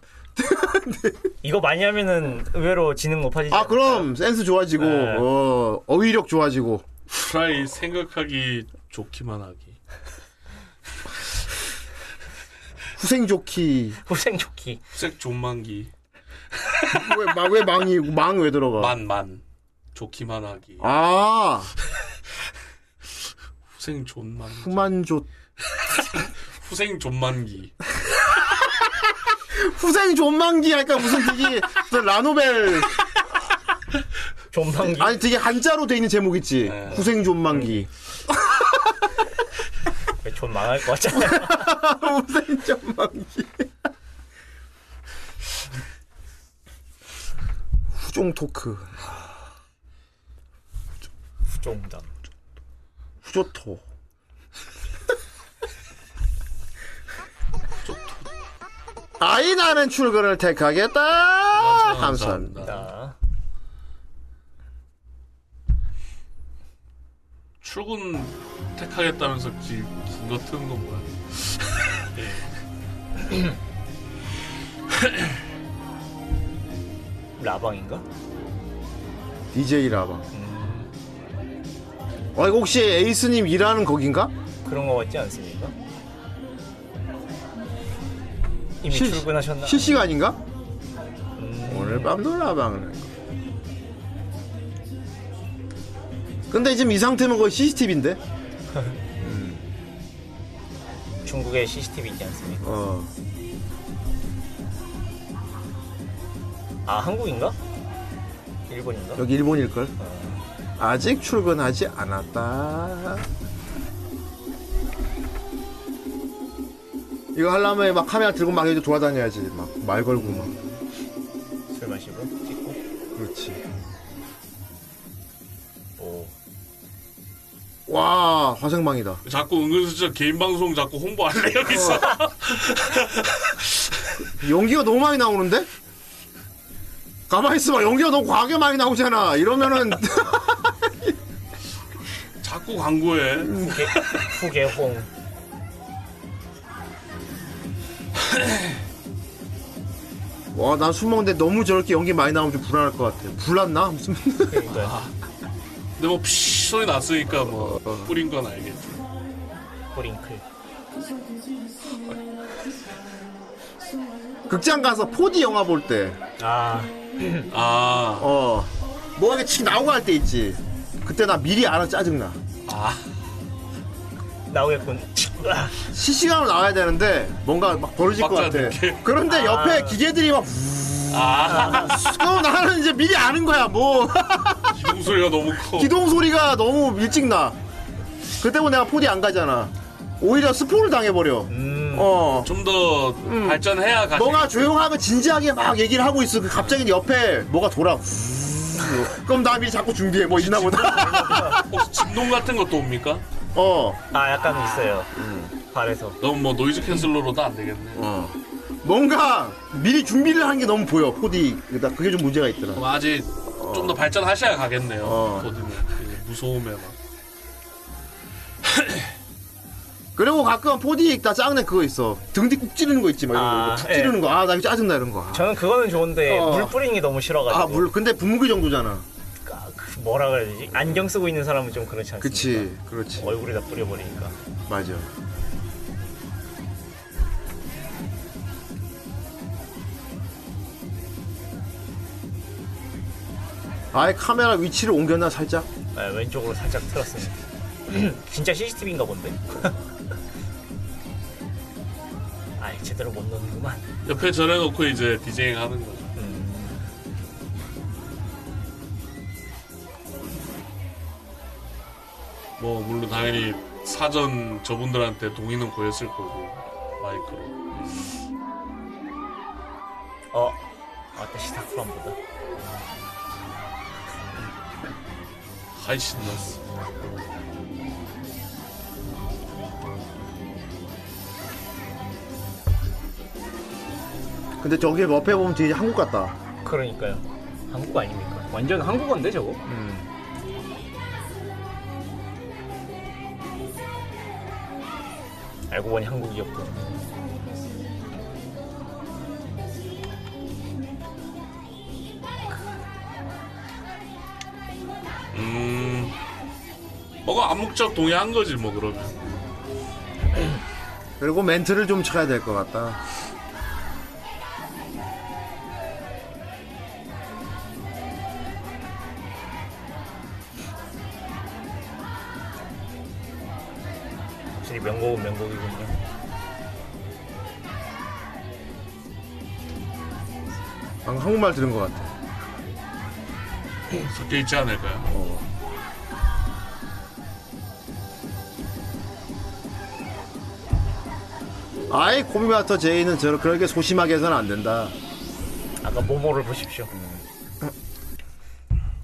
[SPEAKER 8] 이거 많이 하면은 의외로 지능 높아지지
[SPEAKER 7] 아
[SPEAKER 8] 않을까?
[SPEAKER 7] 그럼 센스 좋아지고
[SPEAKER 8] 네.
[SPEAKER 7] 어, 어휘력 좋아지고.
[SPEAKER 6] 프라이 생각하기 좋기만 하기.
[SPEAKER 7] 후생조키
[SPEAKER 8] 후생 좋기
[SPEAKER 6] 색 존만기.
[SPEAKER 7] 왜, 마- 왜 망이 망 왜 들어가?
[SPEAKER 6] 만만. 좋기만 하기.
[SPEAKER 7] 아
[SPEAKER 6] 후생 존만.
[SPEAKER 7] 후만조
[SPEAKER 6] 후생 존만기.
[SPEAKER 7] 후생 존망기 약간 무슨 되게 무슨 라노벨
[SPEAKER 8] 존망기
[SPEAKER 7] 아니 되게 한자로 돼 있는 제목 있지
[SPEAKER 6] 네.
[SPEAKER 7] 후생 존망기
[SPEAKER 8] 존 망할 것 같잖아요
[SPEAKER 7] 후생 존망기 후종 토크
[SPEAKER 8] 존담
[SPEAKER 7] 후조토 아이 나는 출근을 택하겠다 아, 감사합니다.
[SPEAKER 8] 나
[SPEAKER 6] 출근 택하겠다면서 긴거 트는 건 뭐야?
[SPEAKER 8] 라방인가?
[SPEAKER 7] DJ 라방. 어, 이거 혹시 에이스님 일하는 거긴가?
[SPEAKER 8] 그런 거 같지 않습니까? 이미
[SPEAKER 7] 실-
[SPEAKER 8] 출근하셨나?
[SPEAKER 7] 실시간인가?
[SPEAKER 8] 음,
[SPEAKER 7] 오늘 밤도 라방을 할 거. 근데 지금 이 상태면 거의 CCTV인데?
[SPEAKER 8] 중국에 CCTV 있지 않습니까?
[SPEAKER 7] 어.
[SPEAKER 8] 아 한국인가? 일본인가?
[SPEAKER 7] 여기 일본일걸? 아직 출근하지 않았다. 이거 하려면 막 카메라 들고 막 이렇게 돌아다녀야지. 막 말 걸고 막.
[SPEAKER 8] 술 마시고 찍고
[SPEAKER 7] 그렇지.
[SPEAKER 6] 어.
[SPEAKER 8] 오
[SPEAKER 7] 와, 화생방이다.
[SPEAKER 6] 자꾸 은근슬쩍 개인 방송 자꾸 홍보할래 여기서.
[SPEAKER 7] 연기가 너무 많이 나오는데? 가만히 있어봐. 연기가 너무 과하게 많이 나오잖아. 이러면은,
[SPEAKER 6] 자꾸 광고해.
[SPEAKER 8] 후계 후계홍
[SPEAKER 7] 와, 난 술 먹는데 너무 저렇게 연기 많이 나오면 좀 불안할 것 같아. 불났나? 무슨. 아.
[SPEAKER 8] 그러니까
[SPEAKER 6] 근데 뭐 피쉬 소리 났으니까 뭐
[SPEAKER 7] 어.
[SPEAKER 6] 뿌린 건 알겠지.
[SPEAKER 8] 뿌링클
[SPEAKER 7] 극장 가서 4D 영화 볼 때,
[SPEAKER 8] 아
[SPEAKER 6] 아,
[SPEAKER 7] 어, 뭐 이렇게 치 나오고 할 때 있지. 그때 나 미리 알아 짜증나.
[SPEAKER 6] 아,
[SPEAKER 8] 나오겠군 아,
[SPEAKER 7] 실시간으로 나와야 되는데, 뭔가 막 벌어질 것
[SPEAKER 6] 막자
[SPEAKER 7] 같아.
[SPEAKER 6] 느낌.
[SPEAKER 7] 그런데 옆에 기계들이 막,
[SPEAKER 6] 아,
[SPEAKER 7] 그럼 나는 이제 미리 아는 거야, 뭐.
[SPEAKER 6] 기동 소리가 너무 커.
[SPEAKER 7] 기동 소리가 너무 일찍 나. 그 때문에 내가 4D 안 가잖아. 오히려 스포를 당해버려.
[SPEAKER 8] 음
[SPEAKER 7] 어.
[SPEAKER 6] 좀 더
[SPEAKER 7] 음.
[SPEAKER 6] 발전해야 가.
[SPEAKER 7] 너가 조용하면 진지하게 막 얘기를 하고 있어. 그 갑자기 옆에 뭐가 돌아. 그럼 나 미리 자꾸 준비해. 뭐 있나 보다.
[SPEAKER 6] 혹시 진동 같은 것도 옵니까?
[SPEAKER 7] 어.
[SPEAKER 8] 아 약간 있어요. 발에서.
[SPEAKER 6] 너무 뭐 노이즈 캔슬러로도 안 되겠네.
[SPEAKER 7] 어. 뭔가 미리 준비를 한 게 너무 보여. 코디. 나 그게 좀 문제가 있더라.
[SPEAKER 6] 그럼 뭐 아직 좀 더 발전하셔야 가겠네요.
[SPEAKER 7] 어.
[SPEAKER 6] 거드는 이게 무서움에 막.
[SPEAKER 7] 그리고 가끔 포디 나 짱내 그거 있어. 등 뒤 꾹 찌르는 거 있지. 막 이런 거.
[SPEAKER 8] 아,
[SPEAKER 7] 이거 푹
[SPEAKER 8] 예.
[SPEAKER 7] 찌르는 거. 아, 나 이거 짜증나 이런 거. 아.
[SPEAKER 8] 저는 그거는 좋은데
[SPEAKER 7] 어.
[SPEAKER 8] 물 뿌리는 게 너무 싫어가지고.
[SPEAKER 7] 아, 물. 근데 분무기 정도잖아.
[SPEAKER 8] 아, 그 뭐라 그래야 되지? 안경 쓰고 있는 사람은 좀 그렇지 않습니까? 어,
[SPEAKER 7] 그치.
[SPEAKER 8] 그러니까.
[SPEAKER 7] 그렇지.
[SPEAKER 8] 얼굴에다 뿌려버리니까.
[SPEAKER 7] 맞아. 아예 카메라 위치를 옮겼나 살짝?
[SPEAKER 8] 아, 왼쪽으로 살짝 틀었습니다. 진짜 CCTV인가 본데? 아 제대로 못 넣는구만.
[SPEAKER 6] 옆에 전해놓고 이제 디제잉 하는 거죠.
[SPEAKER 8] 음.
[SPEAKER 6] 뭐 물론 당연히 사전 저분들한테 동의는 구했을 거고 마이크로.
[SPEAKER 8] 어. 아따 시사쿠란보다.
[SPEAKER 6] 아이 신났어.
[SPEAKER 7] 근데 저게 옆에 보면 되게 한국 같다.
[SPEAKER 8] 그러니까요. 한국 아닙니까? 완전 한국어인데 저거? 음. 알고 보니 한국이었군.
[SPEAKER 6] 음. 뭐가 암묵적 동의한 거지 뭐 그러면.
[SPEAKER 7] 그리고 멘트를 좀 쳐야 될 것 같다.
[SPEAKER 8] 확실히 명곡은 명곡이군요.
[SPEAKER 7] 방금 한국말 들은 것 같아.
[SPEAKER 6] 섞여 있지 않을까요?
[SPEAKER 7] 아이 코미마터 제이는 저렇게 그렇게 소심하게 해서는 안 된다.
[SPEAKER 8] 아까 모모를 보십시오.
[SPEAKER 7] 음.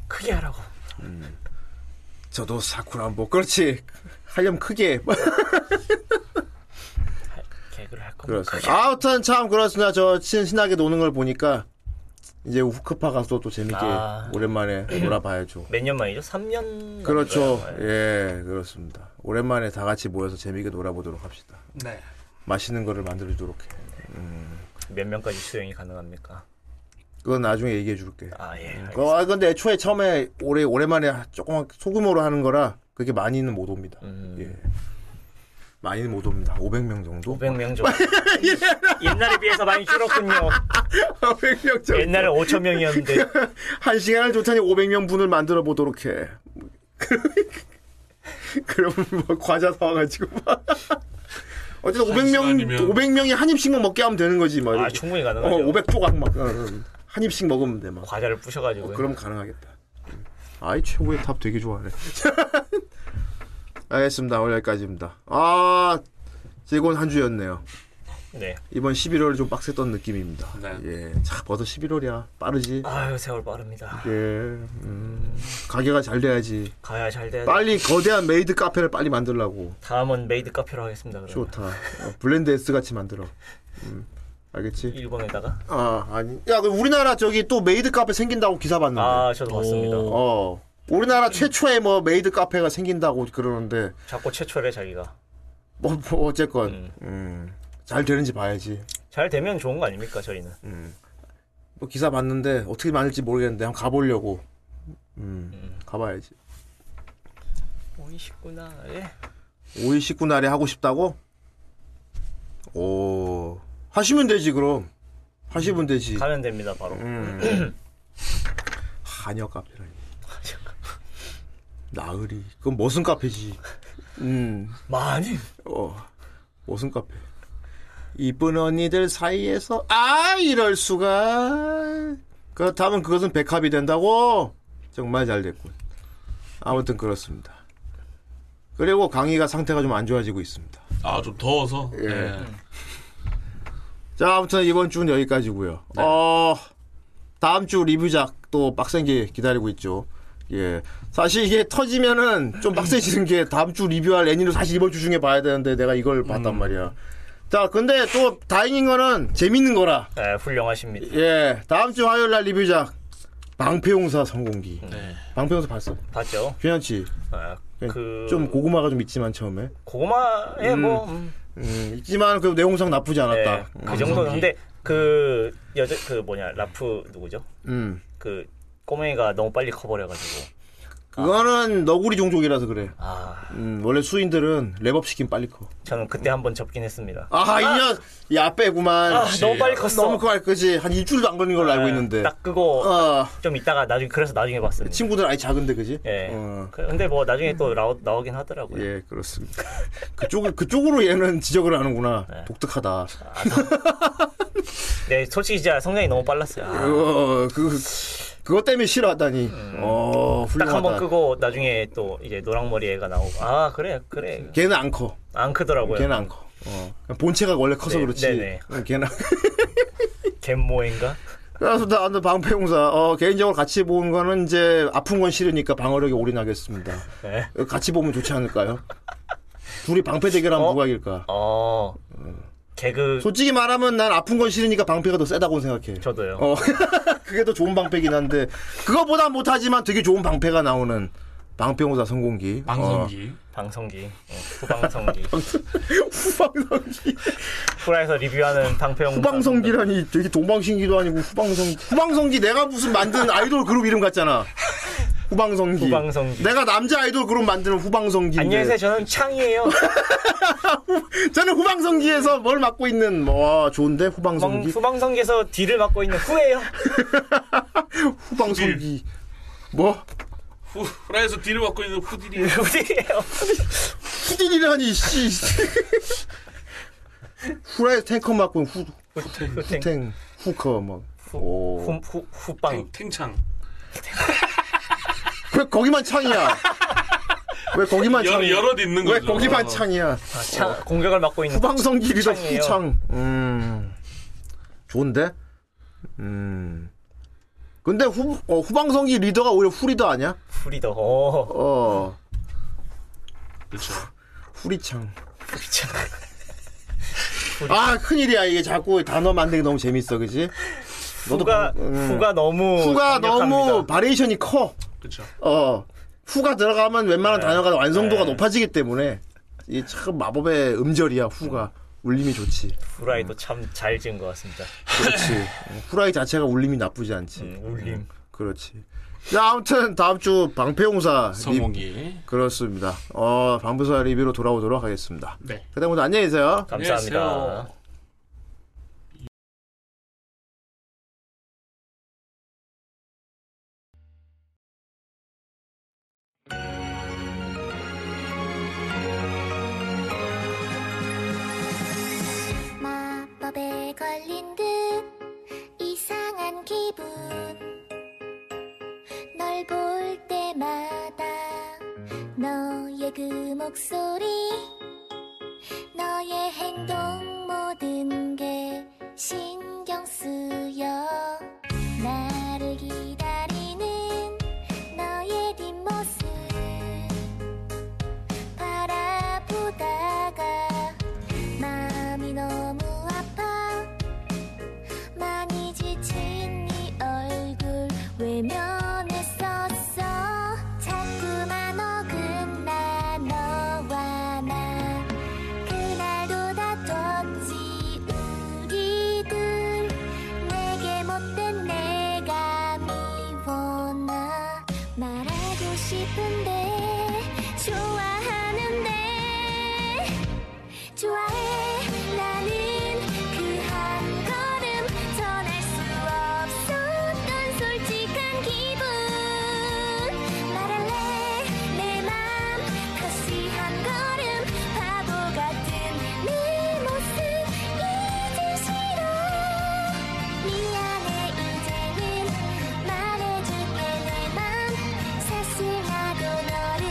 [SPEAKER 8] 크게 하라고.
[SPEAKER 7] 저도 사쿠란보 그렇지. 하려면 크게.
[SPEAKER 8] 개그를 할 거면 크게.
[SPEAKER 7] 그렇습니다. 아무튼 참 그렇습니다. 저 친, 신나게 노는 걸 보니까 이제 후크파 가서 또 재밌게
[SPEAKER 8] 아.
[SPEAKER 7] 오랜만에 놀아봐야죠.
[SPEAKER 8] 몇 년 만이죠? 3년?
[SPEAKER 7] 그렇죠. 예, 그렇습니다. 오랜만에 다 같이 모여서 재미있게 놀아보도록 합시다.
[SPEAKER 6] 네.
[SPEAKER 7] 맛있는 거를 만들어주도록 해.
[SPEAKER 8] 몇 명까지 수용이 가능합니까?
[SPEAKER 7] 그건 나중에 얘기해 줄게.
[SPEAKER 8] 아, 예. 알겠습니다.
[SPEAKER 7] 그, 아, 근데 애초에 처음에 올해 오랜만에 조금 소규모로 하는 거라 그게 많이는 못 옵니다.
[SPEAKER 8] 음.
[SPEAKER 7] 예. 많이는 못 옵니다. 500명 정도?
[SPEAKER 8] 500명 정도.
[SPEAKER 7] 예.
[SPEAKER 8] 옛날에 비해서 많이 줄었군요.
[SPEAKER 7] 500명 정도.
[SPEAKER 8] 옛날에 5천 명이었는데
[SPEAKER 7] 그러니까. 한 시간을 좋다니 500명 분을 만들어 보도록 해. 그럼 뭐 과자 사와가지고 막. 어쨌든
[SPEAKER 6] 한
[SPEAKER 7] 500명,
[SPEAKER 6] 시간이면.
[SPEAKER 7] 500명이 한 입씩만 먹게 하면 되는 거지. 뭐.
[SPEAKER 8] 아
[SPEAKER 7] 이렇게.
[SPEAKER 8] 충분히
[SPEAKER 7] 어,
[SPEAKER 8] 가능하죠.
[SPEAKER 7] 500조각 막. 어, 한 입씩 먹으면 돼. 막.
[SPEAKER 8] 과자를 부셔가지고
[SPEAKER 7] 어, 그럼 가능하겠다. 아이 최고의 탑 되게 좋아하네. 알겠습니다. 오늘 여기까지입니다. 아 즐거운 한 주였네요.
[SPEAKER 8] 네.
[SPEAKER 7] 이번 11월 좀 빡셌던 느낌입니다.
[SPEAKER 6] 네.
[SPEAKER 7] 예, 참 벌써 11월이야. 빠르지.
[SPEAKER 8] 아유 세월 빠릅니다.
[SPEAKER 7] 예, 음, 가게가 잘 돼야지.
[SPEAKER 8] 가야 잘 돼야 돼.
[SPEAKER 7] 빨리 거대한 메이드 카페를 빨리 만들라고.
[SPEAKER 8] 다음은 메이드 카페로 하겠습니다. 그러면
[SPEAKER 7] 좋다. 어, 블렌드 S 같이 만들어. 음, 알겠지?
[SPEAKER 8] 일본에다가
[SPEAKER 7] 아 아니. 야그 우리나라 저기 또 메이드 카페 생긴다고 기사 봤는데.
[SPEAKER 8] 아 저도 봤습니다.
[SPEAKER 7] 어. 우리나라 최초의 뭐 메이드 카페가 생긴다고 그러는데
[SPEAKER 8] 자꾸 최초래 자기가
[SPEAKER 7] 뭐, 뭐 어쨌건 음, 잘 되는지 봐야지.
[SPEAKER 8] 잘 되면 좋은 거 아닙니까 저희는
[SPEAKER 7] 음. 뭐 기사 봤는데 어떻게 많을지 모르겠는데 한번 가보려고. 음, 가봐야지.
[SPEAKER 8] 오이시구나 예.
[SPEAKER 7] 5일 19날에 하고 싶다고? 오 하시면 되지 그럼 하시면 되지.
[SPEAKER 8] 가면 됩니다 바로
[SPEAKER 7] 음. 한여 카페라니. 나으리 그건 무슨 카페지? 음.
[SPEAKER 8] 많이
[SPEAKER 7] 어, 무슨 카페? 이쁜 언니들 사이에서 아 이럴 수가. 그렇다면 그것은 백합이 된다고. 정말 잘 됐군. 아무튼 그렇습니다. 그리고 강의가 상태가 좀 안 좋아지고 있습니다.
[SPEAKER 6] 아 좀 더워서. 예.
[SPEAKER 7] 자, 아무튼 이번 주는 여기까지고요. 어, 다음 주 리뷰작 또 빡센 게 기다리고 있죠. 예. 사실 이게 터지면은 좀 빡세지는 게 다음 주 리뷰할 애니를 사실 이번 주 중에 봐야 되는데 내가 이걸 봤단 말이야. 자, 근데 또 다행인 거는 재밌는 거라.
[SPEAKER 8] 예, 훌륭하십니다
[SPEAKER 7] 예. 다음 주 화요일 날 리뷰작. 방패용사 성공기.
[SPEAKER 6] 네.
[SPEAKER 7] 방패용사 봤어.
[SPEAKER 8] 봤죠
[SPEAKER 7] 괜찮지?
[SPEAKER 8] 아, 그...
[SPEAKER 7] 예, 좀 고구마가 좀 있지만 처음에.
[SPEAKER 8] 고구마에 뭐 음,
[SPEAKER 7] 음, 있지만 그 내용상 나쁘지 않았다.
[SPEAKER 8] 예, 그 정도는 근데 그 여자 그 뭐냐 라프 누구죠
[SPEAKER 7] 음.
[SPEAKER 8] 그 꼬맹이가 너무 빨리 커버려가지고
[SPEAKER 7] 그거는 너구리 종족이라서 그래.
[SPEAKER 8] 아
[SPEAKER 7] 음, 원래 수인들은 랩업 시키면 빨리 커.
[SPEAKER 8] 저는 그때 한번 접긴 했습니다
[SPEAKER 7] 아, 이 년! 야, 빼구만.
[SPEAKER 8] 아, 너무 빨리 컸어
[SPEAKER 7] 너무 커갈 거지. 한 일주일도 안 걸린 걸로 알고
[SPEAKER 8] 예,
[SPEAKER 7] 있는데.
[SPEAKER 8] 딱 그거
[SPEAKER 7] 어,
[SPEAKER 8] 좀 이따가 나중에 그래서 나중에 봤습니다
[SPEAKER 7] 친구들 아예 작은데, 그지?
[SPEAKER 8] 예.
[SPEAKER 7] 어,
[SPEAKER 8] 그- 근데 뭐 나중에 또 나오, 나오긴 하더라고요.
[SPEAKER 7] 예, 그렇습니다. 그쪽, 그쪽으로 얘는 지적을 하는구나. 독특하다.
[SPEAKER 8] 아. 네, 솔직히 진짜 성장이 너무 빨랐어요. 아,
[SPEAKER 7] 어, 그, 그것 때문에 싫어하다니. 어,
[SPEAKER 8] 음. 딱 한 번
[SPEAKER 7] 훌륭하다.
[SPEAKER 8] 끄고 나중에 또 이제 노랑머리 애가 나오고 아 그래 그래
[SPEAKER 7] 걔는 안 커.
[SPEAKER 8] 안 크더라고요.
[SPEAKER 7] 걔는 안 커. 어. 본체가 원래 커서
[SPEAKER 8] 네,
[SPEAKER 7] 그렇지.
[SPEAKER 8] 네네.
[SPEAKER 7] 어, 걔는 안-
[SPEAKER 8] 갯모인가?
[SPEAKER 7] 그래서 나는 방패용사 어, 개인적으로 같이 보는 거는 이제 아픈 건 싫으니까 방어력에 올인하겠습니다.
[SPEAKER 8] 네.
[SPEAKER 7] 같이 보면 좋지 않을까요? 둘이 방패 대결하면
[SPEAKER 8] 어?
[SPEAKER 7] 누가 이길까?
[SPEAKER 8] 어
[SPEAKER 7] 음.
[SPEAKER 8] 개그
[SPEAKER 7] 솔직히 말하면 난 아픈 건 싫으니까 방패가 더 세다고 생각해.
[SPEAKER 8] 저도요.
[SPEAKER 7] 어, 그게 더 좋은 방패긴 한데 그거보다 못하지만 되게 좋은 방패가 나오는 방패용사 성공기.
[SPEAKER 6] 방송기.
[SPEAKER 8] 방송기 어, 후방성기
[SPEAKER 7] 어. 후방성기.
[SPEAKER 8] 프라에서 리뷰하는 방패용
[SPEAKER 7] 후방성기라니 되게 동방신기도 아니고 후방성 후방성기 내가 무슨 만든 아이돌 그룹 이름 같잖아. 후방성기.
[SPEAKER 8] 후방성기.
[SPEAKER 7] 내가 남자 아이돌 그룹 만드는 후방성기.
[SPEAKER 8] 안녕하세요 저는 창이에요
[SPEAKER 7] 저는 후방성기에서 뭘 맡고 있는 뭐 와, 좋은데
[SPEAKER 8] 후방,
[SPEAKER 7] 후방성기.
[SPEAKER 8] 후방성기에서 뒤를 맡고 있는 후예요
[SPEAKER 7] 후방성기. 뭐
[SPEAKER 6] 후, 후라이에서 뒤를 맡고 있는 후디리.
[SPEAKER 8] 후디예요
[SPEAKER 7] 후딘이라니 씨. 후라이 탱커 맡고 후
[SPEAKER 8] 후탱
[SPEAKER 7] 후탱 후커 뭐. 오.
[SPEAKER 8] 후후
[SPEAKER 7] 네.
[SPEAKER 8] 후방
[SPEAKER 6] 탱- 탱창.
[SPEAKER 7] 왜 거기만 창이야? 왜 거기만
[SPEAKER 6] 여러,
[SPEAKER 7] 창이야?
[SPEAKER 6] 여럿 있는 거죠.
[SPEAKER 7] 왜 거기만 창이야?
[SPEAKER 8] 아, 창 공격을 맡고 있는
[SPEAKER 7] 후방성 길이다
[SPEAKER 8] 후창이에요.
[SPEAKER 7] 후창. 음. 좋은데? 음. 근데 후, 어, 후방성기 리더가 오히려 후리더 아니야?
[SPEAKER 8] 후리더 어
[SPEAKER 7] 어,
[SPEAKER 6] 그렇죠.
[SPEAKER 7] 후리창. 아, 큰일이야. 이게 자꾸 단어 만드는 게 너무 재밌어, 그지? 너도
[SPEAKER 8] 후가
[SPEAKER 7] 방- 음.
[SPEAKER 8] 후가 너무
[SPEAKER 7] 후가
[SPEAKER 8] 강력합니다.
[SPEAKER 7] 너무 바레이션이 커.
[SPEAKER 6] 그렇죠.
[SPEAKER 7] 어, 후가 들어가면 웬만한 단어가 완성도가
[SPEAKER 8] 네.
[SPEAKER 7] 높아지기 때문에 이 참 마법의 음절이야, 후가. 울림이 좋지.
[SPEAKER 8] 후라이도 참 잘 지은 것 같습니다
[SPEAKER 7] 그렇지. 어, 후라이 자체가 울림이 나쁘지 않지.
[SPEAKER 8] 음, 울림
[SPEAKER 7] 그렇지. 자, 아무튼 다음 주 방패용사 리...
[SPEAKER 6] 성공기.
[SPEAKER 7] 그렇습니다. 어, 방패사 리뷰로 돌아오도록 하겠습니다.
[SPEAKER 6] 네.
[SPEAKER 7] 그다음 모두 안녕히 계세요.
[SPEAKER 8] 감사합니다
[SPEAKER 6] 안녕하세요.
[SPEAKER 4] 마법에 걸린 듯 이상한 기분 널 볼 때마다 너의 그 목소리 너의 행동 모든 게 신경 쓰여 나를 기다리는 너의 뒷모습 바라보다가 마음이 너무 아파 많이 지친 네 얼굴 외면했었어 자꾸만 어긋나 너와 나 그날도 다퉜지 우리들 내게 못된 내가 미워 나 말하고 싶은데 좋아하는데 좋아해 나는 그 한 걸음 전할 수 없었던 솔직한 기분 말할래 내 맘 다시 한 걸음 바보 같은 내 모습 이제 싫어 미안해 이제는 말해줄게 내 맘 사실 나도 너를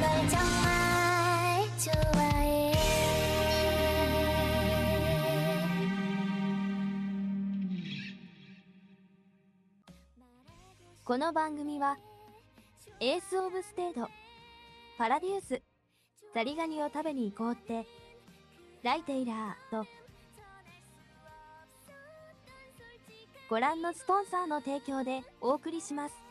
[SPEAKER 4] 널 정말 좋아해
[SPEAKER 10] この番組は、エースオブステート、パラデュース、ザリガニを食べに行こうって、ライテイラーと、ご覧のスポンサーの提供でお送りします。